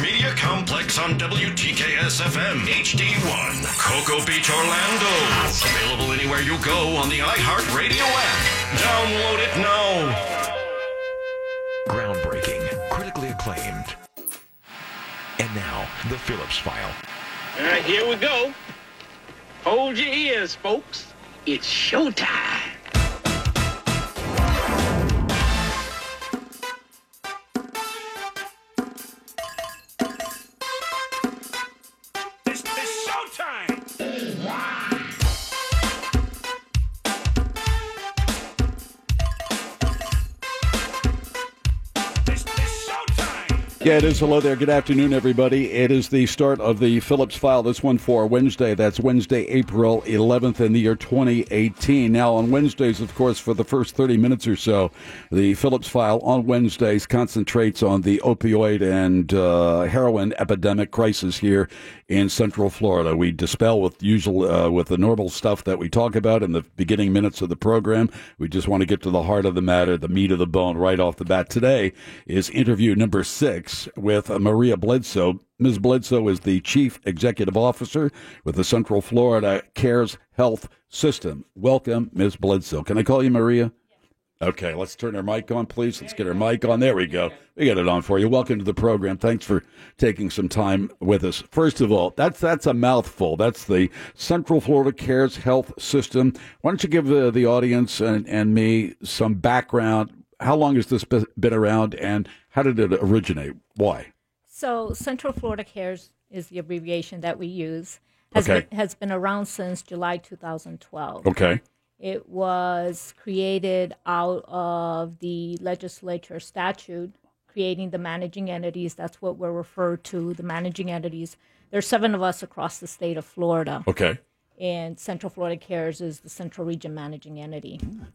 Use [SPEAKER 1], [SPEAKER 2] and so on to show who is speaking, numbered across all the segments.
[SPEAKER 1] Media Complex on WTKS FM HD1, Cocoa Beach, Orlando. Available anywhere you go on the iHeartRadio app. Download it now.
[SPEAKER 2] Groundbreaking, critically acclaimed. And now, the Phillips File.
[SPEAKER 3] All right, here we go. Hold your ears, folks. It's showtime.
[SPEAKER 4] It's, it's showtime! It's, it's showtime!
[SPEAKER 5] Yeah, it is. Hello there. Good afternoon, everybody. It is the start of the Phillips File. This one for Wednesday. That's Wednesday, April 11th in the year 2018. Now, on Wednesdays, of course, for the first 30 minutes or so, the Phillips File on Wednesdays concentrates on the opioid and uh, heroin epidemic crisis here in Central Florida. We dispel with usual uh, with the normal stuff that we talk about in the beginning minutes of the program. We just want to get to the heart of the matter, the meat of the bone, right off the bat. Today is interview number six with uh, Maria Bledsoe. Ms. Bledsoe is the Chief Executive Officer with the Central Florida CARES Health System. Welcome, Ms. Bledsoe. Can I call you Maria? Okay, let's turn her mic on, please. Let's get her mic on. There we go. We got it on for you. Welcome to the program. Thanks for taking some time with us. First of all, that's that's a mouthful. That's the Central Florida Cares Health System. Why don't you give the, the audience and, and me some background? How long has this be- been around, and how did it originate? Why?
[SPEAKER 6] So Central Florida Cares is the abbreviation that we use. Has,
[SPEAKER 5] Okay.
[SPEAKER 6] been, has been around since July 2012.
[SPEAKER 5] Okay.
[SPEAKER 6] It was created out of the legislature statute creating the managing entities. That's what we're referred to, the managing entities. There's seven of us across the state of Florida,
[SPEAKER 5] Okay.
[SPEAKER 6] and Central Florida Cares is the Central Region managing entity.
[SPEAKER 5] Mm.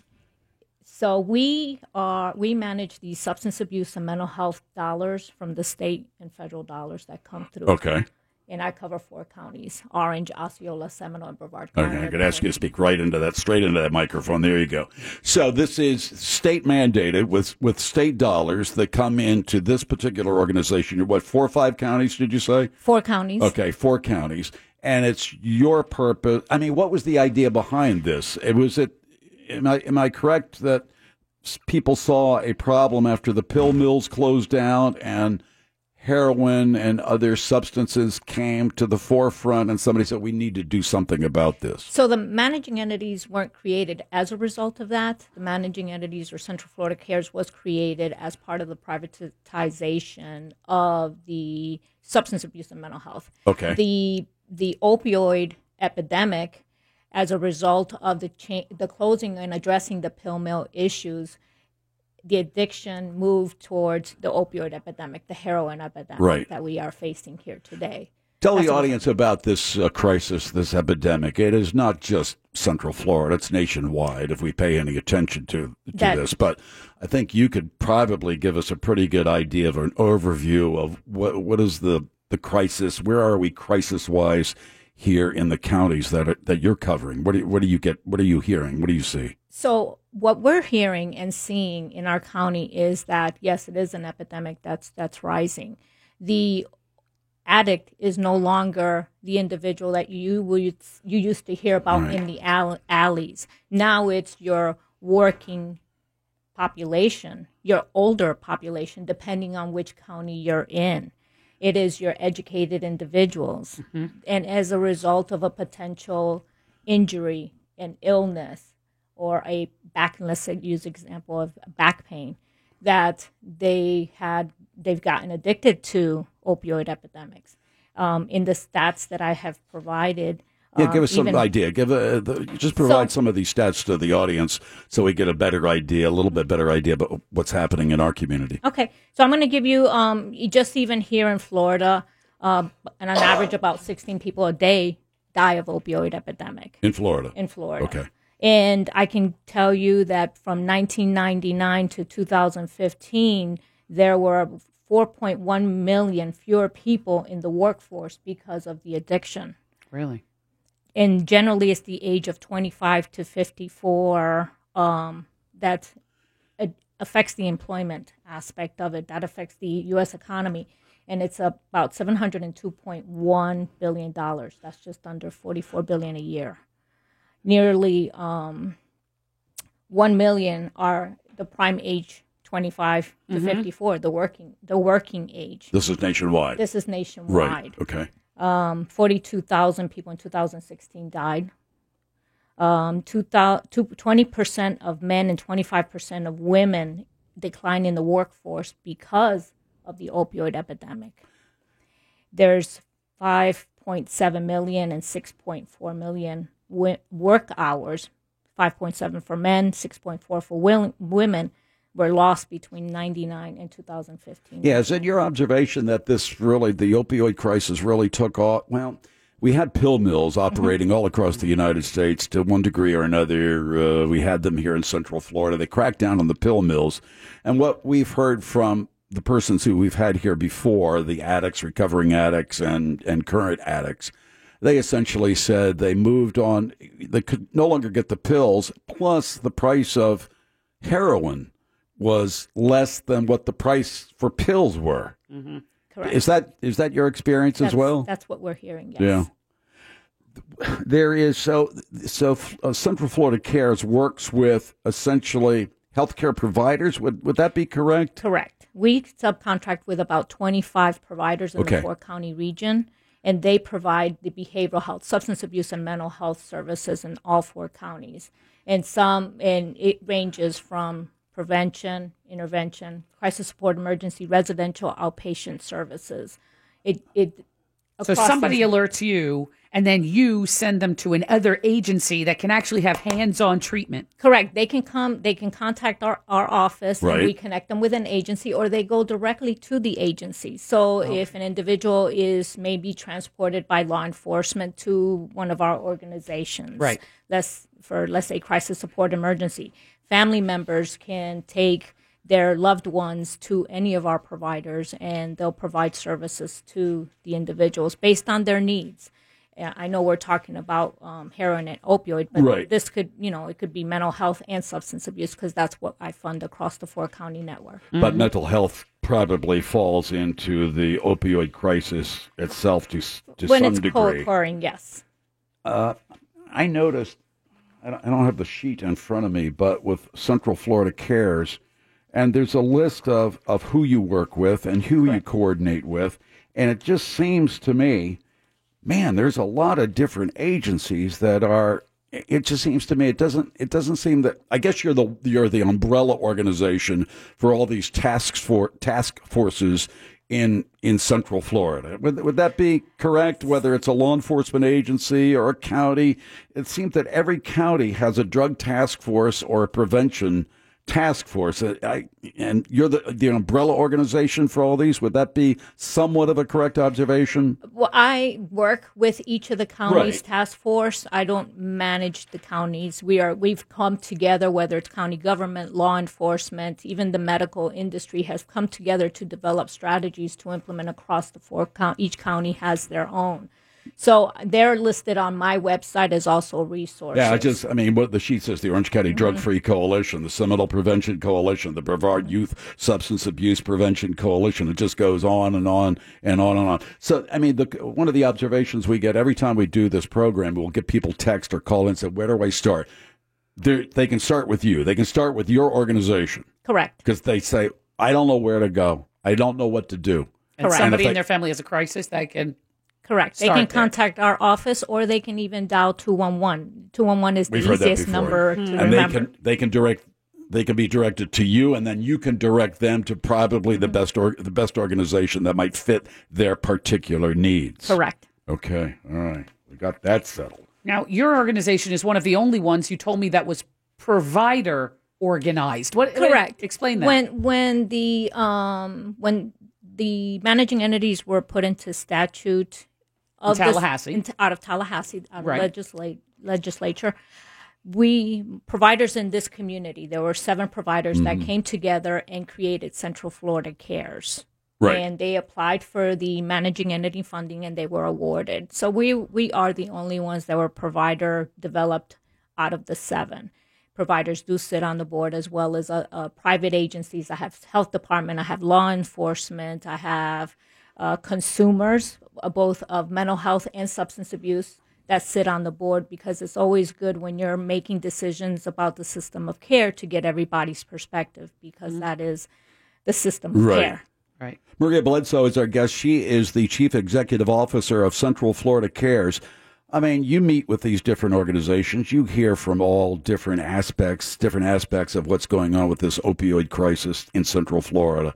[SPEAKER 6] So we are we manage the substance abuse and mental health dollars from the state and federal dollars that come through.
[SPEAKER 5] Okay.
[SPEAKER 6] And I cover four counties: Orange, Osceola, Seminole, and Brevard.
[SPEAKER 5] Okay,
[SPEAKER 6] County.
[SPEAKER 5] I'm going to ask you to speak right into that, straight into that microphone. There you go. So this is state mandated with with state dollars that come into this particular organization. You're What four or five counties did you say?
[SPEAKER 6] four counties.
[SPEAKER 5] Okay, four counties, and it's your purpose. I mean, what was the idea behind this? It was it. Am I am I correct that s- people saw a problem after the pill mills closed down and heroin and other substances came to the forefront, and somebody said we need to do something about this.
[SPEAKER 6] So the managing entities weren't created as a result of that. The managing entities or Central Florida Cares was created as part of the privatization of the substance abuse and mental health.
[SPEAKER 5] Okay.
[SPEAKER 6] The the opioid epidemic as a result of the cha- the closing and addressing the pill mill issues, the addiction moved towards the opioid epidemic, the heroin epidemic
[SPEAKER 5] Right.
[SPEAKER 6] that we are facing here today.
[SPEAKER 5] Tell
[SPEAKER 6] That's
[SPEAKER 5] the
[SPEAKER 6] what-
[SPEAKER 5] audience about this uh, crisis, this epidemic. It is not just Central Florida; it's nationwide. If we pay any attention to to
[SPEAKER 6] That-
[SPEAKER 5] this, but I think you could probably give us a pretty good idea of an overview of what what is the the crisis. Where are we crisis wise here in the counties that are, that you're covering? What do you, what do you get? What are you hearing? What do you see?
[SPEAKER 6] So what we're hearing and seeing in our county is that yes, it is an epidemic that's that's rising. The addict is no longer the individual that you would you used to hear about
[SPEAKER 5] Right.
[SPEAKER 6] in the al- alleys. Now it's your working population, your older population, depending on which county you're in. It is your educated individuals. And as a result of a potential injury, an illness, or a back, let's say, use example of back pain, that they had, they've gotten addicted to opioid epidemics. Um, in the stats that I have provided,
[SPEAKER 5] Yeah,
[SPEAKER 6] um,
[SPEAKER 5] give us some
[SPEAKER 6] even-
[SPEAKER 5] idea. Give a, the, just provide some of these stats to the audience so we get a better idea, a little bit better idea about what's happening in our community.
[SPEAKER 6] Okay, so I'm going to give you um, just even here in Florida, um, and on average, about 16 people a day die of opioid epidemic
[SPEAKER 5] In Florida.
[SPEAKER 6] in Florida.
[SPEAKER 5] Okay.
[SPEAKER 6] And I can tell you that from 1999 to 2015, there were 4.1 million fewer people in the workforce because of the addiction.
[SPEAKER 7] Really?
[SPEAKER 6] And generally, it's the age of 25 to 54 um, that it affects the employment aspect of it, that affects the U.S. economy. and it's about 702.1 billion dollars. That's just under 44 billion a year. Nearly um, 1 million are the prime age 25 to 54, the working the working age.
[SPEAKER 5] This is nationwide.
[SPEAKER 6] This is nationwide.
[SPEAKER 5] right. Okay.
[SPEAKER 6] Um, 42,000 people in 2016 died. Um, 2000, 20% of men and 25% of women decline in the workforce because of the opioid epidemic. There's 5.7 million and 6.4 million wi- work hours, 5.7 for men, 6.4 for wil- women, were lost between 99 and 2015.
[SPEAKER 5] Yeah, is it your observation that this really, the opioid crisis really took off? Well, we had pill mills
[SPEAKER 6] Mm-hmm.
[SPEAKER 5] operating all across the United States to one degree or another. Uh, we had them here in Central Florida. They cracked down on the pill mills. And what we've heard from the persons who we've had here before, the addicts, recovering addicts, and, and current addicts, they essentially said they moved on. They could no longer get the pills, plus the price of heroin was less than what the price for pills were.
[SPEAKER 6] Correct.
[SPEAKER 5] Is that is that your experience
[SPEAKER 6] that's,
[SPEAKER 5] as well?
[SPEAKER 6] That's what we're hearing, yes.
[SPEAKER 5] Yeah. There is so so uh, Central Florida Cares works with essentially healthcare providers. Would would that be correct?
[SPEAKER 6] Correct. We subcontract with about 25 providers in
[SPEAKER 5] Okay.
[SPEAKER 6] the four county region, and they provide the behavioral health, substance abuse, and mental health services in all four counties. And some, and it ranges from prevention, intervention, crisis support, emergency, residential, outpatient services. It, it,
[SPEAKER 7] So
[SPEAKER 6] across
[SPEAKER 7] somebody
[SPEAKER 6] those-
[SPEAKER 7] alerts you, and then you send them to another agency that can actually have hands-on treatment.
[SPEAKER 6] Correct. They can come, they can contact our, our office
[SPEAKER 5] Right.
[SPEAKER 6] and we connect them with an agency or they go directly to the agency. So if an individual is maybe transported by law enforcement to one of our organizations,
[SPEAKER 7] Right.
[SPEAKER 6] Let's for let's say crisis support emergency. Family members can take their loved ones to any of our providers and they'll provide services to the individuals based on their needs. Yeah, I know we're talking about um, heroin and opioid, but
[SPEAKER 5] Right.
[SPEAKER 6] this could, you know, it could be mental health and substance abuse because that's what I fund across the four county network.
[SPEAKER 5] But mental health probably falls into the opioid crisis itself to s- to
[SPEAKER 6] when
[SPEAKER 5] some
[SPEAKER 6] it's
[SPEAKER 5] degree.
[SPEAKER 6] co-occurring, yes.
[SPEAKER 5] Uh, I noticed, I don't, I don't have the sheet in front of me, but with Central Florida Cares, and there's a list of, of who you work with and who you coordinate with. And it just seems to me, man, there's a lot of different agencies that are. It just seems to me it doesn't. It doesn't seem that. I guess you're the you're the umbrella organization for all these tasks for task forces in in Central Florida. Would, would that be correct? Whether it's a law enforcement agency or a county, it seems that every county has a drug task force or a prevention task force. Uh, I, and you're the the umbrella organization for all these. Would that be somewhat of a correct observation?
[SPEAKER 6] Well, I work with each of the counties'
[SPEAKER 5] Right.
[SPEAKER 6] task force. I don't manage the counties. We are we've come together, whether it's county government, law enforcement, even the medical industry has come together to develop strategies to implement across the four county. Each county has their own. So they're listed on my website as also resources.
[SPEAKER 5] Yeah, I just, I mean, what the sheet says the Orange County Drug Free Coalition, the Seminole Prevention Coalition, the Brevard Youth Substance Abuse Prevention Coalition. It just goes on and on and on and on. So, I mean, the, one of the observations we get every time we do this program, we'll get people text or call in and say, Where do I start? They're, they can start with you, they can start with your organization
[SPEAKER 6] correct.
[SPEAKER 5] because they say, I don't know where to go, I don't know what to do.
[SPEAKER 7] And
[SPEAKER 6] Correct.
[SPEAKER 7] somebody
[SPEAKER 5] And if
[SPEAKER 7] in
[SPEAKER 5] they-
[SPEAKER 7] their family has a crisis, they can.
[SPEAKER 6] Correct. They
[SPEAKER 7] Start
[SPEAKER 6] can
[SPEAKER 7] there.
[SPEAKER 6] contact our office or they can even dial 211. 211 is the
[SPEAKER 5] We've heard that
[SPEAKER 6] easiest
[SPEAKER 5] before.
[SPEAKER 6] number to
[SPEAKER 7] Hmm.
[SPEAKER 5] and
[SPEAKER 6] remember.
[SPEAKER 5] they can they can direct they can be directed to you and then you can direct them to probably
[SPEAKER 6] Mm-hmm.
[SPEAKER 5] the best or, the best organization that might fit their particular needs
[SPEAKER 6] Correct.
[SPEAKER 5] okay all right we got that settled
[SPEAKER 7] Now, your organization is one of the only ones you told me that was provider organized. What?
[SPEAKER 6] Correct.
[SPEAKER 7] Explain that.
[SPEAKER 6] When when the um when the managing entities were put into statute of this-
[SPEAKER 7] Tallahassee.
[SPEAKER 6] in- out of Tallahassee out of
[SPEAKER 7] Right.
[SPEAKER 6] legislate, legislature, we providers in this community there were seven providers
[SPEAKER 5] Mm-hmm.
[SPEAKER 6] that came together and created Central Florida Cares.
[SPEAKER 5] Right.
[SPEAKER 6] And they applied for the managing entity funding and they were awarded. So we we are the only ones that were provider developed out of the seven. providers do sit on the board, as well as uh, uh, private agencies. I have health department, I have law enforcement, I have uh, consumers, uh, both of mental health and substance abuse, that sit on the board because it's always good when you're making decisions about the system of care to get everybody's perspective because that is the system of
[SPEAKER 5] Right.
[SPEAKER 6] care.
[SPEAKER 7] Right.
[SPEAKER 5] Maria Bledsoe is our guest. She is the chief executive officer of Central Florida Cares. I mean, you meet with these different organizations. You hear from all different aspects, different aspects of what's going on with this opioid crisis in Central Florida.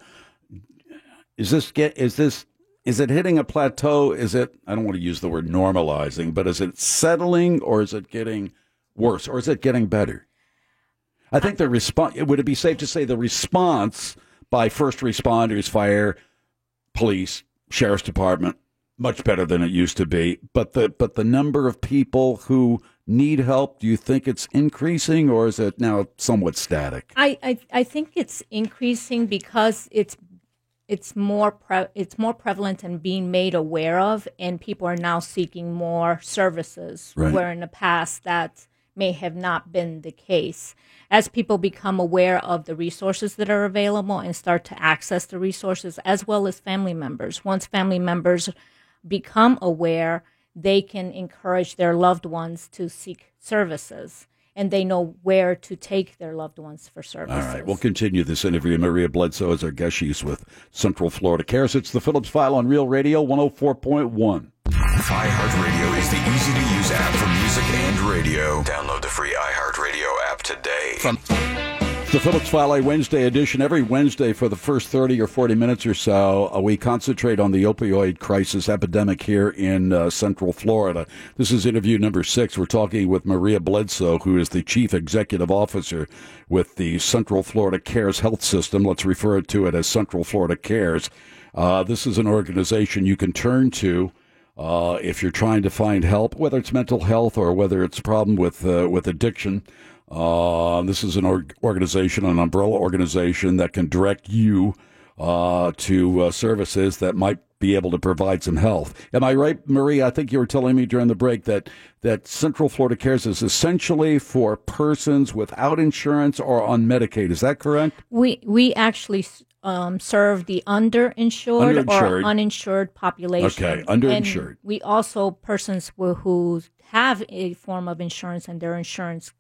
[SPEAKER 5] Is this get? Is this? Is it hitting a plateau? Is it? I don't want to use the word normalizing, but is it settling, or is it getting worse, or is it getting better? I think the response would it be safe to say the response by first responders, fire, police, sheriff's department, much better than it used to be. But the but the number of people who need help, do you think it's increasing or is it now somewhat static?
[SPEAKER 6] I, I I think it's increasing because it's it's more pre- it's more prevalent and being made aware of, and people are now seeking more services
[SPEAKER 5] Right.
[SPEAKER 6] where in the past that may have not been the case. As people become aware of the resources that are available and start to access the resources, as well as family members. Once family members become aware, they can encourage their loved ones to seek services and they know where to take their loved ones for
[SPEAKER 5] All
[SPEAKER 6] services.
[SPEAKER 5] right, we'll continue this interview. Maria Bledsoe is our guest. She's with Central Florida Cares. It's the Phillips File on Real Radio 104.1.
[SPEAKER 8] iHeartRadio is the easy to use app for music and radio. Download the free iHeartRadio app today.
[SPEAKER 5] It's The Phillips File, a Wednesday edition. Every Wednesday for the first 30 or 40 minutes or so, uh, we concentrate on the opioid crisis epidemic here in uh, Central Florida. This is interview number six. We're talking with Maria Bledsoe, who is the Chief Executive Officer with the Central Florida Cares Health System. Let's refer to it as Central Florida Cares. Uh, this is an organization you can turn to uh, if you're trying to find help, whether it's mental health or whether it's a problem with uh, with addiction. Uh, this is an org- organization, an umbrella organization that can direct you uh, to uh, services that might be able to provide some health. Am I right, Marie? I think you were telling me during the break that that Central Florida Cares is essentially for persons without insurance or on Medicaid. Is that correct?
[SPEAKER 6] We we actually um, serve the underinsured, or
[SPEAKER 5] Underinsured.
[SPEAKER 6] uninsured population.
[SPEAKER 5] Okay, underinsured.
[SPEAKER 6] And we also persons who, who have a form of insurance and their insurance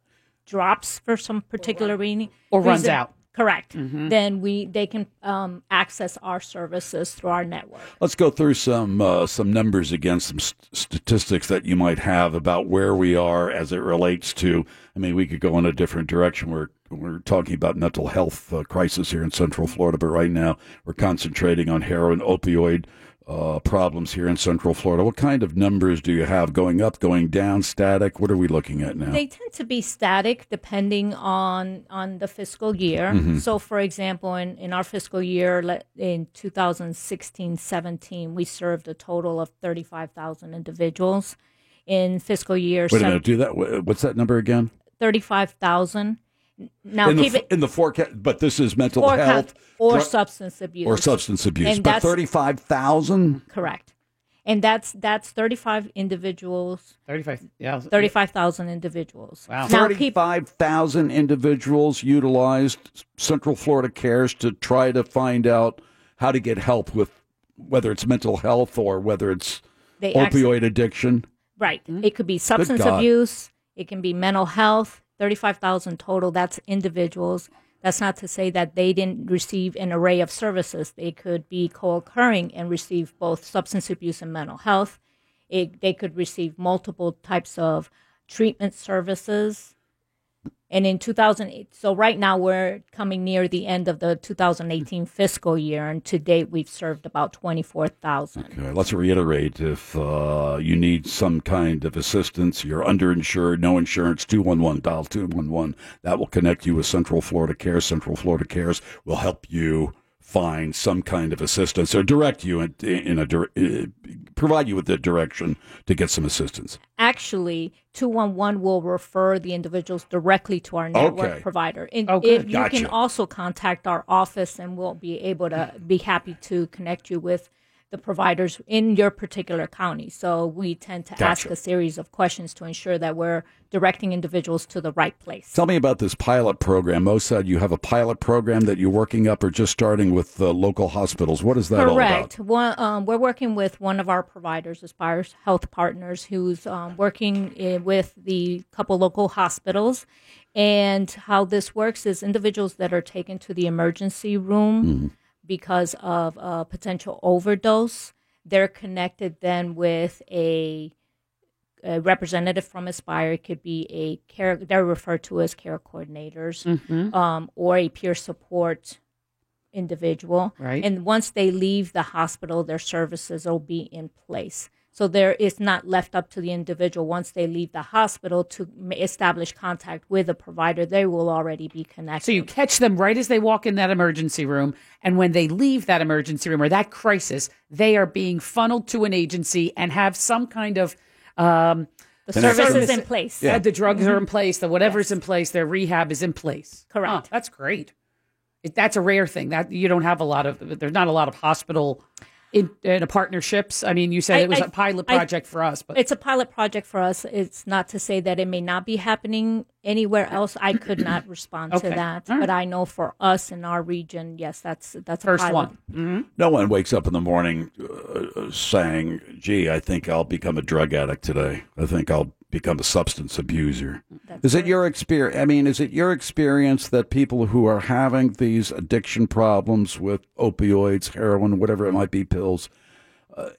[SPEAKER 6] drops for some particular reason
[SPEAKER 7] Or runs
[SPEAKER 6] reason-
[SPEAKER 7] out.
[SPEAKER 6] Correct.
[SPEAKER 5] Mm-hmm.
[SPEAKER 6] Then we they can um, access our services through our network.
[SPEAKER 5] Let's go through some uh, some numbers again, some st- statistics that you might have about where we are as it relates to. I mean, we could go in a different direction. We're we're talking about mental health uh, crisis here in Central Florida, but right now we're concentrating on heroin, opioid uh, problems here in Central Florida. What kind of numbers do you have going up, going down, static? What are we looking at now?
[SPEAKER 6] They tend to be static depending on on the fiscal year.
[SPEAKER 5] Mm-hmm.
[SPEAKER 6] So, for example, in, in our fiscal year le- in 2016-17, we served a total of 35,000 individuals. In fiscal year
[SPEAKER 5] Wait a
[SPEAKER 6] sev-
[SPEAKER 5] minute, do that. wh- What's that number again?
[SPEAKER 6] 35,000. Now,
[SPEAKER 5] in, the,
[SPEAKER 6] keep
[SPEAKER 5] f-
[SPEAKER 6] it
[SPEAKER 5] in the forecast, but this is mental
[SPEAKER 6] or,
[SPEAKER 5] health
[SPEAKER 6] or
[SPEAKER 5] dr-
[SPEAKER 6] substance abuse.
[SPEAKER 5] or substance abuse.
[SPEAKER 6] And
[SPEAKER 5] But
[SPEAKER 6] that's-
[SPEAKER 5] thirty five thousand.
[SPEAKER 6] Correct. And that's that's 35 individuals,
[SPEAKER 7] 35. Yeah.
[SPEAKER 6] 35,000 individuals.
[SPEAKER 7] Wow.
[SPEAKER 6] Now, keep,
[SPEAKER 5] 35,000 individuals utilized Central Florida Cares to try to find out how to get help with whether it's mental health or whether it's
[SPEAKER 6] they access-
[SPEAKER 5] opioid addiction.
[SPEAKER 6] Right. It could be substance
[SPEAKER 5] Mm-hmm. God.
[SPEAKER 6] abuse. It can be mental health. 35,000 total. That's individuals. That's not to say that they didn't receive an array of services. They could be co occurring and receive both substance abuse and mental health. It, they could receive multiple types of treatment services. And in 2008, so right now we're coming near the end of the 2018 fiscal year, and to date we've served about 24,000.
[SPEAKER 5] Okay, Uh, let's reiterate if uh, you need some kind of assistance, you're underinsured, no insurance, 211, dial 211. That will connect you with Central Florida Cares. Central Florida Cares will help you find some kind of assistance or direct you in, in a dir- uh, provide you with the direction to get some assistance.
[SPEAKER 6] actually 211 will refer the individuals directly to our network
[SPEAKER 5] Okay.
[SPEAKER 6] provider and
[SPEAKER 7] Oh, good.
[SPEAKER 6] if you
[SPEAKER 5] Gotcha.
[SPEAKER 6] can also contact our office and we'll be able to be happy to connect you with the providers in your particular county. So we tend to ask
[SPEAKER 5] Gotcha.
[SPEAKER 6] a series of questions to ensure that we're directing individuals to the right place.
[SPEAKER 5] Tell me about this pilot program. Mo said you have a pilot program that you're working up or just starting with the local hospitals. What is that all about?
[SPEAKER 6] Correct. One, um, we're working with one of our providers, Aspire Health Partners, who's um, working eh, with the couple local hospitals. And how this works is individuals that are taken to the emergency room
[SPEAKER 5] Mm-hmm.
[SPEAKER 6] because of a potential overdose, they're connected then with a a representative from Aspire. It could be a care. They're referred to as care coordinators, um, or a peer support individual.
[SPEAKER 7] Right.
[SPEAKER 6] And once they leave the hospital, their services will be in place. So there, it's not left up to the individual once they leave the hospital to ma- establish contact with a provider. They will already be connected.
[SPEAKER 7] So you catch them right as they walk in that emergency room. And when they leave that emergency room or that crisis, they are being funneled to an agency and have some kind of. Um,
[SPEAKER 6] the
[SPEAKER 5] Connection.
[SPEAKER 6] services
[SPEAKER 5] Service-
[SPEAKER 6] in place. Mm-hmm.
[SPEAKER 7] uh, the drugs are in place, the whatever's in place, their rehab is in place.
[SPEAKER 6] Correct.
[SPEAKER 7] Huh, that's great. It, that's a rare thing that you don't have a lot of. There's not a lot of hospital in, in partnerships. I mean, you said
[SPEAKER 6] I-
[SPEAKER 7] it was a
[SPEAKER 6] I-
[SPEAKER 7] pilot
[SPEAKER 6] I-
[SPEAKER 7] project for us, but
[SPEAKER 6] it's a pilot project for us. It's not to say that it may not be happening anywhere else. I could not respond
[SPEAKER 7] Okay.
[SPEAKER 6] to that,
[SPEAKER 7] All right.
[SPEAKER 6] but I know for us in our region, yes, that's that's a
[SPEAKER 7] first
[SPEAKER 6] pilot.
[SPEAKER 7] one. Mm-hmm.
[SPEAKER 5] No one wakes up in the morning uh, saying, gee, I think I'll become a drug addict today. I think I'll become a substance abuser. is it your experience? I mean, is it your experience that people who are having these addiction problems with opioids, heroin, whatever it might be, pills, uh,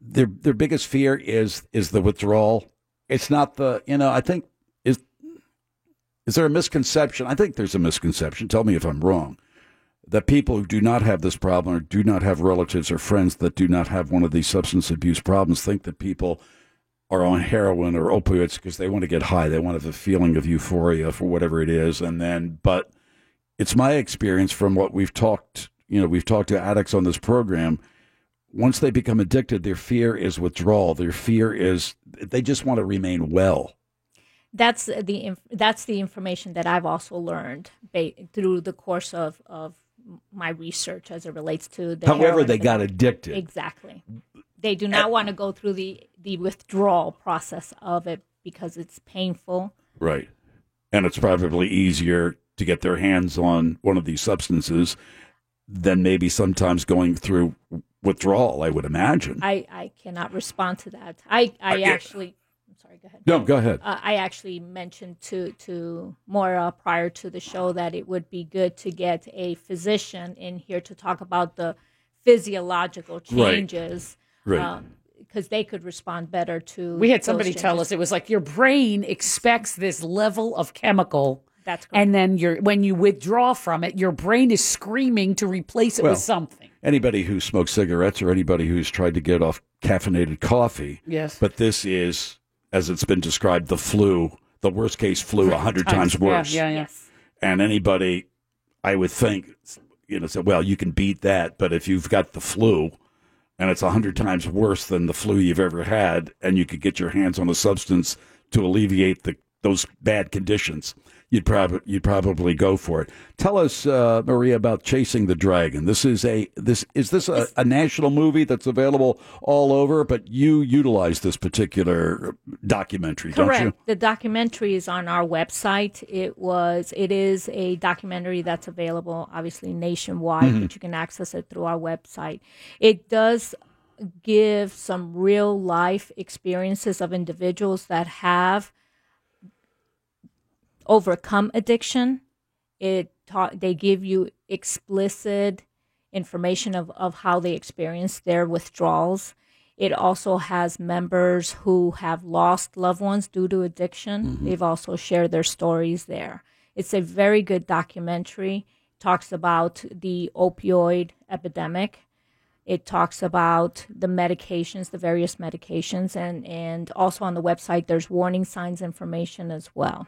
[SPEAKER 5] their their biggest fear is is the withdrawal? It's not the, you know, I think is is there a misconception? I think there's a misconception. Tell me if I'm wrong that people who do not have this problem or do not have relatives or friends that do not have one of these substance abuse problems think that people are on heroin or opioids because they want to get high. They want to have a feeling of euphoria for whatever it is. And then, but it's my experience from what we've talked, you know, we've talked to addicts on this program. Once they become addicted, their fear is withdrawal. Their fear is they just want to remain well.
[SPEAKER 6] That's the inf- that's the information that I've also learned ba- through the course of of my research as it relates to the.
[SPEAKER 5] However,
[SPEAKER 6] heroin
[SPEAKER 5] they
[SPEAKER 6] thing.
[SPEAKER 5] got addicted.
[SPEAKER 6] exactly. They do not want to go through the the withdrawal process of it because it's painful.
[SPEAKER 5] Right. And it's probably easier to get their hands on one of these substances than maybe sometimes going through withdrawal, I would imagine.
[SPEAKER 6] I I cannot respond to that. I I
[SPEAKER 5] yeah.
[SPEAKER 6] actually. I'm sorry. Go ahead.
[SPEAKER 5] no, go ahead.
[SPEAKER 6] uh, I actually mentioned to to Moira prior to the show that it would be good to get a physician in here to talk about the physiological changes
[SPEAKER 5] Right.
[SPEAKER 6] because they could respond better to.
[SPEAKER 7] We had
[SPEAKER 6] those
[SPEAKER 7] somebody tell us
[SPEAKER 6] changes.
[SPEAKER 7] it was like your brain expects this level of chemical.
[SPEAKER 6] That's correct.
[SPEAKER 7] and then you're, when you withdraw from it, your brain is screaming to replace it
[SPEAKER 5] Well,
[SPEAKER 7] with something.
[SPEAKER 5] anybody who smokes cigarettes or anybody who's tried to get off caffeinated coffee.
[SPEAKER 7] Yes.
[SPEAKER 5] But this is, as it's been described, the flu, the worst case flu, a 100 times worse.
[SPEAKER 7] Yeah, yeah, yeah.
[SPEAKER 6] yes.
[SPEAKER 5] And anybody, I would think, you know, said, well, you can beat that, but if you've got the flu and it's a 100 times worse than the flu you've ever had, and you could get your hands on a substance to alleviate the those bad conditions, you'd, prob- you'd probably go for it. Tell us, uh, Maria, about Chasing the Dragon. This is a this is this a, a national movie that's available all over, but you utilize this particular documentary,
[SPEAKER 6] Correct.
[SPEAKER 5] don't you?
[SPEAKER 6] The documentary is on our website. It was it is a documentary that's available obviously nationwide,
[SPEAKER 5] Mm-hmm.
[SPEAKER 6] but you can access it through our website. It does give some real life experiences of individuals that have overcome addiction. It taught they give you explicit information of, of how they experience their withdrawals. It also has members who have lost loved ones due to addiction. They've also shared their stories there. It's a very good documentary. talks about the opioid epidemic. It talks about the medications, the various medications, and, and also on the website there's warning signs information as well.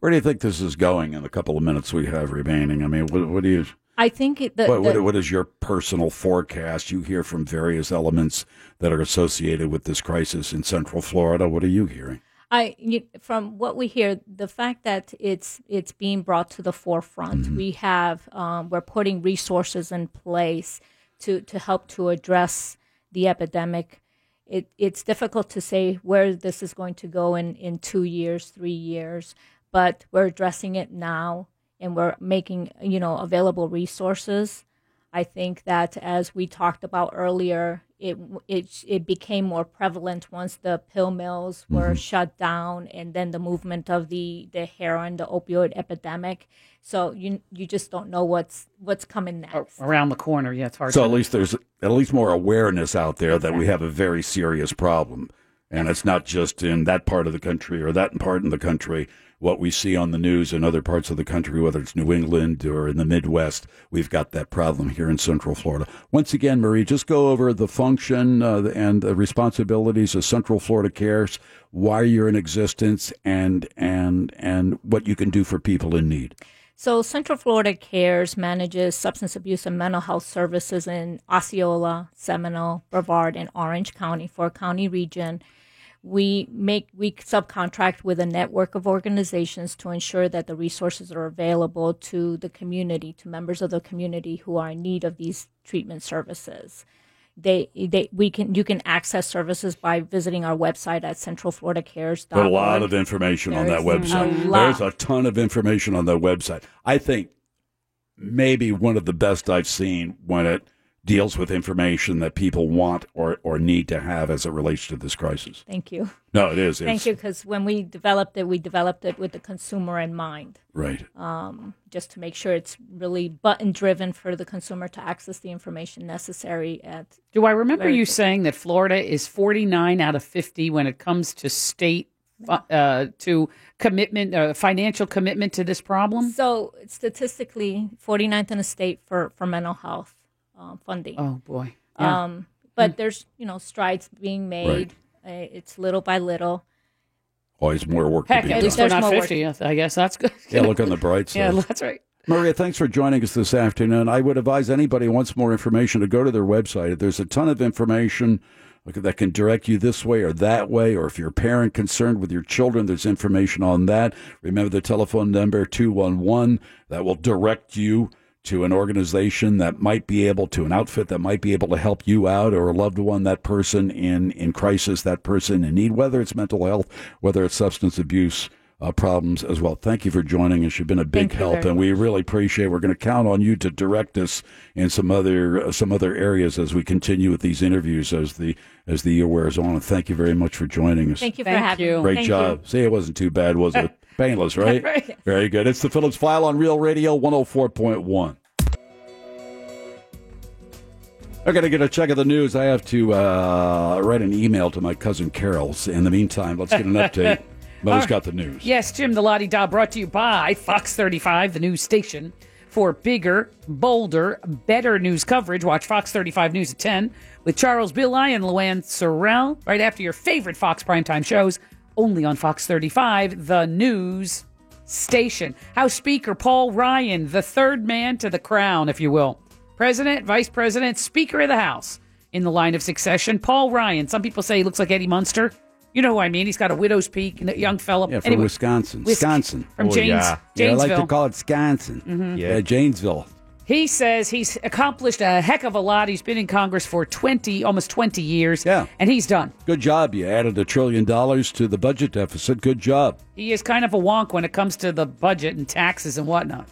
[SPEAKER 5] Where do you think this is going in the couple of minutes we have remaining? I mean, what, what do you?
[SPEAKER 6] I think it, the, the-
[SPEAKER 5] What, what, what is your personal forecast? You hear from various elements that are associated with this crisis in Central Florida. What are you hearing?
[SPEAKER 6] I you, from what we hear, the fact that it's it's being brought to the forefront. We have um, we're putting resources in place to to help to address the epidemic. It, it's difficult to say where this is going to go in, in two years, three years, but we're addressing it now and we're making, you know, available resources. I think that as we talked about earlier, it it it became more prevalent once the pill mills were shut down, and then the movement of the the heroin, the opioid epidemic. So you you just don't know what's what's coming next.
[SPEAKER 7] around the corner. Yeah, it's hard.
[SPEAKER 5] So
[SPEAKER 7] to-
[SPEAKER 5] at least there's at least more awareness out there that we have a very serious problem, and it's not just in that part of the country or that part in the country. What we see on the news in other parts of the country, whether it's New England or in the Midwest, we've got that problem here in Central Florida. Once again, Marie, just go over the function uh, and the responsibilities of Central Florida Cares, why you're in existence, and and and what you can do for people in need.
[SPEAKER 6] So Central Florida Cares manages substance abuse and mental health services in Osceola, Seminole, Brevard, and Orange County for a county region. We make we subcontract with a network of organizations to ensure that the resources are available to the community, to members of the community who are in need of these treatment services they they we can you can access services by visiting our website at centralfloridacares.org.
[SPEAKER 5] a lot of information on that
[SPEAKER 6] There's
[SPEAKER 5] website.
[SPEAKER 6] a lot.
[SPEAKER 5] There's a ton of information on that website. I think maybe one of the best I've seen when it deals with information that people want or, or need to have as it relates to this crisis.
[SPEAKER 6] Thank you.
[SPEAKER 5] No, it is.
[SPEAKER 6] Thank
[SPEAKER 5] It's-
[SPEAKER 6] you because when we developed it, we developed it with the consumer in mind, Um,
[SPEAKER 5] Right.
[SPEAKER 6] just to make sure it's really button driven for the consumer to access the information necessary at
[SPEAKER 7] Do I remember
[SPEAKER 6] Very
[SPEAKER 7] you
[SPEAKER 6] good.
[SPEAKER 7] saying that Florida is 49 out of 50 when it comes to state uh, to commitment, uh, financial commitment to this problem?
[SPEAKER 6] so statistically 49th in the state for for mental health um, funding.
[SPEAKER 7] Oh boy. Yeah. Mm.
[SPEAKER 6] Um, but there's you know strides being made. Uh, it's little by little.
[SPEAKER 5] Always more work
[SPEAKER 7] Heck,
[SPEAKER 5] to be
[SPEAKER 7] at
[SPEAKER 5] done.
[SPEAKER 7] least we're
[SPEAKER 6] There's
[SPEAKER 7] not
[SPEAKER 6] more work.
[SPEAKER 7] 50. I guess that's good.
[SPEAKER 5] yeah, look on the bright side.
[SPEAKER 7] yeah, that's right.
[SPEAKER 5] Maria, thanks for joining us this afternoon. I would advise anybody who wants more information to go to their website. There's a ton of information that can direct you this way or that way, or if you're a parent concerned with your children, there's information on that. Remember the telephone number 211 that will direct you to an organization that might be able to an outfit that might be able to help you out or a loved one that person in in crisis that person in need whether it's mental health whether it's substance abuse uh, problems as well thank you for joining us you've been a big
[SPEAKER 6] Thank you
[SPEAKER 5] help
[SPEAKER 6] very
[SPEAKER 5] and we really appreciate it. we're going to count on you to direct us in some other uh, some other areas as we continue with these interviews as the as the year wears on and thank you very much for joining us
[SPEAKER 6] Thank you for
[SPEAKER 7] Thank
[SPEAKER 6] having
[SPEAKER 7] you.
[SPEAKER 6] me.
[SPEAKER 5] Great
[SPEAKER 6] Thank you.
[SPEAKER 5] job. See, it wasn't too bad, was it? Painless, right? Very good. It's the Phillips File on Real Radio 104.1. I'm going to get a check of the news. I have to uh, write an email to my cousin Carol. In the meantime, let's get an update. Mother's got the news.
[SPEAKER 7] Yes, Jim, the Lottie Da brought to you by Fox 35, the news station. For bigger, bolder, better news coverage, watch Fox 35 News at 10 with Charles Billy and Luann Sorrell right after your favorite Fox primetime shows, only on Fox 35, the news station. House Speaker Paul Ryan, the third man to the crown, if you will. President, Vice President, Speaker of the House in the line of succession. Paul Ryan. Some people say he looks like Eddie Munster. You know who I mean. He's got a widow's peak, and a young fella.
[SPEAKER 5] Yeah, from
[SPEAKER 7] Anyway,
[SPEAKER 5] Wisconsin.
[SPEAKER 7] Wis-
[SPEAKER 5] Wisconsin.
[SPEAKER 7] From Janes,
[SPEAKER 9] Oh, yeah.
[SPEAKER 5] Yeah, I like
[SPEAKER 7] Janesville. Mm-hmm.
[SPEAKER 5] to call it Wisconsin. Yeah. Janesville.
[SPEAKER 7] He says he's accomplished a heck of a lot. He's been in Congress for 20, almost 20 years.
[SPEAKER 5] Yeah.
[SPEAKER 7] And he's done.
[SPEAKER 5] Good job. You added a trillion dollars to the budget deficit. Good job.
[SPEAKER 7] He is kind of a wonk when it comes to the budget and taxes and whatnot.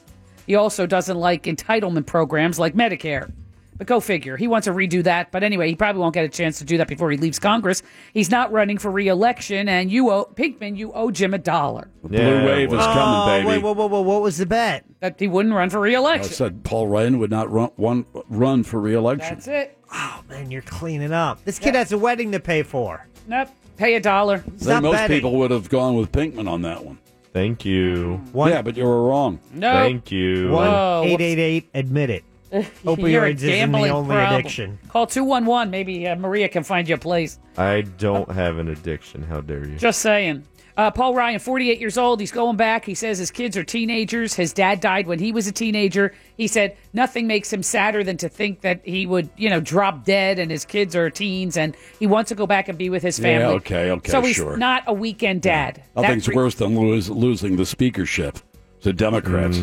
[SPEAKER 7] He also doesn't like entitlement programs like Medicare. But go figure. He wants to redo that. But anyway, he probably won't get a chance to do that before he leaves Congress. He's not running for reelection. And you owe, Pinkman, you owe Jim a dollar
[SPEAKER 5] The blue wave is
[SPEAKER 7] Oh,
[SPEAKER 5] coming, baby.
[SPEAKER 10] Oh, wait, whoa, whoa, whoa! What was the bet?
[SPEAKER 7] that he wouldn't run for
[SPEAKER 5] I
[SPEAKER 7] reelection.
[SPEAKER 5] said Paul Ryan would not run one, run for reelection.
[SPEAKER 7] That's it.
[SPEAKER 10] Oh man, you're cleaning up. This kid has a wedding to pay for.
[SPEAKER 7] Nope. Pay a dollar.
[SPEAKER 5] Then
[SPEAKER 10] Stop
[SPEAKER 5] most
[SPEAKER 10] betting.
[SPEAKER 5] people would have gone with Pinkman on that one.
[SPEAKER 9] Thank you.
[SPEAKER 10] One,
[SPEAKER 5] Yeah, but you were wrong.
[SPEAKER 7] No.
[SPEAKER 9] Thank you.
[SPEAKER 7] Whoa.
[SPEAKER 10] one eight eight eight. Admit it.
[SPEAKER 7] You're a
[SPEAKER 10] Opioids isn't the
[SPEAKER 7] gambling
[SPEAKER 10] only
[SPEAKER 7] problem.
[SPEAKER 10] addiction.
[SPEAKER 7] Call 211. Maybe uh, Maria can find you a place.
[SPEAKER 9] I don't have an addiction. How dare you?
[SPEAKER 7] Just saying. Uh, Paul Ryan, 48 years old. He's going back. He says his kids are teenagers. His dad died when he was a teenager. He said nothing makes him sadder than to think that he would, you know, drop dead and his kids are teens and he wants to go back and be with his
[SPEAKER 5] Yeah,
[SPEAKER 7] family.
[SPEAKER 5] okay, okay,
[SPEAKER 7] So he's
[SPEAKER 5] sure.
[SPEAKER 7] not a weekend dad.
[SPEAKER 5] Nothing's
[SPEAKER 7] That-
[SPEAKER 5] worse than lose, losing the speakership to Democrats,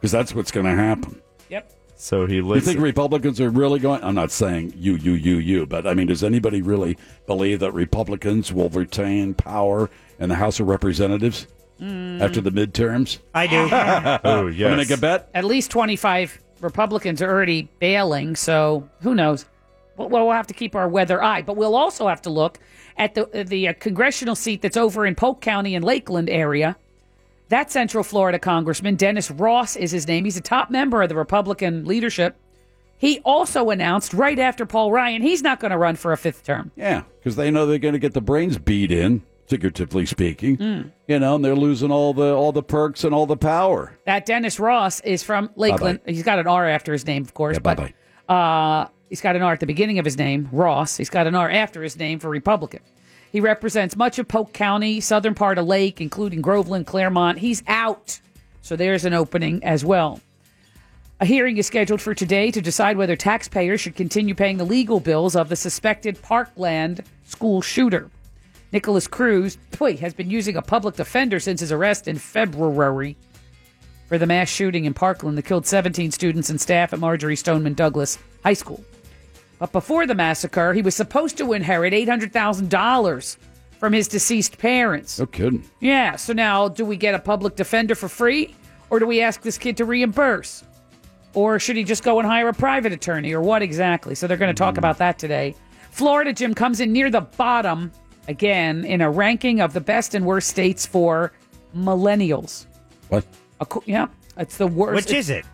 [SPEAKER 5] because that's what's going to happen.
[SPEAKER 7] Yep.
[SPEAKER 9] Mm. So he
[SPEAKER 5] You
[SPEAKER 9] listens.
[SPEAKER 5] think Republicans are really going? I'm not saying you, you, you, you, but I mean, does anybody really believe that Republicans will retain power in the House of Representatives
[SPEAKER 7] Mm.
[SPEAKER 5] after the midterms?
[SPEAKER 7] I do.
[SPEAKER 5] oh,
[SPEAKER 9] yes.
[SPEAKER 5] I'm going to bet.
[SPEAKER 7] At least 25 Republicans are already bailing, so who knows? We'll, we'll have to keep our weather eye, but we'll also have to look at the the uh, congressional seat that's over in Polk County and Lakeland area. That Central Florida Congressman Dennis Ross is his name. He's a top member of the Republican leadership. He also announced right after Paul Ryan he's not going to run for a fifth term.
[SPEAKER 5] Yeah, because they know they're going to get the brains beat in, figuratively speaking.
[SPEAKER 7] Mm.
[SPEAKER 5] You know, and they're losing all the all the perks and all the power.
[SPEAKER 7] That Dennis Ross is from Lakeland. He's got an R after his name, of course, but uh, he's got an R at the beginning of his name, Ross. He's got an R after his name for Republican. He represents much of Polk County, southern part of Lake, including Groveland, Claremont. He's out, so there's an opening as well. A hearing is scheduled for today to decide whether taxpayers should continue paying the legal bills of the suspected Parkland school shooter. Nicholas Cruz, boy, has been using a public defender since his arrest in February for the mass shooting in Parkland that killed 17 students and staff at Marjorie Stoneman Douglas High School. But before the massacre, he was supposed to inherit $800,000 from his deceased parents.
[SPEAKER 5] No kidding.
[SPEAKER 7] Yeah, so now do we get a public defender for free or do we ask this kid to reimburse? Or should he just go and hire a private attorney or what exactly? So they're going to talk about that today. Florida Jim comes in near the bottom again in a ranking of the best and worst states for millennials.
[SPEAKER 5] What?
[SPEAKER 7] yeah, it's the worst.
[SPEAKER 10] Which is it?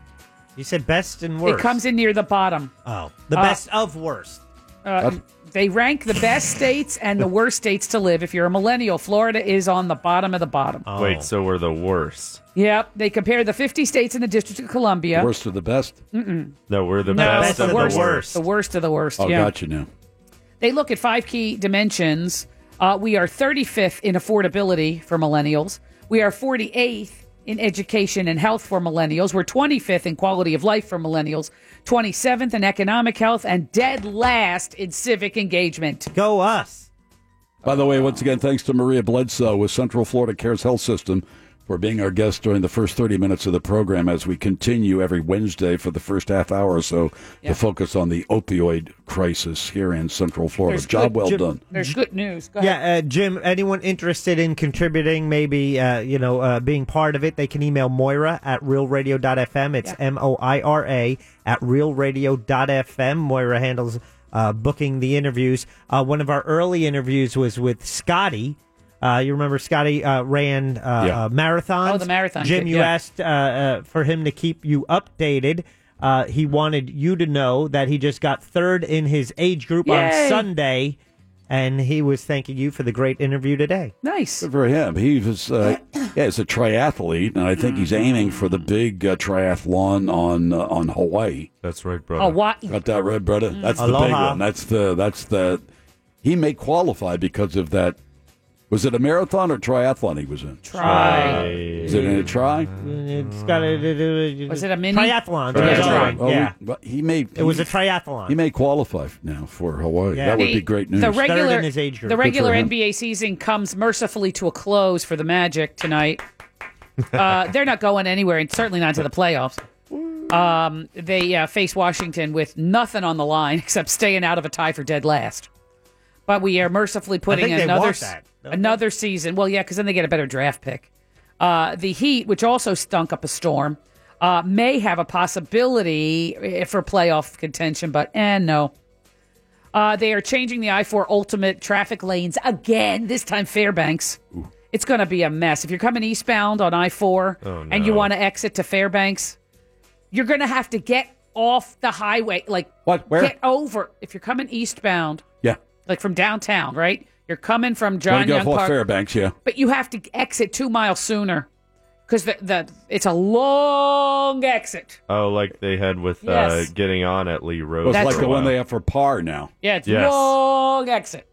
[SPEAKER 10] You said best and worst.
[SPEAKER 7] It comes in near the bottom.
[SPEAKER 10] Oh, the
[SPEAKER 7] Uh,
[SPEAKER 10] best of worst.
[SPEAKER 7] Uh, they rank the best states and the worst states to live. If you're a millennial, Florida is on the bottom of the bottom.
[SPEAKER 10] Oh.
[SPEAKER 9] Wait, so we're the worst?
[SPEAKER 7] Yep, they compare the 50 states in the District of Columbia.
[SPEAKER 5] Worst of the best.
[SPEAKER 7] Mm-mm.
[SPEAKER 9] No, we're the
[SPEAKER 7] No, that's
[SPEAKER 9] best
[SPEAKER 7] the
[SPEAKER 9] of
[SPEAKER 7] worst.
[SPEAKER 9] the worst.
[SPEAKER 7] The worst of the worst.
[SPEAKER 5] Oh,
[SPEAKER 7] yeah.
[SPEAKER 5] gotcha now.
[SPEAKER 7] They look at five key dimensions. Uh, we are 35th in affordability for millennials. We are 48th in education and health for millennials. We're 25th in quality of life for millennials, 27th in economic health, and dead last in civic engagement.
[SPEAKER 10] Go us.
[SPEAKER 5] By the way, once again, thanks to Maria Bledsoe with Central Florida Cares Health System for being our guest during the first 30 minutes of the program as we continue every Wednesday for the first half hour or so to focus on the opioid crisis here in Central Florida. Job well done.
[SPEAKER 7] There's good news. Go ahead.
[SPEAKER 10] Yeah, uh, Jim. Anyone interested in contributing, maybe uh, you know, uh, being part of it, they can email Moira at realradio.fm. It's M O I R A at realradio.fm. Moira handles uh, booking the interviews. Uh, one of our early interviews was with Scotty. Uh, you remember Scotty uh, ran uh,
[SPEAKER 7] Yeah.
[SPEAKER 10] uh, marathons.
[SPEAKER 7] Oh, the marathon
[SPEAKER 10] Jim,
[SPEAKER 7] kid,
[SPEAKER 10] you
[SPEAKER 7] yeah.
[SPEAKER 10] asked uh, uh, for him to keep you updated. Uh, he wanted you to know that he just got third in his age group
[SPEAKER 7] Yay.
[SPEAKER 10] on Sunday and he was thanking you for the great interview today.
[SPEAKER 7] Nice.
[SPEAKER 5] Good for him. He was, uh, yeah, he's a triathlete, and I think he's
[SPEAKER 7] Mm-hmm.
[SPEAKER 5] aiming for the big uh, triathlon on uh, on Hawaii.
[SPEAKER 9] That's right, brother.
[SPEAKER 7] Hawaii. Mm-hmm.
[SPEAKER 5] Got that right, brother. That's the big
[SPEAKER 9] Aloha.
[SPEAKER 5] one. That's the that's the. He may qualify because of that. Was it a marathon or triathlon he was in?
[SPEAKER 7] Try.
[SPEAKER 5] Is it in a try?
[SPEAKER 10] It's got a.
[SPEAKER 7] Was it a mini?
[SPEAKER 10] Triathlon.
[SPEAKER 5] Mm-hmm. Triathlon.
[SPEAKER 10] Yeah. Triathlon.
[SPEAKER 5] Well, we-
[SPEAKER 10] Yeah.
[SPEAKER 5] but he may.
[SPEAKER 10] It was a triathlon.
[SPEAKER 5] He may qualify now for Hawaii.
[SPEAKER 10] Yeah.
[SPEAKER 5] That would
[SPEAKER 7] The-
[SPEAKER 5] be great news.
[SPEAKER 7] The regular,
[SPEAKER 5] group.
[SPEAKER 7] the
[SPEAKER 5] Good for
[SPEAKER 7] regular
[SPEAKER 5] him.
[SPEAKER 7] NBA season comes mercifully to a close for the Magic tonight. Uh, they're not going anywhere, and certainly not to the playoffs. Um, they uh, face Washington with nothing on the line except staying out of a tie for dead last. But we are mercifully putting
[SPEAKER 10] think they
[SPEAKER 7] another
[SPEAKER 10] want
[SPEAKER 7] s-
[SPEAKER 10] that,
[SPEAKER 7] another season. Well, yeah, because then they get a better draft pick. Uh, the Heat, which also stunk up a storm, uh, may have a possibility eh, for playoff contention, but eh, no. Uh, they are changing the I 4 Ultimate traffic lanes again, this time Fairbanks. It's going to be a mess. If you're coming eastbound on I 4
[SPEAKER 11] Oh,
[SPEAKER 7] and you
[SPEAKER 11] no.
[SPEAKER 7] want to exit to Fairbanks, you're going to have to get off the highway. Like,
[SPEAKER 5] what? Where?
[SPEAKER 7] Get over. If you're coming eastbound,
[SPEAKER 5] Yeah.
[SPEAKER 7] like from downtown, right? You're coming from John
[SPEAKER 5] Wanna go
[SPEAKER 7] Young
[SPEAKER 5] for
[SPEAKER 7] Park.
[SPEAKER 5] Fairbanks, yeah.
[SPEAKER 7] But you have to exit two miles sooner because the, the it's a long exit.
[SPEAKER 9] Oh, like they had with
[SPEAKER 7] Yes.
[SPEAKER 9] uh, getting on at Lee Road.
[SPEAKER 5] Well, it's
[SPEAKER 9] for
[SPEAKER 5] like
[SPEAKER 9] a
[SPEAKER 5] the one
[SPEAKER 9] while.
[SPEAKER 5] they have for par now.
[SPEAKER 7] Yeah, it's
[SPEAKER 9] Yes.
[SPEAKER 7] long exit.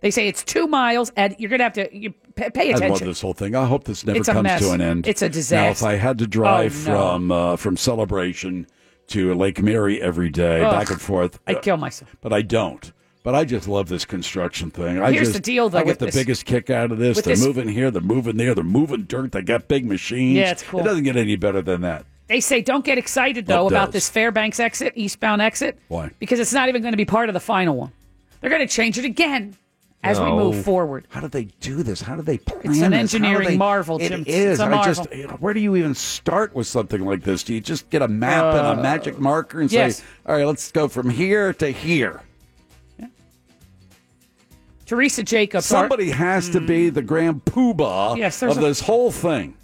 [SPEAKER 7] They say it's two miles, and you're gonna have to you pay, pay
[SPEAKER 5] I
[SPEAKER 7] attention.
[SPEAKER 5] love this whole thing. I hope this never
[SPEAKER 7] It's a
[SPEAKER 5] comes
[SPEAKER 7] mess.
[SPEAKER 5] to an end.
[SPEAKER 7] It's a disaster.
[SPEAKER 5] Now, if I had to drive
[SPEAKER 7] Oh, no.
[SPEAKER 5] from uh, from Celebration to Lake Mary every day,
[SPEAKER 7] Ugh.
[SPEAKER 5] back and forth,
[SPEAKER 7] I'd kill myself.
[SPEAKER 5] But I don't. But I just love this construction thing. I
[SPEAKER 7] Here's
[SPEAKER 5] just,
[SPEAKER 7] the deal, though,
[SPEAKER 5] I get
[SPEAKER 7] with
[SPEAKER 5] the
[SPEAKER 7] this-
[SPEAKER 5] biggest kick out of this.
[SPEAKER 7] with
[SPEAKER 5] They're
[SPEAKER 7] this-
[SPEAKER 5] moving here, they're moving there, they're moving dirt. They got big machines.
[SPEAKER 7] Yeah, it's cool.
[SPEAKER 5] It doesn't get any better than that.
[SPEAKER 7] They say don't get excited
[SPEAKER 5] What
[SPEAKER 7] though about
[SPEAKER 5] does?
[SPEAKER 7] this Fairbanks exit, eastbound exit.
[SPEAKER 5] Why?
[SPEAKER 7] Because it's not even going to be part of the final one. They're going to change it again as we move forward.
[SPEAKER 5] How do they do this? How do they plan
[SPEAKER 7] It's an
[SPEAKER 5] this? How do
[SPEAKER 7] engineering
[SPEAKER 5] they-
[SPEAKER 7] marvel,
[SPEAKER 5] It
[SPEAKER 7] Jim. It's
[SPEAKER 5] is.
[SPEAKER 7] a
[SPEAKER 5] I just,
[SPEAKER 7] marvel.
[SPEAKER 5] where do you even start with something like this? Do you just get a map and a
[SPEAKER 7] Uh,
[SPEAKER 5] magic marker and
[SPEAKER 7] yes.
[SPEAKER 5] say, all right, let's go from here to here?
[SPEAKER 7] Teresa Jacobs.
[SPEAKER 5] Somebody has to be the grand poobah
[SPEAKER 7] Mm. Yes, there's
[SPEAKER 5] of
[SPEAKER 7] a-
[SPEAKER 5] this whole thing.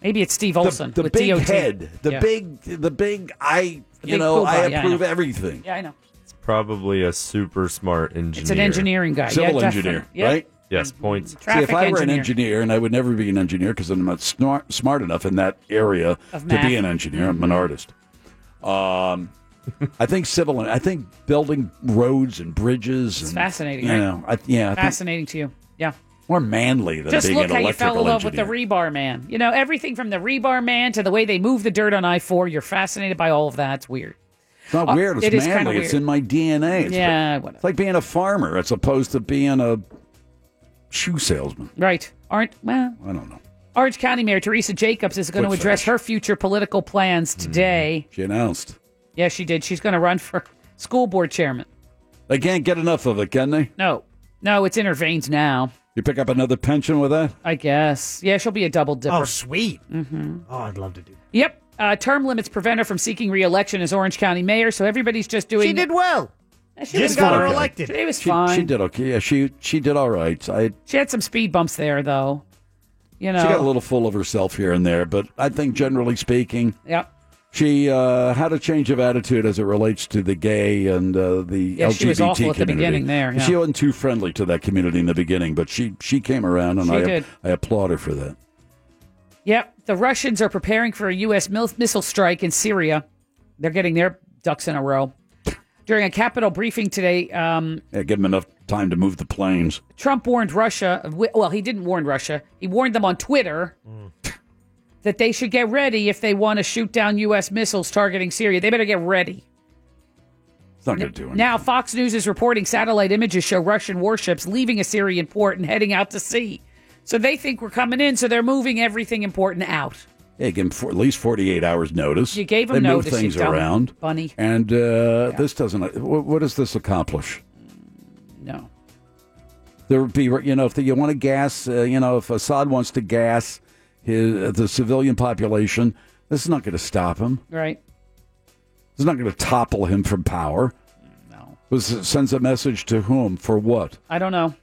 [SPEAKER 7] Maybe it's Steve Olson
[SPEAKER 5] The, the
[SPEAKER 7] with
[SPEAKER 5] big
[SPEAKER 7] DOT.
[SPEAKER 5] head. The
[SPEAKER 7] Yeah.
[SPEAKER 5] big, the big, I,
[SPEAKER 7] The
[SPEAKER 5] you
[SPEAKER 7] big
[SPEAKER 5] know, I
[SPEAKER 7] poobah. Yeah, I
[SPEAKER 5] approve
[SPEAKER 7] know.
[SPEAKER 5] everything.
[SPEAKER 7] Yeah, I know.
[SPEAKER 9] It's probably a super smart engineer.
[SPEAKER 7] It's an engineering guy.
[SPEAKER 5] Civil
[SPEAKER 7] yeah,
[SPEAKER 5] engineer,
[SPEAKER 7] definitely. Yeah.
[SPEAKER 5] right?
[SPEAKER 9] Yes, points.
[SPEAKER 7] Traffic
[SPEAKER 5] See, if I were
[SPEAKER 7] engineer.
[SPEAKER 5] an engineer, and I would never be an engineer because I'm not smart, smart enough in that area
[SPEAKER 7] Of
[SPEAKER 5] to
[SPEAKER 7] math.
[SPEAKER 5] be an engineer. I'm an artist. Um, I think civil. I think building roads and bridges. It's and,
[SPEAKER 7] fascinating,
[SPEAKER 5] You
[SPEAKER 7] right?
[SPEAKER 5] know, I, yeah, I think
[SPEAKER 7] Fascinating to you. Yeah.
[SPEAKER 5] more manly than
[SPEAKER 7] Just
[SPEAKER 5] being
[SPEAKER 7] look
[SPEAKER 5] an
[SPEAKER 7] how you
[SPEAKER 5] electrical
[SPEAKER 7] fell in love
[SPEAKER 5] engineer.
[SPEAKER 7] with the rebar man. You know, everything from the rebar man to the way they move the dirt on I 4. You're fascinated by all of that. It's weird.
[SPEAKER 5] it's not
[SPEAKER 7] Oh,
[SPEAKER 5] weird. It's
[SPEAKER 7] it is kinda
[SPEAKER 5] manly. It's
[SPEAKER 7] weird.
[SPEAKER 5] in my DNA. It's,
[SPEAKER 7] Yeah, whatever.
[SPEAKER 5] it's like being a farmer as opposed to being a shoe salesman.
[SPEAKER 7] Right. Aren't, well,
[SPEAKER 5] I don't know.
[SPEAKER 7] Orange County Mayor Teresa Jacobs is going to
[SPEAKER 5] Quick Mm-hmm.
[SPEAKER 7] address
[SPEAKER 5] finish.
[SPEAKER 7] her future political plans today.
[SPEAKER 5] She announced
[SPEAKER 7] Yeah, she did. She's going to run for school board chairman.
[SPEAKER 5] they can't get enough of it, can they?
[SPEAKER 7] No, no, it's in her veins now,
[SPEAKER 5] You pick up another pension with that.
[SPEAKER 7] I guess. Yeah, she'll be a double dipper. Mm-hmm.
[SPEAKER 10] Oh, sweet. Oh, I'd love to do that.
[SPEAKER 7] Yep. Uh, term limits prevent her from seeking reelection as Orange County mayor, so everybody's just doing.
[SPEAKER 10] She did well.
[SPEAKER 7] She
[SPEAKER 10] Just
[SPEAKER 7] was
[SPEAKER 10] got her
[SPEAKER 7] fine.
[SPEAKER 10] elected.
[SPEAKER 7] She was
[SPEAKER 5] She,
[SPEAKER 7] fine.
[SPEAKER 5] she did okay. Yeah, she she did all right. I
[SPEAKER 7] She had some speed bumps there, though. You know.
[SPEAKER 5] She got a little full of herself here and there, but I think generally speaking,
[SPEAKER 7] Yep.
[SPEAKER 5] she uh, had a change of attitude as it relates to the gay and uh, the
[SPEAKER 7] Yeah,
[SPEAKER 5] LGBT
[SPEAKER 7] she was awful at
[SPEAKER 5] community.
[SPEAKER 7] the beginning there, yeah.
[SPEAKER 5] She wasn't too friendly to that community in the beginning, but she she came around, and
[SPEAKER 7] She
[SPEAKER 5] I
[SPEAKER 7] did.
[SPEAKER 5] I applaud her for that.
[SPEAKER 7] Yep. The Russians are preparing for a U.S. mil- missile strike in Syria. They're getting their ducks in a row. During a Capitol briefing today, um,
[SPEAKER 5] Yeah, give them enough time to move the planes.
[SPEAKER 7] Trump warned Russia. of whi- Well, he didn't warn Russia. He warned them on Twitter
[SPEAKER 5] Mm.
[SPEAKER 7] that they should get ready if they want to shoot down U.S. missiles targeting Syria. They better get ready.
[SPEAKER 5] It's not going to do anything.
[SPEAKER 7] Now, Fox News is reporting satellite images show Russian warships leaving a Syrian port and heading out to sea. So they think we're coming in, so they're moving everything important out.
[SPEAKER 5] Yeah, give them for, at least 48 hours notice.
[SPEAKER 7] You gave 'em
[SPEAKER 5] they
[SPEAKER 7] notice,
[SPEAKER 5] Move
[SPEAKER 7] you
[SPEAKER 5] things
[SPEAKER 7] dumb
[SPEAKER 5] around.
[SPEAKER 7] bunny.
[SPEAKER 5] And uh, this doesn't. What, what does this accomplish?
[SPEAKER 7] No.
[SPEAKER 5] there would be you know if you want to gas uh, you know if Assad wants to gas his uh, the civilian population this is not going to stop him
[SPEAKER 7] Right?
[SPEAKER 5] this is not going to topple him from power
[SPEAKER 7] No.
[SPEAKER 5] this sends a message to whom for what
[SPEAKER 7] I don't know.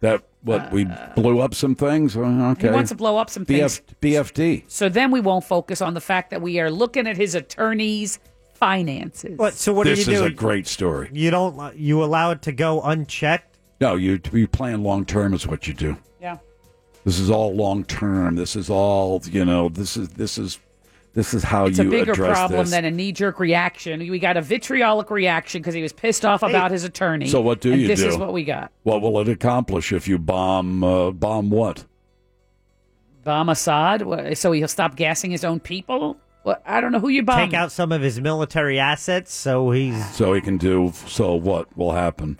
[SPEAKER 5] that what we blew up some things Well, okay
[SPEAKER 7] Uh, He wants to blow up some things.
[SPEAKER 5] BF, BFD
[SPEAKER 7] So then we won't focus on the fact that we are looking at his attorney's finances.
[SPEAKER 10] What? So what
[SPEAKER 5] this
[SPEAKER 10] do you
[SPEAKER 5] is
[SPEAKER 10] do?
[SPEAKER 5] a great story
[SPEAKER 10] you don't. li- You allow it to go unchecked.
[SPEAKER 5] no you you plan long term is what you do
[SPEAKER 7] Yeah.
[SPEAKER 5] this is all long term this is all you know this is this is this is how
[SPEAKER 7] It's
[SPEAKER 5] you
[SPEAKER 7] a bigger
[SPEAKER 5] address
[SPEAKER 7] problem
[SPEAKER 5] this.
[SPEAKER 7] than a knee jerk reaction. We got a vitriolic reaction because he was pissed off about his attorney.
[SPEAKER 5] So what do
[SPEAKER 7] and
[SPEAKER 5] you
[SPEAKER 7] this
[SPEAKER 5] do?
[SPEAKER 7] is what we got.
[SPEAKER 5] What will it accomplish if you bomb uh, bomb what?
[SPEAKER 7] Bomb Assad? What- So he'll stop gassing his own people? Well, I don't know who you bomb.
[SPEAKER 10] Take out some of his military assets, so he's
[SPEAKER 5] So he can do so what will happen?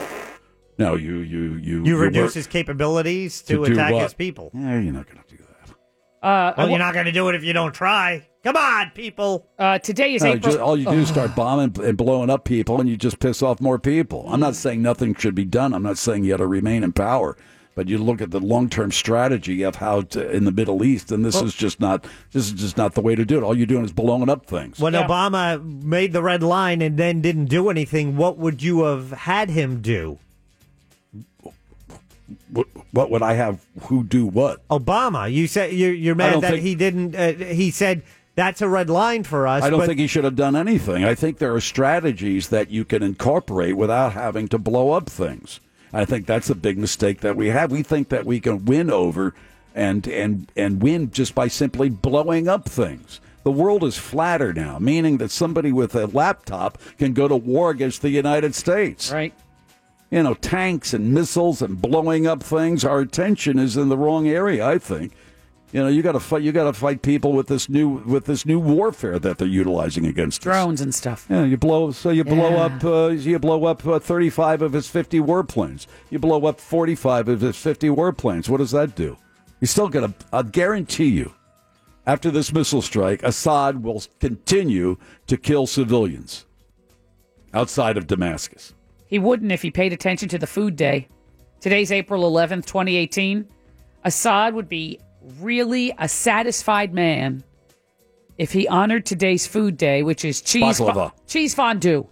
[SPEAKER 5] No, you you you
[SPEAKER 10] you reduce
[SPEAKER 5] work- Eh,
[SPEAKER 10] his capabilities
[SPEAKER 5] to
[SPEAKER 10] to,
[SPEAKER 5] do
[SPEAKER 10] attack
[SPEAKER 5] what?
[SPEAKER 10] his people.
[SPEAKER 5] Yeah, you're not going to do that.
[SPEAKER 7] Uh,
[SPEAKER 10] Well, you're not going to do it if you don't try. Come on, people.
[SPEAKER 7] uh, today is
[SPEAKER 5] No,
[SPEAKER 7] April.
[SPEAKER 5] just- all you do is start bombing and blowing up people, and you just piss off more people. I'm
[SPEAKER 10] Mm.
[SPEAKER 5] not saying nothing should be done. I'm not saying you got to remain in power. But you look at the long-term strategy of how to, in the Middle East, and this is just not this is just not the way to do it. All you're doing is blowing up things.
[SPEAKER 10] When
[SPEAKER 7] Yeah.
[SPEAKER 10] Obama made the red line and then didn't do anything, what would you have had him do?
[SPEAKER 5] What, what would I have? Who do what?
[SPEAKER 10] Obama, you said you're, you're
[SPEAKER 5] I don't
[SPEAKER 10] mad that
[SPEAKER 5] think-
[SPEAKER 10] he didn't. Uh, he said that's a red line for us.
[SPEAKER 5] I don't
[SPEAKER 10] but
[SPEAKER 5] think he should have done anything. I think there are strategies that you can incorporate without having to blow up things. I think that's a big mistake that we have. We think that we can win over and and and win just by simply blowing up things. The world is flatter now, meaning that somebody with a laptop can go to war against the United States.
[SPEAKER 7] right.
[SPEAKER 5] You know, tanks and missiles and blowing up things. Our attention is in the wrong area, I think. You know, you got to fight. You got to fight people with this new with this new warfare that they're utilizing against us.
[SPEAKER 7] Drones and stuff.
[SPEAKER 5] Yeah, you blow. So you blow
[SPEAKER 7] Yeah.
[SPEAKER 5] up. Uh, you blow up uh, thirty-five of his fifty warplanes. You blow up forty-five of his fifty warplanes. What does that do? You're still gonna. I guarantee you, After this missile strike, Assad will continue to kill civilians outside of Damascus.
[SPEAKER 7] He wouldn't if he paid attention to the food day. Today's April 11th, 2018. Assad would be really a satisfied man if he honored today's food day, which is cheese fo-
[SPEAKER 5] Baklava.
[SPEAKER 7] cheese fondue.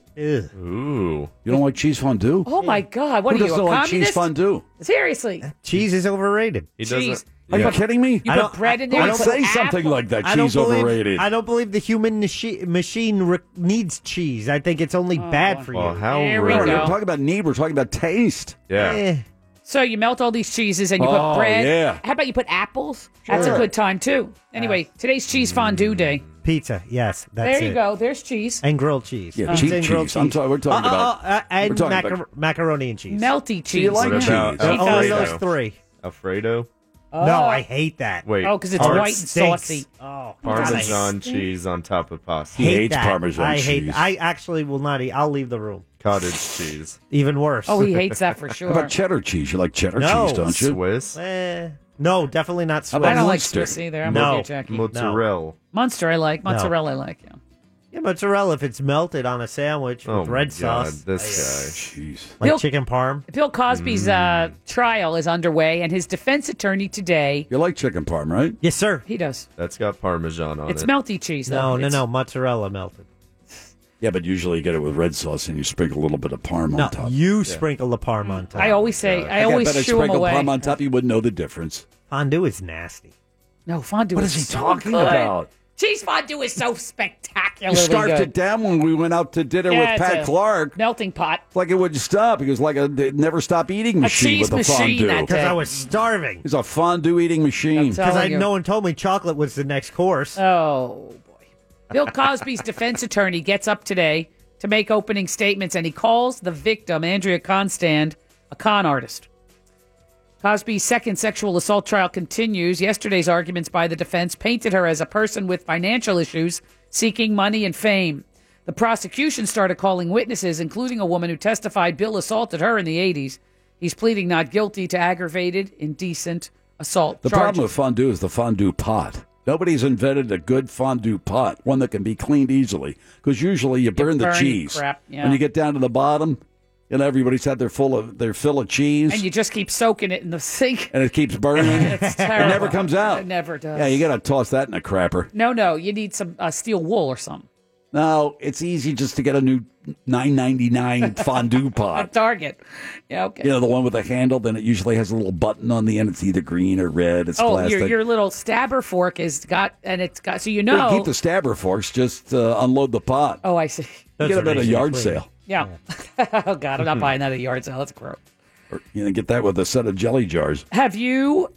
[SPEAKER 5] Ooh. You don't like cheese fondue?
[SPEAKER 7] Oh my God! What
[SPEAKER 5] Who
[SPEAKER 7] are you, a
[SPEAKER 5] doesn't like
[SPEAKER 7] communist?
[SPEAKER 5] cheese fondue?
[SPEAKER 7] Seriously,
[SPEAKER 10] Cheese is overrated.
[SPEAKER 5] He
[SPEAKER 7] doesn't- Cheese.
[SPEAKER 5] Are you
[SPEAKER 7] Yeah.
[SPEAKER 5] kidding me?
[SPEAKER 7] You I put don't- bread in there,
[SPEAKER 5] I
[SPEAKER 7] you
[SPEAKER 5] don't
[SPEAKER 7] put
[SPEAKER 5] say
[SPEAKER 7] apple-
[SPEAKER 5] something like that.
[SPEAKER 10] I don't
[SPEAKER 5] Cheese
[SPEAKER 10] believe-
[SPEAKER 5] overrated.
[SPEAKER 10] I don't believe the human machi- machine re- needs cheese. I think it's only bad for you.
[SPEAKER 5] Oh, how There we rude. go. We're talking about need. We're talking about taste. Yeah.
[SPEAKER 7] So you melt all these cheeses and you
[SPEAKER 5] Oh,
[SPEAKER 7] put bread.
[SPEAKER 5] yeah.
[SPEAKER 7] How about you put apples? That's a
[SPEAKER 10] Sure.
[SPEAKER 7] good time too. Anyway, today's cheese fondue day.
[SPEAKER 10] Pizza, yes, that's
[SPEAKER 7] there you
[SPEAKER 10] it.
[SPEAKER 7] go. There's cheese.
[SPEAKER 10] And grilled cheese.
[SPEAKER 7] Yeah,
[SPEAKER 10] Pizza
[SPEAKER 7] cheap
[SPEAKER 10] and grilled
[SPEAKER 7] cheese. I'm talking- we're talking
[SPEAKER 10] Uh, uh,
[SPEAKER 7] about-
[SPEAKER 10] uh, uh, and
[SPEAKER 7] we're talking about-
[SPEAKER 10] macar- macaroni and cheese.
[SPEAKER 7] Melty cheese.
[SPEAKER 9] What about
[SPEAKER 10] Only
[SPEAKER 9] Alfredo?
[SPEAKER 10] those three.
[SPEAKER 9] Alfredo.
[SPEAKER 10] No, I hate that.
[SPEAKER 9] Wait.
[SPEAKER 10] Oh, 'cause it's
[SPEAKER 9] par-
[SPEAKER 10] white and Stinks. saucy. Oh, God, I
[SPEAKER 9] Parmesan
[SPEAKER 10] hate-
[SPEAKER 9] cheese on top of pasta.
[SPEAKER 10] Hate that. I hate. I actually will not eat. I'll leave the room.
[SPEAKER 9] Cottage cheese.
[SPEAKER 10] Even worse.
[SPEAKER 7] Oh, he hates that for
[SPEAKER 5] How
[SPEAKER 7] sure.
[SPEAKER 5] about cheddar cheese? You like cheddar
[SPEAKER 10] No.
[SPEAKER 5] cheese, don't you?
[SPEAKER 9] Swiss.
[SPEAKER 10] Eh, no, definitely not
[SPEAKER 5] How
[SPEAKER 10] Swiss.
[SPEAKER 5] about I don't like Munster? Swiss
[SPEAKER 7] either. I'm
[SPEAKER 10] no.
[SPEAKER 7] with you, Jackie. Mozzarella.
[SPEAKER 10] No.
[SPEAKER 7] Munster, I like.
[SPEAKER 10] No.
[SPEAKER 7] Mozzarella, I like. Yeah.
[SPEAKER 10] Yeah, mozzarella if it's melted on a sandwich
[SPEAKER 9] Oh
[SPEAKER 10] with
[SPEAKER 9] my
[SPEAKER 10] red
[SPEAKER 9] God,
[SPEAKER 10] sauce.
[SPEAKER 9] This guy. Jeez.
[SPEAKER 10] Like
[SPEAKER 7] Bill-
[SPEAKER 10] chicken parm.
[SPEAKER 7] Bill Cosby's uh, trial is underway, and his defense attorney today.
[SPEAKER 5] You like chicken parm, right?
[SPEAKER 10] Yes, sir.
[SPEAKER 7] He does.
[SPEAKER 9] That's got Parmesan on
[SPEAKER 7] It's
[SPEAKER 9] it.
[SPEAKER 7] melty cheese,
[SPEAKER 10] No,
[SPEAKER 7] though.
[SPEAKER 10] no,
[SPEAKER 7] It's-
[SPEAKER 10] no, mozzarella melted.
[SPEAKER 5] Yeah, but usually you get it with red sauce and you sprinkle a little bit of parm
[SPEAKER 10] No,
[SPEAKER 5] on top.
[SPEAKER 10] you sprinkle the parm on top.
[SPEAKER 7] I always say, I
[SPEAKER 5] got
[SPEAKER 7] always
[SPEAKER 5] better
[SPEAKER 7] shoo him
[SPEAKER 5] sprinkle
[SPEAKER 7] away.
[SPEAKER 5] parm on top. You wouldn't know the difference.
[SPEAKER 10] Fondue is nasty.
[SPEAKER 7] No, fondue.
[SPEAKER 5] What
[SPEAKER 7] is
[SPEAKER 5] is he
[SPEAKER 7] so
[SPEAKER 5] talking
[SPEAKER 7] good.
[SPEAKER 5] about?
[SPEAKER 7] Cheese fondue is so spectacularly
[SPEAKER 5] You starved
[SPEAKER 7] good.
[SPEAKER 5] it down when we went out to dinner
[SPEAKER 7] Yeah, it's
[SPEAKER 5] with Pat
[SPEAKER 7] a
[SPEAKER 5] Clark.
[SPEAKER 7] Melting pot.
[SPEAKER 5] It's like it wouldn't stop. It was like a it never stop eating
[SPEAKER 7] A
[SPEAKER 5] machine
[SPEAKER 7] cheese
[SPEAKER 5] with a
[SPEAKER 7] machine
[SPEAKER 5] fondue.
[SPEAKER 7] that day. 'Cause I
[SPEAKER 10] was starving.
[SPEAKER 5] It's a fondue eating machine.
[SPEAKER 10] Because I
[SPEAKER 7] you.
[SPEAKER 10] no one told me chocolate was the next course.
[SPEAKER 7] Oh boy. Bill Cosby's defense attorney gets up today to make opening statements, and he calls the victim, Andrea Constand, a con artist. Cosby's second sexual assault trial continues. Yesterday's arguments by the defense painted her as a person with financial issues seeking money and fame. The prosecution started calling witnesses, including a woman who testified Bill assaulted her in the 80s. He's pleading not guilty to aggravated, indecent assault.
[SPEAKER 5] The
[SPEAKER 7] charges.
[SPEAKER 5] problem with fondue is the fondue pot. Nobody's invented a good fondue pot, one that can be cleaned easily, because usually you burn, the
[SPEAKER 7] burn
[SPEAKER 5] cheese.
[SPEAKER 7] crap, yeah.
[SPEAKER 5] When you get down to the bottom, you know everybody's had their full of their fill of cheese,
[SPEAKER 7] and
[SPEAKER 5] and,
[SPEAKER 7] you just keep soaking it in the sink.
[SPEAKER 5] it keeps burning.
[SPEAKER 7] It's terrible.
[SPEAKER 5] It never comes out.
[SPEAKER 7] It never does.
[SPEAKER 5] Yeah, you got to toss that in a crapper.
[SPEAKER 7] No, no, you need some uh, steel wool or something.
[SPEAKER 5] No, it's easy just to get a new nine ninety nine fondue
[SPEAKER 7] A
[SPEAKER 5] pot.
[SPEAKER 7] target. Yeah, okay.
[SPEAKER 5] You know the one with a handle. Then it usually has a little button on the end. It's either green or red. It's
[SPEAKER 7] oh,
[SPEAKER 5] plastic.
[SPEAKER 7] your your little stabber fork is got, and it's got. So you
[SPEAKER 5] Yeah,
[SPEAKER 7] know.
[SPEAKER 5] keep the stabber forks. Just uh, unload the pot.
[SPEAKER 7] oh, I see.
[SPEAKER 5] Get them at a yard sale.
[SPEAKER 7] Yeah. oh God, I'm not buying that at yard sale. That's gross.
[SPEAKER 5] You know, get that with a set of jelly jars.
[SPEAKER 7] Have you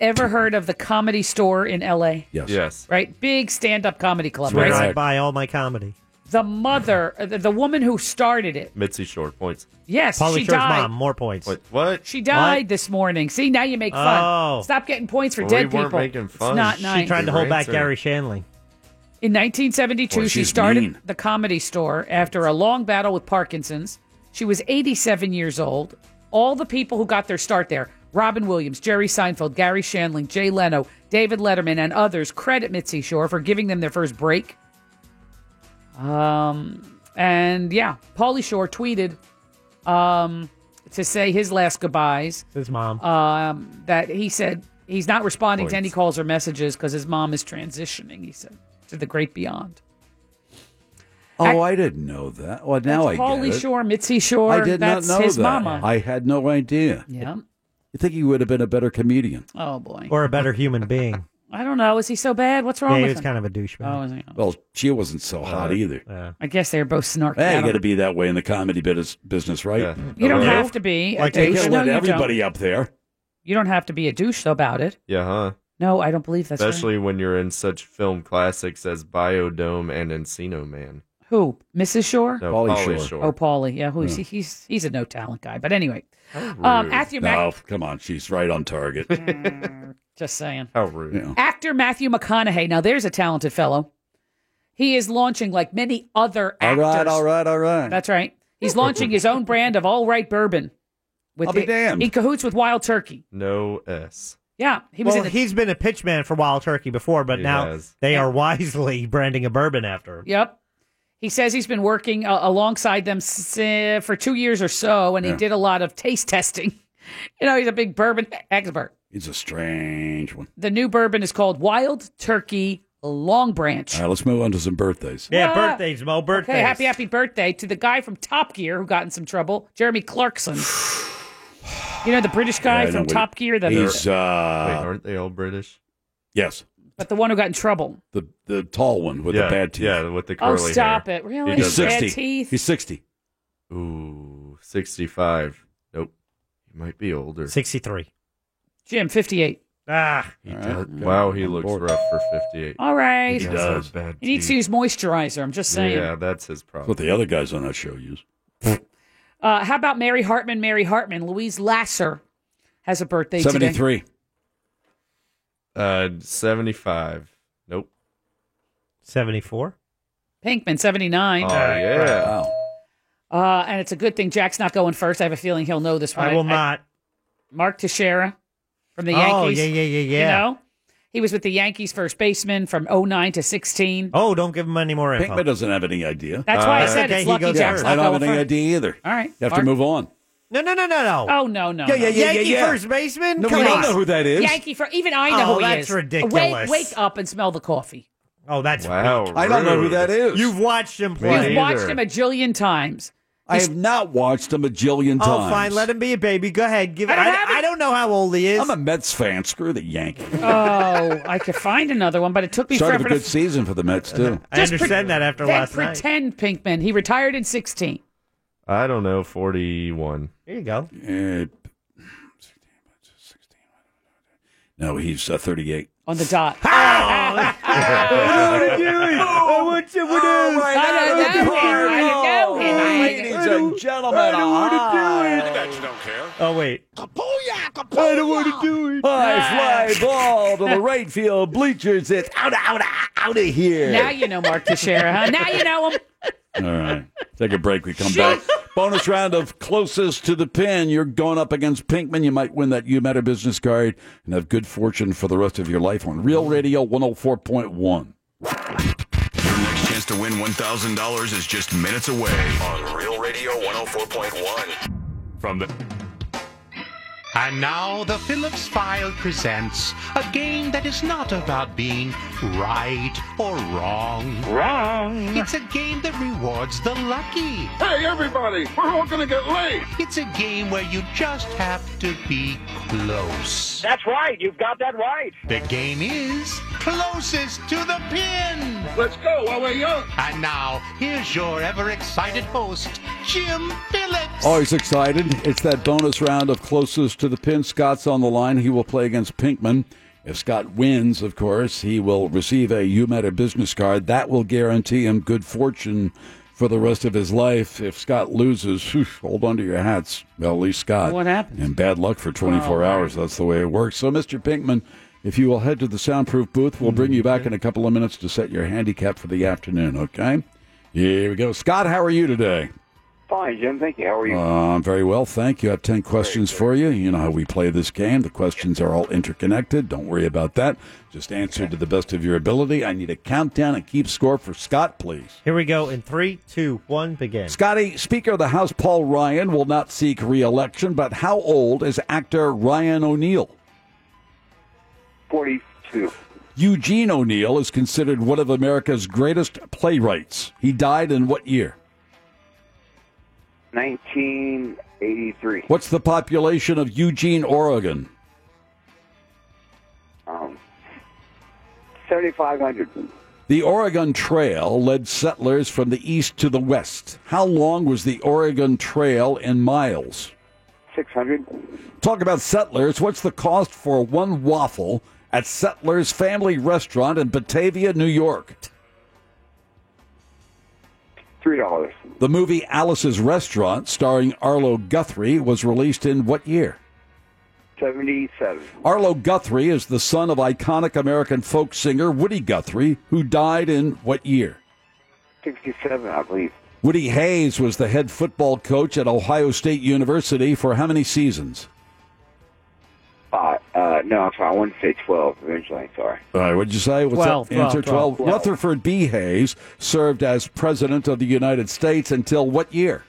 [SPEAKER 7] ever heard of the Comedy Store in L.A.?
[SPEAKER 5] Yes.
[SPEAKER 9] Yes.
[SPEAKER 7] Right, big stand-up comedy club.
[SPEAKER 10] That's where I
[SPEAKER 7] Right.
[SPEAKER 10] buy all my comedy.
[SPEAKER 7] The mother, uh, the, the woman who started it.
[SPEAKER 9] Mitzi Shore points.
[SPEAKER 7] Yes,
[SPEAKER 10] Polly
[SPEAKER 7] she
[SPEAKER 10] Shore's
[SPEAKER 7] died.
[SPEAKER 10] mom, more points.
[SPEAKER 9] What? What?
[SPEAKER 7] She died this morning. See, now you make fun.
[SPEAKER 10] Oh.
[SPEAKER 7] Stop getting points for
[SPEAKER 9] Well,
[SPEAKER 7] dead
[SPEAKER 9] we weren't
[SPEAKER 7] people.
[SPEAKER 9] making fun.
[SPEAKER 7] It's not
[SPEAKER 9] She
[SPEAKER 7] nice.
[SPEAKER 10] She tried to hold back Gary Shanley.
[SPEAKER 7] In 1972,
[SPEAKER 10] Boy,
[SPEAKER 7] she
[SPEAKER 10] she's
[SPEAKER 7] started
[SPEAKER 10] mean.
[SPEAKER 7] the comedy store after a long battle with Parkinson's. She was 87 years old. All the people who got their start there Robin Williams, Jerry Seinfeld, Gary Shandling, Jay Leno, David Letterman, and others credit Mitzi Shore for giving them their first break. Um, and yeah, Paulie Shore tweeted um, to say his last goodbyes.
[SPEAKER 10] His mom.
[SPEAKER 7] Um, that he said he's not responding to
[SPEAKER 10] Points.
[SPEAKER 7] any calls or messages because his mom is transitioning, he said, to the great beyond.
[SPEAKER 5] Oh, I didn't know that. Well, now I
[SPEAKER 7] That's Pauly
[SPEAKER 5] get it.
[SPEAKER 7] Shore, Mitzi Shore.
[SPEAKER 5] I did
[SPEAKER 7] that's
[SPEAKER 5] not know
[SPEAKER 7] his
[SPEAKER 5] that.
[SPEAKER 7] mama.
[SPEAKER 5] I had no idea.
[SPEAKER 7] Yeah.
[SPEAKER 5] You think he would have been a better comedian
[SPEAKER 7] Oh boy.
[SPEAKER 10] Or a better human being.
[SPEAKER 7] I don't know. Is he so bad? What's wrong
[SPEAKER 10] yeah, he
[SPEAKER 7] with
[SPEAKER 10] was
[SPEAKER 7] him?
[SPEAKER 10] kind of a douchebag.
[SPEAKER 7] Oh, is he?
[SPEAKER 5] Well, she wasn't so hot either.
[SPEAKER 7] I guess they're both snarky.
[SPEAKER 5] Hey,
[SPEAKER 7] I
[SPEAKER 5] you
[SPEAKER 7] don't-
[SPEAKER 5] got to be that way in the comedy bus- business, right?
[SPEAKER 7] You don't have to be. a
[SPEAKER 5] Like they
[SPEAKER 7] douche.
[SPEAKER 5] can
[SPEAKER 7] No,
[SPEAKER 5] let
[SPEAKER 7] you
[SPEAKER 5] everybody
[SPEAKER 7] don't.
[SPEAKER 5] up there.
[SPEAKER 7] You don't have to be a douche though about it.
[SPEAKER 9] Yeah, huh?
[SPEAKER 7] No, I don't believe that's right.
[SPEAKER 9] Especially when you're in such film classics as Biodome and Encino Man.
[SPEAKER 7] Who? Mrs. Shore?
[SPEAKER 9] No, Pauly Pauly Shore. Shore.
[SPEAKER 7] Oh, Paulie. Yeah, who is
[SPEAKER 5] Yeah.
[SPEAKER 7] he? He's he's a no talent guy. But anyway,
[SPEAKER 5] Rude.
[SPEAKER 7] um, after Mac- Mm,
[SPEAKER 5] no, come on, she's right on target.
[SPEAKER 7] just saying.
[SPEAKER 9] How rude!
[SPEAKER 7] Actor Matthew McConaughey. Now, there's a talented fellow. He is launching, like many other
[SPEAKER 5] All
[SPEAKER 7] actors.
[SPEAKER 5] right, all right, all right.
[SPEAKER 7] That's right. He's launching his own brand of all right bourbon. With
[SPEAKER 5] I'll be
[SPEAKER 7] the-
[SPEAKER 5] damned.
[SPEAKER 7] In cahoots with Wild Turkey.
[SPEAKER 9] No S.
[SPEAKER 7] Yeah, he was
[SPEAKER 10] well,
[SPEAKER 7] in the-
[SPEAKER 10] he's been a pitchman for Wild Turkey before, but
[SPEAKER 7] He
[SPEAKER 10] now
[SPEAKER 7] has.
[SPEAKER 10] they are wisely branding a bourbon after him.
[SPEAKER 7] Yep. He says he's been working uh, alongside them s- uh, for two years or so, and he
[SPEAKER 5] Yeah.
[SPEAKER 7] did a lot of taste testing. You know, he's a big bourbon expert.
[SPEAKER 5] It's a strange one.
[SPEAKER 7] The new bourbon is called Wild Turkey Long Branch.
[SPEAKER 5] All right, let's move on to some birthdays.
[SPEAKER 7] Yeah, Wow.
[SPEAKER 10] birthdays, Mo. Birthdays.
[SPEAKER 7] Okay, happy, happy birthday to the guy from Top Gear who got in some trouble, Jeremy Clarkson. You know, the British guy
[SPEAKER 9] Yeah, I
[SPEAKER 7] from
[SPEAKER 9] know.
[SPEAKER 7] Top Gear, that
[SPEAKER 5] He's uh,
[SPEAKER 9] Wait, aren't they all British?
[SPEAKER 5] Yes.
[SPEAKER 7] but the one who got in trouble.
[SPEAKER 5] The the tall one with
[SPEAKER 9] yeah,
[SPEAKER 5] the bad teeth.
[SPEAKER 9] Yeah, with the
[SPEAKER 7] Oh,
[SPEAKER 9] curly
[SPEAKER 7] stop
[SPEAKER 9] hair.
[SPEAKER 7] it. Really?
[SPEAKER 5] He's
[SPEAKER 7] Bad
[SPEAKER 5] 60.
[SPEAKER 7] teeth?
[SPEAKER 5] He's 60.
[SPEAKER 9] Ooh, 65. Nope. He might be older.
[SPEAKER 10] 63.
[SPEAKER 7] Jim, 58.
[SPEAKER 10] Ah.
[SPEAKER 9] He does. Wow, he looks rough for 58.
[SPEAKER 7] All right.
[SPEAKER 9] He does. have bad
[SPEAKER 7] He needs to use
[SPEAKER 9] teeth.
[SPEAKER 7] moisturizer. I'm just saying.
[SPEAKER 9] Yeah, that's his
[SPEAKER 5] That's
[SPEAKER 9] problem.
[SPEAKER 5] what the other guys on that show use.
[SPEAKER 7] Uh, how about Mary Hartman? Mary Hartman, Louise Lasser has a birthday today.
[SPEAKER 9] Uh, 75. Nope.
[SPEAKER 10] 74.
[SPEAKER 7] Pinkman, 79.
[SPEAKER 9] Oh, yeah.
[SPEAKER 7] Uh, and it's a good thing Jack's not going first. I have a feeling he'll know this one.
[SPEAKER 10] I will not.
[SPEAKER 7] Mark Teixeira from the
[SPEAKER 10] Oh,
[SPEAKER 7] Yankees.
[SPEAKER 10] yeah, yeah, yeah, yeah.
[SPEAKER 7] You know? He was with the Yankees first baseman from 09 to 16.
[SPEAKER 10] Oh, don't give him any more info.
[SPEAKER 5] Pinkman doesn't have any idea.
[SPEAKER 7] That's why I
[SPEAKER 10] Uh,
[SPEAKER 7] said
[SPEAKER 10] okay,
[SPEAKER 7] it's
[SPEAKER 10] he
[SPEAKER 7] Lucky
[SPEAKER 10] goes
[SPEAKER 7] Jack's
[SPEAKER 10] first.
[SPEAKER 7] not
[SPEAKER 5] I don't have
[SPEAKER 7] going
[SPEAKER 5] any
[SPEAKER 7] first.
[SPEAKER 5] idea either.
[SPEAKER 7] All right.
[SPEAKER 5] You have
[SPEAKER 7] Mark-
[SPEAKER 5] to move on.
[SPEAKER 10] No, no, no, no, no.
[SPEAKER 7] Oh, no, no.
[SPEAKER 5] Yeah, yeah,
[SPEAKER 7] no.
[SPEAKER 5] yeah,
[SPEAKER 10] Yankee
[SPEAKER 5] yeah.
[SPEAKER 10] first baseman?
[SPEAKER 5] No,
[SPEAKER 10] Come
[SPEAKER 5] we don't
[SPEAKER 10] on.
[SPEAKER 5] know who that is.
[SPEAKER 7] Yankee for even I know
[SPEAKER 10] Oh,
[SPEAKER 7] who he
[SPEAKER 10] that's
[SPEAKER 7] is. Wake,
[SPEAKER 10] ridiculous.
[SPEAKER 7] wake up and smell the coffee.
[SPEAKER 10] Oh, that's
[SPEAKER 9] Wow.
[SPEAKER 10] weak.
[SPEAKER 5] I don't know who
[SPEAKER 9] rude.
[SPEAKER 5] that is.
[SPEAKER 10] You've watched him
[SPEAKER 9] Me
[SPEAKER 10] play.
[SPEAKER 9] either.
[SPEAKER 7] You've watched him a jillion times.
[SPEAKER 5] I have not watched him a jillion times.
[SPEAKER 10] Oh, fine. Let him be a baby. Go ahead. Give.
[SPEAKER 7] I
[SPEAKER 10] I
[SPEAKER 7] don't
[SPEAKER 10] I,
[SPEAKER 7] have it.
[SPEAKER 10] don't know how old he is.
[SPEAKER 5] I'm a Mets fan. Screw the Yankees.
[SPEAKER 7] Oh, I could find another one, but it took me
[SPEAKER 5] Started
[SPEAKER 7] forever
[SPEAKER 5] a
[SPEAKER 7] to
[SPEAKER 5] good season for the Mets too.
[SPEAKER 10] I understand that after
[SPEAKER 7] Then
[SPEAKER 10] last night.
[SPEAKER 7] pretend, Pinkman. He retired in 16.
[SPEAKER 9] I don't know, 41.
[SPEAKER 10] There you go.
[SPEAKER 5] Eh, no, he's uh, 38.
[SPEAKER 7] On the dot.
[SPEAKER 10] I want you
[SPEAKER 5] Oh,
[SPEAKER 7] I don't know him. I don't know him.
[SPEAKER 5] Ladies and gentlemen, I don't want to do it.
[SPEAKER 10] Oh wait.
[SPEAKER 5] I don't want to do it. High fly ball to the right field bleachers. It's out, out, out of here.
[SPEAKER 7] Now you know Mark Teixeira, huh? Now you know him.
[SPEAKER 5] All right. Take a break. We come back. Bonus round of closest to the pin. You're going up against Pinkman. You might win that You Matter business card and have good fortune for the rest of your life on Real Radio 104.1.
[SPEAKER 8] Your next chance to win $1,000 is just minutes away on Real Radio 104.1.
[SPEAKER 1] From the
[SPEAKER 11] And now the Phillips File presents a game that is not about being right or wrong.
[SPEAKER 3] Wrong.
[SPEAKER 11] It's a game that rewards the lucky.
[SPEAKER 4] Hey, everybody, we're all gonna get late.
[SPEAKER 11] It's a game where you just have to be close.
[SPEAKER 3] That's right. You've got that right.
[SPEAKER 11] The game is closest to the pin.
[SPEAKER 4] Let's go while we're young.
[SPEAKER 11] And now here's your ever excited host, Jim Phillips.
[SPEAKER 5] Always excited. It's that bonus round of closest to the pin. Scott's on the line. He will play against Pinkman. If Scott wins, of course, he will receive a You Matter business card. That will guarantee him good fortune for the rest of his life. If Scott loses, phew, hold on to your hats. Well, at least Scott.
[SPEAKER 7] What happens? Oh,
[SPEAKER 5] And bad luck for 24 hours. That's the way it works. So, Mr. Pinkman, if you will head to the soundproof booth, we'll bring you back in a couple of minutes to set your handicap for the afternoon, okay? Here we go. Scott, how are you today?
[SPEAKER 12] Fine, Jim. Thank you. How are you?
[SPEAKER 5] Um, very well, thank you. I have 10 questions for you. You know how we play this game. The questions are all interconnected. Don't worry about that. Just answer to the best of your ability. I need a countdown and keep score for Scott, please.
[SPEAKER 10] Here we go. In three, two, one, begin.
[SPEAKER 5] Scotty, Speaker of the House Paul Ryan will not seek re election, but how old is actor Ryan O'Neill?
[SPEAKER 12] 42.
[SPEAKER 5] Eugene O'Neill is considered one of America's greatest playwrights. He died in what year?
[SPEAKER 12] 1983.
[SPEAKER 5] What's the population of Eugene, Oregon?
[SPEAKER 12] Um, 7,500.
[SPEAKER 5] The Oregon Trail led settlers from the east to the west. How long was the Oregon Trail in miles?
[SPEAKER 12] 600.
[SPEAKER 5] Talk about settlers. What's the cost for one waffle at Settlers Family Restaurant in Batavia, New York?
[SPEAKER 12] $3.
[SPEAKER 5] The movie Alice's Restaurant, starring Arlo Guthrie, was released in what year?
[SPEAKER 12] 77.
[SPEAKER 5] Arlo Guthrie is the son of iconic American folk singer Woody Guthrie, who died in what year?
[SPEAKER 12] 67, I believe.
[SPEAKER 5] Woody Hayes was the head football coach at Ohio State University for how many seasons?
[SPEAKER 12] Five, uh, Uh, no, I'm sorry. I wanted to say 12 originally. Sorry.
[SPEAKER 5] All right, what'd you say? What's
[SPEAKER 12] Twelve,
[SPEAKER 5] that?
[SPEAKER 12] twelve,
[SPEAKER 5] Answer
[SPEAKER 12] twelve.
[SPEAKER 5] 12. Rutherford B. Hayes served as President of the United States until what year?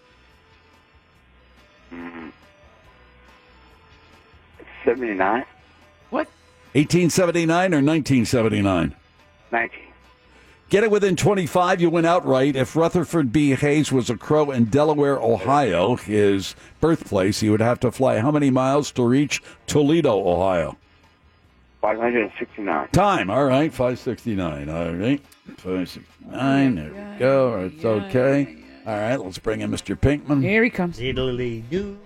[SPEAKER 12] 79?
[SPEAKER 5] 1879 or 1979?
[SPEAKER 12] 19.
[SPEAKER 5] Get it within 25, you win outright. If Rutherford B. Hayes was a crow in Delaware, Ohio, his birthplace, he would have to fly how many miles to reach Toledo, Ohio?
[SPEAKER 12] 569.
[SPEAKER 5] Time, all right, 569. All right, 569. There we go. It's okay. All right, let's bring in Mr. Pinkman.
[SPEAKER 7] Here he comes.
[SPEAKER 10] Diddly do.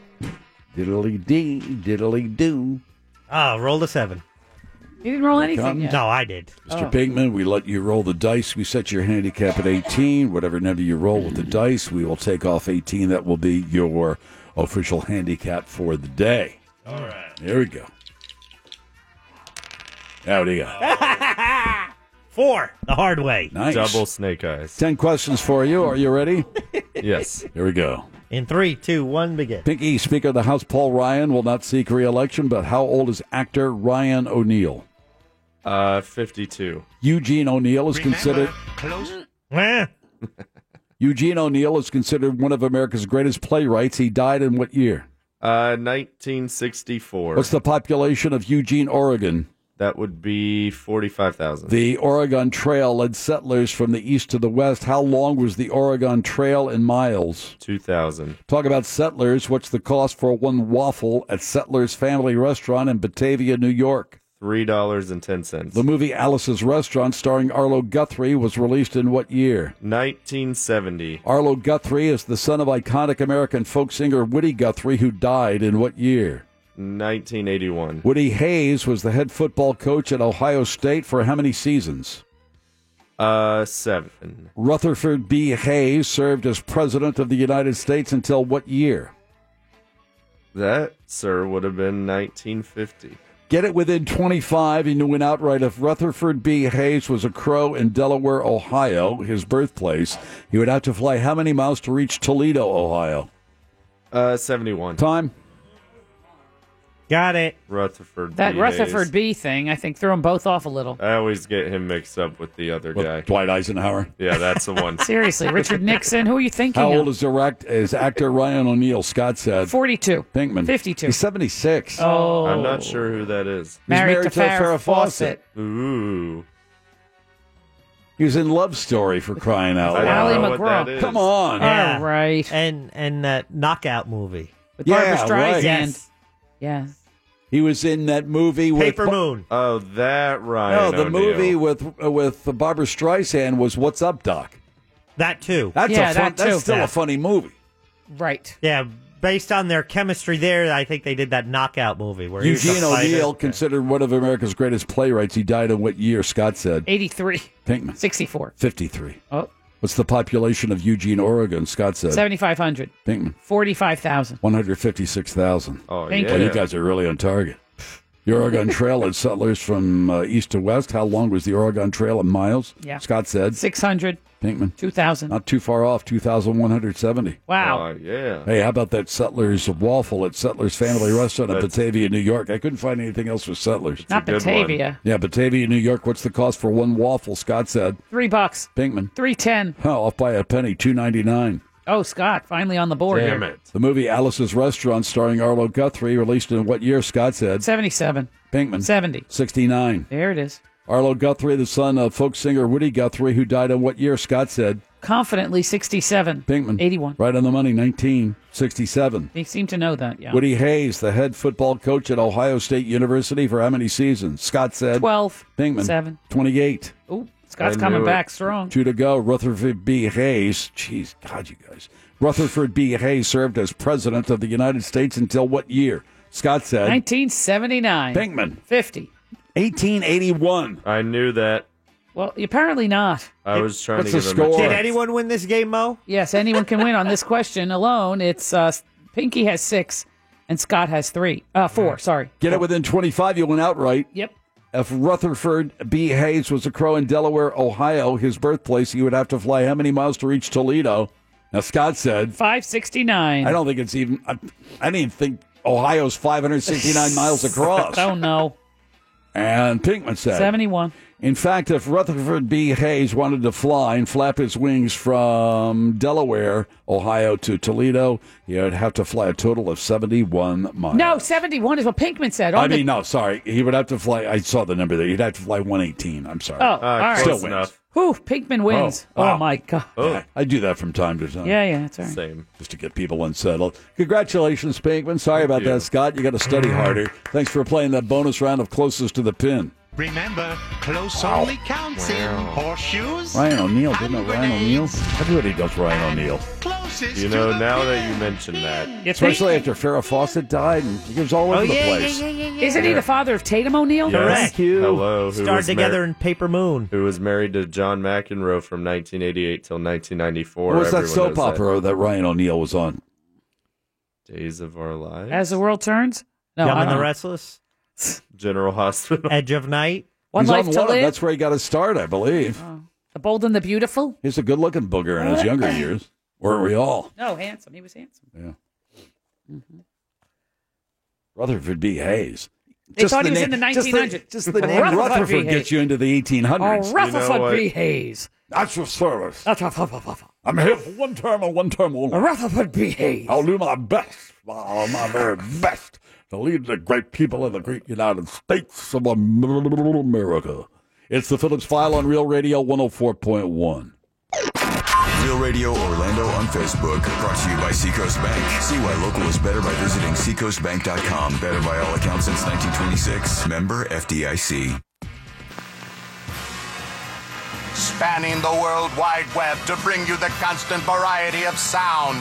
[SPEAKER 5] Diddly dee, diddly do.
[SPEAKER 10] Ah, roll the seven.
[SPEAKER 7] You didn't roll
[SPEAKER 5] anything yet.
[SPEAKER 10] No, I did.
[SPEAKER 7] Oh.
[SPEAKER 5] Mr. Pinkman, we let you roll the dice. We set your handicap at 18. Whatever number you roll with the dice, we will take off 18. That will be your official handicap for the day. All right. Here we go. Howdy.
[SPEAKER 10] Four, the hard way.
[SPEAKER 5] Nice.
[SPEAKER 9] Double snake eyes.
[SPEAKER 5] 10 questions for you. Are you ready?
[SPEAKER 9] Yes.
[SPEAKER 5] Here we go.
[SPEAKER 10] In three, two, one, begin.
[SPEAKER 5] Pinky, Speaker of the House Paul Ryan will not seek re election, but how old is actor Ryan O'Neill?
[SPEAKER 9] Uh, 52.
[SPEAKER 5] Eugene O'Neill is considered.
[SPEAKER 11] Close.
[SPEAKER 5] Eugene O'Neill is considered one of America's greatest playwrights. He died in what year?
[SPEAKER 9] Uh, 1964.
[SPEAKER 5] What's the population of Eugene, Oregon?
[SPEAKER 9] That would be 45,000.
[SPEAKER 5] The Oregon Trail led settlers from the east to the west. How long was the Oregon Trail in miles?
[SPEAKER 9] 2,000.
[SPEAKER 5] Talk about settlers. What's the cost for one waffle at Settlers Family Restaurant in Batavia, New York?
[SPEAKER 9] $3.10.
[SPEAKER 5] The movie Alice's Restaurant, starring Arlo Guthrie, was released in what year?
[SPEAKER 9] 1970.
[SPEAKER 5] Arlo Guthrie is the son of iconic American folk singer Woody Guthrie, who died in what year?
[SPEAKER 9] 1981.
[SPEAKER 5] Woody Hayes was the head football coach at Ohio State for how many seasons?
[SPEAKER 9] Uh, 7.
[SPEAKER 5] Rutherford B. Hayes served as president of the United States until what year?
[SPEAKER 9] That, sir, would have been 1950.
[SPEAKER 5] Get it within 25, and you win outright. If Rutherford B. Hayes was a crow in Delaware, Ohio, his birthplace, he would have to fly how many miles to reach Toledo, Ohio?
[SPEAKER 9] Uh, 71.
[SPEAKER 5] Time?
[SPEAKER 10] Got it.
[SPEAKER 9] Rutherford.
[SPEAKER 7] That
[SPEAKER 9] B.
[SPEAKER 7] Rutherford
[SPEAKER 9] Hayes.
[SPEAKER 7] B thing, I think, threw them both off a little.
[SPEAKER 9] I always get him mixed up with the other guy.
[SPEAKER 5] Dwight Eisenhower.
[SPEAKER 9] Yeah, that's the one.
[SPEAKER 7] Seriously, Richard Nixon, who are you thinking
[SPEAKER 5] How
[SPEAKER 7] of?
[SPEAKER 5] old is, direct, is actor Ryan O'Neill? Scott said
[SPEAKER 7] 42.
[SPEAKER 5] Pinkman
[SPEAKER 7] 52.
[SPEAKER 5] He's 76.
[SPEAKER 7] Oh.
[SPEAKER 9] I'm not sure who that is.
[SPEAKER 5] He's married, to, Farrah Fawcett.
[SPEAKER 9] Ooh.
[SPEAKER 5] He was in Love Story for crying out
[SPEAKER 9] I don't
[SPEAKER 5] loud.
[SPEAKER 9] know what that is.
[SPEAKER 5] Come on.
[SPEAKER 10] Yeah.
[SPEAKER 7] right.
[SPEAKER 10] And and that knockout movie.
[SPEAKER 7] With
[SPEAKER 5] Yeah, right.
[SPEAKER 10] Yes.
[SPEAKER 7] Yeah.
[SPEAKER 5] He was in that movie with
[SPEAKER 10] Paper Moon.
[SPEAKER 9] Oh, that
[SPEAKER 5] No,
[SPEAKER 9] Ryan.
[SPEAKER 5] the
[SPEAKER 9] O'Neal.
[SPEAKER 5] movie with uh, with Barbara Streisand was What's Up, Doc.
[SPEAKER 10] That too.
[SPEAKER 5] That's a fun, That's still a funny movie.
[SPEAKER 7] Right.
[SPEAKER 10] Yeah, based on their chemistry there, I think they did that knockout movie where he was a
[SPEAKER 5] Eugene
[SPEAKER 10] fighter.
[SPEAKER 5] O'Neill, considered one of America's greatest playwrights, he died in what year? Scott said
[SPEAKER 7] 83.
[SPEAKER 5] Pinkman
[SPEAKER 7] 64.
[SPEAKER 5] 53.
[SPEAKER 7] Oh.
[SPEAKER 5] What's the population of Eugene, Oregon? Scott said
[SPEAKER 7] 7,500.
[SPEAKER 5] Pinkman
[SPEAKER 7] 45,000.
[SPEAKER 5] 156,000.
[SPEAKER 9] Oh,
[SPEAKER 7] Thank
[SPEAKER 5] Well,
[SPEAKER 7] yeah.
[SPEAKER 5] you guys are really on target. The Oregon Trail and settlers from uh, east to west. How long was the Oregon Trail in miles?
[SPEAKER 7] Yeah.
[SPEAKER 5] Scott said
[SPEAKER 7] 600.
[SPEAKER 5] Pinkman
[SPEAKER 7] 2,000.
[SPEAKER 5] Not too far off, 2,170.
[SPEAKER 7] Wow.
[SPEAKER 9] Oh, yeah.
[SPEAKER 5] Hey, how about that Settlers Waffle at Settlers Family Restaurant in Batavia, New York? I couldn't find anything else with Settlers.
[SPEAKER 7] Not Batavia.
[SPEAKER 5] Yeah, Batavia, New York. What's the cost for one waffle? Scott said.
[SPEAKER 7] Three bucks.
[SPEAKER 5] Pinkman.
[SPEAKER 7] 310.
[SPEAKER 5] Oh, off by a penny, two ninety nine.
[SPEAKER 7] Oh, Scott, finally on the board here.
[SPEAKER 5] The movie Alice's Restaurant, starring Arlo Guthrie, released in what year? Scott said.
[SPEAKER 7] 77.
[SPEAKER 5] Pinkman.
[SPEAKER 7] 70.
[SPEAKER 5] 69.
[SPEAKER 7] There it is.
[SPEAKER 5] Arlo Guthrie, the son of folk singer Woody Guthrie, who died in what year? Scott said.
[SPEAKER 7] Confidently 67.
[SPEAKER 5] Pinkman.
[SPEAKER 7] 81.
[SPEAKER 5] Right on the money, 1967.
[SPEAKER 7] They seem to know that, yeah.
[SPEAKER 5] Woody Hayes, the head football coach at Ohio State University for how many seasons? Scott said
[SPEAKER 7] 12.
[SPEAKER 5] Pinkman.
[SPEAKER 7] 7.
[SPEAKER 5] 28.
[SPEAKER 7] Ooh, Scott's
[SPEAKER 5] I
[SPEAKER 7] coming
[SPEAKER 5] knew it.
[SPEAKER 7] back strong.
[SPEAKER 5] Two to go. Rutherford B. Hayes. Jeez, God, you guys. Rutherford B. Hayes served as president of the United States until what year? Scott said
[SPEAKER 7] 1979.
[SPEAKER 5] Pinkman.
[SPEAKER 7] 50.
[SPEAKER 5] 1881.
[SPEAKER 9] I knew that.
[SPEAKER 7] Well, apparently not.
[SPEAKER 9] I was trying
[SPEAKER 5] what's
[SPEAKER 9] to
[SPEAKER 5] the
[SPEAKER 9] give him a
[SPEAKER 5] score?
[SPEAKER 9] chance.
[SPEAKER 10] Did anyone win this game, Mo?
[SPEAKER 7] Yes, anyone can win on this question alone. It's uh, Pinky has six, and Scott has three. Uh, four, sorry.
[SPEAKER 5] Get it within 25. You went outright.
[SPEAKER 7] Yep.
[SPEAKER 5] If Rutherford B. Hayes was a crow in Delaware, Ohio, his birthplace, he would have to fly how many miles to reach Toledo? Now, Scott said
[SPEAKER 7] 569.
[SPEAKER 5] I don't think it's even. I, I didn't even think Ohio's 569 miles across.
[SPEAKER 7] Oh, no.
[SPEAKER 5] And Pinkman said
[SPEAKER 7] 71.
[SPEAKER 5] In fact, if Rutherford B. Hayes wanted to fly and flap his wings from Delaware, Ohio to Toledo, he would have to fly a total of 71 miles.
[SPEAKER 7] No, 71 is what Pinkman said. Oh,
[SPEAKER 5] I
[SPEAKER 7] On the-
[SPEAKER 5] mean, no, sorry. He would have to fly. I saw the number there. He'd have to fly 118. I'm sorry.
[SPEAKER 7] Oh, Uh, all right.
[SPEAKER 5] Still
[SPEAKER 7] close
[SPEAKER 5] wins.
[SPEAKER 7] enough. Whew, Pinkman wins. Oh,
[SPEAKER 5] wow.
[SPEAKER 7] my God.
[SPEAKER 5] Yeah, I do that from time to time.
[SPEAKER 7] Yeah, yeah, it's all right.
[SPEAKER 5] Same. Just to get people unsettled. Congratulations, Pinkman. Sorry about that, Scott. You got to study
[SPEAKER 9] Mm-hmm.
[SPEAKER 5] harder. Thanks for playing that bonus round of closest to the pin.
[SPEAKER 11] Remember, close
[SPEAKER 5] Wow.
[SPEAKER 11] only counts in
[SPEAKER 5] Wow.
[SPEAKER 11] horseshoes.
[SPEAKER 5] Ryan O'Neill, didn't it? Ryan O'Neill? Everybody does Ryan O'Neill.
[SPEAKER 11] Closest
[SPEAKER 9] You know, now that you mention that,
[SPEAKER 5] Especially after Farrah Fawcett died, and he was all over
[SPEAKER 10] Oh,
[SPEAKER 7] Oh,
[SPEAKER 5] the place.
[SPEAKER 7] Isn't he
[SPEAKER 9] Yeah.
[SPEAKER 7] the father of Tatum O'Neill?
[SPEAKER 9] Yes. Hello. Who
[SPEAKER 10] Starred
[SPEAKER 9] was
[SPEAKER 10] together
[SPEAKER 9] mar-
[SPEAKER 10] in Paper Moon.
[SPEAKER 9] Who was married to John McEnroe from 1988 till 1994.
[SPEAKER 5] What was that
[SPEAKER 9] Everyone
[SPEAKER 5] soap
[SPEAKER 9] knows
[SPEAKER 5] opera that Ryan O'Neill was on?
[SPEAKER 9] Days of Our Lives.
[SPEAKER 7] As the world turns? No, uh-uh.
[SPEAKER 10] Young
[SPEAKER 7] I
[SPEAKER 10] and the
[SPEAKER 7] don't-
[SPEAKER 10] Restless,
[SPEAKER 9] General Hospital.
[SPEAKER 10] Edge of Night.
[SPEAKER 7] One
[SPEAKER 5] He's
[SPEAKER 7] life
[SPEAKER 5] on
[SPEAKER 7] to
[SPEAKER 5] one of-
[SPEAKER 7] live. Oh.
[SPEAKER 5] That's where he got his start, I believe.
[SPEAKER 7] The bold and the beautiful.
[SPEAKER 5] He's a good looking booger in his younger years. Weren't we all?
[SPEAKER 7] No, handsome. He was handsome.
[SPEAKER 5] Yeah. Rutherford B. Hayes.
[SPEAKER 7] They thought he was in the 1900s.
[SPEAKER 5] Just the, just the name
[SPEAKER 7] Rutherford
[SPEAKER 5] Rutherford,
[SPEAKER 7] B. Hayes.
[SPEAKER 5] gets you into the 1800s.
[SPEAKER 7] Oh, Rutherford B. Hayes.
[SPEAKER 5] That's your service.
[SPEAKER 7] That's a-
[SPEAKER 5] I'm here for one term and one term only.
[SPEAKER 7] Rutherford B. Hayes.
[SPEAKER 5] I'll do my best, my, my very best, to lead the great people of the great United States of America. It's the Phillips File on Real Radio 104.1.
[SPEAKER 8] Real Radio Orlando on Facebook. Brought to you by Seacoast Bank. See why local is better by visiting seacoastbank.com. Better by all accounts since 1926. Member FDIC.
[SPEAKER 13] spanning the World Wide Web to bring you the constant variety of sound,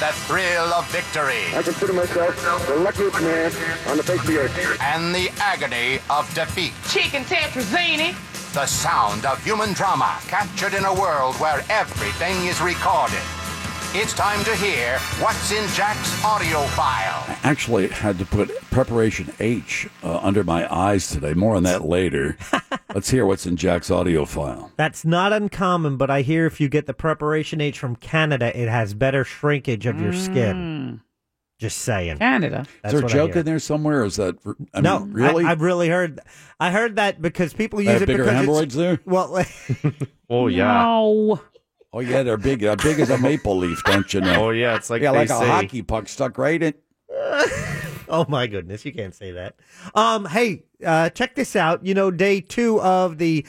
[SPEAKER 13] the thrill of victory,
[SPEAKER 12] I consider myself the luckiest man on the face of the earth.
[SPEAKER 13] and the agony of defeat. Chicken tetrazzini. The sound of human drama captured in a world where everything is recorded. It's time to hear what's in Jack's audio file.
[SPEAKER 5] I actually had to put preparation H uh, under my eyes today. More on that later. Let's hear what's in Jack's audio file.
[SPEAKER 10] That's not uncommon, but I hear if you get the preparation H from Canada, it has better shrinkage of your skin. Just saying.
[SPEAKER 7] Mm. Canada.
[SPEAKER 5] is
[SPEAKER 10] That's
[SPEAKER 5] there a
[SPEAKER 10] what I
[SPEAKER 5] joke
[SPEAKER 10] hear.
[SPEAKER 5] in there somewhere? Or is that I
[SPEAKER 10] no,
[SPEAKER 5] mean, really?
[SPEAKER 10] I, have really heard. I heard that because people
[SPEAKER 5] They
[SPEAKER 10] use
[SPEAKER 5] have
[SPEAKER 10] it
[SPEAKER 5] bigger
[SPEAKER 10] because
[SPEAKER 5] hemorrhoids there.
[SPEAKER 10] Well,
[SPEAKER 9] Oh yeah.
[SPEAKER 7] No.
[SPEAKER 5] Oh yeah, they're big. They're big as a maple leaf, don't you know?
[SPEAKER 9] Oh yeah, it's like
[SPEAKER 5] yeah,
[SPEAKER 9] they
[SPEAKER 5] like
[SPEAKER 9] say.
[SPEAKER 5] a hockey puck stuck right in.
[SPEAKER 10] oh my goodness, you can't say that. Um, hey, uh, check this out. You know, day two of the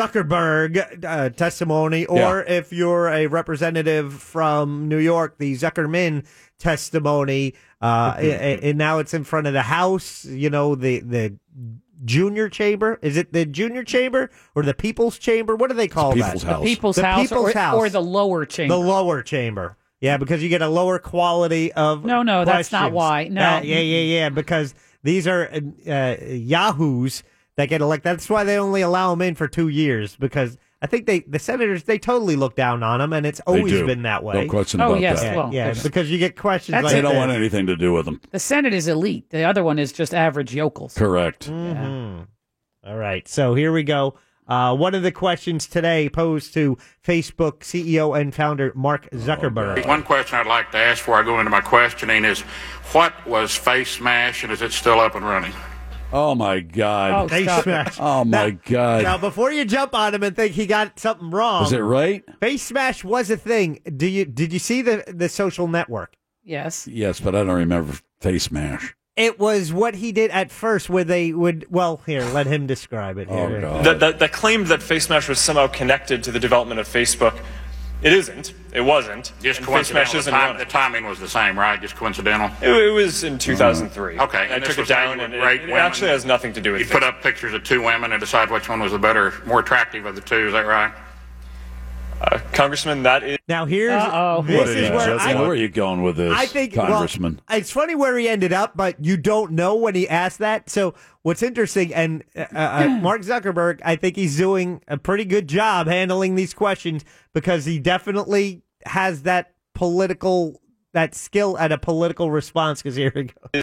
[SPEAKER 10] Zuckerberg uh, testimony, or if you're a representative from New York, the Zuckerman testimony. Uh, a- a- and now it's in front of the House. You know, the the junior chamber. Is it the junior chamber or the People's Chamber? What do they call
[SPEAKER 7] People's
[SPEAKER 10] that?
[SPEAKER 7] House. The People's
[SPEAKER 10] The
[SPEAKER 7] House
[SPEAKER 10] People's
[SPEAKER 7] or-
[SPEAKER 10] House
[SPEAKER 7] or the lower chamber.
[SPEAKER 10] The lower chamber. Yeah, because you get a lower quality of
[SPEAKER 7] No, no, that's not
[SPEAKER 10] questions.
[SPEAKER 7] why. No.
[SPEAKER 10] Uh, yeah, yeah, yeah. Because these are uh, uh, yahoos that get elected. That's why they only allow them in for two years. Because I think they, the senators, they totally look down on them, and it's always
[SPEAKER 5] do.
[SPEAKER 10] been that way.
[SPEAKER 5] No question Oh, about yes, that.
[SPEAKER 10] Yeah,
[SPEAKER 5] well,
[SPEAKER 10] yeah,
[SPEAKER 5] there's-
[SPEAKER 10] because you get questions.
[SPEAKER 7] That's
[SPEAKER 10] like
[SPEAKER 5] They don't
[SPEAKER 10] that.
[SPEAKER 5] want anything to do with them.
[SPEAKER 7] The Senate is elite. The other one is just average yokels.
[SPEAKER 5] Correct.
[SPEAKER 10] Mhm. All right. So here we go. Uh, one of the questions today posed to Facebook CEO and founder Mark Zuckerberg.
[SPEAKER 14] One question I'd like to ask before I go into my questioning is, what was Face Mash and is it still up and running?
[SPEAKER 5] Oh my god.
[SPEAKER 10] Oh, Face stop it. smash.
[SPEAKER 5] Oh my god.
[SPEAKER 10] Now, before you jump on him and think he got something wrong,
[SPEAKER 5] Was it right?
[SPEAKER 10] Face smash was a thing. Do you did you see the the social network?
[SPEAKER 7] Yes.
[SPEAKER 5] Yes, but I don't remember face mash.
[SPEAKER 10] It was what he did at first, where they would. Well, here, let him describe it.
[SPEAKER 5] Oh,
[SPEAKER 10] Here.
[SPEAKER 15] The, the, the claim that FaceMash was somehow connected to the development of Facebook, it isn't. It wasn't.
[SPEAKER 14] Just
[SPEAKER 15] and
[SPEAKER 14] coincidental.
[SPEAKER 15] FaceMash
[SPEAKER 14] The,
[SPEAKER 15] isn't
[SPEAKER 14] time-
[SPEAKER 15] running.
[SPEAKER 14] the timing was the same, right? Just coincidental.
[SPEAKER 15] It, it was in 2003.
[SPEAKER 14] Okay,
[SPEAKER 15] I
[SPEAKER 14] and this
[SPEAKER 15] took it
[SPEAKER 14] was when
[SPEAKER 15] down,
[SPEAKER 14] you
[SPEAKER 15] and
[SPEAKER 14] were
[SPEAKER 15] it,
[SPEAKER 14] great
[SPEAKER 15] it
[SPEAKER 14] women.
[SPEAKER 15] actually has nothing to do with
[SPEAKER 14] You put up pictures of two women and decide which one was the better, more attractive of the two. Is that right?
[SPEAKER 15] Uh, Congressman, that is.
[SPEAKER 10] Now here's this is where I,
[SPEAKER 5] where are you going with this,
[SPEAKER 10] I think well,
[SPEAKER 5] Congressman?
[SPEAKER 10] it's funny where he ended up, but you don't know when he asked that. So what's interesting, and uh, uh,
[SPEAKER 5] Hmm.
[SPEAKER 10] Mark Zuckerberg, I think he's doing a pretty good job handling these questions because he definitely has that political that skill at a political response. Because here we go.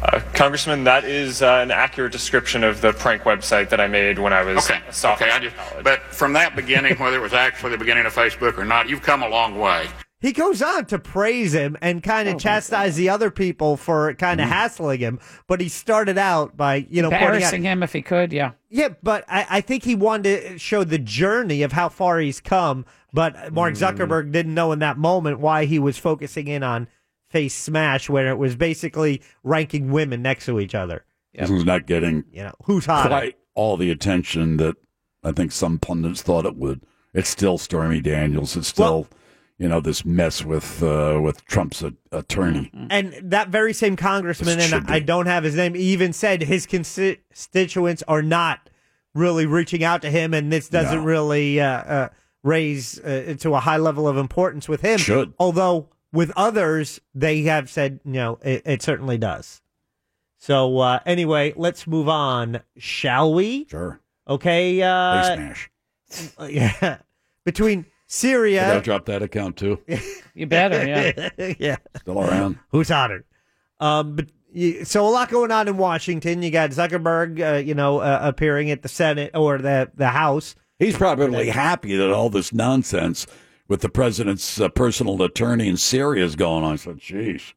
[SPEAKER 15] Uh, Congressman, that is uh, an accurate description of the prank website that I made when I was
[SPEAKER 14] Okay.
[SPEAKER 15] a sophomore.
[SPEAKER 14] Okay. I just. But from that beginning, whether it was actually the beginning of Facebook or not, you've come a long way.
[SPEAKER 10] He goes on to praise him and
[SPEAKER 5] Oh
[SPEAKER 10] kind of chastise the other people for kind of
[SPEAKER 5] Hmm.
[SPEAKER 10] hassling him, but he started out by you know pointing out,
[SPEAKER 7] Embarrassing him if he could, yeah.
[SPEAKER 10] yeah, but I, I think he wanted to show the journey of how far he's come. But Mark Zuckerberg didn't know in that moment why he was focusing in on Face Smash, where it was basically ranking women next to each other.
[SPEAKER 5] This is not getting
[SPEAKER 10] You know, who's hotter?
[SPEAKER 5] quite all the attention that I think some pundits thought it would. It's still Stormy Daniels. It's still, you know, this mess with uh, with Trump's a- attorney.
[SPEAKER 10] And that very same congressman,
[SPEAKER 5] This Mm-hmm. should
[SPEAKER 10] and I don't have his name, even said his constituents are not really reaching out to him, and this doesn't really uh, uh, raise uh, to a high level of importance with him.
[SPEAKER 5] Should.
[SPEAKER 10] Although with others, they have said, you know, it, it certainly does. So uh, anyway, let's move on, shall we?
[SPEAKER 5] Sure.
[SPEAKER 10] Okay. Uh,
[SPEAKER 5] Face Smash.
[SPEAKER 10] Yeah. Between Syria.
[SPEAKER 5] Did I drop that account too?
[SPEAKER 7] You better,
[SPEAKER 10] yeah. yeah.
[SPEAKER 5] Still around.
[SPEAKER 10] Who's hotter? Um, but you, so a lot going on in Washington. You got Zuckerberg, uh, you know, uh, appearing at the Senate or the the House.
[SPEAKER 5] He's probably happy that all this nonsense with the president's uh, personal attorney in Syria is going on. I said, "Jeez,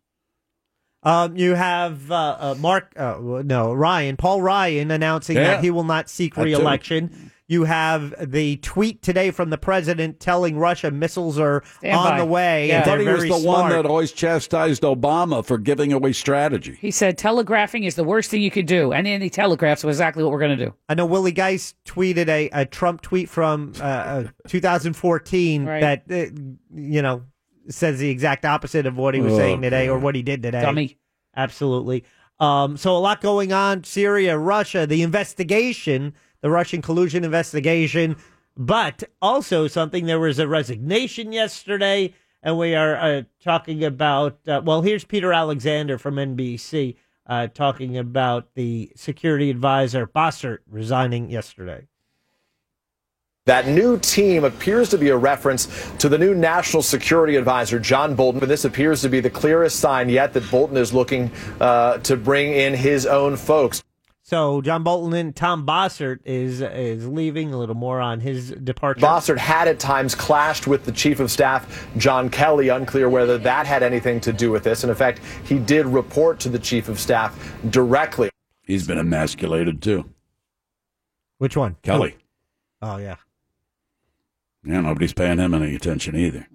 [SPEAKER 10] Um, you have uh, uh, Mark, uh, no Ryan, Paul Ryan announcing
[SPEAKER 5] Yeah.
[SPEAKER 10] that he will not seek
[SPEAKER 5] That too.
[SPEAKER 10] re-election. You have the tweet today from the president telling Russia missiles are
[SPEAKER 5] Stand
[SPEAKER 10] on
[SPEAKER 5] by.
[SPEAKER 10] the way.
[SPEAKER 5] I
[SPEAKER 10] and
[SPEAKER 5] thought he
[SPEAKER 10] they're
[SPEAKER 5] was
[SPEAKER 10] very
[SPEAKER 5] the one
[SPEAKER 10] smart.
[SPEAKER 5] that always chastised Obama for giving away strategy.
[SPEAKER 7] He said telegraphing is the worst thing you could do, and then he telegraphs was exactly what we're going to do.
[SPEAKER 10] I know Willie Geist tweeted a, a Trump tweet from uh, uh, 2014
[SPEAKER 7] Right.
[SPEAKER 10] that, uh, you know, says the exact opposite of what he was
[SPEAKER 7] Oh,
[SPEAKER 10] saying today or
[SPEAKER 7] God.
[SPEAKER 10] what he did today.
[SPEAKER 7] Dummy.
[SPEAKER 10] Absolutely. Um, so a lot going on. Syria, Russia, the investigation, the Russian collusion investigation, but also something. There was a resignation yesterday, and we are uh, talking about. Uh, well, here's Peter Alexander from NBC uh, talking about the security advisor Bossert resigning yesterday.
[SPEAKER 16] That new team appears to be a reference to the new National Security Advisor, John Bolton. And this appears to be the clearest sign yet that Bolton is looking uh, to bring in his own folks.
[SPEAKER 10] So John Bolton and Tom Bossert is is leaving. A little more on his departure.
[SPEAKER 16] Bossert had at times clashed with the chief of staff, John Kelly. Unclear whether that had anything to do with this. And in fact, he did report to the chief of staff directly.
[SPEAKER 5] He's been emasculated too."
[SPEAKER 10] Which one?
[SPEAKER 5] Kelly.
[SPEAKER 10] Oh yeah.
[SPEAKER 5] Yeah, nobody's paying him any attention either.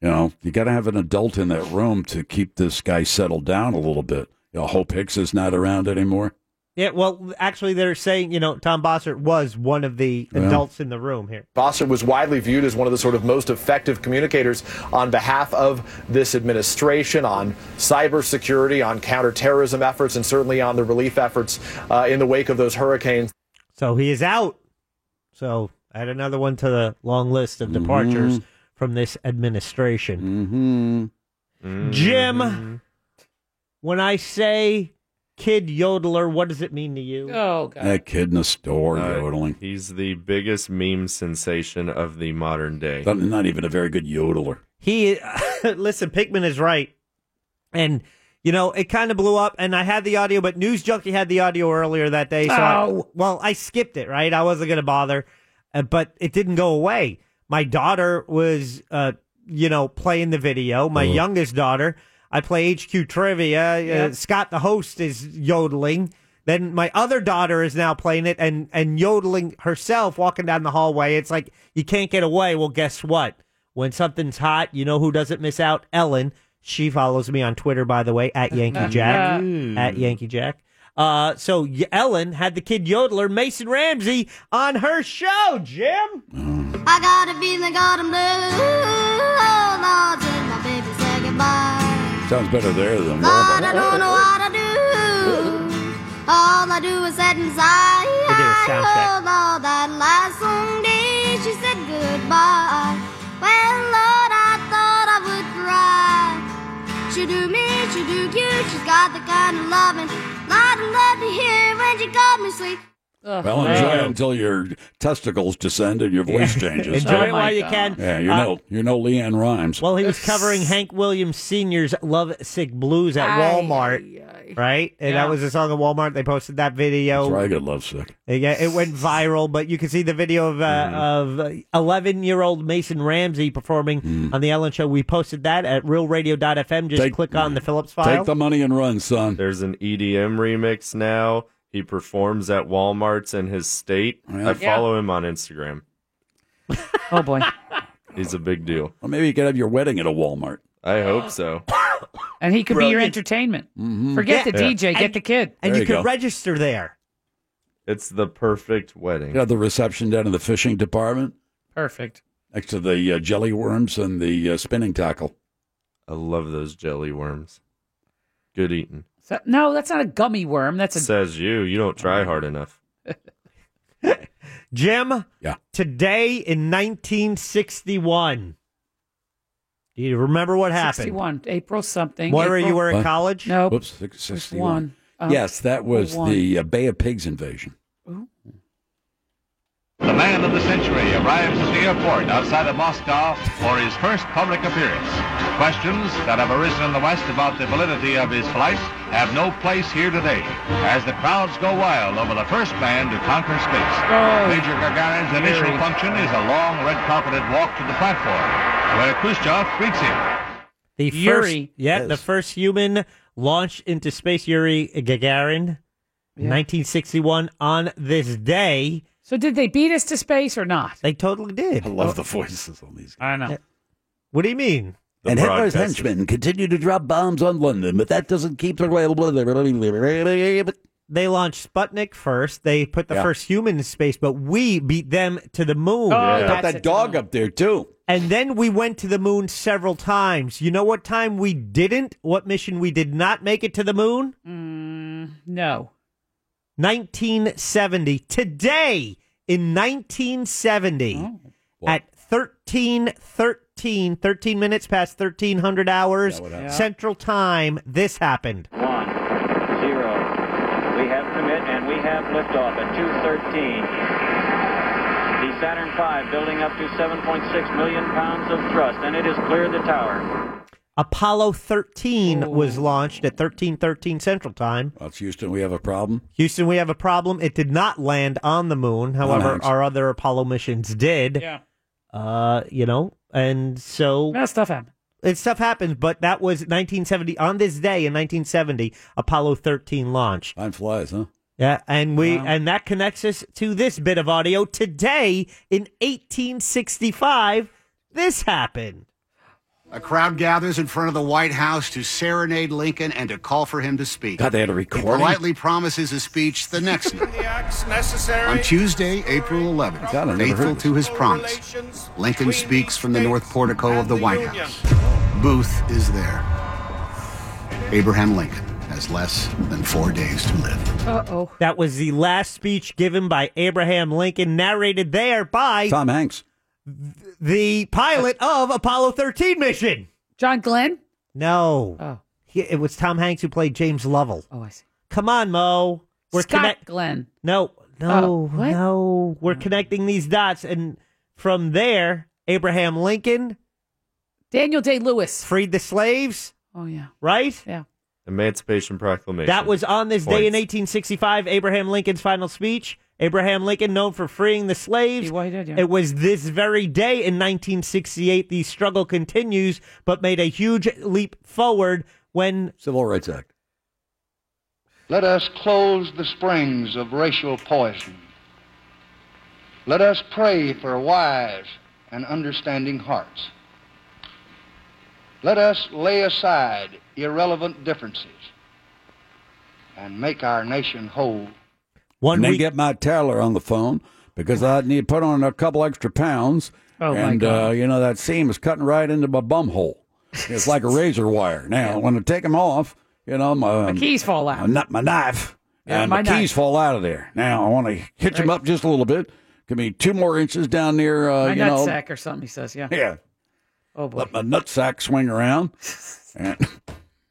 [SPEAKER 5] You know, you got to have an adult in that room to keep this guy settled down a little bit. You know, Hope Hicks is not around anymore.
[SPEAKER 10] Yeah, well, actually, they're saying you know Tom Bossert was one of the adults in the room here.
[SPEAKER 16] Bossert was widely viewed as one of the sort of most effective communicators on behalf of this administration on cybersecurity, on counterterrorism efforts, and certainly on the relief efforts uh, in the wake of those hurricanes.
[SPEAKER 10] So he is out. So add another one to the long list of departures
[SPEAKER 16] Mhm.
[SPEAKER 10] from this administration. Mm-hmm. Jim, when I say kid yodeler, what does it mean to you?
[SPEAKER 7] Oh
[SPEAKER 5] That kid in the store
[SPEAKER 9] Uh,
[SPEAKER 5] yodeling.
[SPEAKER 9] He's the biggest meme sensation of the modern day.
[SPEAKER 5] Not, not even a very good yodeler.
[SPEAKER 10] He listen, Pickman is right, and you know it kind of blew up. And I had the audio, but News Junkie had the audio earlier that day. So I-
[SPEAKER 7] Oh.
[SPEAKER 10] well, I skipped it. Right, I wasn't gonna bother, uh, but it didn't go away. My daughter was, uh, you know, playing the video. My youngest daughter. I play HQ trivia. Uh,
[SPEAKER 7] Yep.
[SPEAKER 10] Scott, the host, is yodeling. Then my other daughter is now playing it and and yodeling herself walking down the hallway. It's like you can't get away. Well, guess what? When something's hot, you know who doesn't miss out? Ellen. She follows me on Twitter, by the way, at
[SPEAKER 5] Mm.
[SPEAKER 10] Yankee Jack.
[SPEAKER 7] Ooh.
[SPEAKER 10] at Yankee Jack. Uh, so y- Ellen had the kid yodeler Mason Ramsey on her show. Jim.
[SPEAKER 17] I got a feeling I got 'em blue. Oh, Lord, did my baby say goodbye?
[SPEAKER 5] Sounds better there than
[SPEAKER 17] Lord, I don't know what I do. All I do is sit and sigh.
[SPEAKER 5] They did a sound check.
[SPEAKER 17] Oh, Lord, that last Sunday she said goodbye. Well, Lord, I thought I would cry. She do me, she do you. She's got the kind of loving. Lord, I love to hear when she called me sweet.
[SPEAKER 7] Ugh.
[SPEAKER 5] Well, enjoy
[SPEAKER 7] Wow.
[SPEAKER 5] it until your testicles descend and your voice
[SPEAKER 10] Yeah.
[SPEAKER 5] changes.
[SPEAKER 10] Enjoy it Oh, while my you God. can.
[SPEAKER 5] Yeah, you
[SPEAKER 10] Uh,
[SPEAKER 5] know, you know Leanne Rhymes.
[SPEAKER 10] Well, he was covering Hank Williams Sr.'s Love Sick Blues at
[SPEAKER 5] Aye,
[SPEAKER 10] Walmart, right? And
[SPEAKER 5] Yeah.
[SPEAKER 10] that was a song at Walmart. They posted that video.
[SPEAKER 5] That's where I got lovesick.
[SPEAKER 10] Yeah, it went viral, but you can see the video of
[SPEAKER 5] Mm-hmm.
[SPEAKER 10] uh, of eleven-year-old Mason Ramsey performing
[SPEAKER 5] Mm.
[SPEAKER 10] on the Ellen Show. We posted that at RealRadio.fm. Just
[SPEAKER 9] Take-
[SPEAKER 10] click on the Phillips file.
[SPEAKER 5] money and run, son.
[SPEAKER 9] There's an EDM remix now. He performs at Walmart's in his state. I
[SPEAKER 5] Yeah.
[SPEAKER 9] follow him on Instagram.
[SPEAKER 7] oh boy.
[SPEAKER 9] He's a big deal.
[SPEAKER 5] Well, maybe you could have your wedding at a Walmart.
[SPEAKER 9] I hope so.
[SPEAKER 7] And he could be your
[SPEAKER 9] Brilliant.
[SPEAKER 7] entertainment.
[SPEAKER 5] Mm-hmm.
[SPEAKER 7] Forget
[SPEAKER 9] Mm-hmm. Yeah.
[SPEAKER 7] the DJ,
[SPEAKER 9] Yeah.
[SPEAKER 7] get the kid.
[SPEAKER 9] And There you you could go.
[SPEAKER 10] register there.
[SPEAKER 9] It's the perfect wedding.
[SPEAKER 5] You know, the reception down in the fishing department
[SPEAKER 7] Perfect.
[SPEAKER 5] next to the uh, jelly worms and the uh, spinning tackle.
[SPEAKER 9] I love those jelly worms. Good eating.
[SPEAKER 7] So- no, that's not a gummy worm. That's a
[SPEAKER 9] Says you. You don't try hard enough.
[SPEAKER 10] Jim.
[SPEAKER 5] Yeah.
[SPEAKER 10] Today in 1961. Do you remember what happened?
[SPEAKER 7] 61, April something.
[SPEAKER 10] Moira,
[SPEAKER 7] April-
[SPEAKER 10] you were in college?
[SPEAKER 7] No.
[SPEAKER 5] Whoops, six-
[SPEAKER 7] There's
[SPEAKER 5] 61.
[SPEAKER 7] one. Um,
[SPEAKER 5] yes, that was
[SPEAKER 7] one.
[SPEAKER 5] the uh, Bay of Pigs invasion.
[SPEAKER 18] The man of the century arrives at the airport outside of Moscow for his first public appearance. Questions that have arisen in the West about the validity of his flight have no place here today, as the crowds go wild over the first man to conquer space.
[SPEAKER 7] Oh.
[SPEAKER 18] Major Gagarin's initial
[SPEAKER 19] Mary.
[SPEAKER 18] function is a long red carpeted walk to the platform, where Khrushchev greets him.
[SPEAKER 10] The
[SPEAKER 18] Yuri.
[SPEAKER 10] first, yeah, the first human launched into space, Yuri Gagarin, 1961 on this day.
[SPEAKER 7] So did they beat us to space or not?
[SPEAKER 10] They totally did. I
[SPEAKER 5] love the voices on these.
[SPEAKER 7] I know.
[SPEAKER 10] What do you mean?
[SPEAKER 5] and Hitler's henchmen continue to drop bombs on London, but that doesn't keep the.
[SPEAKER 10] They launched Sputnik first. They put the
[SPEAKER 5] Yeah.
[SPEAKER 10] first human in space, but we beat them to the moon.
[SPEAKER 5] Yeah. Put that dog up there too.
[SPEAKER 10] And then we went to the moon several times. You know what time we didn't? What mission we did not make it to the moon?
[SPEAKER 7] No.
[SPEAKER 10] 1970. Today in 1970 at 13 13 13 minutes past 1300 hours
[SPEAKER 20] happened?
[SPEAKER 10] central time this happened.
[SPEAKER 20] Zero. We have commit and we have liftoff at 2.13. The Saturn V building up to 7.6 million pounds of thrust, and it has cleared the tower.
[SPEAKER 10] Apollo 13
[SPEAKER 7] Oh,
[SPEAKER 10] was launched at 1313 central time.
[SPEAKER 5] That's Houston, we have a problem.
[SPEAKER 10] Houston, we have a problem. It did not land on the moon. However,
[SPEAKER 5] thanks.
[SPEAKER 10] our other Apollo missions did. Yeah. Uh, you know, and so
[SPEAKER 7] that stuff happened.
[SPEAKER 10] It stuff happens, but that was 1970. On this day in 1970, Apollo 13 launched.
[SPEAKER 5] Time flies, huh?
[SPEAKER 10] Yeah, and we
[SPEAKER 5] Wow.
[SPEAKER 10] and that connects us to this bit of audio today in 1865. This happened.
[SPEAKER 21] A crowd gathers in front of the White House to serenade Lincoln and to call for him to speak.
[SPEAKER 5] God, they had a
[SPEAKER 21] He
[SPEAKER 5] recording.
[SPEAKER 21] politely promises a speech the next night. On Tuesday, April 11th,
[SPEAKER 5] I never
[SPEAKER 21] faithful
[SPEAKER 5] heard
[SPEAKER 21] to his promise, Lincoln speaks from the north portico of the White House. Booth is there. Abraham Lincoln has less than four days to live.
[SPEAKER 7] Uh oh.
[SPEAKER 10] That was the last speech given by Abraham Lincoln, narrated there by
[SPEAKER 5] Tom Hanks,
[SPEAKER 10] the pilot of Apollo 13 mission.
[SPEAKER 7] John Glenn?
[SPEAKER 10] No.
[SPEAKER 7] Oh.
[SPEAKER 10] He, it was Tom Hanks who played James Lovell.
[SPEAKER 7] Oh, I see.
[SPEAKER 10] Come on, Mo. We're
[SPEAKER 7] Scott
[SPEAKER 10] connect-
[SPEAKER 7] Glenn.
[SPEAKER 10] No,
[SPEAKER 7] Oh,
[SPEAKER 10] no,
[SPEAKER 7] what? Oh.
[SPEAKER 10] no. We're connecting these dots, and from there, Abraham Lincoln,
[SPEAKER 7] Daniel Day Lewis
[SPEAKER 10] freed the slaves.
[SPEAKER 7] Oh yeah.
[SPEAKER 10] Right?
[SPEAKER 7] Yeah.
[SPEAKER 9] Emancipation Proclamation.
[SPEAKER 10] That was on this day in
[SPEAKER 9] Points.
[SPEAKER 10] 1865, Abraham Lincoln's final speech. Abraham Lincoln, known for freeing the slaves.
[SPEAKER 7] He- well, he did, yeah.
[SPEAKER 10] It was this very day in 1968. The struggle continues, but made a huge leap forward when.
[SPEAKER 5] Civil Rights Act.
[SPEAKER 22] Let us close the springs of racial poison. Let us pray for wise and understanding hearts. Let us lay aside irrelevant differences and make our nation whole.
[SPEAKER 10] One
[SPEAKER 5] and then
[SPEAKER 22] week-
[SPEAKER 5] get my tailor on the phone because I need to put on a couple extra pounds.
[SPEAKER 22] Oh, my
[SPEAKER 5] and
[SPEAKER 22] God.
[SPEAKER 5] Uh, you know that seam is cutting right into my bum hole. It's like a razor wire. Now when I take them off, you know my,
[SPEAKER 7] The keys fall out.
[SPEAKER 5] my, kn- my knife
[SPEAKER 7] Yeah,
[SPEAKER 5] and
[SPEAKER 7] my
[SPEAKER 5] my, keys
[SPEAKER 7] knife.
[SPEAKER 5] fall out of there. Now I want to hitch them up just a little bit. Give me two more inches down near uh,
[SPEAKER 7] My
[SPEAKER 5] you know
[SPEAKER 7] nutsack or something, he says. Yeah.
[SPEAKER 5] yeah.
[SPEAKER 7] Oh boy.
[SPEAKER 5] Let my nutsack swing around. And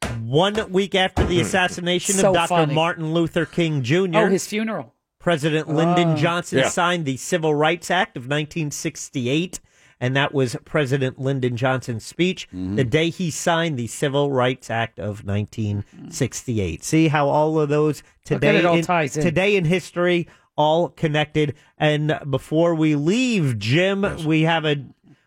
[SPEAKER 5] Hmm.
[SPEAKER 10] One week after the assassination
[SPEAKER 7] So
[SPEAKER 10] of Dr.
[SPEAKER 7] funny.
[SPEAKER 10] Martin Luther King Jr.,
[SPEAKER 7] Oh, his funeral.
[SPEAKER 10] President Lyndon
[SPEAKER 20] Ah.
[SPEAKER 10] Johnson
[SPEAKER 20] Yeah.
[SPEAKER 10] signed the Civil Rights Act of 1968, and that was President Lyndon Johnson's speech
[SPEAKER 5] Mm-hmm.
[SPEAKER 10] the day he signed the Civil Rights Act of 1968. See how all of those
[SPEAKER 7] Look at
[SPEAKER 10] today
[SPEAKER 7] it all ties in.
[SPEAKER 10] today in history all connected. And before we leave, Jim, we have a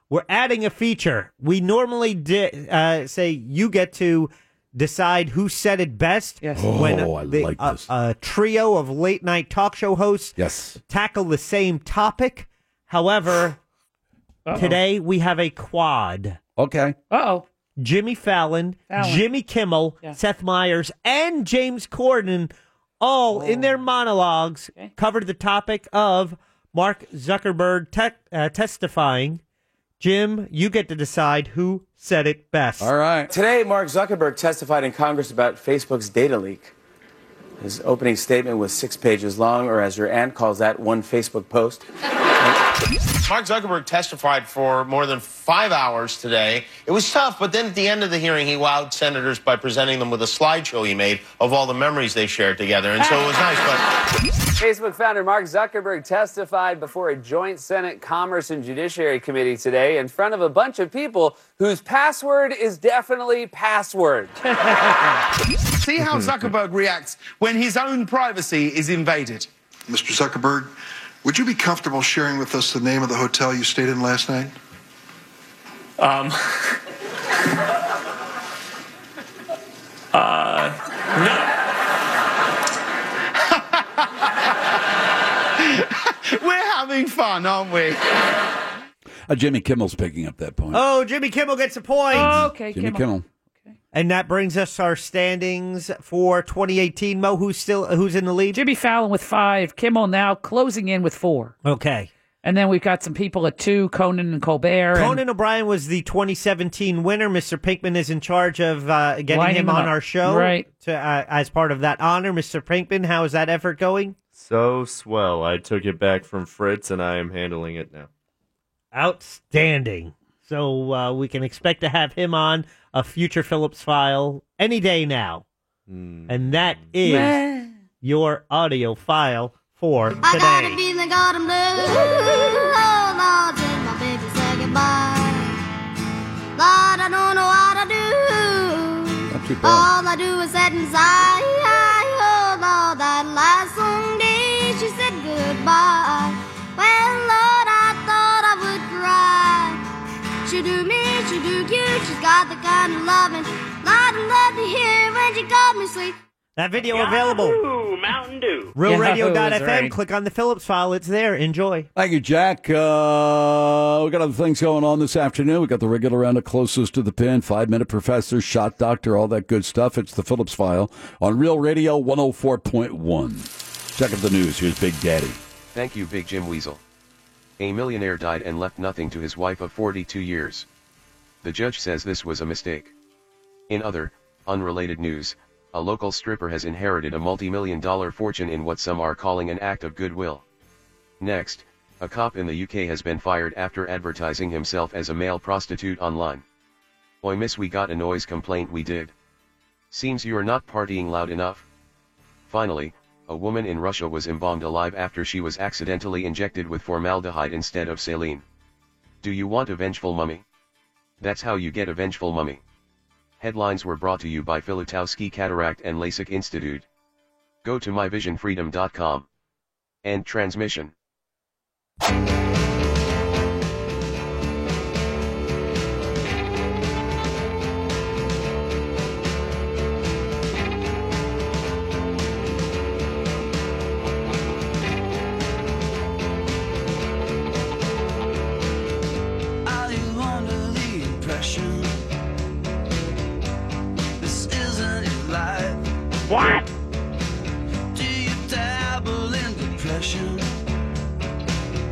[SPEAKER 10] we're adding a feature. We normally di- uh, say you get to decide who said it best
[SPEAKER 7] yes.
[SPEAKER 10] when
[SPEAKER 7] Oh, I
[SPEAKER 10] the-
[SPEAKER 7] like
[SPEAKER 10] a, a trio of late night talk show hosts
[SPEAKER 5] yes.
[SPEAKER 10] tackle the same topic. However, today we have a quad.
[SPEAKER 5] Okay.
[SPEAKER 7] Uh-oh.
[SPEAKER 10] Jimmy Fallon,
[SPEAKER 7] Fallon.
[SPEAKER 10] Jimmy Kimmel, Seth Meyers, and James Corden all
[SPEAKER 7] Oh.
[SPEAKER 10] in their monologues covered the topic of Mark Zuckerberg te- uh, testifying. Jim, you get to decide who said it best.
[SPEAKER 5] All right.
[SPEAKER 23] Today, Mark Zuckerberg testified in Congress about Facebook's data leak. His opening statement was six pages long, or as your aunt calls that, one Facebook post.
[SPEAKER 16] Mark Zuckerberg testified for more than five hours today. It was tough, but then at the end of the hearing, he wowed senators by presenting them with a slideshow he made of all the memories they shared together. And so it was nice, but.
[SPEAKER 23] Facebook founder Mark Zuckerberg testified before a joint Senate Commerce and Judiciary Committee today in front of a bunch of people whose password is definitely password.
[SPEAKER 19] See how Zuckerberg reacts when his own privacy is invaded.
[SPEAKER 24] Mr. Zuckerberg, would you be comfortable sharing with us the name of the hotel you stayed in last night?
[SPEAKER 15] Um, uh,
[SPEAKER 16] We're having fun, aren't we?
[SPEAKER 5] Uh, Jimmy Kimmel's picking up that point.
[SPEAKER 10] Oh, Jimmy Kimmel gets a point.
[SPEAKER 7] Oh, okay,
[SPEAKER 5] Jimmy Kimmel.
[SPEAKER 10] And that brings us our standings for 2018. Mo, who's still who's in the lead?
[SPEAKER 7] Jimmy Fallon with five. Kimmel now closing in with four.
[SPEAKER 10] Okay.
[SPEAKER 7] And then we've got some people at two Conan and Colbert. and-
[SPEAKER 10] Conan O'Brien was the 2017 winner. Mr. Pinkman is in charge of uh, getting
[SPEAKER 7] Lining
[SPEAKER 10] him
[SPEAKER 7] them
[SPEAKER 10] on
[SPEAKER 7] up.
[SPEAKER 10] our show,
[SPEAKER 7] Right.
[SPEAKER 10] To, uh, as part of that honor, Mr. Pinkman, how is that effort going?
[SPEAKER 9] So swell. I took it back from Fritz and I am handling it now.
[SPEAKER 10] Outstanding. So uh, we can expect to have him on a future Phillips file any day now, and that is
[SPEAKER 17] Meh.
[SPEAKER 10] your audio file for
[SPEAKER 17] I got a
[SPEAKER 10] today.
[SPEAKER 17] feeling got 'em blue. Oh Lord, did my baby say goodbye? Lord, I don't know what I do.
[SPEAKER 5] Not too bad.
[SPEAKER 17] All I do is sit and sigh. Oh Lord, that last Sunday she said goodbye. Well, Lord, I thought I would cry. She do me, she do you. She's got the kind of loving Lord, I'd love to hear when she called me sweet.
[SPEAKER 10] That video available.
[SPEAKER 25] Ooh, Mountain Dew.
[SPEAKER 10] RealRadio.fm.
[SPEAKER 5] right.
[SPEAKER 10] Click on the Phillips file. It's there. Enjoy.
[SPEAKER 5] Thank you, Jack. Uh, we got other things going on this afternoon. We got the regular round of closest to the pin, five minute professor, shot doctor, all that good stuff. It's the Phillips File on Real Radio 104.1. Check out the news. Here's Big Daddy.
[SPEAKER 26] Thank you, Big Jim Weasel. A millionaire died and left nothing to his wife of 42 years. The judge says this was a mistake. In other, unrelated news, a local stripper has inherited a multi-million dollar fortune in what some are calling an act of goodwill. Next, a cop in the UK has been fired after advertising himself as a male prostitute online. Oi miss we got a noise complaint we did. Seems you're not partying loud enough. Finally, a woman in Russia was embalmed alive after she was accidentally injected with formaldehyde instead of saline. Do you want a vengeful mummy? That's how you get a vengeful mummy. Headlines were brought to you by Filatowski Cataract and LASIK Institute. Go to myvisionfreedom.com. End transmission.
[SPEAKER 14] Are you under the impression this isn't your life? What? Do you dabble in depression?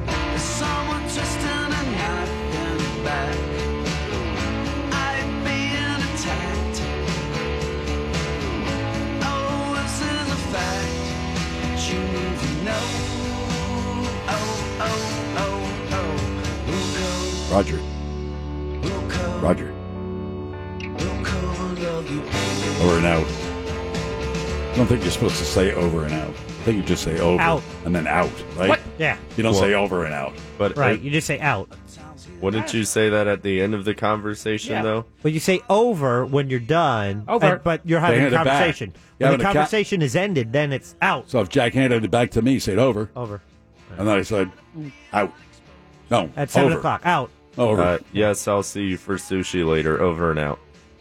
[SPEAKER 14] Is someone twisting a knife in your back? Are you being attacked? Oh, this is a fact that you need to know. Oh, oh, oh, oh.
[SPEAKER 5] Roger. Roger. Over and out. I don't think you're supposed to say over and out. I think you just say over
[SPEAKER 10] Out.
[SPEAKER 5] and then out, right?
[SPEAKER 10] What? Yeah.
[SPEAKER 5] You don't
[SPEAKER 9] Well,
[SPEAKER 5] say over and out.
[SPEAKER 9] But
[SPEAKER 10] Right.
[SPEAKER 9] it-
[SPEAKER 10] You just say out.
[SPEAKER 9] wouldn't you say that at the end of the conversation though?
[SPEAKER 10] But you say over when you're done.
[SPEAKER 9] Over.
[SPEAKER 10] and- but you're having
[SPEAKER 5] They
[SPEAKER 10] a
[SPEAKER 5] hand it back.
[SPEAKER 10] conversation.
[SPEAKER 5] Yeah, but
[SPEAKER 10] When the
[SPEAKER 5] the ca-
[SPEAKER 10] conversation is ended, then it's out.
[SPEAKER 5] So if Jack handed it back to me, he said over.
[SPEAKER 10] Over.
[SPEAKER 5] And then I said out. No.
[SPEAKER 10] At seven
[SPEAKER 5] over.
[SPEAKER 10] o'clock. Out.
[SPEAKER 5] Over.
[SPEAKER 9] Uh, yes, I'll see you for sushi later. Over and out.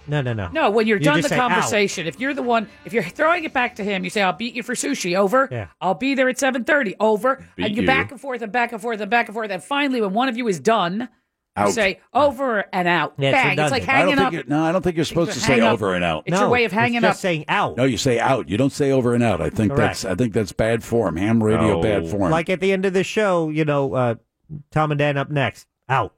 [SPEAKER 10] No, no, no.
[SPEAKER 7] No, when you're
[SPEAKER 10] You
[SPEAKER 7] done
[SPEAKER 10] just
[SPEAKER 7] the
[SPEAKER 10] say, "Ow."
[SPEAKER 7] conversation, if you're the one, if you're throwing it back to him, you say, "I'll beat you for sushi." Over.
[SPEAKER 10] Yeah.
[SPEAKER 7] I'll be there at seven thirty. Over.
[SPEAKER 10] Beat
[SPEAKER 7] and you
[SPEAKER 10] you.
[SPEAKER 7] back and forth and back and forth and back and forth, and finally, when one of you is done, you
[SPEAKER 5] Out.
[SPEAKER 7] say over and out.
[SPEAKER 5] Yeah, it's
[SPEAKER 7] Bang. It's like
[SPEAKER 5] redundant. I don't
[SPEAKER 7] hanging
[SPEAKER 5] think
[SPEAKER 7] up.
[SPEAKER 5] you're- no, I don't think you're supposed to
[SPEAKER 7] hang
[SPEAKER 5] say
[SPEAKER 7] up.
[SPEAKER 5] over and out.
[SPEAKER 7] It's your way of hanging up.
[SPEAKER 10] saying out.
[SPEAKER 5] No, you say out. You don't say over and out. I think
[SPEAKER 10] Correct.
[SPEAKER 5] that's I think that's bad form. Ham radio, bad form.
[SPEAKER 10] Like at the end of the show, you know, uh, Tom and Dan up next. Out.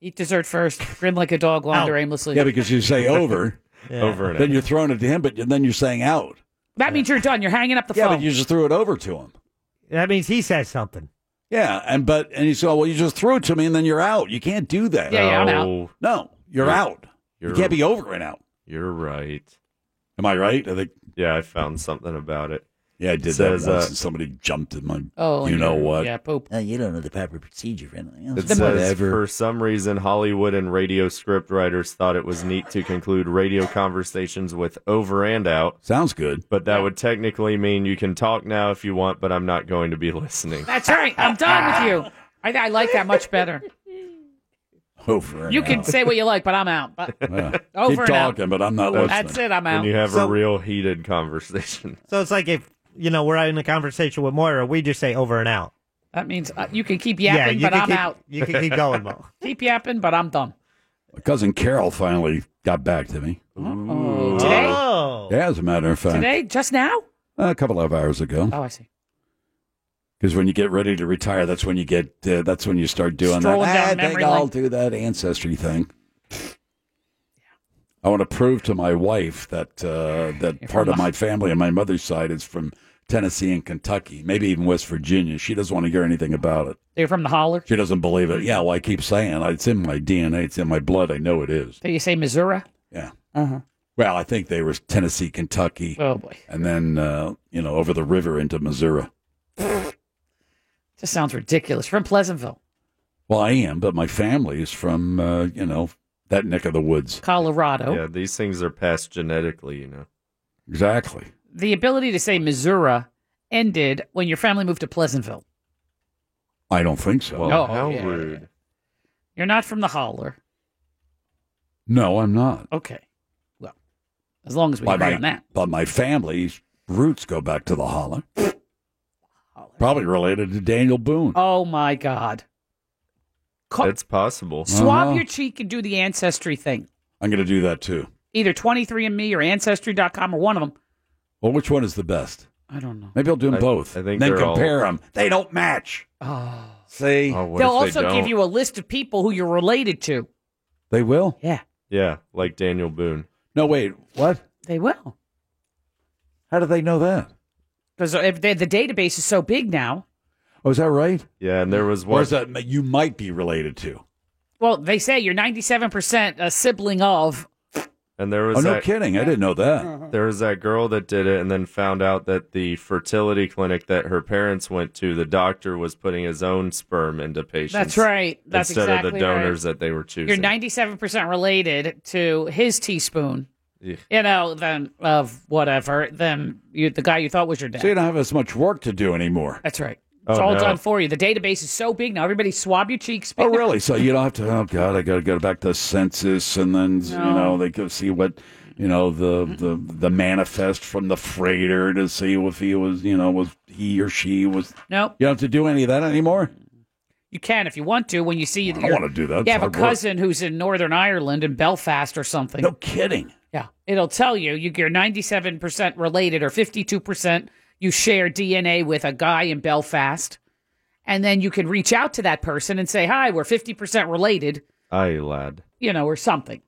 [SPEAKER 7] Eat dessert first. Grin like a dog. Wander aimlessly.
[SPEAKER 5] yeah, because you say over,
[SPEAKER 10] Yeah.
[SPEAKER 9] Over and
[SPEAKER 5] then
[SPEAKER 9] out.
[SPEAKER 5] you're throwing it to him, but then you're saying out.
[SPEAKER 7] that means you're done. You're hanging up the
[SPEAKER 5] Yeah,
[SPEAKER 7] phone.
[SPEAKER 5] but you just threw it over to him.
[SPEAKER 10] That means he says something.
[SPEAKER 5] Yeah, and but and you say, "Oh, well, you just threw it to me, and then you're out. You can't do that.
[SPEAKER 7] Yeah, yeah, I'm
[SPEAKER 9] No. out.
[SPEAKER 5] No, you're
[SPEAKER 9] You're-
[SPEAKER 5] out. you
[SPEAKER 9] you're-
[SPEAKER 5] can't be over and out.
[SPEAKER 9] You're right.
[SPEAKER 5] Am I right? I think.
[SPEAKER 9] Yeah, I found something about it.
[SPEAKER 5] Yeah, I did that
[SPEAKER 9] says,
[SPEAKER 5] once,
[SPEAKER 9] uh,
[SPEAKER 5] and somebody jumped in my.
[SPEAKER 7] Oh,
[SPEAKER 5] you know
[SPEAKER 7] you're-
[SPEAKER 5] what?
[SPEAKER 7] Yeah, poop.
[SPEAKER 1] Uh, you don't know the proper procedure for anything else.
[SPEAKER 9] It says, for some reason, Hollywood and radio script writers thought it was neat to conclude radio conversations with over and out.
[SPEAKER 5] Sounds good.
[SPEAKER 9] But that would technically mean you can talk now if you want, but I'm not going to be listening.
[SPEAKER 7] That's right. I'm done with you. I, I like that much better.
[SPEAKER 5] Over.
[SPEAKER 7] You can say what you like, but I'm out. But Over
[SPEAKER 9] Keep
[SPEAKER 7] and out.
[SPEAKER 5] talking, but I'm not
[SPEAKER 9] listening.
[SPEAKER 7] That's it, I'm out.
[SPEAKER 9] When you have
[SPEAKER 10] So-
[SPEAKER 9] a real heated conversation.
[SPEAKER 10] So it's like if, you know, we're in a conversation with Moira, we just say over and out.
[SPEAKER 7] That means uh, you can keep
[SPEAKER 10] Yeah,
[SPEAKER 7] yapping,
[SPEAKER 10] you
[SPEAKER 7] but
[SPEAKER 10] can
[SPEAKER 7] I'm
[SPEAKER 10] keep-
[SPEAKER 7] out.
[SPEAKER 10] you can keep going, Mo.
[SPEAKER 7] Keep yapping, but I'm done.
[SPEAKER 5] My cousin Carol finally got back to me.
[SPEAKER 7] Oh, today?
[SPEAKER 5] Yeah, as a matter of fact,
[SPEAKER 7] Today? Just now?
[SPEAKER 5] a couple of hours ago.
[SPEAKER 7] Oh, I see.
[SPEAKER 5] Because when you get ready to retire, that's when you get uh, that's when you start doing
[SPEAKER 7] Strolling
[SPEAKER 5] that.
[SPEAKER 7] down
[SPEAKER 5] "Ah, I think
[SPEAKER 7] memory
[SPEAKER 5] I'll
[SPEAKER 7] lane."
[SPEAKER 5] do that ancestry thing. I want to prove to my wife that uh, that part of my family on my mother's side is from Tennessee and Kentucky, maybe even West Virginia. She doesn't want to hear anything about it.
[SPEAKER 7] They're from the holler.
[SPEAKER 5] She doesn't believe it. Yeah, well, I keep saying uh, it's in my DNA. It's in my blood. I know it is.
[SPEAKER 7] Did you say Missouri?
[SPEAKER 5] Yeah.
[SPEAKER 7] Uh huh.
[SPEAKER 5] Well, I think they were Tennessee, Kentucky.
[SPEAKER 7] Oh, boy.
[SPEAKER 5] And then uh, you know over the river into Missouri.
[SPEAKER 7] Just sounds ridiculous. From Pleasantville,
[SPEAKER 5] Well, I am, but my family is from uh, you know that neck of the woods.
[SPEAKER 7] Colorado.
[SPEAKER 9] Yeah, these things are passed genetically, you know.
[SPEAKER 5] Exactly.
[SPEAKER 7] The ability to say Missouri ended when your family moved to Pleasantville.
[SPEAKER 5] I don't think so.
[SPEAKER 9] Well,
[SPEAKER 7] Oh,
[SPEAKER 9] how
[SPEAKER 7] yeah,
[SPEAKER 9] rude.
[SPEAKER 7] You're not from the holler.
[SPEAKER 5] No, I'm not.
[SPEAKER 7] Okay. Well, as long as we
[SPEAKER 5] But
[SPEAKER 7] agree
[SPEAKER 5] my-
[SPEAKER 7] on that.
[SPEAKER 5] But my family's roots go back to the holler. Probably related to Daniel Boone.
[SPEAKER 7] Oh, my God. Ca-
[SPEAKER 9] It's possible.
[SPEAKER 7] Swab your cheek and do the ancestry thing.
[SPEAKER 5] Uh-huh. I'm going to do that too.
[SPEAKER 7] Either 23andMe or Ancestry.com or one of them.
[SPEAKER 5] Well, which one is the best?
[SPEAKER 7] I don't know.
[SPEAKER 5] Maybe I'll do them
[SPEAKER 9] I-
[SPEAKER 5] both.
[SPEAKER 9] I think
[SPEAKER 5] then
[SPEAKER 9] they're all-
[SPEAKER 5] compare them. They don't match.
[SPEAKER 7] Oh.
[SPEAKER 5] See,
[SPEAKER 7] They'll also give you a list of people who you're related to.
[SPEAKER 5] They will.
[SPEAKER 7] Yeah.
[SPEAKER 9] Yeah, like Daniel Boone.
[SPEAKER 5] No, wait. What?
[SPEAKER 7] They will.
[SPEAKER 5] How do they know that?
[SPEAKER 7] Because the database is so big now.
[SPEAKER 5] Oh, is that right?
[SPEAKER 9] Yeah, and there was
[SPEAKER 5] Or
[SPEAKER 9] one.
[SPEAKER 5] is that you might be related to?
[SPEAKER 7] Well, they say you're 97% a sibling of.
[SPEAKER 9] And there was
[SPEAKER 5] Oh, no
[SPEAKER 9] that,
[SPEAKER 5] kidding. I didn't know that.
[SPEAKER 9] There was that girl that did it and then found out that the fertility clinic that her parents went to, the doctor was putting his own sperm into patients.
[SPEAKER 7] That's right. That's
[SPEAKER 9] instead of
[SPEAKER 7] exactly
[SPEAKER 9] the
[SPEAKER 7] right.
[SPEAKER 9] donors that they were
[SPEAKER 7] You're
[SPEAKER 9] choosing.
[SPEAKER 7] 97% related to his teaspoon,
[SPEAKER 9] Yeah.
[SPEAKER 7] you know, then of whatever, then you, the guy you thought was your dad.
[SPEAKER 5] So you don't have as much work to do anymore.
[SPEAKER 7] That's right. It's
[SPEAKER 5] Oh,
[SPEAKER 7] all
[SPEAKER 5] no.
[SPEAKER 7] done for you. The database is so big now. Everybody swab your cheeks.
[SPEAKER 5] Oh, really? So you don't have to. Oh, God, I got to go back to the census, and then you know they go see what you know the the the manifest from the freighter to see if he was you know was he or she was.
[SPEAKER 7] Nope.
[SPEAKER 5] You don't have to do any of that anymore.
[SPEAKER 7] You can if you want to when you see. I
[SPEAKER 5] don't wanna do that. It's
[SPEAKER 7] You have a
[SPEAKER 5] hard work.
[SPEAKER 7] cousin who's in Northern Ireland in Belfast or something.
[SPEAKER 5] No kidding.
[SPEAKER 7] Yeah, it'll tell you you- you're 97% related or 52% you share DNA with a guy in Belfast. And then you can reach out to that person and say, "Hi, we're 50% related,"
[SPEAKER 9] Aye, lad.
[SPEAKER 7] you know, or something.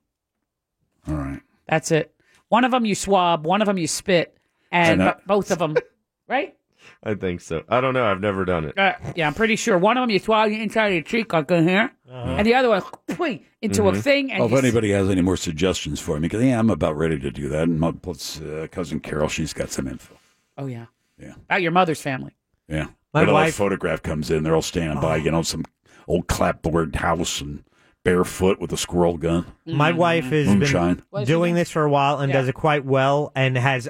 [SPEAKER 5] All right.
[SPEAKER 7] That's it. One of them you swab, one of them you spit, and
[SPEAKER 9] I know.
[SPEAKER 7] b- both of them, right?
[SPEAKER 9] I think so. I don't know. I've never done it.
[SPEAKER 7] Uh, yeah, I'm pretty sure. One of them you swab the inside of your cheek like in here, and the other one whee, into
[SPEAKER 5] Mm-hmm.
[SPEAKER 9] Mm-hmm.
[SPEAKER 7] a thing. And
[SPEAKER 5] Well, Oh, if
[SPEAKER 7] you s-
[SPEAKER 5] anybody has any more suggestions for me, because yeah, I'm about ready to do that. And my plus, uh, cousin Carol, she's got some info.
[SPEAKER 7] Oh yeah. Yeah. About your mother's family.
[SPEAKER 5] Yeah.
[SPEAKER 7] My
[SPEAKER 5] Another
[SPEAKER 7] wife-
[SPEAKER 5] photograph comes in. They're all standing
[SPEAKER 10] Oh.
[SPEAKER 5] by, you know, some old clapboard house and barefoot with a squirrel gun.
[SPEAKER 10] My
[SPEAKER 7] Mm-hmm.
[SPEAKER 10] wife Mm-hmm. has
[SPEAKER 5] Moonshine.
[SPEAKER 10] been doing this for a while and
[SPEAKER 5] Yeah.
[SPEAKER 10] does it quite well and has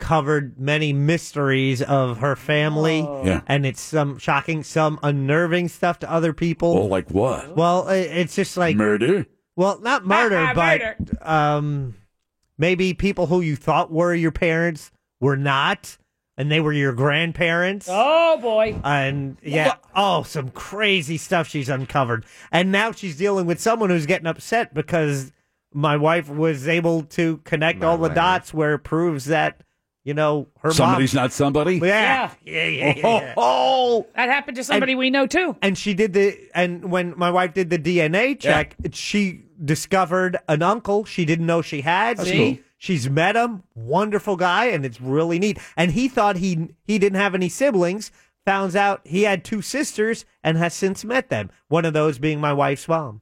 [SPEAKER 10] uncovered many mysteries of her family.
[SPEAKER 5] Yeah.
[SPEAKER 10] And it's some shocking, some unnerving stuff to other people.
[SPEAKER 5] Well, like what?
[SPEAKER 10] Well, i- it's just like
[SPEAKER 5] murder.
[SPEAKER 10] Well, not murder, but
[SPEAKER 7] Murder.
[SPEAKER 10] um, maybe people who you thought were your parents were not, and they were your grandparents.
[SPEAKER 7] Oh boy.
[SPEAKER 10] And yeah, oh, some crazy stuff she's uncovered. And now she's dealing with someone who's getting upset because my wife was able to connect all the dots where it proves that, you know, her
[SPEAKER 5] Somebody's
[SPEAKER 10] mom,
[SPEAKER 5] not somebody?
[SPEAKER 10] Yeah.
[SPEAKER 7] Yeah,
[SPEAKER 10] yeah, yeah. Oh,
[SPEAKER 7] that happened to somebody we know too.
[SPEAKER 10] And she did the and when my wife did the DNA check, she discovered an uncle she didn't know she had.
[SPEAKER 7] That's
[SPEAKER 10] She-
[SPEAKER 7] cool.
[SPEAKER 10] She's met him, wonderful guy, and it's really neat. And he thought he he didn't have any siblings. Founds out he had two sisters and has since met them. One of those being my wife's mom.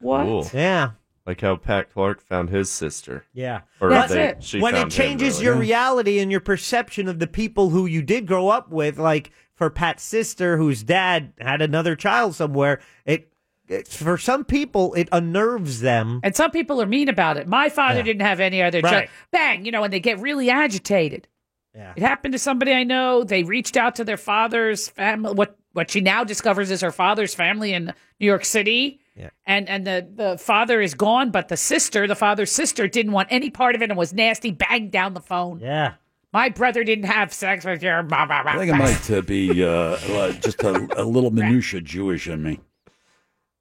[SPEAKER 7] What?
[SPEAKER 9] Cool.
[SPEAKER 10] Yeah.
[SPEAKER 9] Like how Pat Clark found his sister.
[SPEAKER 10] Yeah.
[SPEAKER 9] Or
[SPEAKER 10] That's
[SPEAKER 9] they,
[SPEAKER 10] it.
[SPEAKER 9] She
[SPEAKER 10] when it
[SPEAKER 9] found him,
[SPEAKER 10] changes
[SPEAKER 9] really.
[SPEAKER 10] your reality and your perception of the people who you did grow up with, like for Pat's sister, whose dad had another child somewhere, it, it for some people it unnerves them.
[SPEAKER 7] And some people are mean about it. My father
[SPEAKER 10] Yeah.
[SPEAKER 7] didn't have any other
[SPEAKER 10] Right.
[SPEAKER 7] child. Bang, you know, and they get really agitated.
[SPEAKER 10] Yeah.
[SPEAKER 7] It happened to somebody I know. They reached out to their father's family. What what she now discovers is her father's family in New York City.
[SPEAKER 10] Yeah.
[SPEAKER 7] And and the, the father is gone, but the sister, the father's sister, didn't want any part of it and was nasty, banged down the phone.
[SPEAKER 10] Yeah.
[SPEAKER 7] My brother didn't have sex with your mom.
[SPEAKER 5] I think I might uh, be uh, uh, just a, a little minutia Jewish in me.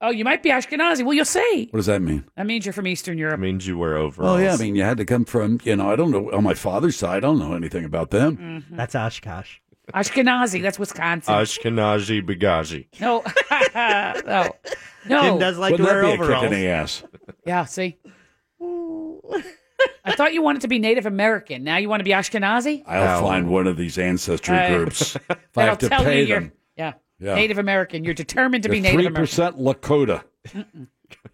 [SPEAKER 7] Oh, you might be Ashkenazi. Well, you'll see.
[SPEAKER 5] What does that mean?
[SPEAKER 7] That means you're from Eastern Europe.
[SPEAKER 9] means you were over.
[SPEAKER 5] Well, yeah, I mean, you had to come from, you know, I don't know, on my father's side, I don't know anything about them.
[SPEAKER 7] Mm-hmm.
[SPEAKER 10] That's Oshkosh.
[SPEAKER 7] Ashkenazi. That's Wisconsin.
[SPEAKER 9] Ashkenazi Bagaji.
[SPEAKER 7] no. no. No.
[SPEAKER 5] ass?
[SPEAKER 7] Yeah, see. I thought you wanted to be Native American. Now you want to be Ashkenazi?
[SPEAKER 5] I'll find one of these ancestry
[SPEAKER 7] Uh,
[SPEAKER 5] groups if I
[SPEAKER 7] That'll
[SPEAKER 5] have to
[SPEAKER 7] tell
[SPEAKER 5] pay
[SPEAKER 7] you you're-
[SPEAKER 5] them.
[SPEAKER 7] Yeah.
[SPEAKER 5] Yeah.
[SPEAKER 7] Native American. You're determined to be Native
[SPEAKER 5] Three
[SPEAKER 7] American.
[SPEAKER 5] percent Lakota,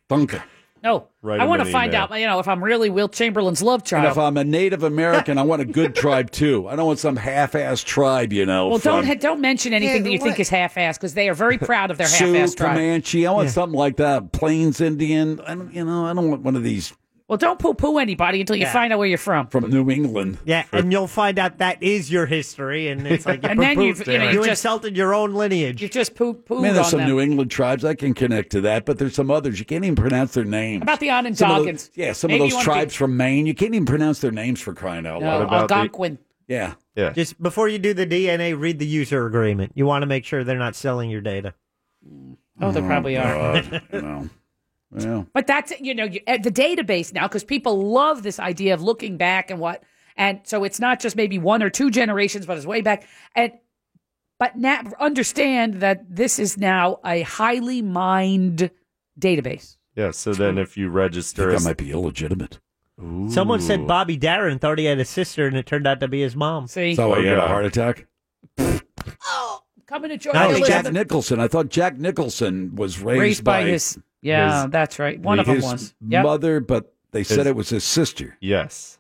[SPEAKER 5] Duncan.
[SPEAKER 7] No.
[SPEAKER 5] Write
[SPEAKER 7] I
[SPEAKER 5] him
[SPEAKER 7] want
[SPEAKER 5] an
[SPEAKER 7] to find
[SPEAKER 5] email.
[SPEAKER 7] out, you know, if I'm really Will Chamberlain's love
[SPEAKER 5] And if
[SPEAKER 7] child.
[SPEAKER 5] I'm a Native American, I want a good tribe too. I don't want some half-ass tribe, you know.
[SPEAKER 7] Well, don't
[SPEAKER 5] from
[SPEAKER 7] ha- don't mention anything
[SPEAKER 10] Yeah,
[SPEAKER 7] that you think
[SPEAKER 10] what?
[SPEAKER 7] is half-assed because they are very proud of their
[SPEAKER 5] Sioux,
[SPEAKER 7] half-assed tribe.
[SPEAKER 5] Comanche. I want something like that. Plains Indian. I don't, you know, I don't want one of these
[SPEAKER 7] Well, don't poo-poo anybody until you
[SPEAKER 10] Yeah.
[SPEAKER 7] find out where you're from.
[SPEAKER 5] from New England.
[SPEAKER 10] Yeah, and you'll find out that is your history, and it's like
[SPEAKER 7] And then you've-
[SPEAKER 10] poo-pooed.
[SPEAKER 7] you know, you just-
[SPEAKER 10] insulted your own lineage.
[SPEAKER 7] You just poo-pooed
[SPEAKER 5] I mean, there's
[SPEAKER 7] on
[SPEAKER 5] some
[SPEAKER 7] them.
[SPEAKER 5] New England tribes I can connect to that, but there's some others you can't even pronounce their names.
[SPEAKER 7] About the
[SPEAKER 5] Some of those-
[SPEAKER 7] Onondagans.
[SPEAKER 5] yeah, some
[SPEAKER 7] Maybe
[SPEAKER 5] of
[SPEAKER 7] you
[SPEAKER 5] those
[SPEAKER 7] wanna be-
[SPEAKER 5] tribes from Maine, you can't even pronounce their names for crying out
[SPEAKER 7] No,
[SPEAKER 5] loud.
[SPEAKER 7] Algonquin.
[SPEAKER 5] yeah,
[SPEAKER 9] yeah.
[SPEAKER 10] Just before you do the DNA, read the user agreement. You want to make sure they're not selling your data.
[SPEAKER 7] Oh, they probably are.
[SPEAKER 5] no. Well,
[SPEAKER 7] But that's you know you, at the database now because people love this idea of looking back and what and so it's not just maybe one or two generations, but it's way back and but now understand that this is now a highly mined database.
[SPEAKER 9] Yeah, so then if you register.
[SPEAKER 5] that might be illegitimate.
[SPEAKER 10] Someone said Bobby Darren thought he had a sister, and it turned out to be his mom.
[SPEAKER 7] See,
[SPEAKER 5] so
[SPEAKER 9] Oh,
[SPEAKER 5] he had a heart attack.
[SPEAKER 7] come and enjoy
[SPEAKER 5] No,
[SPEAKER 7] the
[SPEAKER 5] it's Jack
[SPEAKER 7] list.
[SPEAKER 5] Nicholson. I thought Jack Nicholson was raised,
[SPEAKER 7] Raised by his- yeah, that's right. One of 'em
[SPEAKER 5] his
[SPEAKER 7] was. Yep.
[SPEAKER 5] mother, but they said
[SPEAKER 9] His-
[SPEAKER 5] it was his sister.
[SPEAKER 9] Yes.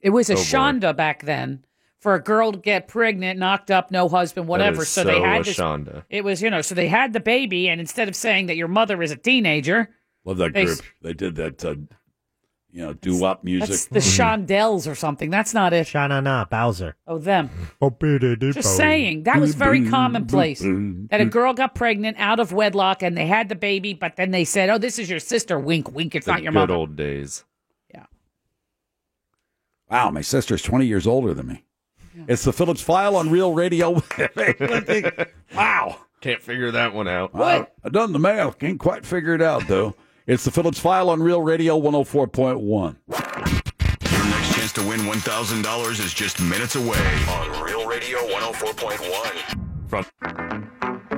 [SPEAKER 7] It was a
[SPEAKER 5] Oh, boy.
[SPEAKER 7] Shonda back then for a girl to get pregnant, knocked up, no husband, whatever.
[SPEAKER 9] is
[SPEAKER 7] so they
[SPEAKER 9] so
[SPEAKER 7] had
[SPEAKER 9] a
[SPEAKER 7] this,
[SPEAKER 9] Shonda.
[SPEAKER 7] It was you know, so they had the baby, and instead of saying that your mother is a teenager,
[SPEAKER 5] Love that
[SPEAKER 7] They
[SPEAKER 5] group.
[SPEAKER 7] s-
[SPEAKER 5] They did that, uh, you know, doo wop
[SPEAKER 7] that's
[SPEAKER 5] music. Mm-hmm.
[SPEAKER 7] the Shondells or something. That's not it.
[SPEAKER 10] Shana Bowser.
[SPEAKER 7] Oh, them. Just
[SPEAKER 10] Just
[SPEAKER 7] saying that was very commonplace that a girl got pregnant out of wedlock and they had the baby, but then they said, "Oh, this is your sister." Wink, wink. It's
[SPEAKER 9] The
[SPEAKER 7] not your
[SPEAKER 9] good
[SPEAKER 7] mother.
[SPEAKER 9] old days.
[SPEAKER 5] Wow, my sister's 20 years older than me. It's the Phillips file on Real Radio. wow.
[SPEAKER 9] Can't figure that one out.
[SPEAKER 5] What? I've done the math. Can't quite figure it out, though. it's the Phillips file on Real Radio 104.1.
[SPEAKER 2] Your next chance to win $1,000 is just minutes away on Real Radio 104.1. From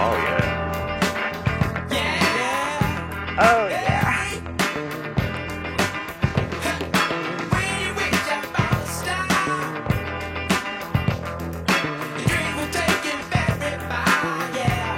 [SPEAKER 4] Oh yeah.
[SPEAKER 6] Oh yeah.
[SPEAKER 4] Your dream will take you very far, yeah.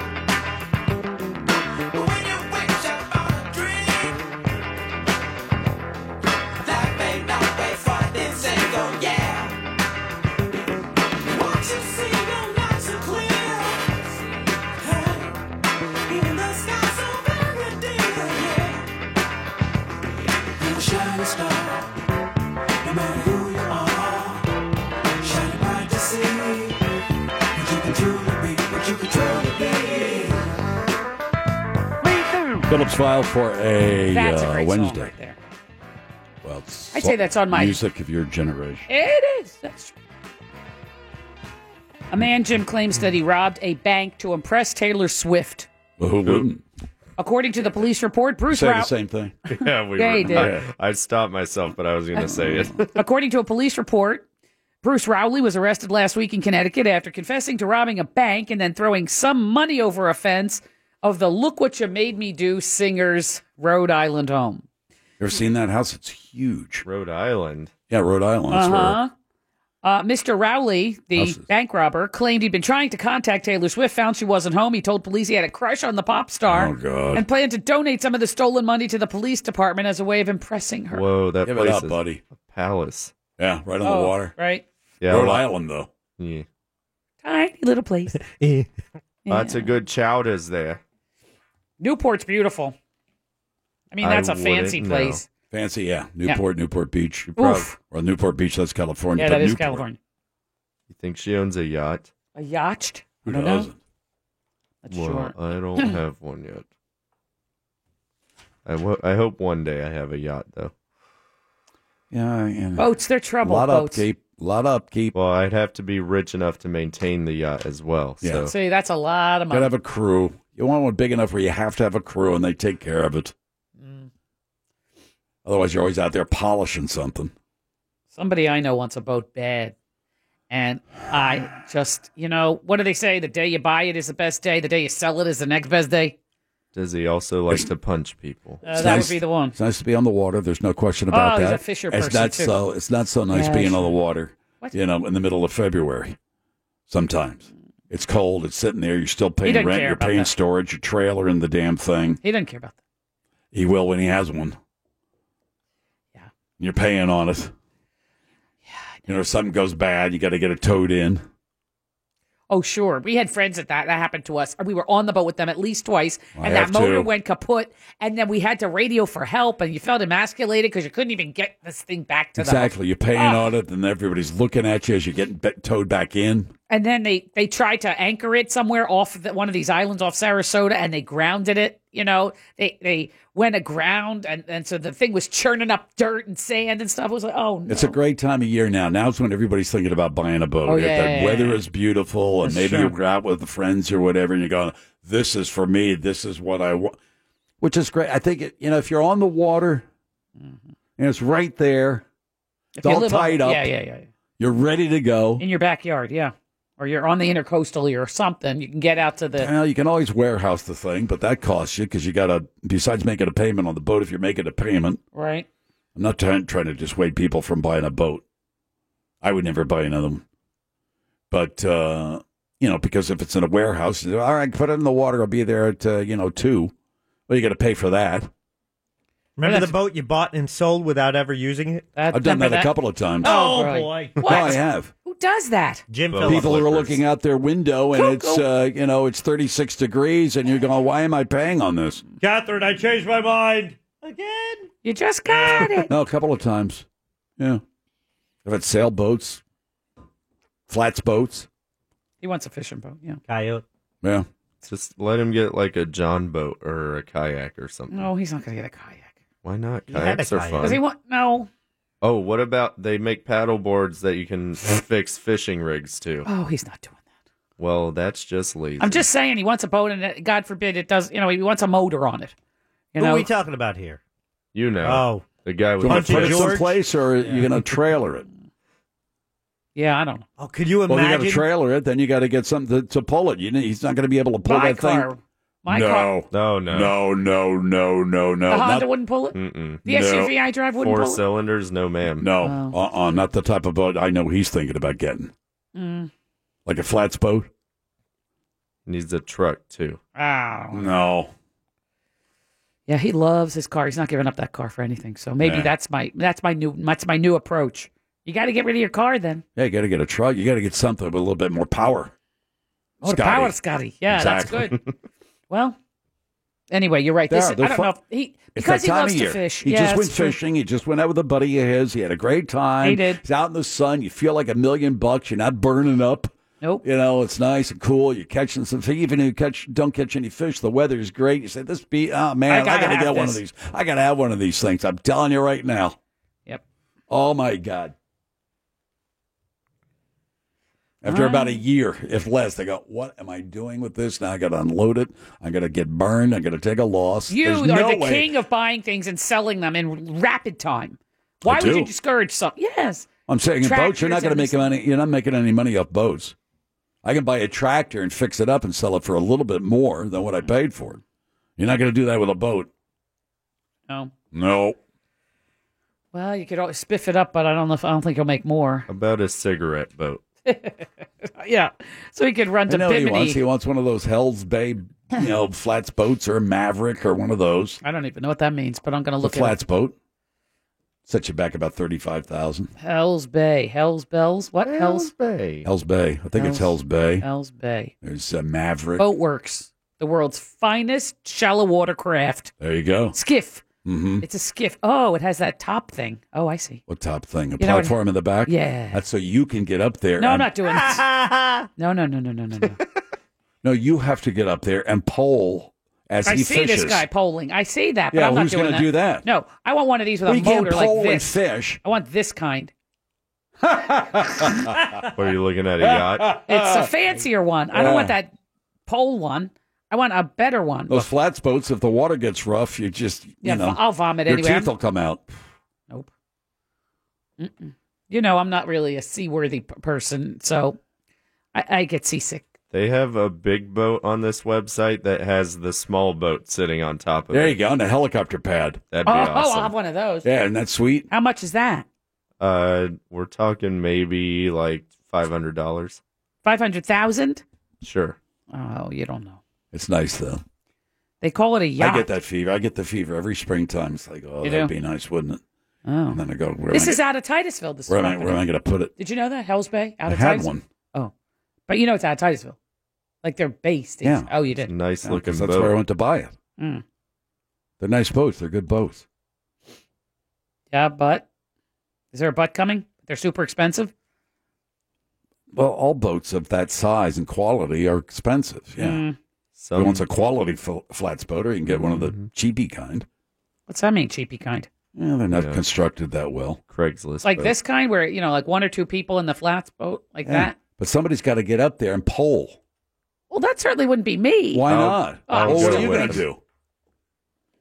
[SPEAKER 5] Phillips file for a,
[SPEAKER 7] That's
[SPEAKER 5] uh,
[SPEAKER 7] a great
[SPEAKER 5] Wednesday.
[SPEAKER 7] song right there.
[SPEAKER 5] Well, it's
[SPEAKER 7] I'd say that's on my-
[SPEAKER 5] music of your generation.
[SPEAKER 7] It is. That's true. A man, Jim, claims that he robbed a bank to impress Taylor Swift.
[SPEAKER 5] Well, who wouldn't
[SPEAKER 7] According to the police report, Bruce
[SPEAKER 9] Say the
[SPEAKER 7] Rou-
[SPEAKER 5] same thing?
[SPEAKER 9] Yeah, we
[SPEAKER 7] Yeah,
[SPEAKER 9] were.
[SPEAKER 7] he did.
[SPEAKER 9] I stopped myself, but I was going to say it.
[SPEAKER 7] According to a police report, Bruce Rowley was arrested last week in Connecticut after confessing to robbing a bank and then throwing some money over a fence of the Look What You Made Me Do singer's Rhode Island home.
[SPEAKER 5] You ever seen that house? It's huge.
[SPEAKER 9] Rhode Island.
[SPEAKER 5] Yeah, Rhode Island. That's where-
[SPEAKER 7] Uh-huh. Uh, Mr. Rowley, the
[SPEAKER 5] Houses.
[SPEAKER 7] bank robber, claimed he'd been trying to contact Taylor Swift, found she wasn't home. He told police he had a crush on the pop star
[SPEAKER 5] Oh, God.
[SPEAKER 7] and planned to donate some of the stolen money to the police department as a way of impressing her.
[SPEAKER 9] Whoa, that
[SPEAKER 5] Give it
[SPEAKER 9] place
[SPEAKER 5] up,
[SPEAKER 9] is
[SPEAKER 5] buddy.
[SPEAKER 9] a palace.
[SPEAKER 5] Yeah, right on
[SPEAKER 7] Oh,
[SPEAKER 5] the water.
[SPEAKER 7] Right.
[SPEAKER 9] Yeah,
[SPEAKER 5] Rhode
[SPEAKER 9] well-
[SPEAKER 5] Island, though.
[SPEAKER 9] Yeah.
[SPEAKER 7] Tiny little place.
[SPEAKER 9] Lots of good chowders there.
[SPEAKER 7] Newport's beautiful. I mean,
[SPEAKER 9] I
[SPEAKER 7] that's a fancy
[SPEAKER 9] wouldn't know.
[SPEAKER 7] place.
[SPEAKER 5] Fancy, yeah.
[SPEAKER 7] Yeah.
[SPEAKER 5] Newport, Newport Beach.
[SPEAKER 7] Oof.
[SPEAKER 5] Well, Newport Beach, that's California.
[SPEAKER 7] Yeah,
[SPEAKER 5] but
[SPEAKER 7] that is
[SPEAKER 5] Newport-
[SPEAKER 7] California.
[SPEAKER 9] You think she owns a yacht?
[SPEAKER 7] A yacht?
[SPEAKER 5] Who
[SPEAKER 7] I don't know.
[SPEAKER 5] doesn't?
[SPEAKER 7] That's
[SPEAKER 9] well,
[SPEAKER 7] short.
[SPEAKER 9] I don't have one yet. I wo- I hope one day I have a yacht, though.
[SPEAKER 5] Yeah, yeah.
[SPEAKER 7] Boats, they're trouble. Boats.
[SPEAKER 5] lot of upkeep.
[SPEAKER 9] Well, I'd have to be rich enough to maintain the yacht as well.
[SPEAKER 5] Yeah.
[SPEAKER 9] So.
[SPEAKER 7] See, that's a lot of
[SPEAKER 5] Got to
[SPEAKER 7] money.
[SPEAKER 5] have a crew. You want one big enough where you have to have a crew and they take care of it.
[SPEAKER 7] Mm.
[SPEAKER 5] Otherwise, you're always out there polishing something.
[SPEAKER 7] Somebody I know wants a boat bad. And I just, you know, what do they say? The day you buy it is the best day. The day you sell it is the next best day.
[SPEAKER 9] Does he also like to punch people?
[SPEAKER 7] Uh, that would be the one.
[SPEAKER 5] It's nice to be on the water. There's no question about
[SPEAKER 7] Oh,
[SPEAKER 5] that.
[SPEAKER 7] he's a fisher
[SPEAKER 5] it's
[SPEAKER 7] person,
[SPEAKER 5] not
[SPEAKER 7] too.
[SPEAKER 5] so. It's not so nice
[SPEAKER 7] Yeah,
[SPEAKER 5] being
[SPEAKER 7] sure.
[SPEAKER 5] on the water.
[SPEAKER 7] What?
[SPEAKER 5] You know, in the middle of February, sometimes it's cold. It's sitting there. You're still paying
[SPEAKER 7] doesn't
[SPEAKER 5] rent.
[SPEAKER 7] care
[SPEAKER 5] You're
[SPEAKER 7] about
[SPEAKER 5] paying
[SPEAKER 7] that.
[SPEAKER 5] storage. Your trailer in the damn thing.
[SPEAKER 7] He doesn't care about that.
[SPEAKER 5] He will when he has one. Yeah. You're paying on it. Yeah. You know, if something goes bad, you got to get it towed in.
[SPEAKER 7] Oh, sure. We had friends at that. That happened to us. We were on the boat with them at least twice,
[SPEAKER 5] I
[SPEAKER 7] and that
[SPEAKER 5] have
[SPEAKER 7] motor
[SPEAKER 5] too.
[SPEAKER 7] went kaput. And then we had to radio for help, and you felt emasculated because you couldn't even get this thing back to the Ah.
[SPEAKER 5] Exactly. You're paying on it, and everybody's looking at you as you're getting be- towed back in.
[SPEAKER 7] And then they they tried to anchor it somewhere off of the, one of these islands off Sarasota, and they grounded it. You know, they they went aground, and and so the thing was churning up dirt and sand and stuff. It was like, oh no.
[SPEAKER 5] It's a great time of year now. Now's when everybody's thinking about buying a boat.
[SPEAKER 7] Oh,
[SPEAKER 5] If
[SPEAKER 7] yeah,
[SPEAKER 5] the
[SPEAKER 7] yeah,
[SPEAKER 5] weather
[SPEAKER 7] yeah.
[SPEAKER 5] is beautiful, and
[SPEAKER 7] That's
[SPEAKER 5] maybe
[SPEAKER 7] true.
[SPEAKER 5] you're out with the friends or whatever, and you're going, "This is for me. This is what I want," which is great. I think it. You know, if you're on the water, and it's right there, it's
[SPEAKER 7] Mm-hmm. you
[SPEAKER 5] all
[SPEAKER 7] live on-
[SPEAKER 5] tied up.
[SPEAKER 7] yeah, yeah, yeah, yeah.
[SPEAKER 5] You're ready to go.
[SPEAKER 7] in your backyard, yeah, or you're on the intercoastal or something. You can get out to the
[SPEAKER 5] Well, you can always warehouse the thing, but that costs you because you got to. Besides making a payment on the boat, if you're making a payment,
[SPEAKER 7] right.
[SPEAKER 5] I'm not trying, trying to dissuade people from buying a boat. I would never buy another one. But, uh, you know, because if it's in a warehouse, you say, all right, put it in the water. I'll be there at, uh, you know, two. Well, you got to pay for that.
[SPEAKER 10] Remember the boat you bought and sold without ever using it?
[SPEAKER 5] I've done that, a couple of times.
[SPEAKER 10] Oh, boy.
[SPEAKER 5] No, I have.
[SPEAKER 7] Who does that?
[SPEAKER 10] Jim
[SPEAKER 5] People are looking out their window and it's, uh, you know, it's 36 degrees and you're going, why am I paying on this?
[SPEAKER 10] Catherine, I changed my mind.
[SPEAKER 7] You just got it.
[SPEAKER 5] No, a couple of times. Yeah. I've had sailboats, flats boats.
[SPEAKER 7] He wants a fishing boat. Yeah.
[SPEAKER 10] Coyote.
[SPEAKER 5] Yeah.
[SPEAKER 9] Just let him get like a John boat or a kayak or something.
[SPEAKER 7] No, he's not going to get a kayak.
[SPEAKER 9] Why not?
[SPEAKER 7] had Mm. a
[SPEAKER 9] Kayaks are
[SPEAKER 7] kayak.
[SPEAKER 9] fun.
[SPEAKER 7] Does he want? No.
[SPEAKER 9] oh, what about they make paddle boards that you can fix fishing rigs to?
[SPEAKER 7] Oh, he's not doing.
[SPEAKER 9] Well, that's just lazy.
[SPEAKER 7] I'm just saying he wants a boat, and it- God forbid it does. You know, he wants a motor on it. You
[SPEAKER 10] Who
[SPEAKER 7] know,
[SPEAKER 10] are we talking about here?
[SPEAKER 9] you know.
[SPEAKER 10] Oh.
[SPEAKER 9] The guy
[SPEAKER 5] Do
[SPEAKER 9] with
[SPEAKER 5] you
[SPEAKER 9] the
[SPEAKER 5] want to put it
[SPEAKER 9] fish.
[SPEAKER 5] someplace or you're going to trailer it?
[SPEAKER 7] yeah, I don't know.
[SPEAKER 10] Oh, could you
[SPEAKER 5] Well, you got
[SPEAKER 10] imagine?
[SPEAKER 5] to trailer it, then you got to get something to, to pull it. You know, he's not going to be able to pull
[SPEAKER 7] My
[SPEAKER 5] that
[SPEAKER 7] car.
[SPEAKER 5] thing.
[SPEAKER 7] My
[SPEAKER 5] no.
[SPEAKER 7] car.
[SPEAKER 9] No, no.
[SPEAKER 5] no, no, no, no, no.
[SPEAKER 7] The Honda
[SPEAKER 5] Not-
[SPEAKER 7] wouldn't pull it.
[SPEAKER 9] Mm-mm.
[SPEAKER 7] The SUV I drive wouldn't
[SPEAKER 9] Four
[SPEAKER 7] pull it. Oh.
[SPEAKER 9] cylinders, no, ma'am.
[SPEAKER 5] no, uh, uh not the type of boat I know he's thinking about getting,
[SPEAKER 7] Mm.
[SPEAKER 5] like a flats boat.
[SPEAKER 9] Needs a truck too.
[SPEAKER 7] Wow.
[SPEAKER 5] No,
[SPEAKER 7] Yeah, he loves his car. He's not giving up that car for anything. So maybe
[SPEAKER 5] Yeah.
[SPEAKER 7] that's my that's my new that's my new approach. You got to get rid of your car then.
[SPEAKER 5] yeah, you got to get a truck. You got to get something with a little bit more power.
[SPEAKER 7] Oh, the power, Scotty. Yeah, that's good. well, anyway, you're right.
[SPEAKER 5] They
[SPEAKER 7] This
[SPEAKER 5] are.
[SPEAKER 7] I
[SPEAKER 5] They're
[SPEAKER 7] don't
[SPEAKER 5] fun.
[SPEAKER 7] know if he
[SPEAKER 5] It's
[SPEAKER 7] because
[SPEAKER 5] that
[SPEAKER 7] he
[SPEAKER 5] time
[SPEAKER 7] loves
[SPEAKER 5] of
[SPEAKER 7] to
[SPEAKER 5] year.
[SPEAKER 7] fish.
[SPEAKER 5] He
[SPEAKER 7] yeah,
[SPEAKER 5] just
[SPEAKER 7] that's
[SPEAKER 5] went
[SPEAKER 7] true.
[SPEAKER 5] fishing. He just went out with a buddy of his. He had a great time.
[SPEAKER 7] He did.
[SPEAKER 5] He's out in the sun. You feel like a million bucks. You're not burning up.
[SPEAKER 7] Nope.
[SPEAKER 5] You know, it's nice and cool. You're catching some fish. Even if you catch, don't catch any fish, the weather is great. You say, this be, oh man, I gotta,
[SPEAKER 7] gotta
[SPEAKER 5] get
[SPEAKER 7] have
[SPEAKER 5] one of
[SPEAKER 7] this."
[SPEAKER 5] these. I gotta have one of these things. I'm telling you right now.
[SPEAKER 7] Yep.
[SPEAKER 5] Oh my God. After
[SPEAKER 7] All
[SPEAKER 5] about a
[SPEAKER 7] right.
[SPEAKER 5] year, if less, they go, what am I doing with this? Now I got to unload it. I got to get burned. I got to take a loss.
[SPEAKER 7] You
[SPEAKER 5] There's
[SPEAKER 7] are
[SPEAKER 5] no
[SPEAKER 7] the
[SPEAKER 5] way.
[SPEAKER 7] king of buying things and selling them in rapid time.
[SPEAKER 5] I
[SPEAKER 7] Why would
[SPEAKER 5] do.
[SPEAKER 7] you discourage some? Yes.
[SPEAKER 5] I'm saying in boats, you're
[SPEAKER 7] Tractors
[SPEAKER 5] not going to
[SPEAKER 7] and
[SPEAKER 5] make money. You're not making any money off boats. I can buy a tractor and fix it up and sell it for a little bit more than what I paid for it. You're not going to do that with a boat.
[SPEAKER 7] No.
[SPEAKER 5] No.
[SPEAKER 7] Well, you could always spiff it up, but I don't know if I don't think he'll make more.
[SPEAKER 9] About a cigarette boat.
[SPEAKER 7] Yeah. So he could run
[SPEAKER 5] I
[SPEAKER 7] to
[SPEAKER 5] know what he
[SPEAKER 7] Bimini.
[SPEAKER 5] wants. He wants one of those Hell's Bay, you know, flats boats or a Maverick or one of those.
[SPEAKER 7] I don't even know what that means, but I'm going to
[SPEAKER 5] The
[SPEAKER 7] look
[SPEAKER 5] flats
[SPEAKER 7] at
[SPEAKER 5] boat. Set you back about thirty-five thousand.
[SPEAKER 7] it. Hell's Bay. Hell's Bells. What? Hell's,
[SPEAKER 9] Bay.
[SPEAKER 5] Hell's Bay. I think
[SPEAKER 7] Hell's-
[SPEAKER 5] it's Hell's Bay.
[SPEAKER 7] Hell's Bay.
[SPEAKER 5] There's a Maverick.
[SPEAKER 7] Boatworks. The world's finest shallow water craft.
[SPEAKER 5] There you go.
[SPEAKER 7] Skiff.
[SPEAKER 5] Mm-hmm.
[SPEAKER 7] It's a skiff. Oh, it has that top thing. Oh, I see.
[SPEAKER 5] What top thing? A
[SPEAKER 7] You know what-
[SPEAKER 5] platform in the back.
[SPEAKER 7] Yeah.
[SPEAKER 5] That's so you can get up there.
[SPEAKER 7] No, I'm not
[SPEAKER 5] and-
[SPEAKER 7] doing this. No, no, no, no, no, no, no.
[SPEAKER 5] No, you have to get up there and pole as
[SPEAKER 7] I
[SPEAKER 5] he
[SPEAKER 7] see
[SPEAKER 5] fishes.
[SPEAKER 7] this guy polling. I see that, but
[SPEAKER 5] Yeah,
[SPEAKER 7] I'm not
[SPEAKER 5] who's
[SPEAKER 7] doing
[SPEAKER 5] gonna
[SPEAKER 7] that.
[SPEAKER 5] do that?
[SPEAKER 7] No, I want one of these with
[SPEAKER 5] We
[SPEAKER 7] a
[SPEAKER 5] can't
[SPEAKER 7] motor like
[SPEAKER 5] pole and
[SPEAKER 7] this.
[SPEAKER 5] fish.
[SPEAKER 7] I want this kind.
[SPEAKER 3] Uh,
[SPEAKER 9] What are you looking at? A yacht?
[SPEAKER 7] It's a fancier one. I don't
[SPEAKER 5] Yeah.
[SPEAKER 7] want that pole one. I want a better one.
[SPEAKER 5] Those flats boats, if the water gets rough, you just you
[SPEAKER 7] Yeah,
[SPEAKER 5] know
[SPEAKER 7] I'll vomit
[SPEAKER 5] your
[SPEAKER 7] anyway.
[SPEAKER 5] teeth will come out.
[SPEAKER 7] Mm-mm. You know, I'm not really a seaworthy p- person, so I, I get seasick.
[SPEAKER 9] They have a big boat on this website that has the small boat sitting on top of it.
[SPEAKER 5] There you go, on a helicopter pad.
[SPEAKER 9] That'd
[SPEAKER 7] Oh,
[SPEAKER 9] be
[SPEAKER 7] I'll have
[SPEAKER 9] awesome.
[SPEAKER 7] one of those.
[SPEAKER 5] Yeah, isn't that sweet?
[SPEAKER 7] How much is that?
[SPEAKER 9] Uh, we're talking maybe like five hundred dollars.
[SPEAKER 7] Five hundred thousand?
[SPEAKER 9] Sure.
[SPEAKER 7] Oh, you don't know.
[SPEAKER 5] It's nice though.
[SPEAKER 7] They call it a yacht.
[SPEAKER 5] I get that fever. I get the fever every springtime. It's like, oh,
[SPEAKER 7] You
[SPEAKER 5] that'd
[SPEAKER 7] do?
[SPEAKER 5] be nice, wouldn't it?
[SPEAKER 7] Oh.
[SPEAKER 5] And then I go, where
[SPEAKER 7] this
[SPEAKER 5] am I
[SPEAKER 7] is
[SPEAKER 5] gonna-
[SPEAKER 7] out of Titusville. This
[SPEAKER 5] where
[SPEAKER 7] is
[SPEAKER 5] am I, where am I going to put it?
[SPEAKER 7] Did you know that Hell's Bay out
[SPEAKER 5] I
[SPEAKER 7] of
[SPEAKER 5] had
[SPEAKER 7] Titusville?
[SPEAKER 5] one.
[SPEAKER 7] Oh, but you know it's out of Titusville. Like they're based.
[SPEAKER 5] Yeah.
[SPEAKER 7] Yeah. Oh, you did.
[SPEAKER 9] Nice
[SPEAKER 5] Yeah,
[SPEAKER 9] looking
[SPEAKER 5] 'cause
[SPEAKER 9] boat.
[SPEAKER 5] That's where I went to buy it.
[SPEAKER 7] Mm.
[SPEAKER 5] They're nice boats. They're good boats.
[SPEAKER 7] Yeah, but is there a butt coming? They're super expensive.
[SPEAKER 5] Well, all boats of that size and quality are expensive. Yeah.
[SPEAKER 7] Mm.
[SPEAKER 5] So if you want a quality fl- flats boat, or you can get one of
[SPEAKER 9] Mm-hmm.
[SPEAKER 5] the cheapy kind.
[SPEAKER 7] What's that mean, cheapy kind?
[SPEAKER 5] Yeah, they're not constructed that well.
[SPEAKER 9] Craigslist.
[SPEAKER 7] Like this kind, where you know, like one or two people in the flats boat, like that.
[SPEAKER 5] But somebody's got to get up there and pole.
[SPEAKER 7] Well, that certainly wouldn't be me. Oh,
[SPEAKER 5] Why not?
[SPEAKER 7] I'll
[SPEAKER 5] well, what
[SPEAKER 7] go
[SPEAKER 5] are Oh. you
[SPEAKER 7] with
[SPEAKER 5] going to
[SPEAKER 7] them.
[SPEAKER 5] do?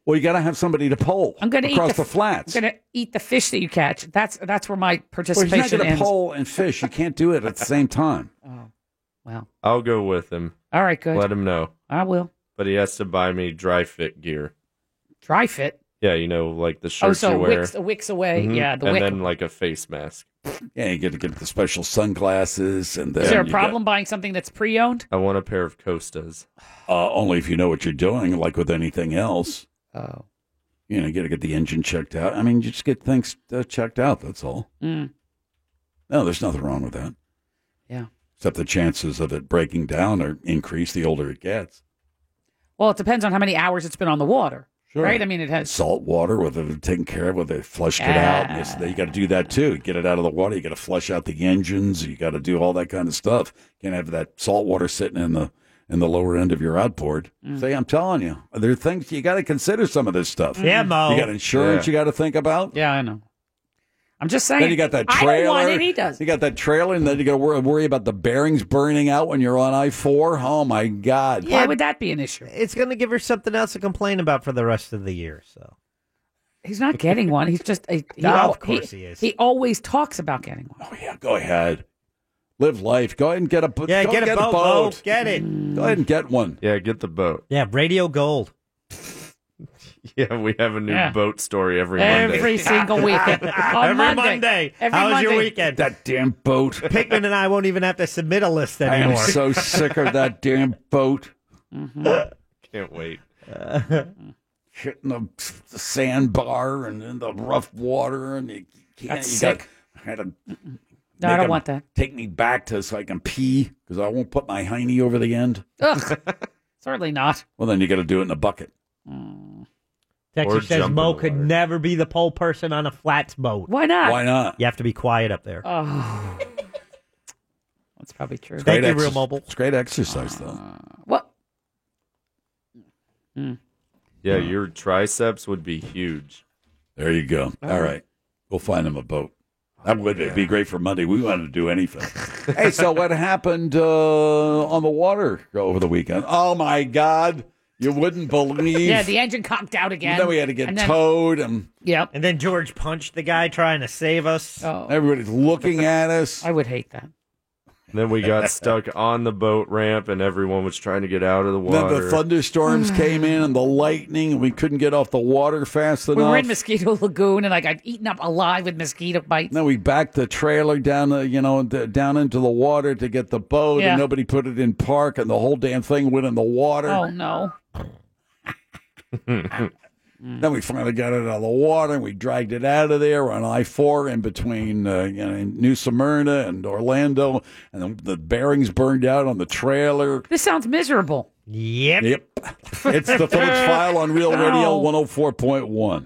[SPEAKER 5] Well, you got to have somebody to pole
[SPEAKER 7] I'm going to eat
[SPEAKER 5] across the,
[SPEAKER 7] f-
[SPEAKER 5] flats.
[SPEAKER 7] I'm going to eat the fish that you catch. That's that's where my
[SPEAKER 5] Well, you're not
[SPEAKER 7] participation
[SPEAKER 5] going to
[SPEAKER 7] ends. Oh,
[SPEAKER 5] pole and fish. You can't do it at the same time.
[SPEAKER 9] I'll go with him.
[SPEAKER 7] All right, good.
[SPEAKER 9] Let him know.
[SPEAKER 7] I will
[SPEAKER 9] But he has to buy me dry fit gear.
[SPEAKER 7] dry fit.
[SPEAKER 9] Yeah, you know, like the
[SPEAKER 7] oh,
[SPEAKER 9] shirts
[SPEAKER 7] so
[SPEAKER 9] you wear.
[SPEAKER 7] wicks, wicks away.
[SPEAKER 5] Mm-hmm.
[SPEAKER 9] Mhm.
[SPEAKER 7] Yeah, the
[SPEAKER 9] and
[SPEAKER 7] wick.
[SPEAKER 9] then like a face mask.
[SPEAKER 5] Yeah, you got to get the special sunglasses and then
[SPEAKER 7] Is there a
[SPEAKER 5] you
[SPEAKER 7] problem buying something that's pre-owned?
[SPEAKER 9] I want a pair of Costas.
[SPEAKER 5] get- uh, only if you know what you're doing, like with anything else.
[SPEAKER 7] Oh.
[SPEAKER 5] You know, you got to get the engine checked out. I mean, you just get things uh, checked out. That's all.
[SPEAKER 7] Mm.
[SPEAKER 5] No, there's nothing wrong with that.
[SPEAKER 7] Yeah.
[SPEAKER 5] Except the chances of it breaking down are increased the older it gets.
[SPEAKER 7] Well, it depends on how many hours it's been on the water,
[SPEAKER 5] Sure.
[SPEAKER 7] right? I mean, it has.
[SPEAKER 5] Salt water, whether they're taken care of, whether they flushed it out. and this and that. You got to do that too. Get it out of the water. You got to flush out the engines. You got to do all that kind of stuff. Can't have that salt water sitting in the in the lower end of your outboard.
[SPEAKER 7] Mm.
[SPEAKER 5] See, I'm telling you, there are things you got to consider. Some of this stuff.
[SPEAKER 7] Yeah, Mo.
[SPEAKER 5] You got insurance.
[SPEAKER 7] Yeah.
[SPEAKER 5] You got to think about.
[SPEAKER 7] Yeah, I know. I'm just saying.
[SPEAKER 5] Then you got that
[SPEAKER 7] I
[SPEAKER 5] trailer.
[SPEAKER 7] don't want it. He does.
[SPEAKER 5] You got that trailer, and then you got to worry, worry about the bearings burning out when you're on I four. Oh my God!
[SPEAKER 7] Why would that be an issue?
[SPEAKER 10] It's going to give her something else to complain about for the rest of the year. So
[SPEAKER 7] He's not getting one. He's just. A,
[SPEAKER 10] No,
[SPEAKER 7] al-
[SPEAKER 10] of course he is.
[SPEAKER 7] He always talks about getting one.
[SPEAKER 5] Go ahead, live life. Go ahead and get a bo-
[SPEAKER 10] Yeah,
[SPEAKER 5] go
[SPEAKER 10] get a boat, Mo.
[SPEAKER 5] boat.
[SPEAKER 10] Get it.
[SPEAKER 5] Go ahead and get one.
[SPEAKER 9] Yeah, get the boat.
[SPEAKER 10] Yeah, Radio Gold.
[SPEAKER 9] Yeah, we have a new
[SPEAKER 10] Yeah.
[SPEAKER 9] boat story every Monday.
[SPEAKER 10] Every single
[SPEAKER 7] weekend. On
[SPEAKER 10] Every
[SPEAKER 7] Monday.
[SPEAKER 10] Monday.
[SPEAKER 7] Every
[SPEAKER 10] How was your
[SPEAKER 7] Monday.
[SPEAKER 10] weekend?
[SPEAKER 5] That damn boat.
[SPEAKER 10] Pickman and I won't even have to submit a list
[SPEAKER 5] I
[SPEAKER 10] anymore.
[SPEAKER 5] am so sick of that damn boat.
[SPEAKER 9] Mm-hmm. Can't wait.
[SPEAKER 5] Hitting the, the sandbar and in the rough water, and you can't.
[SPEAKER 7] That's
[SPEAKER 5] you
[SPEAKER 7] sick.
[SPEAKER 5] Got, I had to
[SPEAKER 7] No, I
[SPEAKER 5] make
[SPEAKER 7] don't
[SPEAKER 5] him
[SPEAKER 7] want that.
[SPEAKER 5] Take me back to so I can pee because I won't put my hiney over the end.
[SPEAKER 7] Ugh. Certainly not.
[SPEAKER 5] Well, then you got to do it in a bucket.
[SPEAKER 10] Texas
[SPEAKER 5] Or
[SPEAKER 10] says
[SPEAKER 5] jump
[SPEAKER 10] Mo could never be the pole person on a flats boat.
[SPEAKER 7] Why not?
[SPEAKER 5] Why not?
[SPEAKER 10] You have to be quiet up there.
[SPEAKER 7] Oh. That's probably true. Uh,
[SPEAKER 5] It's great
[SPEAKER 10] Thank you,
[SPEAKER 5] exer-
[SPEAKER 10] Real Mobile.
[SPEAKER 5] It's great exercise, though.
[SPEAKER 7] What?
[SPEAKER 9] Yeah, your triceps would be huge.
[SPEAKER 5] There you go. All right. We'll find him a boat.
[SPEAKER 7] Oh,
[SPEAKER 5] That would be great for Monday. We wanted to do anything. hey, so what happened uh, on the water over the weekend? Oh, my God. You wouldn't believe.
[SPEAKER 7] Yeah, the engine conked out again.
[SPEAKER 5] Then we had to get
[SPEAKER 7] And then-
[SPEAKER 5] towed, and
[SPEAKER 7] Yep. Oh.
[SPEAKER 10] And then George punched the guy trying to save us.
[SPEAKER 5] everybody's looking at us.
[SPEAKER 7] I would hate that.
[SPEAKER 9] Then we got stuck on the boat ramp, and everyone was trying to get out of the
[SPEAKER 5] then
[SPEAKER 9] water.
[SPEAKER 5] the thunderstorms came in and the lightning, and we couldn't get off the water fast
[SPEAKER 7] We
[SPEAKER 5] enough.
[SPEAKER 7] were in Mosquito Lagoon, and I got eaten up alive with mosquito bites.
[SPEAKER 5] Then we backed the trailer down, the, you know, d- down into the water to get the boat,
[SPEAKER 7] Yeah.
[SPEAKER 5] and nobody put it in park, and the whole damn thing went in the water.
[SPEAKER 7] Oh no! Mm.
[SPEAKER 5] Then we finally got it out of the water, and we dragged it out of there on I four in between uh, you know, in New Smyrna and Orlando, and then the bearings burned out on the trailer.
[SPEAKER 7] This sounds miserable.
[SPEAKER 10] Yep.
[SPEAKER 5] Yep. It's the Phillips File on Real Radio
[SPEAKER 7] Ow.
[SPEAKER 5] one hundred four point one.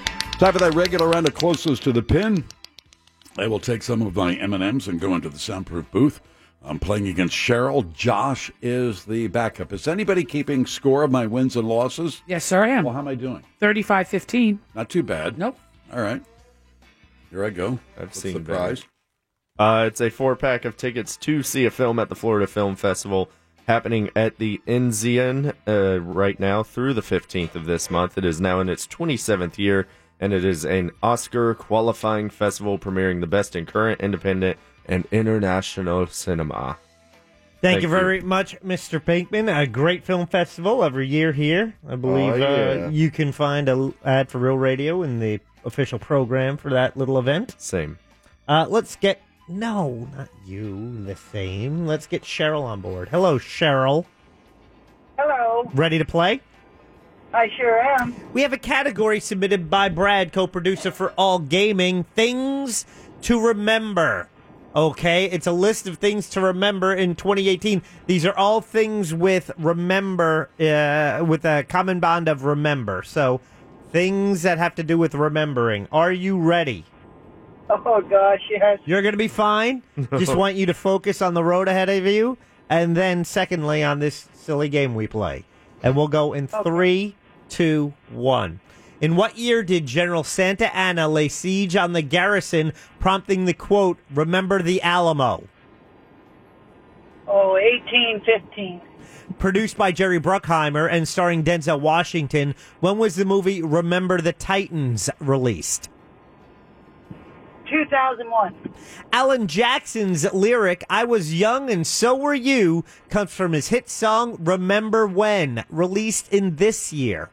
[SPEAKER 5] Time for that regular round of closest to the pin. I will take some of my M and M's and go into the soundproof booth. I'm playing against Cheryl. Josh is the backup. Is anybody keeping score of my wins and losses?
[SPEAKER 7] Yes, sir, I am.
[SPEAKER 5] Well, how am I doing?
[SPEAKER 7] Thirty-five fifteen.
[SPEAKER 5] Not too bad.
[SPEAKER 7] Nope.
[SPEAKER 5] All right. Here I go.
[SPEAKER 9] I've seen
[SPEAKER 5] the prize?
[SPEAKER 9] Uh, it's a four pack of tickets to see a film at the Florida Film Festival happening at the Enzian uh, right now through the 15th of this month. It is now in its 27th year, and it is an Oscar qualifying festival premiering the best in current, independent, and international cinema.
[SPEAKER 10] Thank,
[SPEAKER 9] Thank
[SPEAKER 10] you very much, Mr. Pinkman. A great film festival every year here. I believe
[SPEAKER 9] Oh, yeah.
[SPEAKER 10] uh, you can find a l- ad for Real Radio in the official program for that little event.
[SPEAKER 9] Same.
[SPEAKER 10] Uh, let's get no, not you. The same. Let's get Cheryl on board. Hello, Cheryl.
[SPEAKER 6] Hello.
[SPEAKER 10] Ready to play?
[SPEAKER 6] I sure am.
[SPEAKER 10] We have a category submitted by Brad, co-producer for All Gaming, things to remember. Okay, it's a list of things to remember in 2018. These are all things with remember, uh, with a common bond of remember. So, things that have to do with remembering. Are you ready?
[SPEAKER 6] Oh gosh, yes.
[SPEAKER 10] You're going to be fine. Just want you to focus on the road ahead of you. And then, secondly, on this silly game we play. And we'll go in three, two, one. In what year did General Santa Anna lay siege on the garrison, prompting the quote, Remember the Alamo?
[SPEAKER 6] Oh, eighteen fifteen.
[SPEAKER 10] Produced by Jerry Bruckheimer and starring Denzel Washington, when was the movie Remember the Titans released?
[SPEAKER 6] 2001.
[SPEAKER 10] Alan Jackson's lyric, I was young and so were you, comes from his hit song Remember When, released in this year.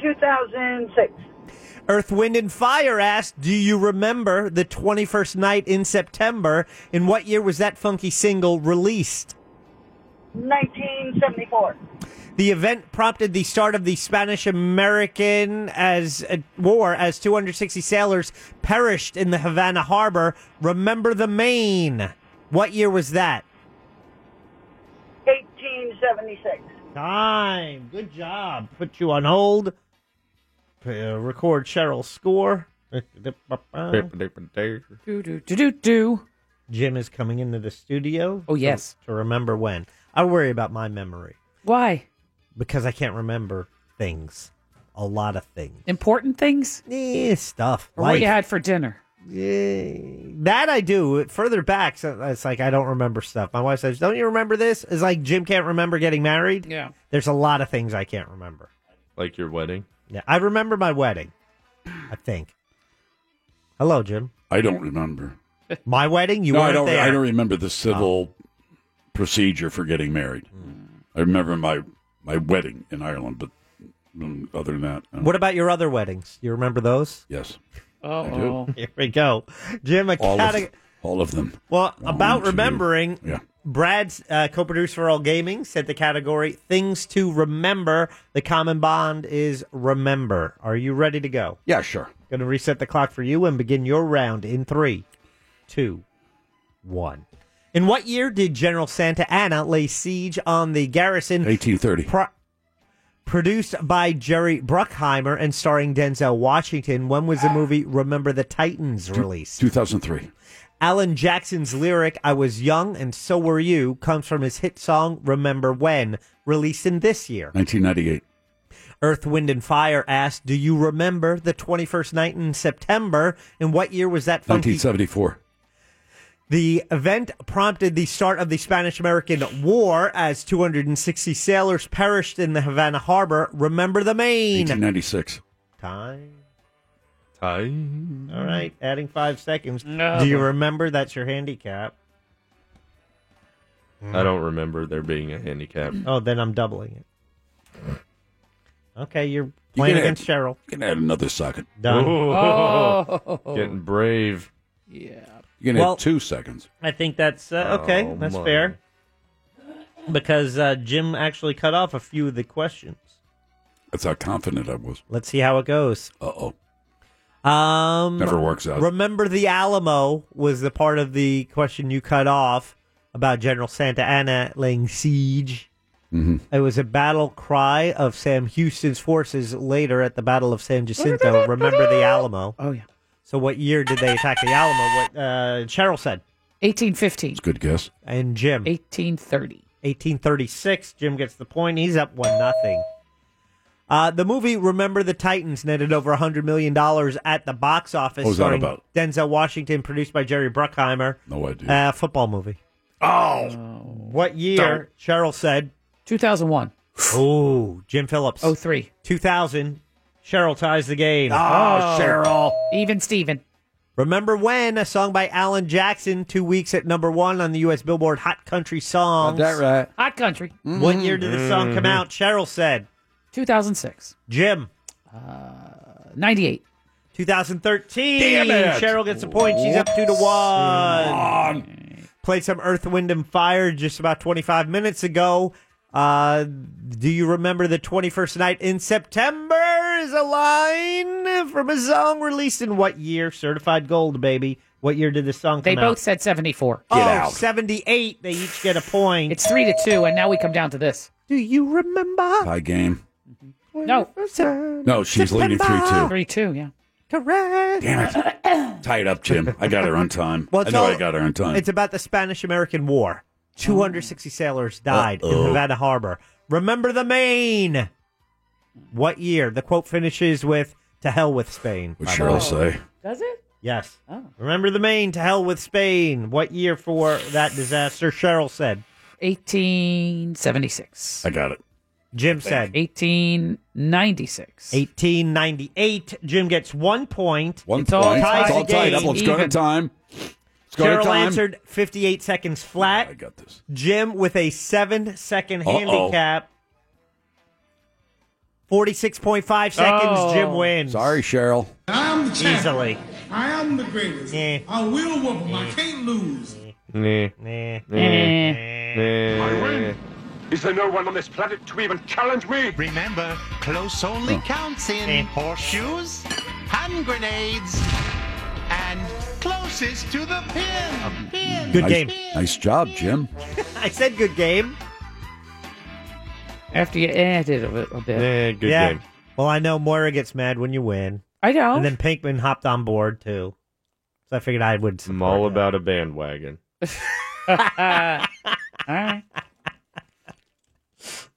[SPEAKER 6] 2006.
[SPEAKER 10] Earth, Wind, and Fire asked, Do you remember the 21st night in September? In what year was that funky single released?
[SPEAKER 6] 1974.
[SPEAKER 10] The event prompted the start of the Spanish American as uh, war as 260 sailors perished in the Havana harbor. Remember the Maine. What year was that?
[SPEAKER 6] 1876.
[SPEAKER 10] Time. Good job. Put you on hold. Uh, record Cheryl's score.
[SPEAKER 7] Do do do do do.
[SPEAKER 10] Jim is coming into the studio.
[SPEAKER 7] Oh, yes.
[SPEAKER 10] To, to remember when. I worry about my memory
[SPEAKER 7] Why?
[SPEAKER 10] because I can't remember things. A lot of things.
[SPEAKER 7] Important things.
[SPEAKER 10] Eh, stuff.
[SPEAKER 7] Or what
[SPEAKER 10] Life.
[SPEAKER 7] you had for dinner.
[SPEAKER 10] That I do. Further back, so it's like I don't remember stuff. My wife says, "Don't you remember this?" It's like Jim can't remember getting married.
[SPEAKER 7] Yeah.
[SPEAKER 10] There's a lot of things I can't remember.
[SPEAKER 9] Like your wedding.
[SPEAKER 10] Yeah, I remember my wedding. I think. Hello, Jim.
[SPEAKER 5] I don't remember.
[SPEAKER 10] My wedding? You
[SPEAKER 5] no,
[SPEAKER 10] weren't
[SPEAKER 5] I don't.
[SPEAKER 10] there. Ah.
[SPEAKER 5] I don't remember the civil procedure for getting married.
[SPEAKER 10] Hmm.
[SPEAKER 5] I remember my my wedding in Ireland, but mm, other than that, I don't-
[SPEAKER 10] What about your other weddings? You remember those?
[SPEAKER 5] yes,
[SPEAKER 7] Oh,
[SPEAKER 10] Here we go, Jim. A
[SPEAKER 5] all
[SPEAKER 10] cate-
[SPEAKER 5] of, all of them.
[SPEAKER 10] well,
[SPEAKER 5] One,
[SPEAKER 10] about
[SPEAKER 5] two.
[SPEAKER 10] remembering.
[SPEAKER 5] Yeah.
[SPEAKER 10] Brad, uh, co-producer for All Gaming, said the category "Things to Remember." The common bond is remember. Are you ready to go?
[SPEAKER 5] Yeah, sure.
[SPEAKER 10] Going to reset the clock for you and begin your round in three, two, one. In what year did General Santa Anna lay siege on the garrison?
[SPEAKER 5] 1830.
[SPEAKER 10] Pro- produced by Jerry Bruckheimer and starring Denzel Washington. When was the movie Remember the Titans released?
[SPEAKER 5] 2003.
[SPEAKER 10] Alan Jackson's lyric, I was young and so were you, comes from his hit song Remember When, released in this year.
[SPEAKER 5] 1998.
[SPEAKER 10] Earth, Wind, and Fire asked, Do you remember the 21st night in September? And what year was that funky
[SPEAKER 5] 1974.
[SPEAKER 10] the event prompted the start of the Spanish American War as 260 sailors perished in the Havana harbor. Remember the Maine.
[SPEAKER 5] 1996.
[SPEAKER 10] Time.
[SPEAKER 9] Time.
[SPEAKER 10] All right, adding five seconds.
[SPEAKER 9] No.
[SPEAKER 10] Do you remember that's your handicap?
[SPEAKER 9] I don't remember there being a handicap.
[SPEAKER 10] Oh, then I'm doubling it. Okay, you're
[SPEAKER 9] You
[SPEAKER 10] playing
[SPEAKER 9] can
[SPEAKER 10] against
[SPEAKER 9] add-
[SPEAKER 10] Cheryl.
[SPEAKER 5] You can add another socket.
[SPEAKER 10] Done.
[SPEAKER 9] Whoa.
[SPEAKER 10] Oh.
[SPEAKER 9] Getting brave.
[SPEAKER 7] Yeah.
[SPEAKER 5] You can have
[SPEAKER 10] Well-
[SPEAKER 5] two seconds.
[SPEAKER 10] I think that's uh, okay.
[SPEAKER 9] Oh,
[SPEAKER 10] that's
[SPEAKER 9] my.
[SPEAKER 10] fair. Because uh, Jim actually cut off a few of the questions.
[SPEAKER 5] That's how confident I was.
[SPEAKER 10] Let's see how it goes.
[SPEAKER 5] Uh oh.
[SPEAKER 10] Um,
[SPEAKER 5] Never works out.
[SPEAKER 10] Remember the Alamo was the part of the question you cut off about General Santa Anna laying siege.
[SPEAKER 5] Mm-hmm.
[SPEAKER 10] It was a battle cry of Sam Houston's forces later at the Battle of San Jacinto. Remember the Alamo.
[SPEAKER 7] Oh yeah.
[SPEAKER 10] So what year did they attack the Alamo? What uh, Cheryl said.
[SPEAKER 7] 1815.
[SPEAKER 5] Good guess.
[SPEAKER 10] And Jim.
[SPEAKER 7] 1830.
[SPEAKER 10] 1836. Jim gets the point. He's up one nothing. Uh, the movie Remember the Titans netted over $100 million at the box office.
[SPEAKER 5] What was that
[SPEAKER 10] starring
[SPEAKER 5] about?
[SPEAKER 10] Denzel Washington, produced by Jerry Bruckheimer.
[SPEAKER 5] No idea.
[SPEAKER 10] Uh, football movie.
[SPEAKER 5] Oh.
[SPEAKER 10] What year? Cheryl said.
[SPEAKER 7] 2001.
[SPEAKER 10] Oh, Jim Phillips. Oh
[SPEAKER 7] three.
[SPEAKER 10] 2000. Cheryl ties the game. Ah,
[SPEAKER 7] Oh. Even Steven.
[SPEAKER 10] Remember when? A song by Alan Jackson, two weeks at number one on the U.S. Billboard Hot Country Songs.
[SPEAKER 7] Hot country.
[SPEAKER 10] What year did the
[SPEAKER 7] Mm-hmm.
[SPEAKER 10] song come out? Cheryl said.
[SPEAKER 7] 2006.
[SPEAKER 10] Jim.
[SPEAKER 7] Uh, 98.
[SPEAKER 10] 2013.
[SPEAKER 7] Damn it!
[SPEAKER 10] Cheryl gets a point. She's up two to one. Played some Earth, Wind, and Fire just about 25 minutes ago. Uh, do you remember the 21st night in September? Is a line from a song released in what year? Certified Gold, baby. What year did the song come
[SPEAKER 7] They
[SPEAKER 10] out?
[SPEAKER 7] both said 74.
[SPEAKER 10] Oh, 78. They each get a point.
[SPEAKER 7] It's three to two, and now we come down to this.
[SPEAKER 10] Do you remember?
[SPEAKER 5] Tie game.
[SPEAKER 7] No.
[SPEAKER 5] No, she's leading 3 2.
[SPEAKER 7] Three two, yeah.
[SPEAKER 10] Correct.
[SPEAKER 5] Damn it. Tie it up, Jim. I got her on time.
[SPEAKER 10] Well,
[SPEAKER 5] I
[SPEAKER 10] it's
[SPEAKER 5] know
[SPEAKER 10] all-
[SPEAKER 5] I got her on time.
[SPEAKER 10] It's about the Spanish American War. 260 sailors died in
[SPEAKER 5] Uh-oh.
[SPEAKER 10] Havana Harbor. Remember the Maine. What year? The quote finishes with "To hell with Spain."
[SPEAKER 5] What
[SPEAKER 10] by the
[SPEAKER 5] Cheryl
[SPEAKER 10] way.
[SPEAKER 5] say?
[SPEAKER 7] Does it?
[SPEAKER 10] Yes.
[SPEAKER 7] Oh.
[SPEAKER 10] Remember the Maine. To hell with Spain. What year for that disaster? Cheryl said.
[SPEAKER 7] 1876.
[SPEAKER 5] I got it.
[SPEAKER 10] Jim said.
[SPEAKER 7] 1896.
[SPEAKER 10] 1898. Jim gets one point.
[SPEAKER 5] One
[SPEAKER 10] It's
[SPEAKER 5] point.
[SPEAKER 10] all tied
[SPEAKER 5] it's all tied up.
[SPEAKER 10] again.
[SPEAKER 5] Let's go to
[SPEAKER 10] Even.
[SPEAKER 5] time. Let's go to
[SPEAKER 10] Cheryl
[SPEAKER 5] time.
[SPEAKER 10] answered 58 seconds flat. I got
[SPEAKER 5] this.
[SPEAKER 10] Jim with a seven second
[SPEAKER 5] Uh-oh.
[SPEAKER 10] handicap. 46.5 seconds.
[SPEAKER 5] Oh.
[SPEAKER 10] Jim wins.
[SPEAKER 5] Sorry, Cheryl.
[SPEAKER 11] Oh. I'm the champ.
[SPEAKER 10] Easily.
[SPEAKER 11] I am the greatest. I will whoop him. I can't lose.
[SPEAKER 9] Nah.
[SPEAKER 10] Nah.
[SPEAKER 9] Nah.
[SPEAKER 8] Is there no one on this planet to even challenge me? Remember, close only counts in
[SPEAKER 10] Eh.
[SPEAKER 8] horseshoes, hand grenades, and closest to the pin. pin.
[SPEAKER 5] nice, Nice job, Jim.
[SPEAKER 10] Um, I said good game.
[SPEAKER 7] After you added a little bit.
[SPEAKER 10] Yeah. Well, I know Moira gets mad when you win.
[SPEAKER 7] I know.
[SPEAKER 10] And then Pinkman hopped on board too. So I figured I would.
[SPEAKER 9] I'm all about a bandwagon.
[SPEAKER 7] All right.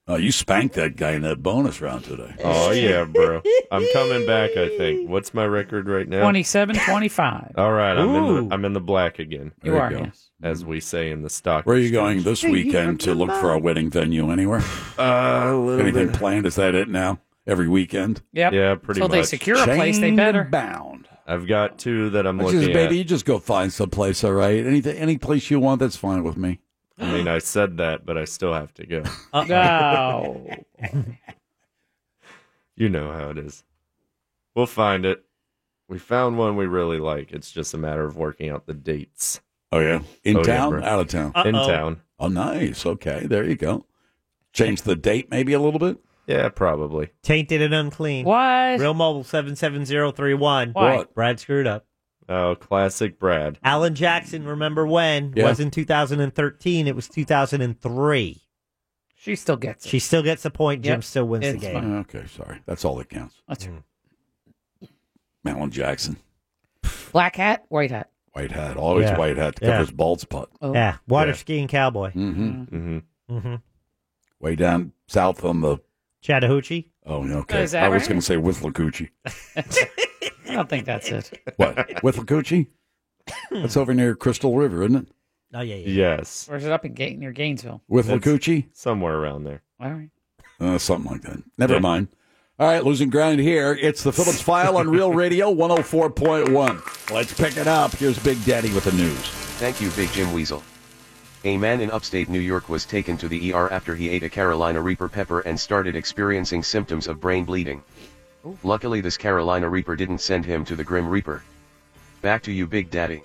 [SPEAKER 5] Oh, you spanked that guy in that bonus round today.
[SPEAKER 9] Oh yeah, bro. I'm coming back. I think. What's my record right now?
[SPEAKER 7] 27, 25.
[SPEAKER 9] All right, I'm in
[SPEAKER 7] Ooh.
[SPEAKER 9] the I'm in the black again.
[SPEAKER 7] You There you are, go.
[SPEAKER 9] as we say in the stock.
[SPEAKER 5] Where are you going this
[SPEAKER 9] Hey, you
[SPEAKER 5] weekend to look for a wedding venue anywhere? Uh, Anything
[SPEAKER 9] bit.
[SPEAKER 5] planned? Is that it now? Every weekend?
[SPEAKER 7] Yep.
[SPEAKER 9] Yeah, pretty
[SPEAKER 7] Until they
[SPEAKER 9] much.
[SPEAKER 7] secure a place, they
[SPEAKER 5] Chain
[SPEAKER 7] better.
[SPEAKER 5] Bound.
[SPEAKER 9] I've got two that I'm
[SPEAKER 5] I
[SPEAKER 9] looking
[SPEAKER 5] just, baby,
[SPEAKER 9] at.
[SPEAKER 5] you just go find some place, all right? Anything, any place you want, that's fine with me.
[SPEAKER 9] I mean, I said that, but I still have to go.
[SPEAKER 7] No.
[SPEAKER 9] You know how it is. We'll find it. We found one we really like. It's just a matter of working out the dates.
[SPEAKER 5] Oh yeah, in
[SPEAKER 9] Oh, yeah,
[SPEAKER 5] town,
[SPEAKER 9] bro.
[SPEAKER 5] out of town,
[SPEAKER 9] In Uh-oh. town.
[SPEAKER 5] Oh, nice. Okay, there you go. Change the date maybe a little bit.
[SPEAKER 9] Yeah, probably.
[SPEAKER 10] Tainted and unclean.
[SPEAKER 7] What?
[SPEAKER 10] Real mobile seven seven zero three one.
[SPEAKER 9] Why? What?
[SPEAKER 10] Brad screwed up.
[SPEAKER 9] Oh, classic Brad.
[SPEAKER 10] Alan Jackson, remember when?
[SPEAKER 9] Yeah.
[SPEAKER 10] Was in 2013. It was 2003.
[SPEAKER 7] She still gets it.
[SPEAKER 10] She still gets the point. Jim
[SPEAKER 7] Yep.
[SPEAKER 10] still wins the
[SPEAKER 7] It's
[SPEAKER 10] game.
[SPEAKER 7] fine.
[SPEAKER 5] Okay, sorry. That's all that counts.
[SPEAKER 7] That's
[SPEAKER 9] Hmm.
[SPEAKER 7] right.
[SPEAKER 5] Alan Jackson,
[SPEAKER 7] Black hat, white hat.
[SPEAKER 5] white hat, always
[SPEAKER 10] Yeah.
[SPEAKER 5] white hat to cover
[SPEAKER 10] Yeah.
[SPEAKER 5] his bald spot.
[SPEAKER 7] Oh.
[SPEAKER 10] Yeah, water skiing cowboy.
[SPEAKER 5] Mm-hmm. Mm-hmm.
[SPEAKER 10] Mm-hmm.
[SPEAKER 5] Way down south on the.
[SPEAKER 10] Chattahoochee.
[SPEAKER 5] Oh, no, okay.
[SPEAKER 7] Is that
[SPEAKER 5] I was
[SPEAKER 7] right?
[SPEAKER 5] going to say Withlacoochee.
[SPEAKER 7] I don't think that's it.
[SPEAKER 5] What? Withlacoochee? That's over near Crystal River, isn't it?
[SPEAKER 10] Oh yeah, yeah.
[SPEAKER 9] Yes.
[SPEAKER 7] Or is it up in Gate near Gainesville?
[SPEAKER 5] Withlacoochee?
[SPEAKER 9] Somewhere around there.
[SPEAKER 7] All right.
[SPEAKER 5] Uh, something like that. Never mind. All right, losing ground here. It's the Phillips File on Real Radio 104.1. Let's pick it up. Here's Big Daddy with the news.
[SPEAKER 26] Thank you, Big Jim Weasel. A man in upstate New York was taken to the ER after he ate a Carolina Reaper pepper and started experiencing symptoms of brain bleeding. Luckily, this Carolina Reaper didn't send him to the Grim Reaper. Back to you, Big Daddy.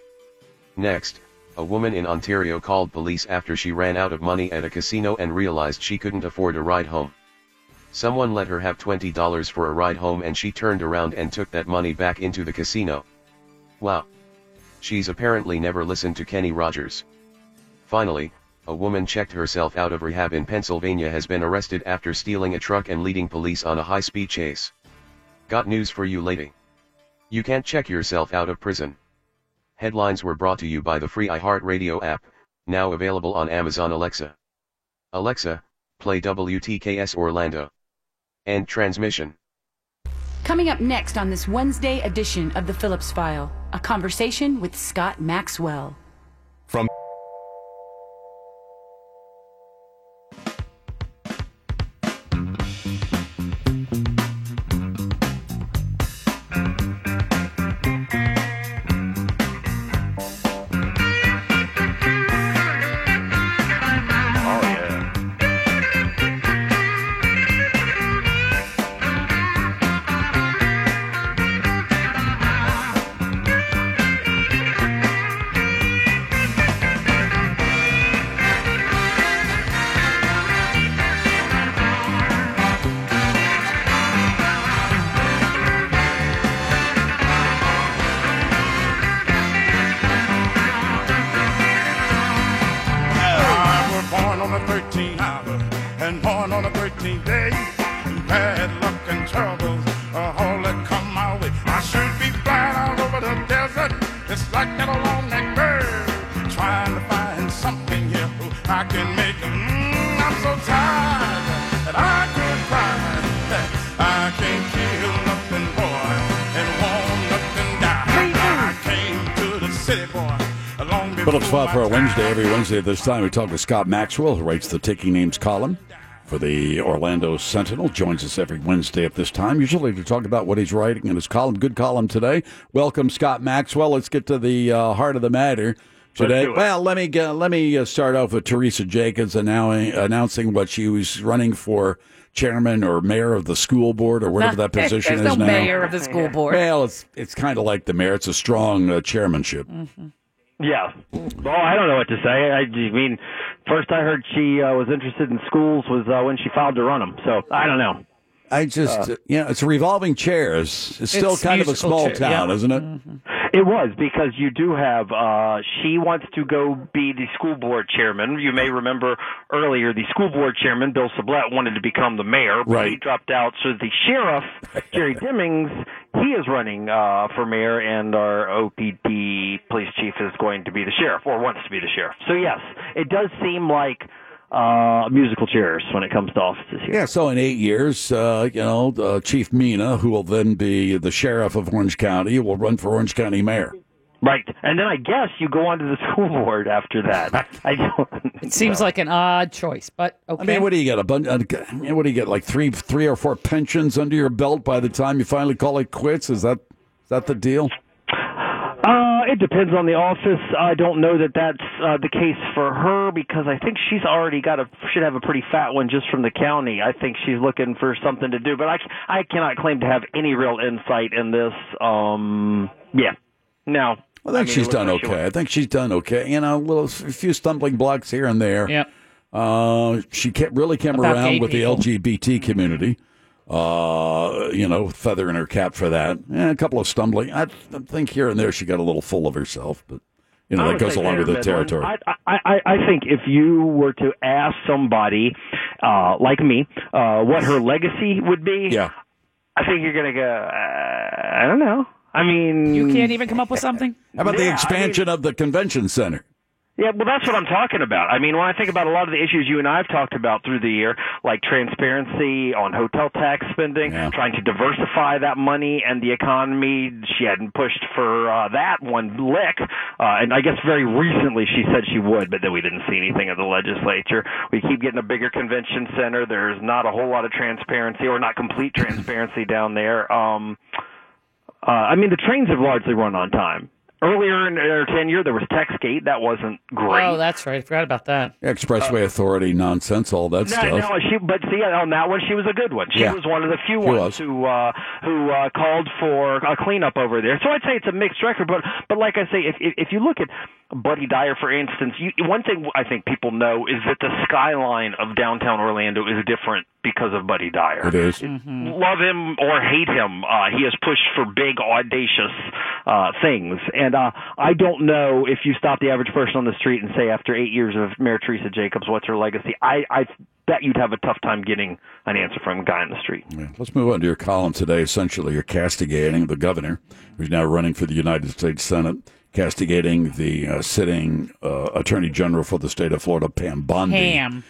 [SPEAKER 26] Next, a woman in Ontario called police after she ran out of money at a casino and realized she couldn't afford a ride home. Someone let her have $20 for a ride home and she turned around and took that money back into the casino. Wow. She's apparently never listened to Kenny Rogers. Finally, a woman checked herself out of rehab in Pennsylvania has been arrested after stealing a truck and leading police on a high speed chase. Got news for you, lady. You can't check yourself out of prison. Headlines were brought to you by the free iHeartRadio app, now available on Amazon Alexa. Alexa, play WTKS Orlando. End transmission.
[SPEAKER 27] Coming up next on this Wednesday edition of The Phillips File, a conversation with Scott Maxwell.
[SPEAKER 8] From
[SPEAKER 16] Oh yeah.
[SPEAKER 14] I was born on the 13th hour and born on the 13th day. Bad luck and troubles are all that come my way. I should be flying all over the desert, just like that long necked bird, trying to find something here I can make. Mm, I'm so tired that I could cry. I can't kill nothing, boy, and won't nothing die. I came to the city, boy, long before.
[SPEAKER 5] Phillips File for a Wednesday. Every Wednesday at this time, we talk with Scott Maxwell, who writes the Taking Names column for the Orlando Sentinel. Joins us every Wednesday at this time, usually to talk about what he's writing in his column. Good column today. Welcome, Scott Maxwell. Let's get to the uh, heart of the matter today.
[SPEAKER 18] do it.
[SPEAKER 5] Well, let me go, let me uh, start off with Teresa Jacobs annou- announcing what she was running for chairman or mayor of the school board or whatever that position
[SPEAKER 7] There's
[SPEAKER 5] is
[SPEAKER 7] no
[SPEAKER 5] now.
[SPEAKER 7] mayor of the school board.
[SPEAKER 5] Well, it's it's kind of like the mayor. It's a strong uh, chairmanship.
[SPEAKER 18] Yeah. Well, I don't know what to say. I, I mean, first I heard she uh, was interested in schools was uh, when she filed to run them. So I don't know.
[SPEAKER 5] I just,
[SPEAKER 18] Uh,
[SPEAKER 5] you know, it's revolving chairs. It's still
[SPEAKER 18] It's
[SPEAKER 5] kind of a
[SPEAKER 18] musical
[SPEAKER 5] small
[SPEAKER 18] chair,
[SPEAKER 5] town,
[SPEAKER 18] yeah. Mm-hmm.
[SPEAKER 5] isn't it?
[SPEAKER 18] It was because you do have. Uh, she wants to go be the school board chairman. You may remember earlier the school board chairman Bill Sublette wanted to become the mayor, but he
[SPEAKER 21] Right.
[SPEAKER 18] dropped out. So the sheriff Jerry Dimmings, he is running uh, for mayor, and our OPD police chief is going to be the sheriff or wants to be the sheriff. So yes, it does seem like uh, musical chairs when it comes to offices here.
[SPEAKER 5] Yeah, so in eight years, uh, you know, uh, Chief Mina, who will then be the sheriff of Orange County, will run for Orange County mayor.
[SPEAKER 18] Right, and then I guess you go on to the school board after that. I don't.
[SPEAKER 7] It seems like an odd choice, but okay.
[SPEAKER 5] I mean, what do you get? A bunch. I mean, what do you get? Like three, three or four pensions under your belt by the time you finally call it quits? Is that, is that the deal?
[SPEAKER 18] Uh, it depends on the office. I don't know that that's uh, the case for her because I think she's already got a should have a pretty fat one just from the county. I think she's looking for something to do, but I I cannot claim to have any real insight in this. Um, yeah, no,
[SPEAKER 5] Well, I think
[SPEAKER 18] mean,
[SPEAKER 5] she's
[SPEAKER 18] it
[SPEAKER 5] done
[SPEAKER 18] looks
[SPEAKER 5] okay.
[SPEAKER 18] like she
[SPEAKER 5] I think she's done okay. You know, a little, a few stumbling blocks here and there.
[SPEAKER 7] Yep.
[SPEAKER 5] Uh, she ke- really came
[SPEAKER 7] About gay
[SPEAKER 5] around with
[SPEAKER 7] people.
[SPEAKER 5] the LGBT community. Uh, you know, feather in her cap for that. And a couple of stumbling. I, th- I think here and there she got a little full of herself, but you know
[SPEAKER 18] I
[SPEAKER 5] that
[SPEAKER 18] would
[SPEAKER 5] goes
[SPEAKER 18] say
[SPEAKER 5] along with the
[SPEAKER 18] fair middling.
[SPEAKER 5] territory.
[SPEAKER 18] I, I, I I think if you were to ask somebody uh, like me uh, what her legacy would be,
[SPEAKER 5] yeah.
[SPEAKER 18] I think you're going to go, uh, I don't know. I mean,
[SPEAKER 7] You can't even come up with something?
[SPEAKER 5] How about the
[SPEAKER 18] Yeah, I
[SPEAKER 5] expansion of the convention center?
[SPEAKER 18] Yeah, well, that's what I'm talking about. I mean, when I think about a lot of the issues you and I have talked about through the year, like transparency on hotel tax spending, trying to diversify that money and the economy, she hadn't pushed for uh, that one lick. Uh, and I guess very recently she said she would, but then we didn't see anything of the legislature. We keep getting a bigger convention center. There's not a whole lot of transparency or not complete transparency down there. Um, uh, I mean, the trains have largely run on time. Earlier in their tenure, there was TexGate. That wasn't great.
[SPEAKER 7] Oh, that's right. I forgot about that.
[SPEAKER 5] Expressway authority nonsense, all that
[SPEAKER 18] No,
[SPEAKER 5] stuff.
[SPEAKER 18] no, she, but see, on that one, she was a good one. She
[SPEAKER 5] Yeah.
[SPEAKER 18] was one of the few
[SPEAKER 5] She
[SPEAKER 18] ones
[SPEAKER 5] was.
[SPEAKER 18] who uh, who uh, called for a cleanup over there. So I'd say it's a mixed record. But but like I say, if if, if you look at Buddy Dyer, for instance, you, one thing I think people know is that the skyline of downtown Orlando is different because of Buddy Dyer.
[SPEAKER 5] It is.
[SPEAKER 18] Love him or hate him, uh, he has pushed for big, audacious uh, things. And uh, I don't know if you stop the average person on the street and say, after eight years of Mayor Teresa Jacobs, what's her legacy? I, I bet you'd have a tough time getting an answer from a guy on the street.
[SPEAKER 5] Yeah. Let's move on to your column today. Essentially, you're castigating the governor, who's now running for the United States Senate, castigating the uh, sitting uh, attorney general for the state of Florida, Pam Bondi.
[SPEAKER 7] Pam.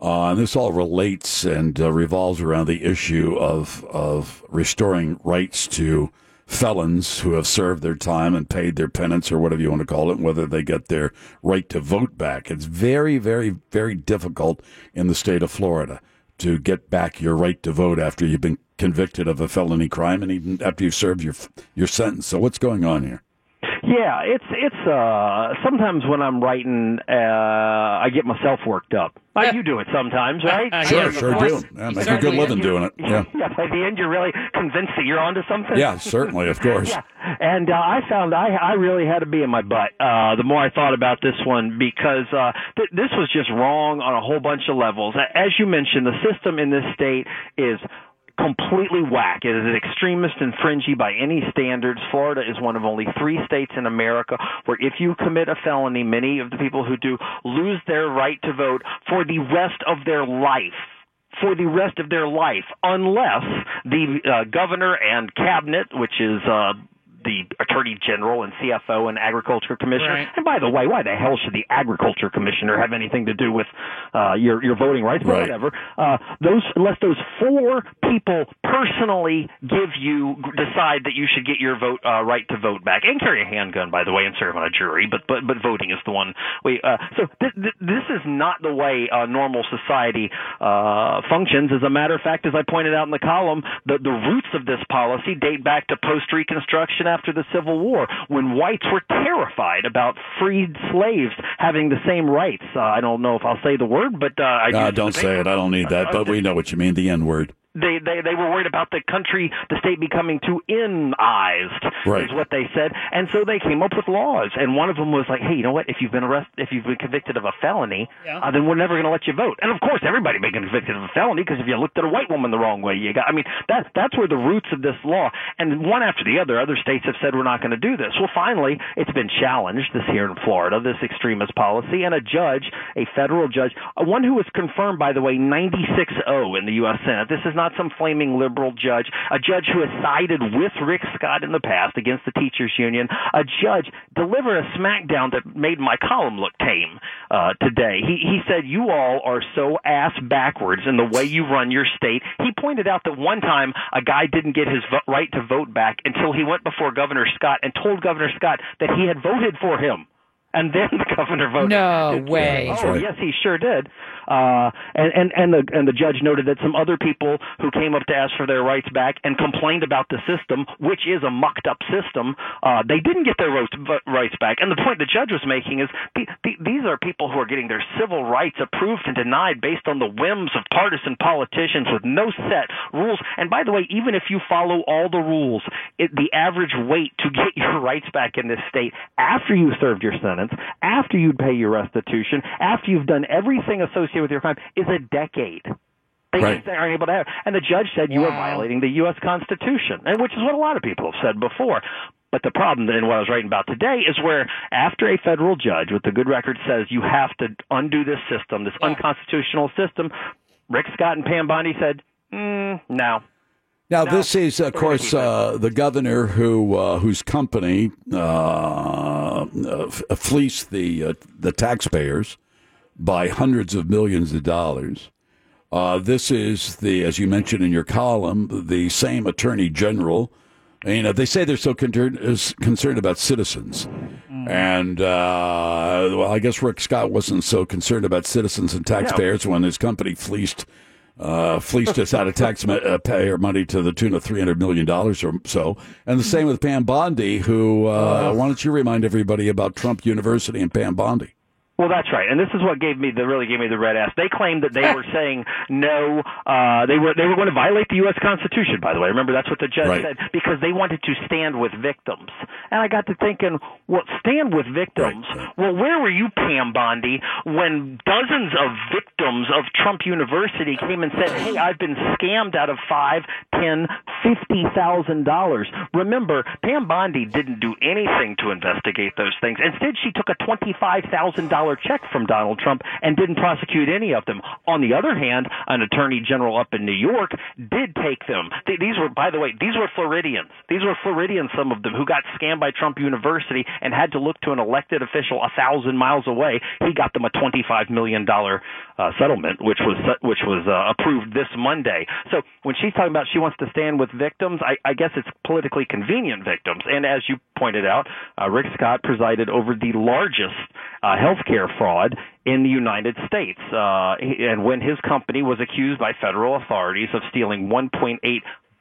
[SPEAKER 5] Uh, and this all relates and uh, revolves around the issue of of restoring rights to felons who have served their time and paid their penance or whatever you want to call it, whether they get their right to vote back. It's very, very, very difficult in the state of Florida to get back your right to vote after you've been convicted of a felony crime and even after you've served your your sentence. So what's going on here?
[SPEAKER 18] Yeah, it's it's uh sometimes when I'm writing uh I get myself worked up. Like you do it sometimes, right?
[SPEAKER 5] sure, sure do. Yeah, make a good living doing it. Yeah.
[SPEAKER 18] yeah, by the end, you're really convinced that you're onto something.
[SPEAKER 5] Yeah, certainly, of course.
[SPEAKER 18] yeah. And uh, I found I, I really had to be in my butt uh, the more I thought about this one because uh, th- this was just wrong on a whole bunch of levels. A- As you mentioned, the system in this state is completely whack. It is extremist and fringy by any standards. Florida is one of only three states in America where if you commit a felony, many of the people who do lose their right to vote for the rest of their life for the rest of their life unless the uh, governor and cabinet, which is uh, the attorney general and CFO and agriculture commissioner.
[SPEAKER 19] Right.
[SPEAKER 18] And by the way, why the hell should the agriculture commissioner have anything to do with uh, your your voting rights? But
[SPEAKER 19] Right.
[SPEAKER 18] whatever. Uh, those unless those four people personally give you decide that you should get your vote uh, right to vote back and carry a handgun, by the way, and serve on a jury. But but but voting is the one way. Uh, so th- th- this is not the way uh, normal society uh, functions. As a matter of fact, as I pointed out in the column, the the roots of this policy date back to post Reconstruction after the Civil War, when whites were terrified about freed slaves having the same rights. Uh, I don't know if I'll say the word, but uh, I
[SPEAKER 5] Uh,
[SPEAKER 18] used to
[SPEAKER 5] don't
[SPEAKER 18] debate
[SPEAKER 5] say it. I don't need that.
[SPEAKER 18] Uh,
[SPEAKER 5] But we know what you mean. The N word.
[SPEAKER 18] they they they were worried about the country, the state becoming too in-ized,
[SPEAKER 5] Right.
[SPEAKER 18] is what they said, and so they came up with laws. And one of them was like, hey, you know what? If you've been arrested, if you've been convicted of a felony,
[SPEAKER 19] Yeah.
[SPEAKER 18] uh, then we're never going to let you vote. And of course, everybody been convicted of a felony because if you looked at a white woman the wrong way, you got. I mean, that that's where the roots of this law. And one after the other, other states have said we're not going to do this. Well, finally, it's been challenged this here in Florida, this extremist policy, and a judge, a federal judge, uh, one who was confirmed by the way 96-0 in the U.S. Senate. This is not some flaming liberal judge, a judge who has sided with Rick Scott in the past against the teachers union. A judge delivered a smackdown that made my column look tame uh, today. He he said you all are so ass backwards in the way you run your state. He pointed out that one time a guy didn't get his vo- right to vote back until he went before Governor Scott and told Governor Scott that he had voted for him. And then the governor voted.
[SPEAKER 28] No way.
[SPEAKER 18] Oh, yes, he sure did. Uh, and and and the and the judge noted that some other people who came up to ask for their rights back and complained about the system, which is a mucked up system, uh, they didn't get their rights- v- rights back. And the point the judge was making is the, the, these are people who are getting their civil rights approved and denied based on the whims of partisan politicians with no set rules. And by the way, even if you follow all the rules, it, the average wait to get your rights back in this state after you served your sentence, after you pay your restitution, after you've done everything associated with your crime, is a decade. They
[SPEAKER 14] Right.
[SPEAKER 18] just aren't able to have. And the judge said you are violating the U.S. Constitution, and which is what a lot of people have said before. But the problem, and what I was writing about today, is where after a federal judge with a good record says you have to undo this system, this unconstitutional system, Rick Scott and Pam Bondi said, mm, no.
[SPEAKER 5] Now, this is, of course, uh, the governor who uh, whose company uh, uh, f- fleeced the uh, the taxpayers by hundreds of millions of dollars. Uh, this is the, as you mentioned in your column, the same attorney general. And, you know, they say they're so concerned, is concerned about citizens, and uh, well, I guess Rick Scott wasn't so concerned about citizens and taxpayers when his company fleeced uh, fleeced us out of taxpayer uh, payer money to the tune of three hundred million dollars or so. And the same with Pam Bondi, who uh, why don't you remind everybody about Trump University and Pam Bondi?
[SPEAKER 18] Well, that's right, and this is what gave me the really gave me the red ass. They claimed that they were saying no, uh, they were they were going to violate the U.S. Constitution. By the way, remember that's what the judge
[SPEAKER 5] Right.
[SPEAKER 18] said because they wanted to stand with victims. And I got to thinking, well, stand with victims. Well, where were you, Pam Bondi, when dozens of victims of Trump University came and said, "Hey, I've been scammed out of five, ten, fifty thousand dollars." Remember, Pam Bondi didn't do anything to investigate those things. Instead, she took a twenty-five thousand dollar check from Donald Trump and didn't prosecute any of them. On the other hand, an attorney general up in New York did take them. Th- These were, by the way, these were Floridians. These were Floridians, some of them, who got scammed by Trump University and had to look to an elected official a thousand miles away. He got them a twenty-five million dollar uh, settlement, which was which was uh, approved this Monday. So when she's talking about she wants to stand with victims, I, I guess it's politically convenient victims. And as you pointed out, uh, Rick Scott presided over the largest uh, healthcare fraud in the United States, uh, he- and when his company was accused by federal authorities of stealing 1.8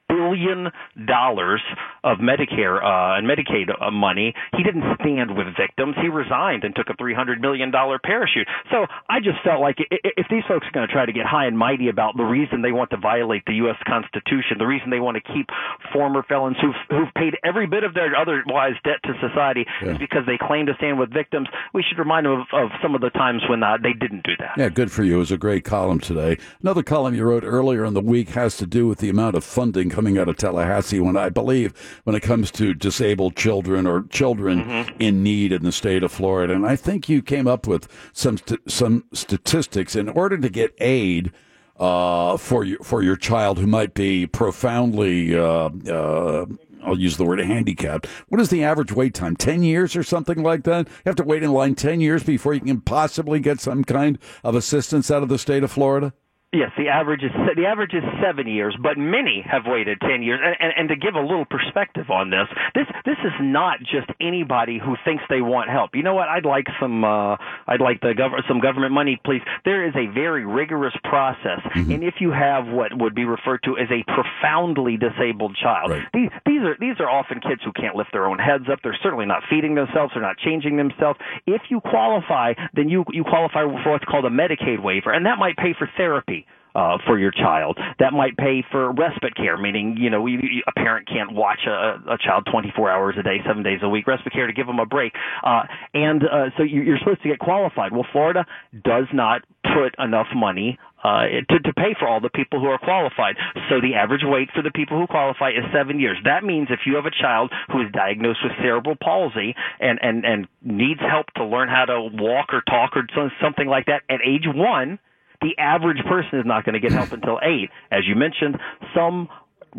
[SPEAKER 18] billion dollars of Medicare uh, and Medicaid uh, money. He didn't stand with victims. He resigned and took a 300 million dollar parachute. So I just felt like i- i- if these folks are going to try to get high and mighty about the reason they want to violate the US Constitution, the reason they want to keep former felons who've who've paid every bit of their otherwise debt to society is because they claim to stand with victims, we should remind them of, of some of the times when uh, they didn't do that.
[SPEAKER 5] Yeah, good for you. It was a great column today. Another column you wrote earlier in the week has to do with the amount of funding coming out of Tallahassee when I believe when it comes to disabled children or children in need in the state of Florida. And I think you came up with some st- some statistics in order to get aid uh, for your for your child who might be profoundly uh, uh, I'll use the word handicapped. What is the average wait time? Ten years or something like that? You have to wait in line ten years before you can possibly get some kind of assistance out of the state of Florida.
[SPEAKER 18] Yes, the average is the average is seven years, but many have waited ten years. And, and, and to give a little perspective on this, this this is not just anybody who thinks they want help. You know what? I'd like some uh, I'd like the gov- some government money, please. There is a very rigorous process, and if you have what would be referred to as a profoundly disabled child, these these are these are often kids who can't lift their own heads up. They're certainly not feeding themselves. They're not changing themselves. If you qualify, then you you qualify for what's called a Medicaid waiver, and that might pay for therapy uh, for your child. That might pay for respite care, meaning you know you, you, a parent can't watch a, a child 24 hours a day, seven days a week. Respite care to give them a break, uh, and uh, so you, you're supposed to get qualified. Well, Florida does not put enough money. Uh, to, to pay for all the people who are qualified. So the average wait for the people who qualify is seven years. That means if you have a child who is diagnosed with cerebral palsy and, and, and needs help to learn how to walk or talk or so- something like that at age one, the average person is not going to get help until eight. As you mentioned, some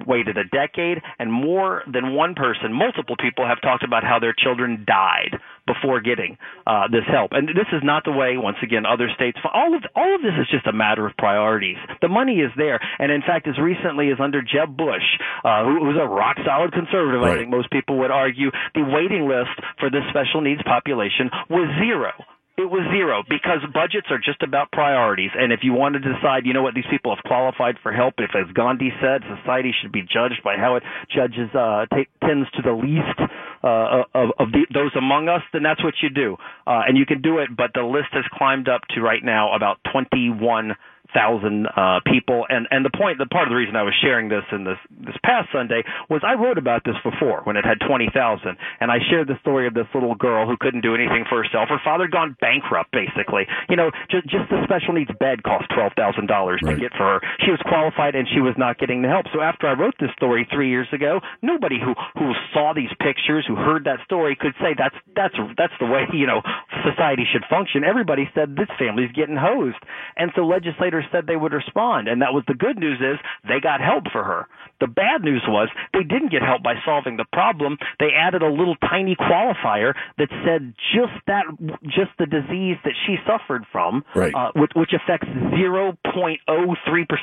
[SPEAKER 18] waited a decade, and more than one person, multiple people have talked about how their children died before getting uh, this help. And this is not the way, once again, other states. All of all of this is just a matter of priorities. The money is there, and in fact, as recently as under Jeb Bush, uh, who was a rock solid conservative, I think most people would argue, the waiting list for this special needs population was zero. It was zero because budgets are just about priorities. And if you want to decide, you know what, these people have qualified for help. If, as Gandhi said, society should be judged by how it judges, uh, ta tends to the least uh, of, of the, those among us, then that's what you do. Uh, and you can do it, but the list has climbed up to right now about 21 thousand uh, people. And and the point, the part of the reason I was sharing this in this this past Sunday was I wrote about this before when it had twenty thousand, and I shared the story of this little girl who couldn't do anything for herself. Her father had gone bankrupt, basically. You know, just just the special needs bed cost twelve thousand dollars to get for her. She was qualified, and she was not getting the help. So after I wrote this story three years ago, nobody who who saw these pictures, who heard that story, could say that's that's that's the way you know society should function. Everybody said this family's getting hosed, and so legislators said they would respond. And that was the good news is they got help for her. The bad news was they didn't get help by solving the problem. They added a little tiny qualifier that said just that, just the disease that she suffered from, uh, which, which affects 0.03%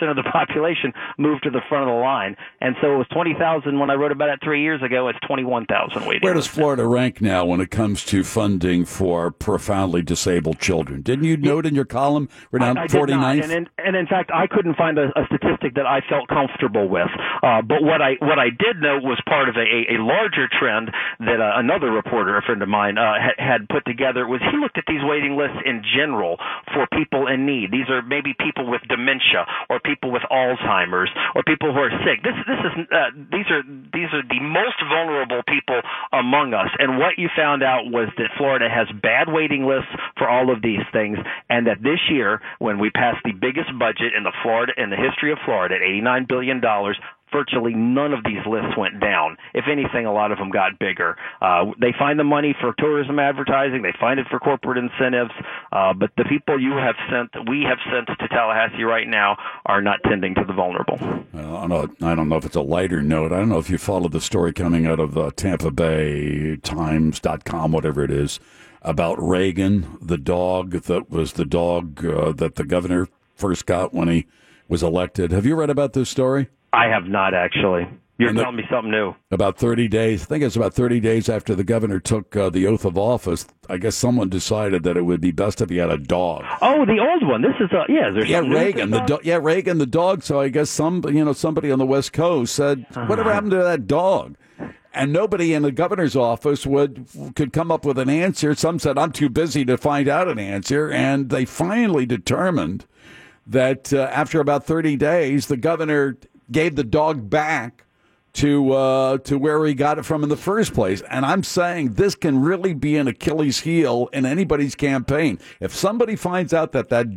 [SPEAKER 18] of the population, moved to the front of the line. And so it was 20,000 when I wrote about it three years ago. It's 21,000 waiting.
[SPEAKER 5] Where does Florida rank now when it comes to funding for profoundly disabled children? Didn't you note in your column we're down
[SPEAKER 18] I, I did not.
[SPEAKER 5] 49th?
[SPEAKER 18] And in, and in fact, I couldn't find a, a statistic that I felt comfortable with. Uh, but what I what I did note was part of a, a larger trend that uh, another reporter, a friend of mine, uh, had, had put together. Was he looked at these waiting lists in general for people in need? These are maybe people with dementia, or people with Alzheimer's, or people who are sick. This this is uh, these are these are the most vulnerable people among us. And what you found out was that Florida has bad waiting lists for all of these things, and that this year when we passed the biggest budget in the Florida in the history of Florida at 89 billion dollars. Virtually none of these lists went down. If anything, a lot of them got bigger. Uh, they find the money for tourism advertising. They find it for corporate incentives. Uh, but the people you have sent, we have sent to Tallahassee right now, are not tending to the vulnerable.
[SPEAKER 5] Well, I don't, know, I don't know if it's a lighter note. I don't know if you followed the story coming out of uh, Tampa Bay Times.com, whatever it is, about Reagan, the dog that was the dog uh, that the governor first got when he was elected. Have you read about this story?
[SPEAKER 18] I have not actually. You're
[SPEAKER 5] And the-
[SPEAKER 18] telling me something new.
[SPEAKER 5] About 30 days, I think it's about 30 days after the governor took uh, the oath of office, I guess someone decided that it would be best if he had a dog.
[SPEAKER 18] Oh, the old one. This is a yeah. There's
[SPEAKER 5] yeah,
[SPEAKER 18] something new with
[SPEAKER 5] Reagan,
[SPEAKER 18] this
[SPEAKER 5] the do- yeah, Reagan, the dog. So I guess some, you know, somebody on the West Coast said,
[SPEAKER 18] Uh-huh.
[SPEAKER 5] "Whatever happened to that dog?" And nobody in the governor's office would could come up with an answer. Some said, "I'm too busy to find out an answer," and they finally determined that uh, after about 30 days, the governor gave the dog back to uh, to where he got it from in the first place. And I'm saying this can really be an Achilles heel in anybody's campaign. If somebody finds out that that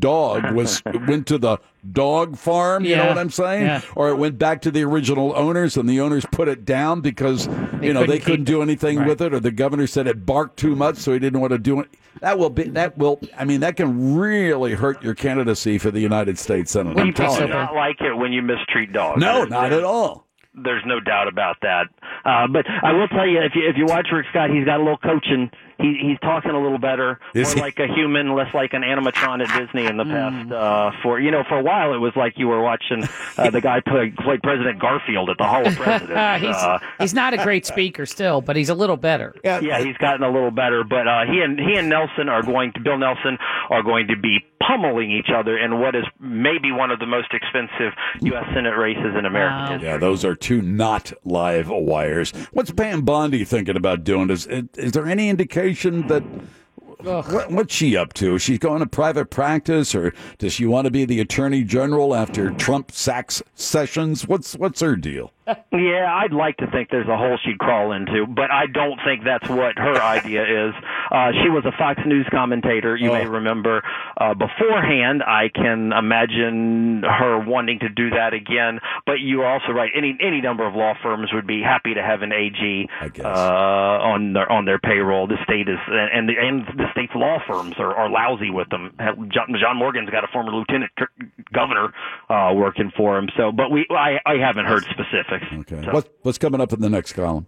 [SPEAKER 5] dog was went to the dog farm, you know
[SPEAKER 12] Yeah,
[SPEAKER 5] what I'm saying,
[SPEAKER 12] yeah.
[SPEAKER 5] or it went back to the original owners, and the owners put it down because you know
[SPEAKER 12] couldn't
[SPEAKER 5] they
[SPEAKER 12] keep
[SPEAKER 5] couldn't do anything
[SPEAKER 12] Right.
[SPEAKER 5] with it, or the governor said it barked too much, so he didn't want to do it. That will be that will. I mean, that can really hurt your candidacy for the United States Senate. I'm
[SPEAKER 18] People do
[SPEAKER 5] telling you.
[SPEAKER 18] not like it when you mistreat dogs.
[SPEAKER 5] No, not at all.
[SPEAKER 18] There's no doubt about that. Uh, but I will tell you, if you if you watch Rick Scott, he's got a little coaching. He, he's talking a little better,
[SPEAKER 19] Is
[SPEAKER 18] more
[SPEAKER 19] he?
[SPEAKER 18] like a human, less like an animatron at Disney in the past. Uh, for you know, for a while it was like you were watching uh, the guy play played President Garfield at the Hall of Presidents.
[SPEAKER 7] he's,
[SPEAKER 18] uh,
[SPEAKER 7] he's not a great speaker still, but he's a little better.
[SPEAKER 18] Yeah, he's gotten a little better, but uh, he and he and Nelson are going to Bill Nelson are going to be pummeling each other in what is maybe one of the most expensive U.S. Senate races in America.
[SPEAKER 5] Yeah, those are two not live wires. What's Pam Bondi thinking about doing? Is is there any indication that what, what's she up to? Is she going to private practice, or does she want to be the attorney general after Trump sacks Sessions? What's what's her deal?
[SPEAKER 18] yeah, I'd like to think there's a hole she'd crawl into, but I don't think that's what her idea is. Uh, she was a Fox News commentator, you may remember, uh, beforehand. I can imagine her wanting to do that again, but you're also right. Any any number of law firms would be happy to have an AG uh, on their on their payroll. The state is and and the, and the state's law firms are, are lousy with them. John, John Morgan's got a former lieutenant tr- governor uh, working for him. So, but we I, I haven't heard specifics.
[SPEAKER 5] Okay. What, what's coming up in the next column?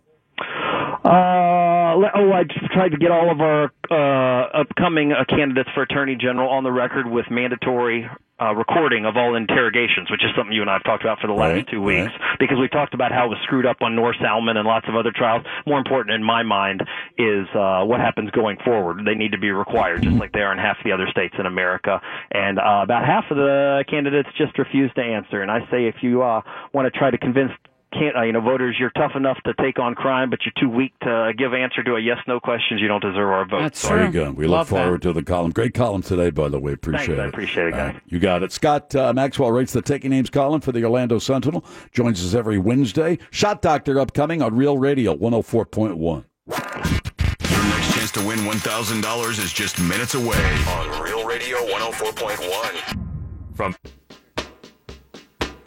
[SPEAKER 18] Uh, Uh, le- oh, I just tried to get all of our uh, upcoming uh, candidates for attorney general on the record with mandatory uh, recording of all interrogations, which is something you and I have talked about for the last two weeks because we talked about how it was screwed up on North Salmon and lots of other trials. More important in my mind is uh, what happens going forward. They need to be required, just like they are in half the other states in America. And uh, about half of the candidates just refuse to answer. And I say, if you uh, want to try to convince can't uh, you know voters you're tough enough to take on crime but you're too weak to uh, give answer to a yes no questions you don't deserve our vote
[SPEAKER 5] Oh, there you go. We look forward to the column. Great column today, by the way. Appreciate
[SPEAKER 18] Thanks,
[SPEAKER 5] it.
[SPEAKER 18] I appreciate it,
[SPEAKER 5] All
[SPEAKER 18] guys.
[SPEAKER 5] right, you got it. Scott uh, Maxwell writes the Taking Names column for the Orlando Sentinel. Joins us every Wednesday. Shot Doctor upcoming on Real Radio 104.1.
[SPEAKER 2] Your next chance to win $1,000 is just minutes away on Real Radio 104.1. From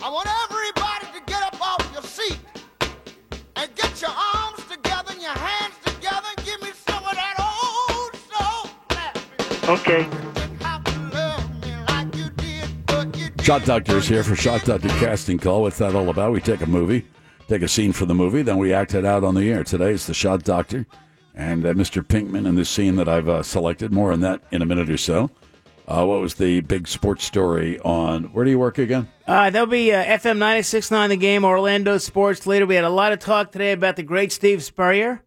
[SPEAKER 12] I want everybody to get up off your seat and get your arms together and your hands together and give me some of that old soul.
[SPEAKER 18] Okay.
[SPEAKER 5] Shot Doctor is here for Shot Doctor Casting Call. What's that all about? We take a movie, take a scene from the movie, then we act it out on the air. Today it's the Shot Doctor and uh, Mr. Pinkman in this scene that I've uh, selected. More on that in a minute or so. Uh, what was the big sports story on? Where do you work again?
[SPEAKER 19] Uh, that'll be uh, FM 96.9 The Game, Orlando Sports Leader. We had a lot of talk today about the great Steve Spurrier.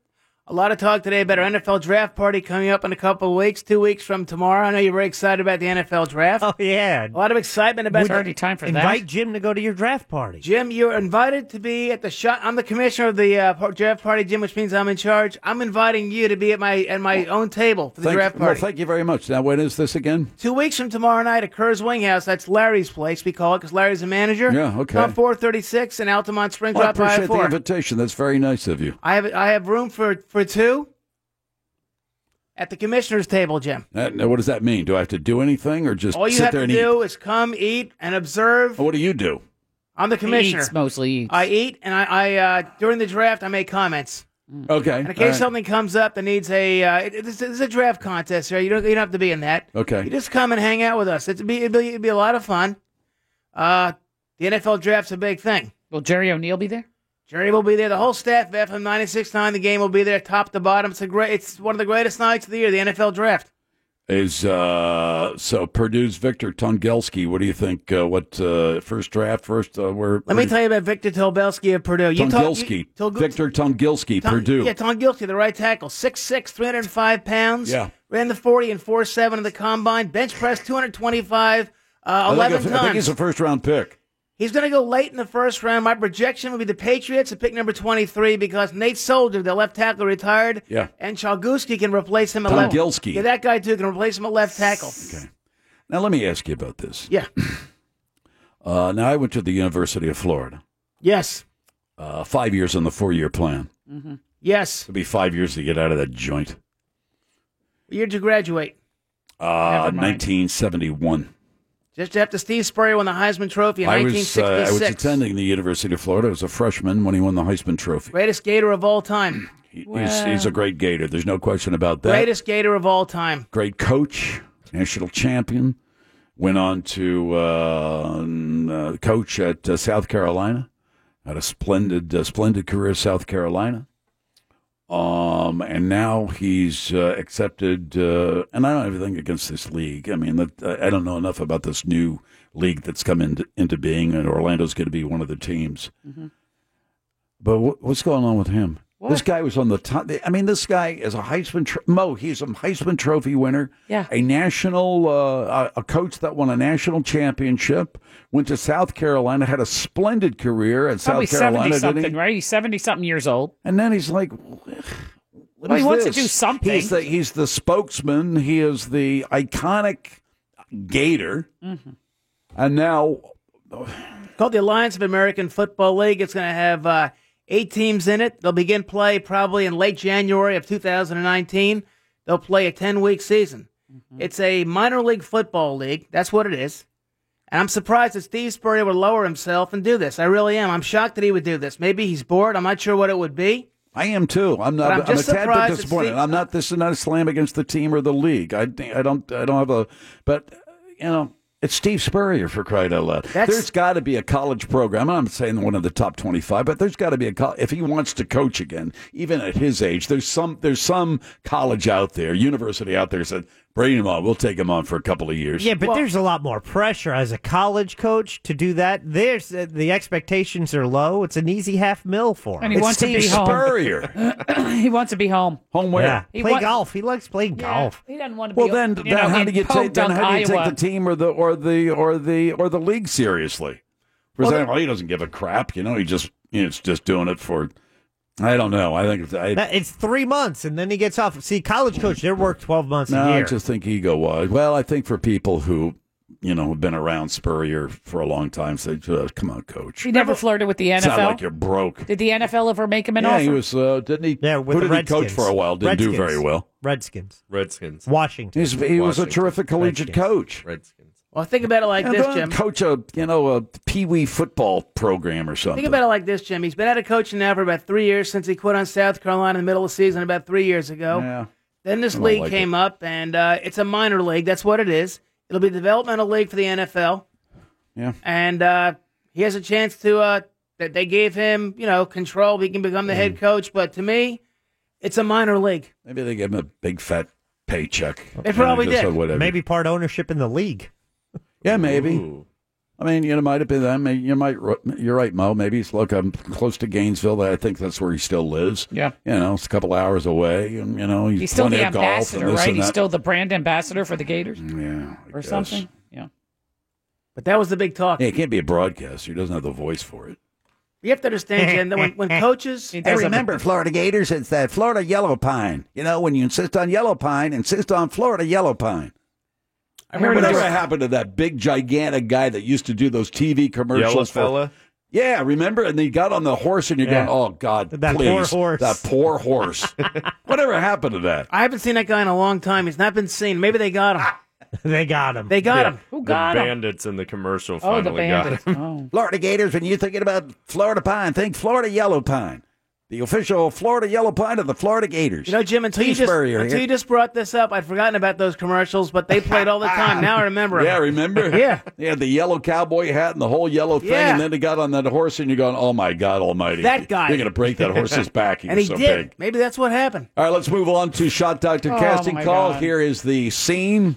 [SPEAKER 19] A lot of talk today about our NFL draft party coming up in a couple of weeks, two weeks from tomorrow. I know you're very excited about the NFL draft. Oh,
[SPEAKER 10] yeah.
[SPEAKER 19] A lot of excitement about
[SPEAKER 10] It's already
[SPEAKER 19] time for
[SPEAKER 10] that. Invite
[SPEAKER 19] Jim to go to your draft party. Jim, you're invited to be at the shot. I'm the commissioner of the uh, par- draft party, Jim, which means I'm in charge. I'm inviting you to be at my at my own table for the
[SPEAKER 5] Thank-
[SPEAKER 19] draft
[SPEAKER 5] well,
[SPEAKER 19] party.
[SPEAKER 5] thank you very much. Now, when is this again?
[SPEAKER 19] Two weeks from tomorrow night at Kerr's Wing House. That's Larry's place. We call it because Larry's the manager.
[SPEAKER 5] Yeah, okay.
[SPEAKER 19] Top four thirty six in Altamont Springs.
[SPEAKER 5] Well, I
[SPEAKER 19] right by
[SPEAKER 5] appreciate the
[SPEAKER 19] four.
[SPEAKER 5] invitation. That's very nice of you.
[SPEAKER 19] I have I have room for for two at the commissioner's table, Jim.
[SPEAKER 5] That- now, what does that mean? Do I have to do anything or just
[SPEAKER 19] All you
[SPEAKER 5] sit
[SPEAKER 19] have
[SPEAKER 5] there
[SPEAKER 19] to
[SPEAKER 5] and
[SPEAKER 19] do is come, eat, and observe.
[SPEAKER 5] eat? What do you do?
[SPEAKER 19] I'm the commissioner.
[SPEAKER 7] Eats, mostly eats.
[SPEAKER 19] I eat, and I, I uh, during the draft I make comments.
[SPEAKER 5] Okay.
[SPEAKER 19] And in
[SPEAKER 5] all
[SPEAKER 19] case
[SPEAKER 5] right.
[SPEAKER 19] something comes up that needs a, uh, it, this, this is a draft contest, right? You don't, you don't have to be in that.
[SPEAKER 5] Okay.
[SPEAKER 19] You just come and hang out with us. It'd be, it'd be, it'd be a lot of fun. Uh, the NFL draft's a big thing.
[SPEAKER 7] Will Jerry O'Neill be there?
[SPEAKER 19] Jerry will be there. The whole staff, of FM 96.9, the game will be there, top to bottom. It's a great. It's one of the greatest nights of the year, the NFL draft.
[SPEAKER 5] Is uh, so Purdue's Victor Tungelski. What do you think? Uh, what uh, first draft? First, uh, where?
[SPEAKER 19] Let me tell you about Victor Tobelski of Purdue. You talk- you-
[SPEAKER 5] Tungelski.
[SPEAKER 19] Tol-
[SPEAKER 5] Victor Tungelski,
[SPEAKER 19] Tom-
[SPEAKER 5] Purdue.
[SPEAKER 19] Yeah, Tom Gilty, the right tackle, 6'6", 305 pounds.
[SPEAKER 5] Yeah.
[SPEAKER 19] Ran the 40 and 4'7 in the combine. Bench press 225, uh,
[SPEAKER 5] I think-
[SPEAKER 19] 11
[SPEAKER 5] I think,
[SPEAKER 19] times.
[SPEAKER 5] he's a first round pick.
[SPEAKER 19] He's going to go late in the first round. My projection would be the Patriots at pick number 23 because Nate Soldier, the left tackle, retired.
[SPEAKER 5] Yeah.
[SPEAKER 19] And Chalguski can replace him at
[SPEAKER 5] Tom
[SPEAKER 19] left.
[SPEAKER 5] Gilski.
[SPEAKER 19] Yeah, that guy, too, can replace him at left tackle.
[SPEAKER 5] Now let me ask you about this.
[SPEAKER 19] Yeah.
[SPEAKER 5] Uh, now I went to the University of Florida.
[SPEAKER 19] Yes.
[SPEAKER 5] Uh, five years on the four year plan.
[SPEAKER 19] Yes.
[SPEAKER 5] It'll be five years to get out of that joint.
[SPEAKER 19] Year to graduate.
[SPEAKER 5] Uh,
[SPEAKER 19] mind.
[SPEAKER 5] 1971.
[SPEAKER 19] Just after Steve Spurrier won the Heisman Trophy in
[SPEAKER 5] I was uh,
[SPEAKER 19] 1966.
[SPEAKER 5] I was attending the University of Florida as a freshman when he won the Heisman Trophy.
[SPEAKER 19] Greatest Gator of all time.
[SPEAKER 5] He's, he's a great Gator. There's no question about that.
[SPEAKER 19] Greatest Gator of all time.
[SPEAKER 5] Great coach, national champion. Went on to uh, n- uh, coach at uh, South Carolina. Had a splendid, uh, splendid career at South Carolina. Um, and now he's uh, accepted. Uh, and I don't have anything against this league. I mean, that, I don't know enough about this new league that's come into, into being, and Orlando's going to be one of the teams. But wh- what's going on with him? This guy was on the top. I mean, this guy is a Heisman tro- Mo. He's a Heisman Trophy winner.
[SPEAKER 7] Yeah.
[SPEAKER 5] a national uh, a a coach that won a national championship. Went to South Carolina, had a splendid career at
[SPEAKER 7] Probably
[SPEAKER 5] South
[SPEAKER 7] 70
[SPEAKER 5] Carolina. didn't
[SPEAKER 7] something,
[SPEAKER 5] he?
[SPEAKER 7] right? He's 70 something years old.
[SPEAKER 5] And then he's like, What
[SPEAKER 7] well, he
[SPEAKER 5] is
[SPEAKER 7] wants to
[SPEAKER 5] this?
[SPEAKER 7] do something.
[SPEAKER 5] He's the he's the spokesman. He is the iconic Gator,
[SPEAKER 19] Mhm.
[SPEAKER 5] and now
[SPEAKER 19] called the Alliance of American Football League. It's going to have uh, eight teams in it. They'll begin play probably in late January of 2019. They'll play a 10 week season. It's a minor league football league. That's what it is. And I'm surprised that Steve Spurrier would lower himself and do this. I really am. I'm shocked that he would do this. Maybe he's bored. I'm not sure what it would be.
[SPEAKER 5] I am too. I'm not.
[SPEAKER 19] But I'm
[SPEAKER 5] I'm, a
[SPEAKER 19] just
[SPEAKER 5] tad
[SPEAKER 19] surprised
[SPEAKER 5] bit
[SPEAKER 19] that
[SPEAKER 5] disappointed.
[SPEAKER 19] Steve-
[SPEAKER 5] I'm not. This is not a slam against the team or the league. I I don't. I don't have a. But you know, It's Steve Spurrier for crying out loud. there's got to be a college program. I'm not saying one of the top 25, but there's got to be a college. If he wants to coach again, even at his age, there's some there's some college out there, university out there that said, bring him on. We'll take him on for a couple of years.
[SPEAKER 10] Yeah, but there's a lot more pressure as a college coach to do that. There's uh, the expectations are low. It's an easy half mil for him.
[SPEAKER 7] And he wants to be home. he wants to be home.
[SPEAKER 5] Home
[SPEAKER 10] where?
[SPEAKER 7] He
[SPEAKER 10] Play
[SPEAKER 7] wa-
[SPEAKER 10] golf. He likes playing golf.
[SPEAKER 7] He doesn't want to
[SPEAKER 5] Well,
[SPEAKER 7] be.
[SPEAKER 5] then,
[SPEAKER 7] you
[SPEAKER 5] then
[SPEAKER 7] know,
[SPEAKER 5] how
[SPEAKER 7] in
[SPEAKER 5] do you take then
[SPEAKER 7] Podunk,
[SPEAKER 5] how do you
[SPEAKER 7] Iowa.
[SPEAKER 5] take the team or the or the or the or the league seriously? For
[SPEAKER 10] Well,
[SPEAKER 5] saying, well, he doesn't give a crap. You know, he just you know, it's just doing it for. I don't know. I think it's, I,
[SPEAKER 10] That- it's three months, and then he gets off. See, college coach, they work twelve months
[SPEAKER 5] no,
[SPEAKER 10] a
[SPEAKER 5] I
[SPEAKER 10] year.
[SPEAKER 5] just think ego wise. Well, I think for people who you know have been around Spurrier for a long time, say, "Uh, come on, coach.
[SPEAKER 7] He never flirted with the
[SPEAKER 5] Sound
[SPEAKER 7] NFL.
[SPEAKER 5] like you're broke.
[SPEAKER 7] Did the NFL ever make him an
[SPEAKER 5] yeah,
[SPEAKER 7] offer?
[SPEAKER 5] he was. Uh, didn't he? Yeah,
[SPEAKER 10] with
[SPEAKER 5] who
[SPEAKER 10] the
[SPEAKER 5] did he coach
[SPEAKER 10] Redskins.
[SPEAKER 5] for a while? Didn't do
[SPEAKER 10] Redskins.
[SPEAKER 5] very well.
[SPEAKER 10] Redskins.
[SPEAKER 9] Redskins.
[SPEAKER 10] Washington.
[SPEAKER 5] He's, he was a
[SPEAKER 9] Washington.
[SPEAKER 5] terrific collegiate coach.
[SPEAKER 9] Redskins.
[SPEAKER 19] Well, think about it like
[SPEAKER 5] Yeah,
[SPEAKER 19] this,
[SPEAKER 5] don't
[SPEAKER 19] Jim.
[SPEAKER 5] Coach a you know a pee wee football program or something.
[SPEAKER 19] Think about it like this, Jim. He's been out of coaching now for about three years since he quit on South Carolina in the middle of the season about three years ago.
[SPEAKER 5] Yeah.
[SPEAKER 19] Then this
[SPEAKER 5] I don't
[SPEAKER 19] league
[SPEAKER 5] like
[SPEAKER 19] came up, and uh, it's a minor league. That's what it is. It'll be a developmental league for the NFL.
[SPEAKER 5] Yeah.
[SPEAKER 19] And uh, he has a chance to, uh, that they gave him, you know, control. He can become the
[SPEAKER 5] Mm.
[SPEAKER 19] head coach. But to me, it's a minor league.
[SPEAKER 5] Maybe they gave him a big fat paycheck.
[SPEAKER 19] They probably
[SPEAKER 5] And just
[SPEAKER 19] did.
[SPEAKER 5] said Whatever.
[SPEAKER 10] Maybe part ownership in the league.
[SPEAKER 5] Yeah, maybe. I mean, you know, might have been that. Maybe you might. You're right, Mo. Maybe he's look. I'm close to Gainesville. I think that's where he still lives.
[SPEAKER 7] Yeah.
[SPEAKER 5] You know, it's a couple hours away. And, you know, he's,
[SPEAKER 7] He's still
[SPEAKER 5] plenty
[SPEAKER 7] the
[SPEAKER 5] of golf and
[SPEAKER 7] ambassador,
[SPEAKER 5] this
[SPEAKER 7] right?
[SPEAKER 5] and
[SPEAKER 7] He's
[SPEAKER 5] that.
[SPEAKER 7] still the brand ambassador for the Gators
[SPEAKER 5] Yeah.
[SPEAKER 7] or
[SPEAKER 5] guess.
[SPEAKER 7] something. Yeah.
[SPEAKER 19] But that was the big talk.
[SPEAKER 5] Yeah, he can't be a broadcaster. He doesn't have the voice for it.
[SPEAKER 19] You have to understand, Jim, that when, when coaches.
[SPEAKER 1] I remember Florida Gators. It's that Florida yellow pine. You know, when you insist on yellow pine, insist on Florida yellow pine.
[SPEAKER 19] I
[SPEAKER 1] remember
[SPEAKER 5] Whatever
[SPEAKER 1] this-
[SPEAKER 5] happened to that big gigantic guy that used to do those TV commercials?
[SPEAKER 9] Yellow
[SPEAKER 5] for-
[SPEAKER 9] fella?
[SPEAKER 5] Yeah, remember? And he got on the horse, and you're
[SPEAKER 9] Yeah.
[SPEAKER 5] going, "Oh God,
[SPEAKER 9] That
[SPEAKER 5] please,
[SPEAKER 9] poor horse."
[SPEAKER 5] that poor horse." Whatever happened to that?
[SPEAKER 19] I haven't seen that guy in a long time. He's not been seen. Maybe they got him.
[SPEAKER 10] they got him.
[SPEAKER 19] They got him.
[SPEAKER 7] Who
[SPEAKER 9] the bandits in the commercial
[SPEAKER 19] Oh, the
[SPEAKER 9] finally got him.
[SPEAKER 1] Oh. Florida Gators, when you're thinking about Florida pine, think Florida yellow pine. The official Florida yellow pine of the Florida Gators.
[SPEAKER 19] You know, Jim, until you,
[SPEAKER 1] Steve
[SPEAKER 19] just,
[SPEAKER 1] Spurrier
[SPEAKER 19] until
[SPEAKER 1] here.
[SPEAKER 19] you just brought this up, I'd forgotten about those commercials, but they played all the time. Now I remember 'em.
[SPEAKER 5] Yeah, remember?
[SPEAKER 19] yeah.
[SPEAKER 5] They had the yellow cowboy hat and the whole yellow thing,
[SPEAKER 19] Yeah.
[SPEAKER 5] and then he got on that horse, and you're going, "Oh my God Almighty!"
[SPEAKER 19] That guy.
[SPEAKER 5] You're going to break that horse's back. He
[SPEAKER 19] and he
[SPEAKER 5] was so
[SPEAKER 19] did.
[SPEAKER 5] big.
[SPEAKER 19] Maybe that's what happened.
[SPEAKER 5] All right, let's move on to Shot Doctor
[SPEAKER 19] Oh,
[SPEAKER 5] Casting
[SPEAKER 19] my
[SPEAKER 5] Call.
[SPEAKER 19] God.
[SPEAKER 5] Here is the scene,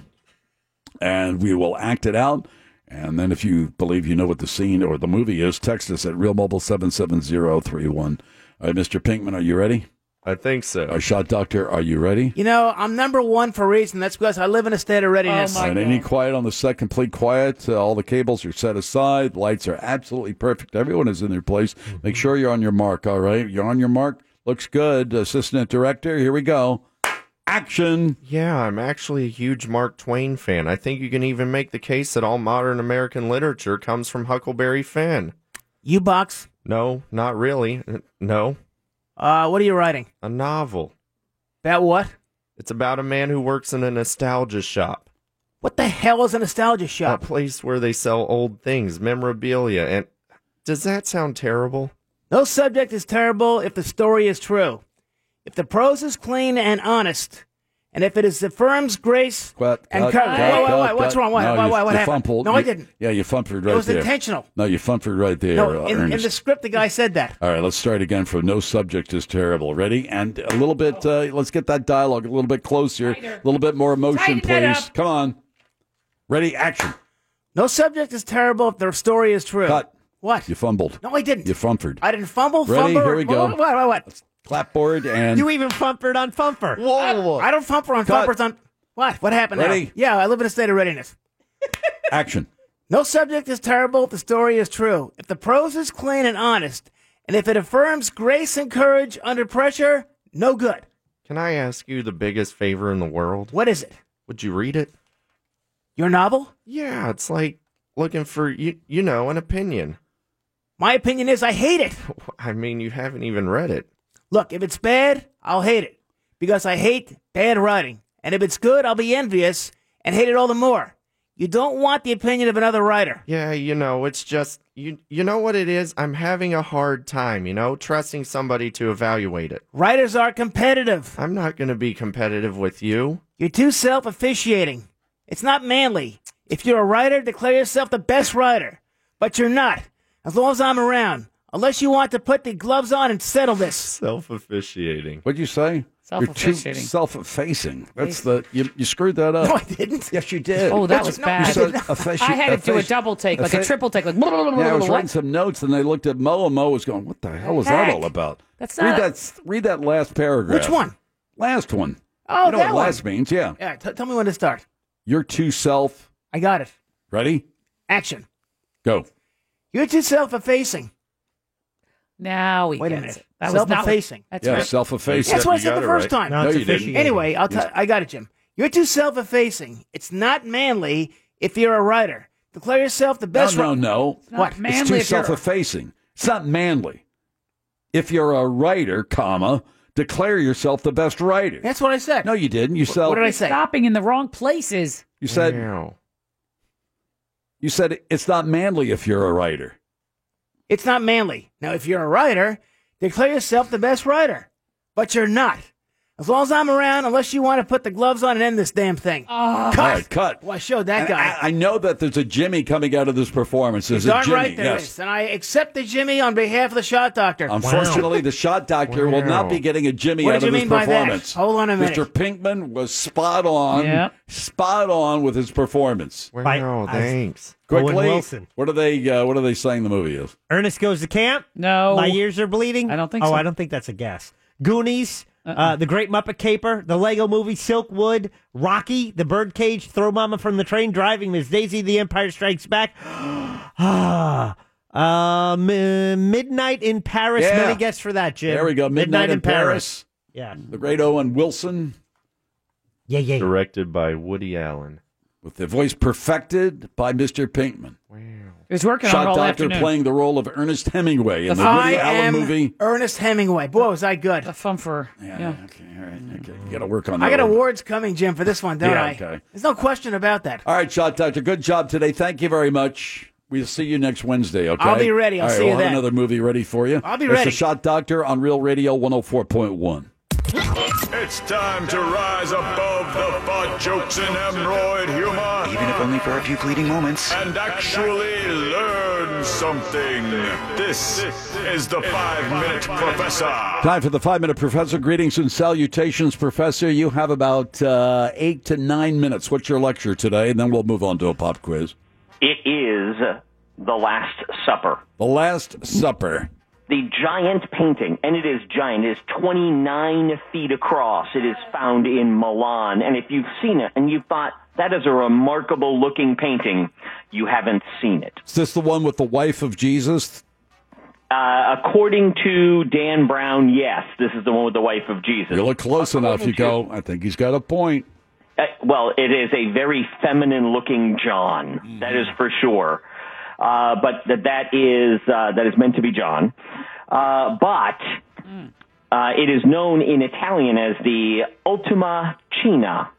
[SPEAKER 5] and we will act it out. And then if you believe you know what the scene or the movie is, text us at Real Mobile 77031. All right, Mr. Pinkman, are you ready?
[SPEAKER 9] I think so.
[SPEAKER 5] Our Shot Doctor, are you ready?
[SPEAKER 19] You know, I'm number one for a reason. That's because I live in a state
[SPEAKER 9] Oh,
[SPEAKER 19] of readiness.
[SPEAKER 5] All right, any quiet on the second, please quiet. Uh, all the cables are set aside. Lights are absolutely perfect. Everyone is in their place. Make sure you're on your mark, all right? You're on your mark. Looks good. Assistant director, here we go. Action.
[SPEAKER 9] Yeah, I'm actually a huge Mark Twain fan. I think you can even make the case that all modern American literature comes from Huckleberry Finn.
[SPEAKER 19] You box?
[SPEAKER 9] No, not really. Uh, No.
[SPEAKER 19] Uh, what are you writing?
[SPEAKER 9] A novel.
[SPEAKER 19] About what?
[SPEAKER 9] It's about a man who works in a nostalgia shop.
[SPEAKER 19] What the hell is a nostalgia shop?
[SPEAKER 9] A place where they sell old things, memorabilia, and does that sound terrible?
[SPEAKER 19] No subject is terrible if the story is true, if the prose is clean and honest, and if it is the firm's grace
[SPEAKER 5] Cut,
[SPEAKER 19] and
[SPEAKER 5] cut,
[SPEAKER 19] courage.
[SPEAKER 5] cut,
[SPEAKER 19] Wait, wait,
[SPEAKER 5] cut,
[SPEAKER 19] wait, what's
[SPEAKER 5] cut.
[SPEAKER 19] wrong? Why,
[SPEAKER 5] No,
[SPEAKER 19] why,
[SPEAKER 5] you-
[SPEAKER 19] why, what
[SPEAKER 5] you
[SPEAKER 19] happened?
[SPEAKER 5] fumbled.
[SPEAKER 19] no, I
[SPEAKER 5] You-
[SPEAKER 19] didn't.
[SPEAKER 5] Yeah, you fumpered right
[SPEAKER 19] was
[SPEAKER 5] there.
[SPEAKER 19] intentional.
[SPEAKER 5] No, you fumpered right there, uh,
[SPEAKER 19] No, in, in
[SPEAKER 5] Ernest.
[SPEAKER 19] the script, the guy said that.
[SPEAKER 5] All right, let's start again from no subject is terrible. Ready? And a little bit, uh, let's get that dialogue a little bit closer, a little bit more emotion,
[SPEAKER 19] Tighten it
[SPEAKER 5] please. Come on. Ready? Action.
[SPEAKER 19] No subject is terrible if the story is true.
[SPEAKER 5] Cut.
[SPEAKER 19] What?
[SPEAKER 5] You fumbled.
[SPEAKER 19] No, I didn't.
[SPEAKER 5] You fumpered.
[SPEAKER 19] I didn't fumble,
[SPEAKER 5] Ready?
[SPEAKER 19] fumble.
[SPEAKER 5] Here we go.
[SPEAKER 19] What? What? What? what?
[SPEAKER 5] Clapboard and
[SPEAKER 10] even fumpered on Fumper.
[SPEAKER 9] Whoa!
[SPEAKER 19] I, I don't fumper on
[SPEAKER 5] Cut.
[SPEAKER 19] fumpers on. What? What happened?
[SPEAKER 5] Ready?
[SPEAKER 19] Now? Yeah, I live in a state of readiness.
[SPEAKER 5] action.
[SPEAKER 19] No subject is terrible if the story is true, if the prose is clean and honest, and if it affirms grace and courage under pressure. No good.
[SPEAKER 9] Can I ask you the biggest favor in the world?
[SPEAKER 19] What is it?
[SPEAKER 9] Would you read it?
[SPEAKER 19] Your novel?
[SPEAKER 9] Yeah, it's like looking for you, you know, an opinion.
[SPEAKER 19] My opinion is I hate it.
[SPEAKER 9] I mean, you haven't even read it.
[SPEAKER 19] Look, if it's bad, I'll hate it because I hate bad writing. And if it's good, I'll be envious and hate it all the more. You don't want the opinion of another writer.
[SPEAKER 9] Yeah, you know, it's just you you know what it is? I'm having a hard time, you know, trusting somebody to evaluate it.
[SPEAKER 19] Writers are competitive.
[SPEAKER 9] I'm not going to be competitive with you.
[SPEAKER 19] You're too self officiating. It's not manly. If you're a writer, declare yourself the best writer. But you're not, as long as I'm around. Unless you want to put the gloves on and settle this.
[SPEAKER 9] Self officiating.
[SPEAKER 5] What'd you say? You're too
[SPEAKER 19] Self-officiating.
[SPEAKER 5] self-effacing. That's the you, you screwed that up.
[SPEAKER 19] No, I didn't.
[SPEAKER 5] Yes, you did.
[SPEAKER 7] Oh, that
[SPEAKER 5] That's-
[SPEAKER 7] was
[SPEAKER 5] no,
[SPEAKER 7] bad.
[SPEAKER 5] you said offici-
[SPEAKER 7] I had to do a
[SPEAKER 5] offici-
[SPEAKER 7] double take, like a
[SPEAKER 5] offi-
[SPEAKER 7] triple take, like
[SPEAKER 5] Yeah, I was writing
[SPEAKER 7] what?
[SPEAKER 5] some notes, and they looked at Mo, and Mo was going, "What the hell is that
[SPEAKER 7] heck?
[SPEAKER 5] all about?"
[SPEAKER 7] That's
[SPEAKER 5] read
[SPEAKER 7] not-
[SPEAKER 5] that. s- Read that last paragraph.
[SPEAKER 19] Which one?
[SPEAKER 5] Last one.
[SPEAKER 19] Oh,
[SPEAKER 5] you know
[SPEAKER 19] that
[SPEAKER 5] what
[SPEAKER 19] one.
[SPEAKER 5] last means? Yeah,
[SPEAKER 19] Yeah, t- tell me when to start.
[SPEAKER 5] you're too self.
[SPEAKER 19] I got it.
[SPEAKER 5] Ready?
[SPEAKER 19] Action.
[SPEAKER 5] Go.
[SPEAKER 19] You're too self-effacing.
[SPEAKER 7] Now we
[SPEAKER 19] Wait a
[SPEAKER 7] gets
[SPEAKER 19] minute.
[SPEAKER 7] it. That was not what-
[SPEAKER 19] self-effacing.
[SPEAKER 7] That's
[SPEAKER 5] yeah,
[SPEAKER 7] right.
[SPEAKER 5] self-effacing.
[SPEAKER 19] That's what I said the first time.
[SPEAKER 5] No, you didn't.
[SPEAKER 19] Anyway, I'll tell. I got it, Jim. You're too self-effacing. It's not manly if you're a writer. Declare yourself the best.
[SPEAKER 5] no, no,
[SPEAKER 19] wri-
[SPEAKER 5] no.
[SPEAKER 19] not What? manly
[SPEAKER 5] It's too
[SPEAKER 19] if you're-
[SPEAKER 5] self-effacing. It's not manly. If you're a writer, comma, declare yourself the best writer.
[SPEAKER 19] That's what I said.
[SPEAKER 5] No, you didn't. You said.
[SPEAKER 7] You're Stopping in the wrong places.
[SPEAKER 5] You said. You said it's not manly if you're a writer.
[SPEAKER 19] It's not manly. Now, if you're a writer, declare yourself the best writer. But you're not. As long as I'm around, unless you want to put the gloves on and end this damn thing.
[SPEAKER 7] Ah.
[SPEAKER 5] All
[SPEAKER 19] cut.
[SPEAKER 5] right, cut.
[SPEAKER 19] Well, I showed that
[SPEAKER 5] And
[SPEAKER 19] guy.
[SPEAKER 5] I, I know that there's a Jimmy coming out of this performance. There's a
[SPEAKER 19] Darn
[SPEAKER 5] Jimmy.
[SPEAKER 19] right there
[SPEAKER 5] yes.
[SPEAKER 19] is, And I accept the Jimmy on behalf of the shot doctor.
[SPEAKER 5] Unfortunately, the shot doctor will not be getting a Jimmy
[SPEAKER 19] What
[SPEAKER 5] out
[SPEAKER 19] did
[SPEAKER 5] of
[SPEAKER 19] you
[SPEAKER 5] this
[SPEAKER 19] mean by that?
[SPEAKER 5] performance.
[SPEAKER 19] Hold on a minute.
[SPEAKER 5] Mr. Pinkman was spot on.
[SPEAKER 19] Yep.
[SPEAKER 5] Spot on with his performance.
[SPEAKER 10] Wow, I- thanks.
[SPEAKER 5] Quickly,
[SPEAKER 10] Owen Wilson.
[SPEAKER 5] What are they? Uh, what are they saying the movie is?
[SPEAKER 10] Ernest goes to camp.
[SPEAKER 7] No,
[SPEAKER 10] my ears are bleeding. I don't
[SPEAKER 7] think
[SPEAKER 10] Oh,
[SPEAKER 7] so.
[SPEAKER 10] I don't think that's a guess. Goonies, uh The Great Muppet Caper, The Lego Movie, Silkwood, Rocky, The Birdcage, Throw Mama from the Train, Driving Miss Daisy, The Empire Strikes Back. ah, um, uh, Midnight in Paris.
[SPEAKER 5] Yeah.
[SPEAKER 10] Many guess for that, Jim.
[SPEAKER 5] There we go. Midnight, in, Paris.
[SPEAKER 10] Yeah.
[SPEAKER 5] The great Owen Wilson.
[SPEAKER 10] Yeah, yeah.
[SPEAKER 9] Directed by Woody Allen.
[SPEAKER 5] With the voice perfected by Mr. Pinkman.
[SPEAKER 7] He was working on
[SPEAKER 5] Shot
[SPEAKER 7] it all
[SPEAKER 5] doctor
[SPEAKER 7] afternoon.
[SPEAKER 5] playing the role of Ernest Hemingway in the
[SPEAKER 19] I
[SPEAKER 5] Woody Allen
[SPEAKER 19] am
[SPEAKER 5] movie.
[SPEAKER 19] Ernest Hemingway. Boy, was I good. The
[SPEAKER 7] fumfer.
[SPEAKER 5] Yeah. Okay. All right. Okay. You got to work on that.
[SPEAKER 19] Mm. I got
[SPEAKER 5] one.
[SPEAKER 19] awards coming, Jim, for this one, don't
[SPEAKER 5] Yeah,
[SPEAKER 19] I?
[SPEAKER 5] okay.
[SPEAKER 19] There's no question about that.
[SPEAKER 5] All right, Shot Doctor. Good job today. Thank you very much. We'll see you next Wednesday, okay?
[SPEAKER 19] I'll be ready. I'll
[SPEAKER 5] All right,
[SPEAKER 19] see you
[SPEAKER 5] we'll have
[SPEAKER 19] then.
[SPEAKER 5] another movie ready for you.
[SPEAKER 2] I'll be
[SPEAKER 5] It's
[SPEAKER 2] ready.
[SPEAKER 5] the Shot Doctor on Real Radio 104.1.
[SPEAKER 2] It's time to rise above the butt jokes and hemorrhoid humor.
[SPEAKER 15] Even if only for a few fleeting moments.
[SPEAKER 2] And actually learn something. This is the Five Minute Professor.
[SPEAKER 5] Time for the five minute professor. Greetings and salutations, Professor. You have about uh, eight to nine minutes. What's your lecture today? And then we'll move on to a pop quiz.
[SPEAKER 20] It is The Last Supper.
[SPEAKER 5] The Last Supper.
[SPEAKER 20] The giant painting, and it is giant, it is 29 feet across. It is found in Milan. And if you've seen it and you thought, that is a remarkable looking painting, you haven't seen it.
[SPEAKER 5] Is this the one with the wife of Jesus?
[SPEAKER 20] Uh, according to Dan Brown, yes, this is the one with the wife of Jesus.
[SPEAKER 5] You look close enough. You go, I think he's got a point.
[SPEAKER 20] Uh, well, it is a very feminine looking John.
[SPEAKER 5] Mm-hmm.
[SPEAKER 20] That is for sure. Uh, but that that is uh, that is meant to be John. Uh, but uh, it is known in Italian as the Ultima Cena.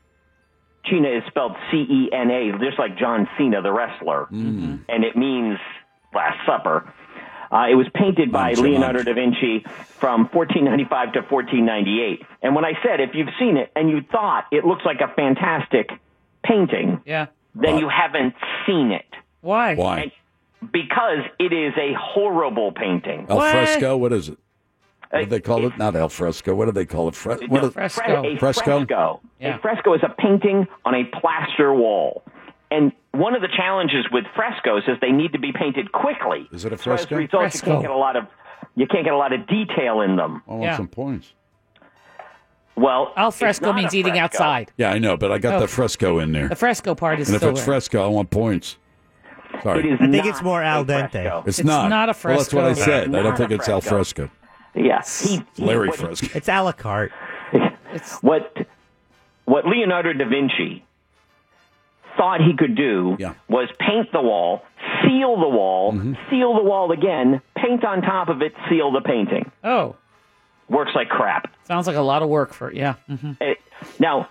[SPEAKER 20] Cena is spelled C E N A, just like John Cena, the wrestler, and it means Last Supper. Uh, it was painted by Leonardo da Vinci from 1495 to 1498. And when I said, if you've seen it and you thought it looks like a fantastic painting,
[SPEAKER 7] Yeah.
[SPEAKER 20] then you haven't seen it.
[SPEAKER 7] Why?
[SPEAKER 5] Why?
[SPEAKER 20] Because it is a horrible painting.
[SPEAKER 5] Al fresco? What is it? What do they call it? Not al fresco. What do they call it? Fre- what
[SPEAKER 20] No,
[SPEAKER 5] is-
[SPEAKER 20] fres- a fresco.
[SPEAKER 5] Fresco?
[SPEAKER 20] A fresco is a painting on a plaster wall. And one of the challenges with frescoes is they need to be painted quickly.
[SPEAKER 5] Is it a
[SPEAKER 20] So as
[SPEAKER 5] fresco?
[SPEAKER 20] a result, you
[SPEAKER 5] Fresco.
[SPEAKER 20] can't get a lot of you can't get a lot of detail in them.
[SPEAKER 5] I want some points.
[SPEAKER 20] Well,
[SPEAKER 7] Al
[SPEAKER 20] it's
[SPEAKER 7] fresco
[SPEAKER 20] not
[SPEAKER 7] means
[SPEAKER 20] a
[SPEAKER 7] eating
[SPEAKER 20] fresco.
[SPEAKER 7] outside.
[SPEAKER 5] Yeah, I know, but I got
[SPEAKER 7] Oh.
[SPEAKER 5] the fresco in there.
[SPEAKER 7] The fresco part is
[SPEAKER 5] and if
[SPEAKER 7] still
[SPEAKER 5] it's
[SPEAKER 7] there.
[SPEAKER 5] fresco, I want points. Sorry.
[SPEAKER 10] I think it's more al dente.
[SPEAKER 5] It's, not.
[SPEAKER 10] a
[SPEAKER 5] Well, that's what I said. I
[SPEAKER 10] Not
[SPEAKER 5] don't
[SPEAKER 10] a
[SPEAKER 5] think it's al
[SPEAKER 10] fresco.
[SPEAKER 5] fresco.
[SPEAKER 20] Yes.
[SPEAKER 5] Larry Fresco.
[SPEAKER 10] It's a la carte.
[SPEAKER 20] what what Leonardo da Vinci thought he could do was paint the wall, seal the wall, seal the wall again, paint on top of it, seal the painting.
[SPEAKER 7] Oh,
[SPEAKER 20] Works like crap.
[SPEAKER 7] sounds like a lot of work for yeah. hmm
[SPEAKER 20] It, now,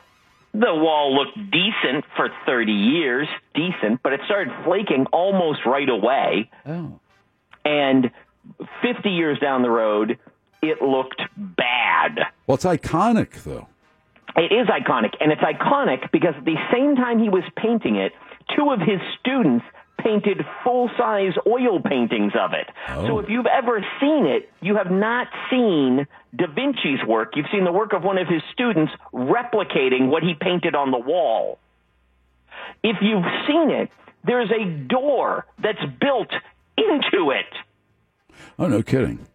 [SPEAKER 20] the wall looked decent for 30 years, decent, but it started flaking almost right away.
[SPEAKER 7] Oh.
[SPEAKER 20] And 50 years down the road, it looked bad.
[SPEAKER 5] Well, it's iconic, though.
[SPEAKER 20] It is iconic, and it's iconic because at the same time he was painting it, two of his students painted full-size oil paintings of it. So if you've ever seen it, you have not seen Da Vinci's work. You've seen the work of one of his students replicating what he painted on the wall. If you've seen it, there's a door that's built into it.
[SPEAKER 5] Oh, no kidding.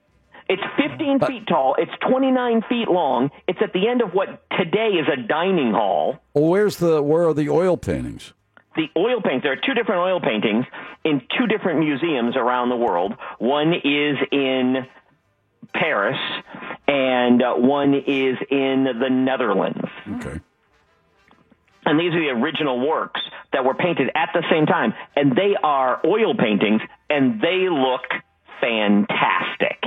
[SPEAKER 20] It's 15 feet tall. It's 29 feet long. It's at the end of what today is a dining hall.
[SPEAKER 5] Well, where's the where are the oil paintings?
[SPEAKER 20] The oil paintings, there are two different oil paintings in two different museums around the world. One is in Paris, and uh, one is in the Netherlands.
[SPEAKER 5] Okay.
[SPEAKER 20] And these are the original works that were painted at the same time. And they are oil paintings, and they look fantastic.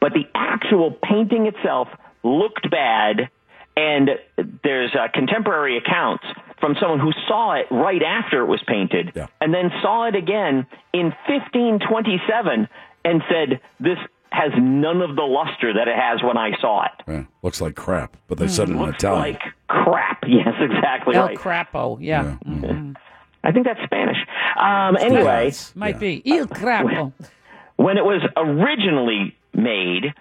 [SPEAKER 20] But the actual painting itself looked bad, and there's uh, contemporary accounts from someone who saw it right after it was painted and then saw it again in 1527 and said, This has none of the luster that it has when I saw it.
[SPEAKER 5] Yeah, Eh, looks like crap, but they said it in
[SPEAKER 20] Looks
[SPEAKER 5] Italian.
[SPEAKER 20] like crap. Yes, exactly
[SPEAKER 5] Oh,
[SPEAKER 7] El
[SPEAKER 20] right.
[SPEAKER 7] Crapo, Oh, yeah.
[SPEAKER 20] I think that's Spanish. Um, anyway,
[SPEAKER 7] Might be. Il Crapo.
[SPEAKER 20] when it was originally made,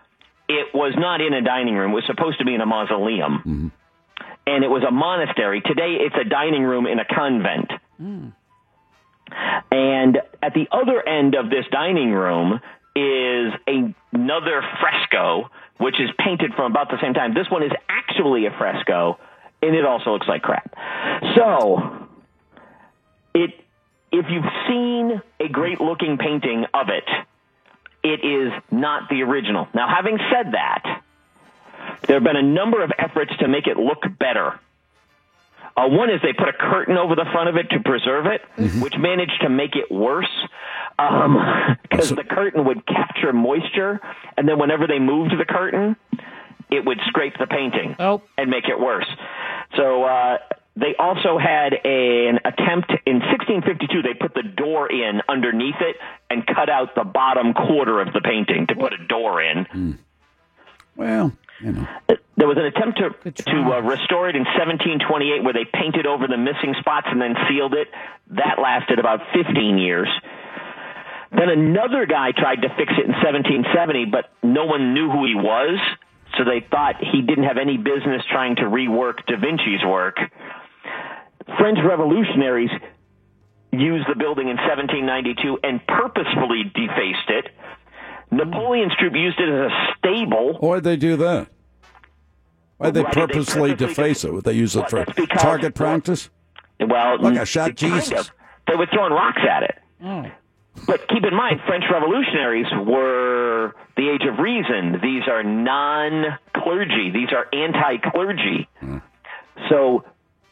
[SPEAKER 20] it was not in a dining room. It was supposed to be in a mausoleum. And it was a monastery. Today, it's a dining room in a convent. And at the other end of this dining room is a- another fresco, which is painted from about the same time. This one is actually a fresco, and it also looks like crap. So, it if you've seen a great looking painting of it, it is not the original. Now, having said that, there have been a number of efforts to make it look better. Uh, one is they put a curtain over the front of it to preserve it, which managed to make it worse because the curtain would capture moisture, and then whenever they moved the curtain, it would scrape the painting and make it worse. So uh, they also had a- an attempt in 1652. They put the door in underneath it and cut out the bottom quarter of the painting to put a door in.
[SPEAKER 5] Well,
[SPEAKER 20] There was an attempt to to uh, restore it in 1728, where they painted over the missing spots and then sealed it. That lasted about 15 years. Then another guy tried to fix it in 1770, but no one knew who he was, so they thought he didn't have any business trying to rework Da Vinci's work. French revolutionaries used the building in 1792 and purposefully defaced it. Napoleon's troop used it as a stable.
[SPEAKER 5] Why'd they do that? Why'd they
[SPEAKER 20] Why did they
[SPEAKER 5] purposely deface it? Would they use it for target practice?
[SPEAKER 20] Well,
[SPEAKER 5] like I shot
[SPEAKER 20] kind
[SPEAKER 5] Jesus.
[SPEAKER 20] of. They were throwing rocks at it. But keep in mind, French revolutionaries were the age of reason. These are non clergy, these are anti clergy. So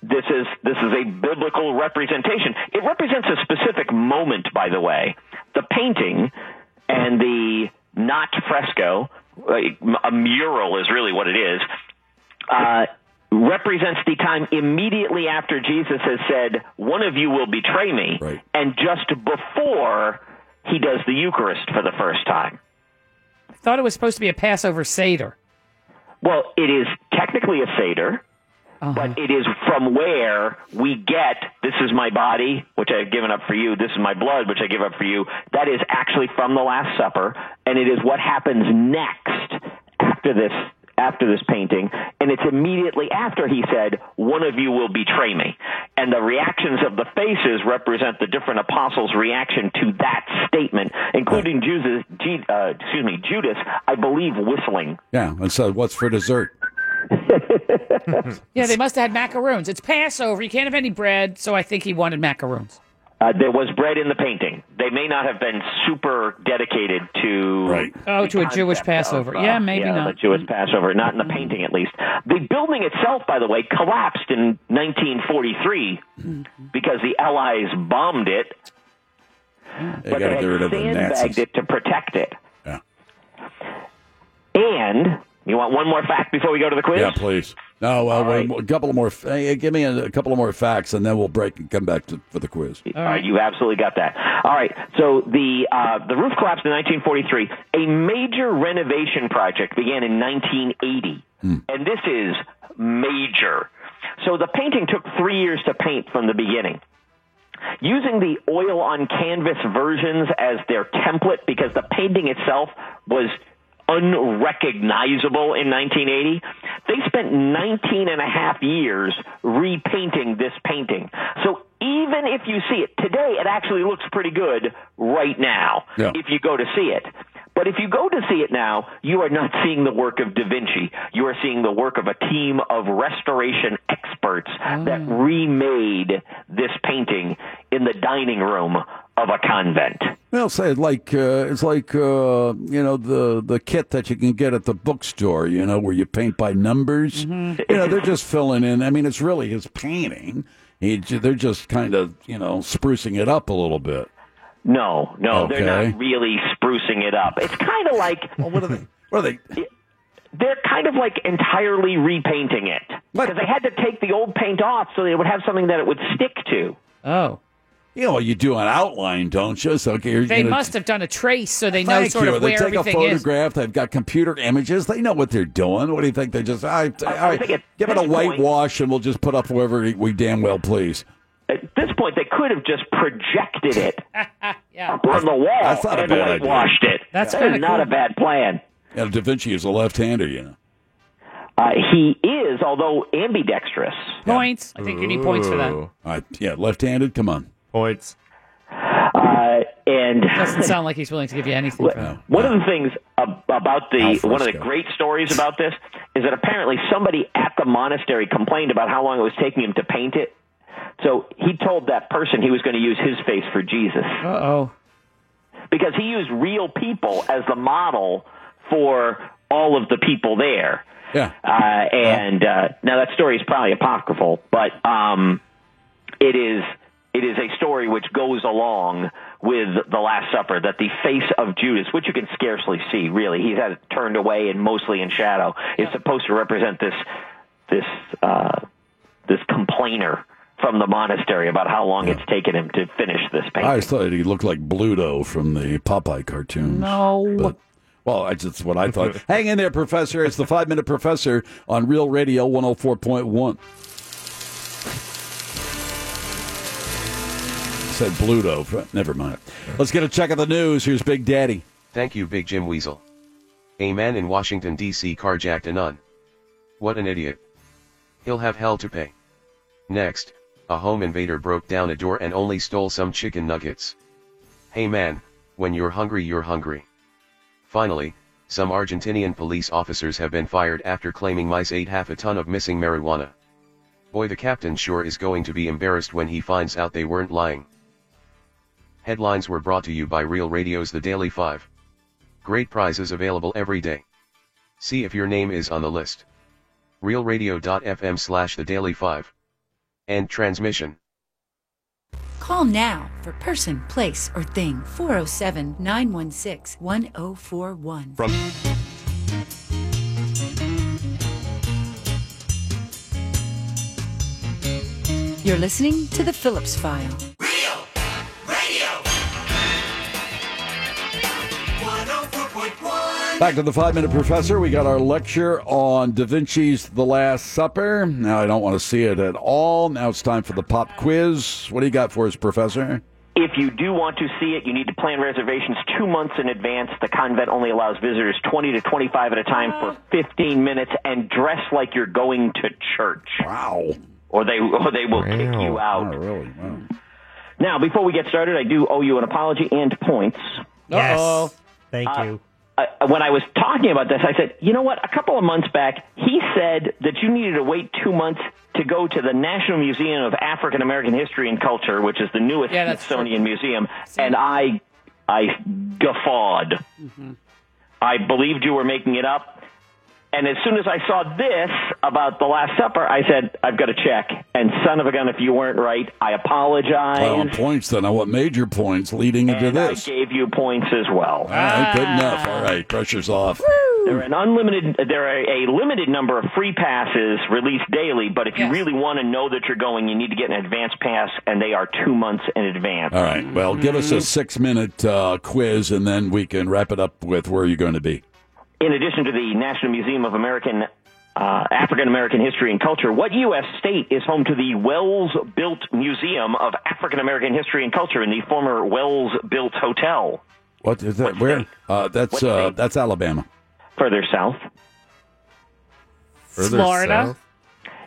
[SPEAKER 20] this is this is a biblical representation. It represents a specific moment, by the way. The painting and the not fresco, like, a mural is really what it is. Uh, represents the time immediately after Jesus has said, "One of you will betray me," and just before he does the Eucharist for the first time.
[SPEAKER 7] I thought it was supposed to be a Passover Seder.
[SPEAKER 20] Well, it is technically a Seder, but it is from where we get this is my body, which I've given up for you, this is my blood, which I give up for you. That is actually from the Last Supper, and it is what happens next after this after this painting and it's immediately after he said one of you will betray me and the reactions of the faces represent the different apostles reaction to that statement including Judas G- uh, excuse me Judas I believe whistling
[SPEAKER 5] Yeah, and so what's for dessert?
[SPEAKER 7] Yeah, they must have had macaroons. It's Passover. You can't have any bread, so I think he wanted macaroons.
[SPEAKER 20] Uh, there was bread in the painting. They may not have been super dedicated to
[SPEAKER 7] Oh, to a
[SPEAKER 20] the
[SPEAKER 7] Jewish
[SPEAKER 20] concept
[SPEAKER 7] Passover.
[SPEAKER 20] of, uh,
[SPEAKER 7] Yeah, maybe
[SPEAKER 20] yeah,
[SPEAKER 7] not.
[SPEAKER 20] the Jewish Passover, not in the painting at least. The building itself, by the way, collapsed in 1943
[SPEAKER 5] Mm-hmm.
[SPEAKER 20] because the Allies bombed it,
[SPEAKER 5] They gotta
[SPEAKER 20] but they had
[SPEAKER 5] get rid of the Nazis.
[SPEAKER 20] sandbagged it to protect it. And you want one more fact before we go to the quiz?
[SPEAKER 5] Yeah, please. No, well, a couple of more. Hey, give me a, a couple of more facts, and then we'll break and come back to, for the quiz.
[SPEAKER 20] All right, you absolutely got that. All right, so the uh, the roof collapsed in 1943. A major renovation project began in 1980, and this is major. So the painting took three years to paint from the beginning. using the oil on canvas versions as their template because the painting itself was unrecognizable in 1980. They spent 19 and a half years repainting this painting. So even if you see it today, it actually looks pretty good right now
[SPEAKER 5] Yeah.
[SPEAKER 20] if you go to see it. But if you go to see it now, you are not seeing the work of Da Vinci. You are seeing the work of a team of restoration experts that remade this painting in the dining room of a convent.
[SPEAKER 5] Well, say it like uh, it's like uh, you know the the kit that you can get at the bookstore, you know, where you paint by numbers.
[SPEAKER 20] Mm-hmm.
[SPEAKER 5] You know, they're just filling in. I mean, it's really his painting. He, j- they're just kind of you know sprucing it up a little bit.
[SPEAKER 20] No, no, they're
[SPEAKER 5] Okay.
[SPEAKER 20] not really sprucing it up. It's kind of like what are they?
[SPEAKER 5] What are
[SPEAKER 20] they? They're kind of like entirely repainting it because they had to take the old paint off so they would have something that it would stick to.
[SPEAKER 7] Oh.
[SPEAKER 5] You know, you do an outline, don't you? So okay, you're
[SPEAKER 7] They
[SPEAKER 5] gonna-
[SPEAKER 7] must have done a trace so they know
[SPEAKER 5] Thank
[SPEAKER 7] sort
[SPEAKER 5] you.
[SPEAKER 7] of
[SPEAKER 5] they
[SPEAKER 7] where
[SPEAKER 5] take a
[SPEAKER 7] everything is.
[SPEAKER 5] photograph. They've got computer images. They know what they're doing. What do you think? They just all right, all right give it a whitewash, and we'll just put up wherever we damn well please.
[SPEAKER 20] At this point, they could have just projected it up on the wall
[SPEAKER 5] That's not a
[SPEAKER 20] and
[SPEAKER 5] bad idea.
[SPEAKER 20] whitewashed it.
[SPEAKER 5] That's
[SPEAKER 20] That
[SPEAKER 5] kinda
[SPEAKER 20] is not
[SPEAKER 5] cool.
[SPEAKER 20] a bad plan.
[SPEAKER 5] And Da Vinci is a left-hander, you know.
[SPEAKER 20] Uh, he is, although ambidextrous.
[SPEAKER 7] Points. I think you need points for that.
[SPEAKER 5] All right, yeah, left-handed. Come on,
[SPEAKER 9] points.
[SPEAKER 20] Uh, and
[SPEAKER 7] Doesn't sound like he's willing to give you anything for that.
[SPEAKER 20] One of the things ab- about the
[SPEAKER 7] Alfresco.
[SPEAKER 20] one of the great stories about this is that apparently somebody at the monastery complained about how long it was taking him to paint it. So he told that person he was going to use his face for Jesus. Uh
[SPEAKER 7] oh.
[SPEAKER 20] Because he used real people as the model for all of the people there.
[SPEAKER 5] Yeah.
[SPEAKER 20] Uh, and uh, now that story is probably apocryphal, but um, it is it is a story which goes along with the Last Supper that the face of Judas, which you can scarcely see really, he's had it turned away and mostly in shadow, is supposed to represent this this uh, this complainer from the monastery about how long it's taken him to finish this painting.
[SPEAKER 5] I always thought he looked like Bluto from the Popeye cartoons.
[SPEAKER 7] No.
[SPEAKER 5] But, well, that's just what I thought. Hang in there, Professor. It's the Five Minute Professor on Real Radio 104.1. Said Bluto. Never mind. Let's get a check of the news. Here's Big Daddy.
[SPEAKER 26] Thank you, Big Jim Weasel. A man in Washington, D.C. carjacked a nun. What an idiot. He'll have hell to pay. Next, a home invader broke down a door and only stole some chicken nuggets. Hey man, when you're hungry, you're hungry. Finally, some Argentinian police officers have been fired after claiming mice ate half a ton of missing marijuana. Boy, the captain sure is going to be embarrassed when he finds out they weren't lying. Headlines were brought to you by Real Radio's The Daily 5. Great prizes available every day. See if your name is on the list. RealRadio.fm slash The Daily 5. End transmission.
[SPEAKER 13] Call now for person, place, or thing 407 916 1041.
[SPEAKER 2] From
[SPEAKER 13] You're listening to The Phillips File.
[SPEAKER 5] Back to the Five Minute Professor. We got our lecture on Da Vinci's The Last Supper. Now, I don't want to see it at all. Now it's time for the pop quiz. What do you got for us, Professor?
[SPEAKER 20] If you do want to see it, you need to plan reservations two months in advance. The convent only allows visitors 20 to 25 at a time for 15 minutes and dress like you're going to church.
[SPEAKER 5] Wow.
[SPEAKER 20] Or they, or they will kick
[SPEAKER 5] Wow.
[SPEAKER 20] you out.
[SPEAKER 5] really? Wow.
[SPEAKER 20] Now, before we get started, I do owe you an apology and points.
[SPEAKER 10] Yes. Thank
[SPEAKER 20] Uh,
[SPEAKER 10] you.
[SPEAKER 20] I, when I was talking about this, I said, you know what? A couple of months back, he said that you needed to wait two months to go to the National Museum of African American History and Culture, which is the newest
[SPEAKER 7] Yeah, that's
[SPEAKER 20] Smithsonian museum, and I, I guffawed.
[SPEAKER 7] Mm-hmm.
[SPEAKER 20] I believed you were making it up. And as soon as I saw this about the Last Supper, I said, I've got to check. And son of a gun, if you weren't right, I apologize.
[SPEAKER 5] I want points then. I want major points leading into
[SPEAKER 20] and I
[SPEAKER 5] this.
[SPEAKER 20] gave you points as well.
[SPEAKER 5] All right, good enough. All right, pressure's off.
[SPEAKER 20] There are an unlimited. There are a limited number of free passes released daily, but if you really want to know that you're going, you need to get an advance pass, and they are two months in advance.
[SPEAKER 5] All right, well, give us a
[SPEAKER 20] Mhm.
[SPEAKER 5] six minute uh, quiz and then we can wrap it up with where you're going to be.
[SPEAKER 20] In addition to the National Museum of American uh, African American history and culture. What U.S. state is home to the Wells Built Museum of African American History and Culture in the former Wells Built Hotel?
[SPEAKER 5] What is that? Where? Uh, that's uh, that's Alabama.
[SPEAKER 20] Further south. Florida.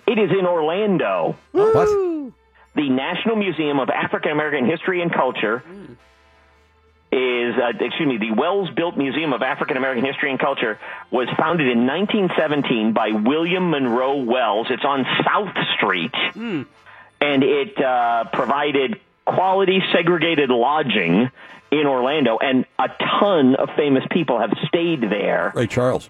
[SPEAKER 20] It is in Orlando.
[SPEAKER 5] What?
[SPEAKER 20] The National Museum of African American History and Culture is, uh, excuse me, the Wells Built Museum of African American History and Culture was founded in 1917 by William Monroe Wells. It's on South Street, and it uh, provided quality segregated lodging in Orlando, and a ton of famous people have stayed there.
[SPEAKER 5] Ray Charles.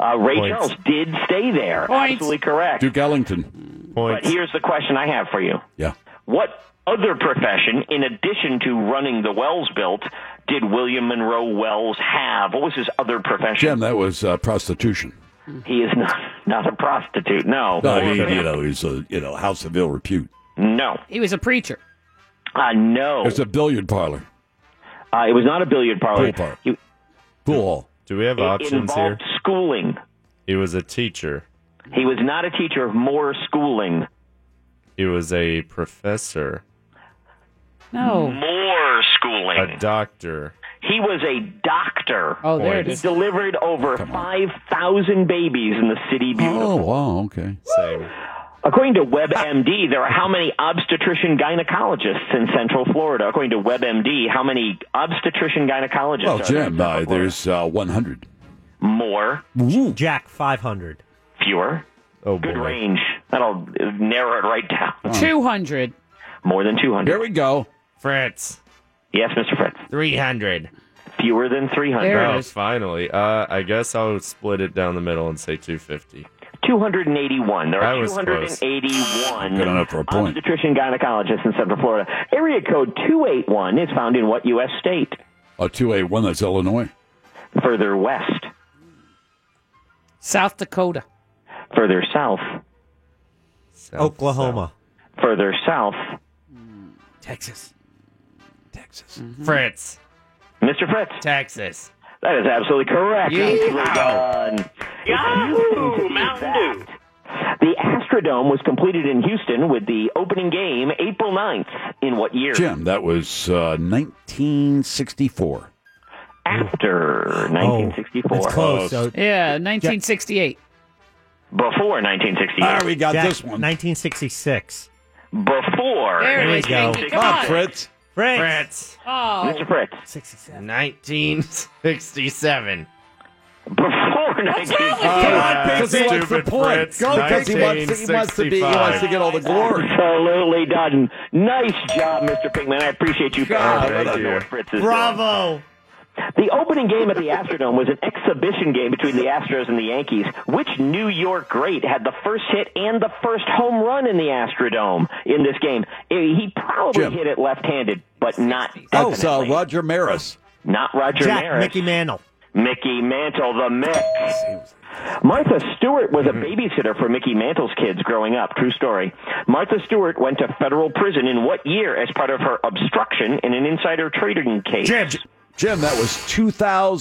[SPEAKER 20] Uh, Ray
[SPEAKER 5] Points.
[SPEAKER 20] Charles did stay there. Absolutely correct.
[SPEAKER 5] Duke Ellington.
[SPEAKER 20] But here's the question I have for you.
[SPEAKER 5] Yeah.
[SPEAKER 20] What other profession, in addition to running the Wells built, did William Monroe Wells have? What was his other profession?
[SPEAKER 5] Jim, that was uh, prostitution.
[SPEAKER 20] He is not not a prostitute. No.
[SPEAKER 5] No, I mean, you know, he's a you know house of ill repute.
[SPEAKER 20] No.
[SPEAKER 7] He was a preacher.
[SPEAKER 20] Uh, no.
[SPEAKER 5] It's a billiard parlor.
[SPEAKER 20] Uh, it was not a billiard parlor.
[SPEAKER 5] Pool parlor.
[SPEAKER 20] You-
[SPEAKER 5] Pool hall.
[SPEAKER 9] Do we have
[SPEAKER 20] It
[SPEAKER 9] options here?
[SPEAKER 20] involved Schooling.
[SPEAKER 9] He was a teacher.
[SPEAKER 20] He was not a teacher. More schooling.
[SPEAKER 9] He was a professor.
[SPEAKER 7] No.
[SPEAKER 20] More schooling.
[SPEAKER 9] A doctor.
[SPEAKER 20] He was a doctor.
[SPEAKER 9] Oh, there it is.
[SPEAKER 20] He delivered over 5,000 babies in the city beautiful.
[SPEAKER 5] Oh wow, okay.
[SPEAKER 9] Same.
[SPEAKER 20] According to WebMD, there are how many obstetrician gynecologists in Central Florida? According to WebMD, how many obstetrician gynecologists
[SPEAKER 5] Well,
[SPEAKER 20] are
[SPEAKER 5] Jim, uh, there's uh, 100.
[SPEAKER 20] there? More,
[SPEAKER 10] Jack, 500.
[SPEAKER 20] fewer.
[SPEAKER 9] Oh,
[SPEAKER 20] Good range. That'll uh, narrow it right down.
[SPEAKER 7] 200.
[SPEAKER 20] More than 200.
[SPEAKER 5] Here we go.
[SPEAKER 9] Fritz.
[SPEAKER 20] Yes, Mr. Fritz.
[SPEAKER 9] 300.
[SPEAKER 20] Fewer than 300.
[SPEAKER 9] oh, finally. Uh, I guess I'll split it down the middle and say 250.
[SPEAKER 20] 281. There
[SPEAKER 9] I
[SPEAKER 20] are
[SPEAKER 9] was close.
[SPEAKER 20] 281
[SPEAKER 9] Good enough for a point.
[SPEAKER 20] obstetrician gynecologists in Central Florida. Area code 281 is found in what U.S. state?
[SPEAKER 9] Uh,
[SPEAKER 5] A 281, that's Illinois.
[SPEAKER 20] Further west,
[SPEAKER 7] South Dakota.
[SPEAKER 20] further south,
[SPEAKER 10] Oklahoma.
[SPEAKER 20] further south.
[SPEAKER 19] Texas.
[SPEAKER 5] Texas.
[SPEAKER 19] Fritz.
[SPEAKER 20] Mr. Fritz.
[SPEAKER 19] Texas.
[SPEAKER 20] That is absolutely correct. Nicely done. Yahoo! Mountain Dew. The Astrodome was completed in Houston with the opening game April 9th in what year?
[SPEAKER 5] Jim, that was uh, 1964.
[SPEAKER 20] After 1964.
[SPEAKER 7] yeah, 1968.
[SPEAKER 20] Before 1968.
[SPEAKER 5] Ah, we got
[SPEAKER 10] Jack,
[SPEAKER 5] this one.
[SPEAKER 10] 1966.
[SPEAKER 20] Before.
[SPEAKER 10] There
[SPEAKER 7] we
[SPEAKER 10] go.
[SPEAKER 7] Come on.
[SPEAKER 5] Fritz.
[SPEAKER 10] Fritz.
[SPEAKER 9] Fritz.
[SPEAKER 7] Oh.
[SPEAKER 20] Mr. Fritz.
[SPEAKER 10] 67.
[SPEAKER 9] 1967.
[SPEAKER 20] Before
[SPEAKER 5] Because he wants the point. Go, because he wants, he wants to be. He wants to get all the glory.
[SPEAKER 20] Absolutely done. Nice job, Mr. Pinkman. I appreciate you.
[SPEAKER 5] God,
[SPEAKER 20] picking up
[SPEAKER 5] thank
[SPEAKER 20] on
[SPEAKER 5] you.
[SPEAKER 20] what Fritz is doing. uh,
[SPEAKER 10] Bravo.
[SPEAKER 20] The opening game at the Astrodome was an exhibition game between the Astros and the Yankees. Which New York great had the first hit and the first home run in the Astrodome in this game? Eh, He probably
[SPEAKER 5] Jim.
[SPEAKER 20] hit it left-handed, but not
[SPEAKER 5] Oh, so
[SPEAKER 20] definitely.
[SPEAKER 5] Roger Maris.
[SPEAKER 20] Not Roger
[SPEAKER 10] Jack,
[SPEAKER 20] Maris.
[SPEAKER 10] Mickey Mantle.
[SPEAKER 20] Mickey Mantle, the Mick. Martha Stewart was a
[SPEAKER 5] Mm-hmm.
[SPEAKER 20] babysitter for Mickey Mantle's kids growing up. True story. Martha Stewart went to federal prison in what year as part of her obstruction in an insider trading case?
[SPEAKER 5] Jim, that was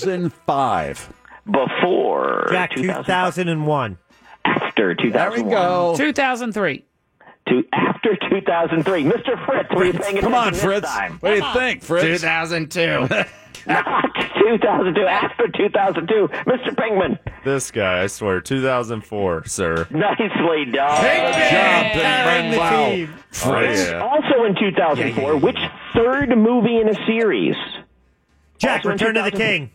[SPEAKER 5] 2005.
[SPEAKER 20] Before
[SPEAKER 10] Jack, 2001.
[SPEAKER 20] After 2001.
[SPEAKER 7] 2003.
[SPEAKER 20] To after 2003. Mr. Fritz, were you paying attention
[SPEAKER 5] Come on,
[SPEAKER 20] this
[SPEAKER 5] Fritz.
[SPEAKER 20] time?
[SPEAKER 5] What do you think, Fritz?
[SPEAKER 9] 2002.
[SPEAKER 20] Not 2002. After 2002. Mr. Pinkman,
[SPEAKER 9] this guy, I swear. 2004, sir.
[SPEAKER 20] nicely done.
[SPEAKER 5] Wow.
[SPEAKER 9] Oh, Fritz.
[SPEAKER 20] Also in 2004, which third movie in a series?
[SPEAKER 10] Jack,
[SPEAKER 20] Also in
[SPEAKER 10] Return of the
[SPEAKER 20] 2004.
[SPEAKER 10] King.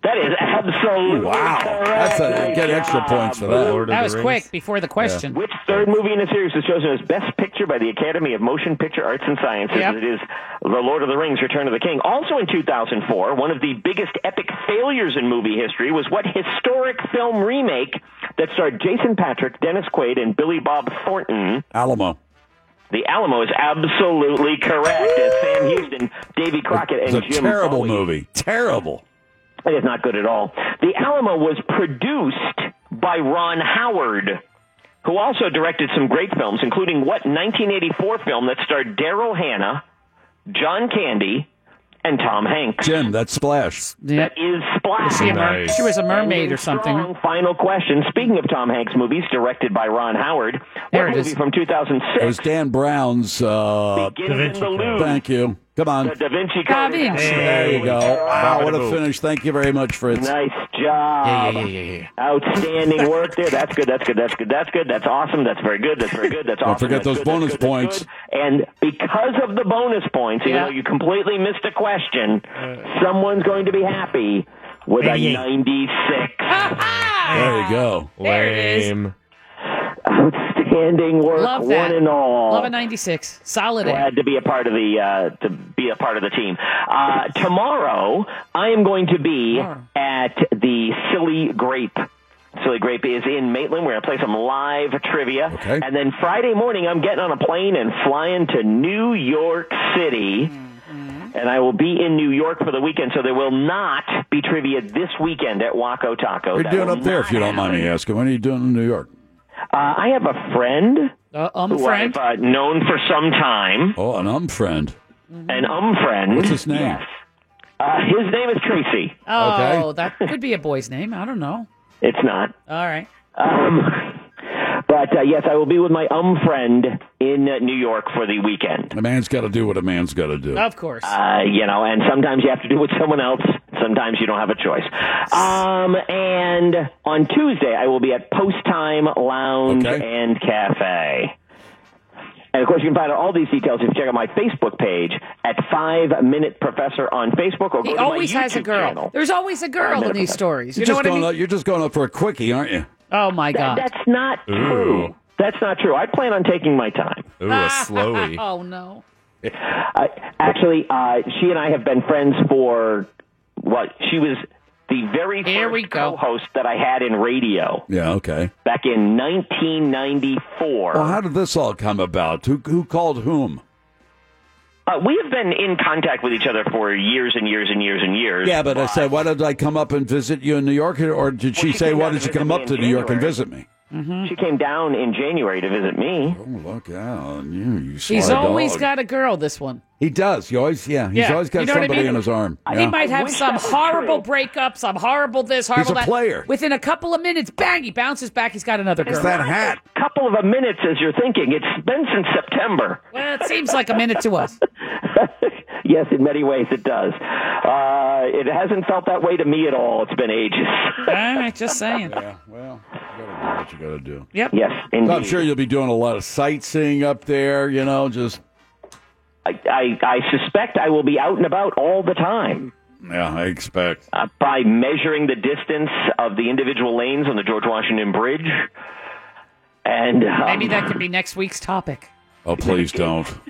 [SPEAKER 20] That is absolutely
[SPEAKER 5] Wow.
[SPEAKER 20] correct.
[SPEAKER 5] That's a, get extra points for that.
[SPEAKER 7] That was quick before the question.
[SPEAKER 20] Which third movie in the series was chosen as Best Picture by the Academy of Motion Picture Arts and Sciences?
[SPEAKER 7] Yep.
[SPEAKER 20] It is The Lord of the Rings, Return of the King. Also in 2004, one of the biggest epic failures in movie history was what historic film remake that starred Jason Patrick, Dennis Quaid, and Billy Bob Thornton?
[SPEAKER 5] Alamo.
[SPEAKER 20] The Alamo is absolutely correct. As Sam Houston, Davy Crockett,
[SPEAKER 5] It's a
[SPEAKER 20] and Jim
[SPEAKER 5] terrible
[SPEAKER 20] Foley.
[SPEAKER 5] movie. Terrible.
[SPEAKER 20] It is not good at all. The Alamo was produced by Ron Howard, who also directed some great films, including what 1984 film that starred Daryl Hannah, John Candy, and Tom Hanks.
[SPEAKER 5] Jim, that's Splash.
[SPEAKER 20] That is Splash.
[SPEAKER 7] Was she a mer- Nice. she was a mermaid
[SPEAKER 20] And
[SPEAKER 7] or something.
[SPEAKER 20] strong Final question. Speaking of Tom Hanks movies, directed by Ron Howard, what movie from 2006
[SPEAKER 5] It was Dan Brown's. Uh,
[SPEAKER 20] Da Vinci Code. Louvre.
[SPEAKER 5] Thank you. Come on.
[SPEAKER 20] The Da Vinci Code. Da Vinci.
[SPEAKER 5] There you go. Wow, what a
[SPEAKER 20] Profitable.
[SPEAKER 5] finish. Thank you very much, Fritz.
[SPEAKER 20] Nice job.
[SPEAKER 5] Yeah, yeah, yeah, yeah,
[SPEAKER 20] Outstanding work there. That's good. That's good. That's good. That's good. That's awesome. That's very good. That's very good. That's
[SPEAKER 5] Don't
[SPEAKER 20] awesome.
[SPEAKER 5] forget those
[SPEAKER 20] that's good,
[SPEAKER 5] bonus
[SPEAKER 20] that's good,
[SPEAKER 5] points.
[SPEAKER 20] that's good. And because of the bonus points, even though you completely missed a question,
[SPEAKER 7] Uh.
[SPEAKER 20] someone's going to be happy with a 96.
[SPEAKER 5] There you go.
[SPEAKER 9] Lame.
[SPEAKER 20] Outstanding work,
[SPEAKER 7] Love that.
[SPEAKER 20] one and all.
[SPEAKER 7] Love a 96. Solid A.
[SPEAKER 20] Glad to be a part of the uh, to be a part of the team. Uh, tomorrow, I am going to be at the Silly Grape. Silly Grape is in Maitland. We're going to play some live trivia, and then Friday morning, I'm getting on a plane and flying to New York City. And I will be in New York for the weekend, so there will not be trivia this weekend at Waco Taco.
[SPEAKER 5] What are
[SPEAKER 20] That
[SPEAKER 5] you doing
[SPEAKER 20] will
[SPEAKER 5] up there, if you don't mind me asking? What are you doing in New York?
[SPEAKER 20] Uh, I have a friend
[SPEAKER 7] uh,
[SPEAKER 20] who I've uh, known for some time.
[SPEAKER 5] Oh, an um friend.
[SPEAKER 20] An um friend.
[SPEAKER 5] What's his name?
[SPEAKER 20] Yes. Uh, his name is Tracy.
[SPEAKER 7] Oh, that could be a boy's name. I don't know.
[SPEAKER 20] It's not.
[SPEAKER 7] All right.
[SPEAKER 20] Um, but uh, yes, I will be with my um friend in uh, New York for the weekend.
[SPEAKER 5] A man's got to do what a man's got to do.
[SPEAKER 7] Of course.
[SPEAKER 20] Uh, you know, and sometimes you have to do with someone else. Sometimes you don't have a choice. Um, and on Tuesday, I will be at Post Time Lounge and Cafe. And of course, you can find out all these details if you check out my Facebook page at Five Minute Professor on Facebook or go
[SPEAKER 7] He
[SPEAKER 20] to
[SPEAKER 7] always
[SPEAKER 20] my YouTube
[SPEAKER 7] has a girl.
[SPEAKER 20] channel.
[SPEAKER 7] There's always a girl in these stories. You
[SPEAKER 5] You're
[SPEAKER 7] know
[SPEAKER 5] just
[SPEAKER 7] what I
[SPEAKER 5] going
[SPEAKER 7] mean?
[SPEAKER 5] up, you're just going up for a quickie, aren't you?
[SPEAKER 7] Oh my
[SPEAKER 20] That-
[SPEAKER 7] God.
[SPEAKER 20] that's not true. That's not true. I plan on taking my time.
[SPEAKER 9] Ooh, a slowy.
[SPEAKER 7] Oh no.
[SPEAKER 20] Uh, actually, uh, she and I have been friends for what? She was the very first co-host that I had in radio
[SPEAKER 5] Yeah, okay.
[SPEAKER 20] back in 1994.
[SPEAKER 5] Well, how did this all come about? Who, who called whom?
[SPEAKER 20] Uh, we have been in contact with each other for years and years and years and years.
[SPEAKER 5] Yeah, but I said, why did I come up and visit you in New York? Or did she say, why did you come up to New York and visit me?
[SPEAKER 20] She came down in January to visit me.
[SPEAKER 5] Oh, look out. You, you
[SPEAKER 7] He's
[SPEAKER 5] smart
[SPEAKER 7] always
[SPEAKER 5] dog.
[SPEAKER 7] got a girl. This one.
[SPEAKER 5] He does. He always, yeah. He's
[SPEAKER 7] Yeah.
[SPEAKER 5] always got
[SPEAKER 7] You know what I
[SPEAKER 5] somebody
[SPEAKER 7] mean?
[SPEAKER 5] in his arm.
[SPEAKER 7] He
[SPEAKER 5] Yeah.
[SPEAKER 7] might have some horrible breakup, some horrible this, horrible
[SPEAKER 5] a
[SPEAKER 7] that.
[SPEAKER 5] player.
[SPEAKER 7] Within a couple of minutes, bang, he bounces back. He's got another girl.
[SPEAKER 20] hat. A couple of a minutes as you're thinking. It's been since September.
[SPEAKER 7] Well, it seems like a minute to us.
[SPEAKER 20] Yes, in many ways it does. Uh, it hasn't felt that way to me at all. It's been ages.
[SPEAKER 7] All right, just saying.
[SPEAKER 5] well, what you got to do.
[SPEAKER 7] Yep.
[SPEAKER 20] Yes, indeed.
[SPEAKER 5] I'm sure you'll be doing a lot of sightseeing up there, you know, just.
[SPEAKER 20] I, I, I suspect I will be out and about all the time.
[SPEAKER 5] Yeah, I expect.
[SPEAKER 20] Uh, by measuring the distance of the individual lanes on the George Washington Bridge. And um,
[SPEAKER 7] Maybe that could be next week's topic.
[SPEAKER 5] Oh, please don't. Please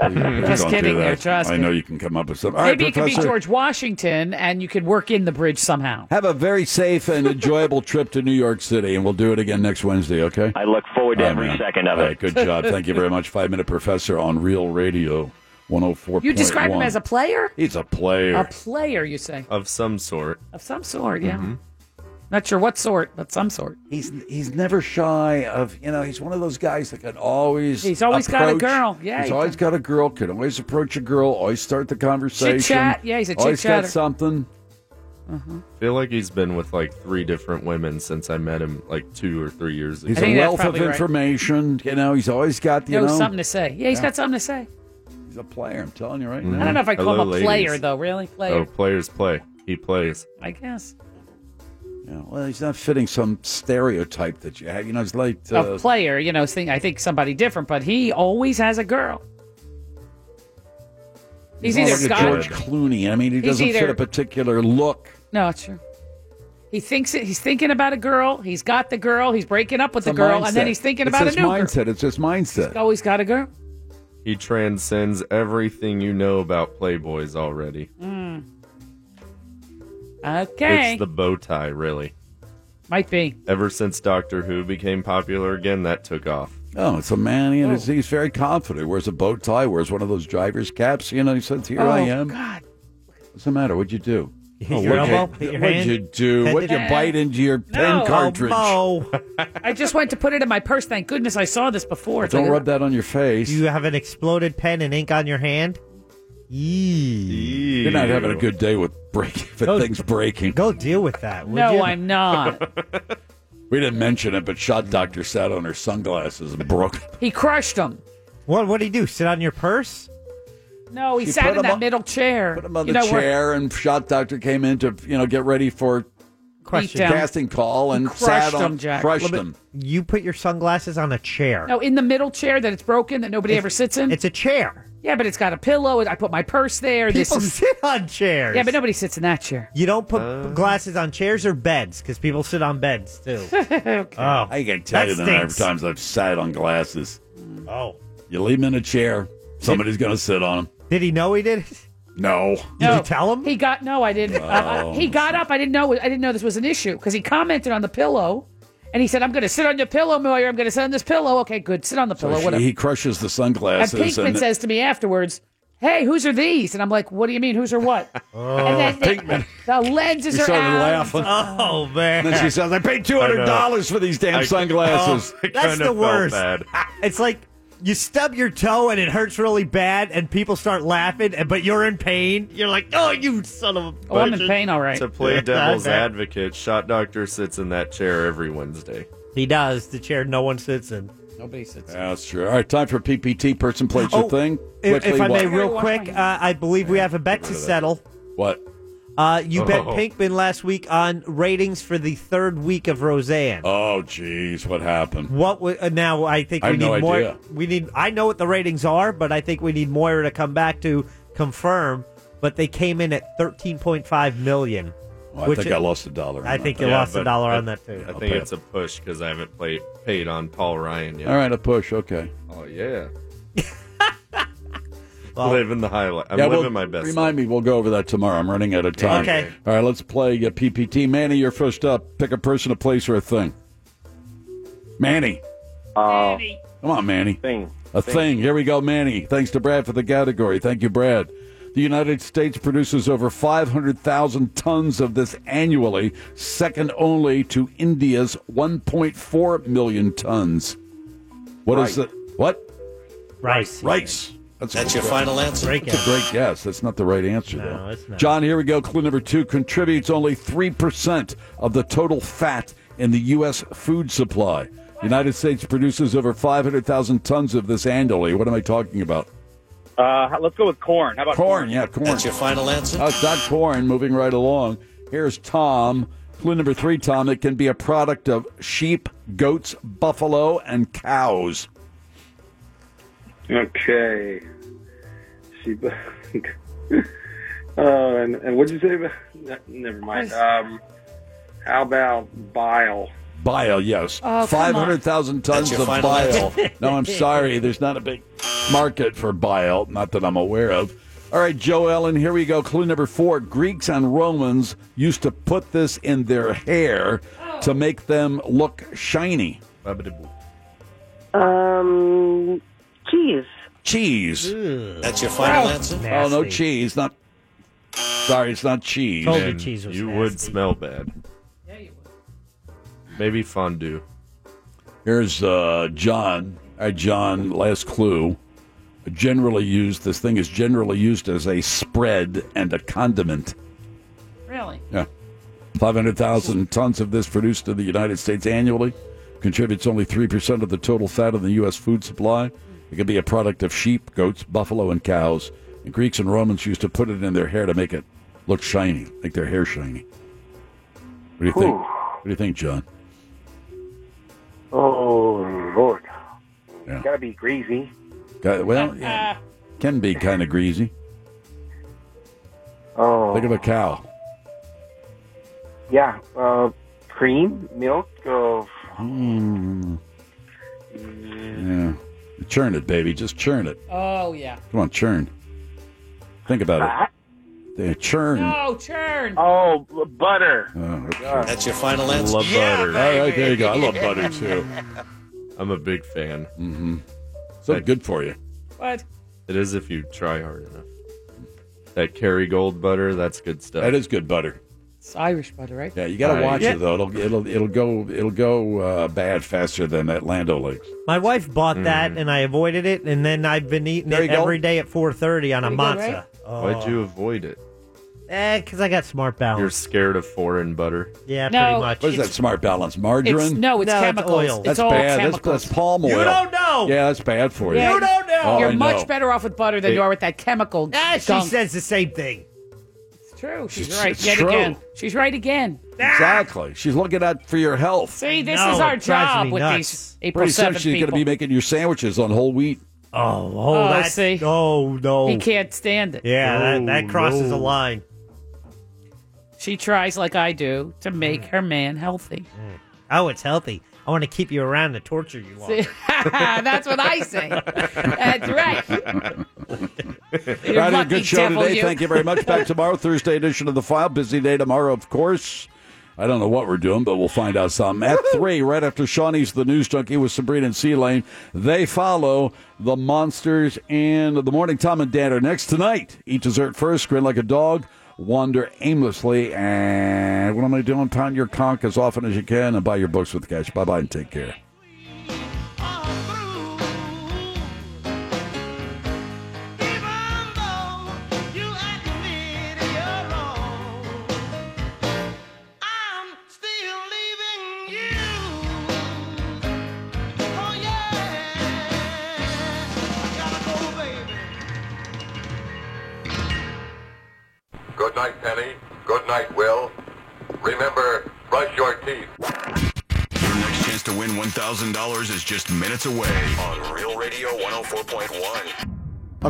[SPEAKER 7] Mm-hmm. Just
[SPEAKER 5] don't
[SPEAKER 7] kidding
[SPEAKER 5] do
[SPEAKER 7] there,
[SPEAKER 5] that.
[SPEAKER 7] trust
[SPEAKER 5] I
[SPEAKER 7] me.
[SPEAKER 5] know you can come up with something. All right,
[SPEAKER 7] Maybe it could be
[SPEAKER 5] Professor,
[SPEAKER 7] George Washington, and you could work in the bridge somehow.
[SPEAKER 5] Have a very safe and enjoyable trip to New York City, and we'll do it again next Wednesday, okay?
[SPEAKER 20] I look forward to
[SPEAKER 5] All right,
[SPEAKER 20] every
[SPEAKER 5] man.
[SPEAKER 20] second of
[SPEAKER 5] All
[SPEAKER 20] it.
[SPEAKER 5] right, good job. Thank you very much. Five Minute Professor on Real Radio 104.
[SPEAKER 7] You describe him as a player?
[SPEAKER 5] He's a player.
[SPEAKER 7] A player, you say,
[SPEAKER 9] Of some Mm-hmm. sort.
[SPEAKER 7] of some sort. Yeah. Not sure what sort, but some sort.
[SPEAKER 5] He's he's never shy of you know he's one of those guys that can always
[SPEAKER 7] He's always got a
[SPEAKER 5] approach-
[SPEAKER 7] girl. Yeah,
[SPEAKER 5] he's
[SPEAKER 7] he
[SPEAKER 5] always got a girl can always approach a girl always start the conversation
[SPEAKER 7] Chit-chat. Yeah, he's a
[SPEAKER 5] always
[SPEAKER 7] chit-chatter.
[SPEAKER 5] got something
[SPEAKER 7] uh-huh.
[SPEAKER 9] feel like he's been with like three different women since I met him like two or three years ago.
[SPEAKER 5] he's a wealth of information you know he's always got you
[SPEAKER 7] knows
[SPEAKER 5] know
[SPEAKER 7] something to say. Yeah, he's
[SPEAKER 5] Yeah.
[SPEAKER 7] got something to say.
[SPEAKER 5] he's a player I'm telling you right
[SPEAKER 9] Mhm.
[SPEAKER 5] now
[SPEAKER 7] I don't know if I call him a
[SPEAKER 9] Hello,
[SPEAKER 7] player
[SPEAKER 9] ladies.
[SPEAKER 7] though. Really,
[SPEAKER 9] Oh,
[SPEAKER 7] player?
[SPEAKER 9] players play. He plays.
[SPEAKER 7] I guess.
[SPEAKER 5] yeah, well he's not fitting some stereotype that you have you know it's like uh,
[SPEAKER 7] a player, you know, thing. I think somebody different, but he always has a girl. He's,
[SPEAKER 5] not
[SPEAKER 7] either
[SPEAKER 5] like a
[SPEAKER 7] Scottish.
[SPEAKER 5] George Clooney I mean he
[SPEAKER 7] He's
[SPEAKER 5] doesn't fit
[SPEAKER 7] either-
[SPEAKER 5] a particular look
[SPEAKER 7] No, it's true. He thinks it, he's thinking about a girl. He's got the girl. He's breaking up with
[SPEAKER 5] It's
[SPEAKER 7] the
[SPEAKER 5] a
[SPEAKER 7] girl, and then
[SPEAKER 5] mindset.
[SPEAKER 7] he's thinking
[SPEAKER 5] It's
[SPEAKER 7] about
[SPEAKER 5] his
[SPEAKER 7] a new girl.
[SPEAKER 5] mindset it's his mindset
[SPEAKER 7] He's always got a girl.
[SPEAKER 9] He transcends everything you know about Playboys already.
[SPEAKER 7] Mm. Okay,
[SPEAKER 9] It's the bow tie, really.
[SPEAKER 7] might be.
[SPEAKER 9] Ever since Doctor Who became popular again, that took off.
[SPEAKER 5] Oh, it's a man. You know, he's- He's very confident. He wears a bow tie, wears one of those driver's caps. You know, he says, Here
[SPEAKER 7] oh
[SPEAKER 5] I am.
[SPEAKER 7] God,
[SPEAKER 5] What's the matter? What'd you do? Oh,
[SPEAKER 7] Hit your
[SPEAKER 5] what'd
[SPEAKER 7] elbow?
[SPEAKER 5] You,
[SPEAKER 7] Hit your
[SPEAKER 5] what'd
[SPEAKER 7] hand?
[SPEAKER 5] you do?
[SPEAKER 7] Head
[SPEAKER 5] What'd
[SPEAKER 7] to
[SPEAKER 5] you
[SPEAKER 7] the-
[SPEAKER 5] bite into your pen
[SPEAKER 7] No.
[SPEAKER 5] cartridge?
[SPEAKER 7] Oh, I just went to put it in my purse. Thank goodness I saw this before. It's
[SPEAKER 5] Don't
[SPEAKER 7] like-
[SPEAKER 5] rub that on your face.
[SPEAKER 10] You have an exploded pen and ink on your hand?
[SPEAKER 5] You're not having a good day with break if
[SPEAKER 10] Go-
[SPEAKER 5] thing's breaking.
[SPEAKER 10] Go deal with that. would
[SPEAKER 7] No,
[SPEAKER 10] you?
[SPEAKER 7] I'm not.
[SPEAKER 5] We didn't mention it, but Shot Doctor sat on her sunglasses and broke.
[SPEAKER 7] He crushed him.
[SPEAKER 10] What? What did he do? Sit on your purse?
[SPEAKER 7] No, he
[SPEAKER 5] She
[SPEAKER 7] sat
[SPEAKER 5] put
[SPEAKER 7] in
[SPEAKER 5] him
[SPEAKER 7] that
[SPEAKER 5] on-
[SPEAKER 7] middle chair. Put
[SPEAKER 5] him On the chair, and Shot Doctor came in to you know get ready for
[SPEAKER 7] Question.
[SPEAKER 5] casting call and sat on crushed
[SPEAKER 10] Well,
[SPEAKER 5] him.
[SPEAKER 10] but You put your sunglasses on a chair.
[SPEAKER 7] No, in the middle chair that it's broken that nobody ever sits in. It's
[SPEAKER 10] a chair.
[SPEAKER 7] Yeah, but it's got a pillow. I put my purse there. People
[SPEAKER 10] sit on chairs.
[SPEAKER 7] Yeah, but nobody sits in that chair.
[SPEAKER 10] You don't put
[SPEAKER 5] Uh.
[SPEAKER 10] glasses on chairs or beds because people sit on beds too. Oh,
[SPEAKER 5] I can tell
[SPEAKER 10] that
[SPEAKER 5] you the number of
[SPEAKER 10] stinks.
[SPEAKER 5] times I've sat on glasses.
[SPEAKER 10] Oh,
[SPEAKER 5] you leave him in a chair, somebody's going to sit on him.
[SPEAKER 10] Did he know he did? it?
[SPEAKER 5] No,
[SPEAKER 7] No.
[SPEAKER 10] tell him?
[SPEAKER 7] He got no. I didn't. Uh, uh,
[SPEAKER 5] Oh.
[SPEAKER 7] he got up. I didn't know. I didn't know this was an issue because he commented on the pillow, and he said, "I'm going to sit on your pillow, Moyer. I'm going to sit on this pillow. Okay, good. Sit on the
[SPEAKER 5] So
[SPEAKER 7] pillow.
[SPEAKER 5] she-
[SPEAKER 7] whatever."
[SPEAKER 5] he crushes the sunglasses.
[SPEAKER 7] and Pinkman
[SPEAKER 5] and-
[SPEAKER 7] says to me afterwards, "Hey, whose are these?" And I'm like, "What do you mean, whose are what?" and then they- the lenses
[SPEAKER 5] He
[SPEAKER 7] are
[SPEAKER 5] started
[SPEAKER 7] out.
[SPEAKER 5] laughing.
[SPEAKER 10] Oh man!
[SPEAKER 5] And then she says, "I paid two hundred dollars for these damn
[SPEAKER 10] I-
[SPEAKER 5] sunglasses."
[SPEAKER 10] Oh, that's the worst. It's like you stub your toe and it hurts really bad, and people start laughing, and but you're in pain. You're like, oh, you son of a.
[SPEAKER 7] Oh, I'm in pain, all right.
[SPEAKER 9] To play
[SPEAKER 10] Yeah,
[SPEAKER 9] devil's
[SPEAKER 10] I bet.
[SPEAKER 9] advocate, Shot Doctor sits in that chair every Wednesday.
[SPEAKER 10] He does the chair no one sits in.
[SPEAKER 7] Nobody sits.
[SPEAKER 5] Yeah, that's true. All right, time for PPT. Person plays your
[SPEAKER 10] Oh,
[SPEAKER 5] thing.
[SPEAKER 10] If, if
[SPEAKER 5] Quickly,
[SPEAKER 10] I may,
[SPEAKER 5] what-
[SPEAKER 10] real quick, uh, I believe we have a bet to
[SPEAKER 5] rid of that.
[SPEAKER 10] settle.
[SPEAKER 5] What?
[SPEAKER 10] Uh, you bet
[SPEAKER 5] Oh.
[SPEAKER 10] Pinkman last week on ratings for the third week of Roseanne.
[SPEAKER 5] Oh, jeez, what happened?
[SPEAKER 10] What wa- uh, now? I think
[SPEAKER 5] I
[SPEAKER 10] we
[SPEAKER 5] have
[SPEAKER 10] need
[SPEAKER 5] no
[SPEAKER 10] more.
[SPEAKER 5] idea.
[SPEAKER 10] We need. I know what the ratings are, but I think we need Moira to come back to confirm. But they came in at thirteen point five million.
[SPEAKER 5] Well, Oh, I
[SPEAKER 10] which
[SPEAKER 5] think I lost a dollar on
[SPEAKER 10] I
[SPEAKER 5] that.
[SPEAKER 10] think you
[SPEAKER 5] Yeah,
[SPEAKER 10] lost a
[SPEAKER 5] but
[SPEAKER 10] dollar
[SPEAKER 5] I-
[SPEAKER 10] on that too.
[SPEAKER 9] I
[SPEAKER 5] I'll
[SPEAKER 9] think
[SPEAKER 5] pay
[SPEAKER 9] it's a push because I haven't played, paid on Paul Ryan yet.
[SPEAKER 5] All right, a push. Okay.
[SPEAKER 9] Oh yeah.
[SPEAKER 10] Well-
[SPEAKER 9] living the highlight. I'm
[SPEAKER 5] Yeah,
[SPEAKER 9] living
[SPEAKER 5] well,
[SPEAKER 9] my best. life.
[SPEAKER 5] Remind me, we'll go over that tomorrow. I'm running out of time.
[SPEAKER 10] Okay.
[SPEAKER 5] All right, let's play uh, PPT. Manny, you're first up. Pick a person, a place, or a thing. Manny.
[SPEAKER 4] Oh.
[SPEAKER 5] Come on, Manny.
[SPEAKER 4] Thing.
[SPEAKER 5] A thing. Here we go, Manny. Thanks to Brad for the category. Thank you, Brad. The United States produces over 500,000 tons of this annually, second only to India's 1.4 million tons. What is
[SPEAKER 10] Right.
[SPEAKER 5] the what?
[SPEAKER 10] Rice.
[SPEAKER 5] Rice.
[SPEAKER 10] That's your final answer? Great
[SPEAKER 5] That's a
[SPEAKER 10] guess.
[SPEAKER 5] great guess. That's not the right answer, though.
[SPEAKER 10] it's not.
[SPEAKER 5] John, here we go. Clue number two contributes only 3% of the total fat in the U.S. food supply. The United States produces over 500,000 tons of this annually. What am I talking about?
[SPEAKER 3] Uh, let's go with corn. How about
[SPEAKER 5] Corn, yeah, corn. Oh, it's not corn. Moving right along. Here's Tom. Clue number three, Tom. It can be a product of sheep, goats, buffalo, and cows.
[SPEAKER 17] Okay. She. Oh, and, and what'd you say about? ne- Never mind. Um, how about bile?
[SPEAKER 5] Bile, yes.
[SPEAKER 17] Oh, come on.
[SPEAKER 5] 500,000
[SPEAKER 17] That's
[SPEAKER 5] tons
[SPEAKER 17] your
[SPEAKER 5] of
[SPEAKER 17] final
[SPEAKER 5] bile.
[SPEAKER 17] answer?
[SPEAKER 5] no, I'm sorry. There's not a big market for bile, not that I'm aware of. All right, Joe Ellen, here we go. Clue number four Greeks and Romans used to put this in their hair to make them look shiny.
[SPEAKER 21] Um, cheese.
[SPEAKER 5] Cheese.
[SPEAKER 21] That's your final
[SPEAKER 5] Oh.
[SPEAKER 21] answer?
[SPEAKER 5] Oh, no
[SPEAKER 21] Nasty.
[SPEAKER 5] cheese. Not. Sorry, it's not cheese.
[SPEAKER 9] Told you Man, cheese was you would nasty. smell bad. Maybe fondue.
[SPEAKER 5] Here's uh, John. All right, John, last clue. Generally used, this thing is generally used as a spread and a condiment.
[SPEAKER 7] Really?
[SPEAKER 5] Yeah. 500,000 tons of this produced in the United States annually contributes only 3% of the total fat in the U.S. food supply. It can be a product of sheep, goats, buffalo, and cows. And Greeks and Romans used to put it in their hair to make it look shiny, make their hair shiny. What do you think? What do you think, John?
[SPEAKER 17] Oh Lord.
[SPEAKER 5] Yeah.
[SPEAKER 17] Gotta be greasy.
[SPEAKER 5] Got- Well, yeah, can be kind of greasy.
[SPEAKER 17] Oh.
[SPEAKER 5] Think of a cow.
[SPEAKER 17] Yeah. Uh, cream, milk. Uh,
[SPEAKER 5] Mm. Yeah. Churn it, baby. Just churn it.
[SPEAKER 7] Oh yeah.
[SPEAKER 5] Come on, churn. Think about it. Yeah, churn.
[SPEAKER 7] No churn.
[SPEAKER 17] Oh, butter.
[SPEAKER 5] Oh, okay.
[SPEAKER 21] That's your final answer?
[SPEAKER 9] Love butter.
[SPEAKER 5] All right, there you go. I love butter too.
[SPEAKER 9] I'm a big fan.
[SPEAKER 5] Mm-hmm. So good for you.
[SPEAKER 7] What?
[SPEAKER 9] It is if you try hard enough. That Kerrygold butter, that's good stuff.
[SPEAKER 5] That is good butter.
[SPEAKER 7] It's Irish butter, right?
[SPEAKER 5] Yeah, you got to
[SPEAKER 9] Right.
[SPEAKER 5] watch
[SPEAKER 9] Yeah.
[SPEAKER 5] it though. It'll it'll it'll go it'll go uh, bad faster than that Lando Lakes.
[SPEAKER 10] My wife bought that,
[SPEAKER 5] Mhm.
[SPEAKER 10] and I avoided it, and then I've been eating
[SPEAKER 5] There
[SPEAKER 10] it
[SPEAKER 5] you go.
[SPEAKER 10] every day at four thirty on a Oh,
[SPEAKER 5] Pretty good,
[SPEAKER 10] matzah.
[SPEAKER 5] right?
[SPEAKER 9] Why'd you avoid it?
[SPEAKER 10] Eh, because I got smart balance.
[SPEAKER 9] You're scared of foreign butter.
[SPEAKER 10] Yeah,
[SPEAKER 7] No, pretty much.
[SPEAKER 5] What is that
[SPEAKER 7] it's-
[SPEAKER 5] smart balance? Margarine?
[SPEAKER 7] it's- no, it's No, it's chemicals. oil.
[SPEAKER 5] That's
[SPEAKER 7] It's all
[SPEAKER 5] bad.
[SPEAKER 7] chemicals.
[SPEAKER 5] That's, that's palm oil.
[SPEAKER 7] You don't know.
[SPEAKER 5] Yeah, that's bad for you.
[SPEAKER 7] Yeah,
[SPEAKER 5] Oh,
[SPEAKER 7] You're
[SPEAKER 5] I know.
[SPEAKER 7] much better off with butter than
[SPEAKER 5] It-
[SPEAKER 7] you are with that chemical. Ah,
[SPEAKER 10] she says the same thing.
[SPEAKER 7] It's true. She's
[SPEAKER 5] It's-
[SPEAKER 7] right
[SPEAKER 5] it's
[SPEAKER 7] yet
[SPEAKER 5] true.
[SPEAKER 7] again. She's right again.
[SPEAKER 5] Exactly. She's looking out for your health.
[SPEAKER 7] See, this is our job with these April
[SPEAKER 5] Pretty soon
[SPEAKER 7] seventh
[SPEAKER 5] she's going
[SPEAKER 7] people.
[SPEAKER 5] to be making you sandwiches on whole wheat.
[SPEAKER 10] Oh,
[SPEAKER 7] Oh, I that's- see.
[SPEAKER 10] Oh no.
[SPEAKER 7] He can't stand it.
[SPEAKER 10] Yeah, that, that crosses a line.
[SPEAKER 7] She tries, like I do, to make
[SPEAKER 5] Hmm.
[SPEAKER 7] her man healthy.
[SPEAKER 10] Oh, it's healthy. I want to keep you around to torture you longer.
[SPEAKER 7] See? That's what I say. That's right.
[SPEAKER 5] All right, a
[SPEAKER 7] lucky
[SPEAKER 5] good show
[SPEAKER 7] devil,
[SPEAKER 5] today.
[SPEAKER 7] you.
[SPEAKER 5] Thank you very much. Back tomorrow, Thursday edition of the file. Busy day tomorrow, of course. I don't know what we're doing, but we'll find out some. At three, right after Shawnee's the news junkie with Sabrina and C Lane, they follow the monsters and the morning Tom and Dan are next tonight. Eat dessert first, grin like a dog, wander aimlessly, and what am I doing? Pound your conch as often as you can and buy your books with cash. Bye bye and take care.
[SPEAKER 6] Good night, Penny. Good night, Will. Remember, brush your teeth.
[SPEAKER 2] Your next
[SPEAKER 6] oh
[SPEAKER 14] Oh,
[SPEAKER 2] chance to win $1,000 is just minutes away on Real Radio 104.1.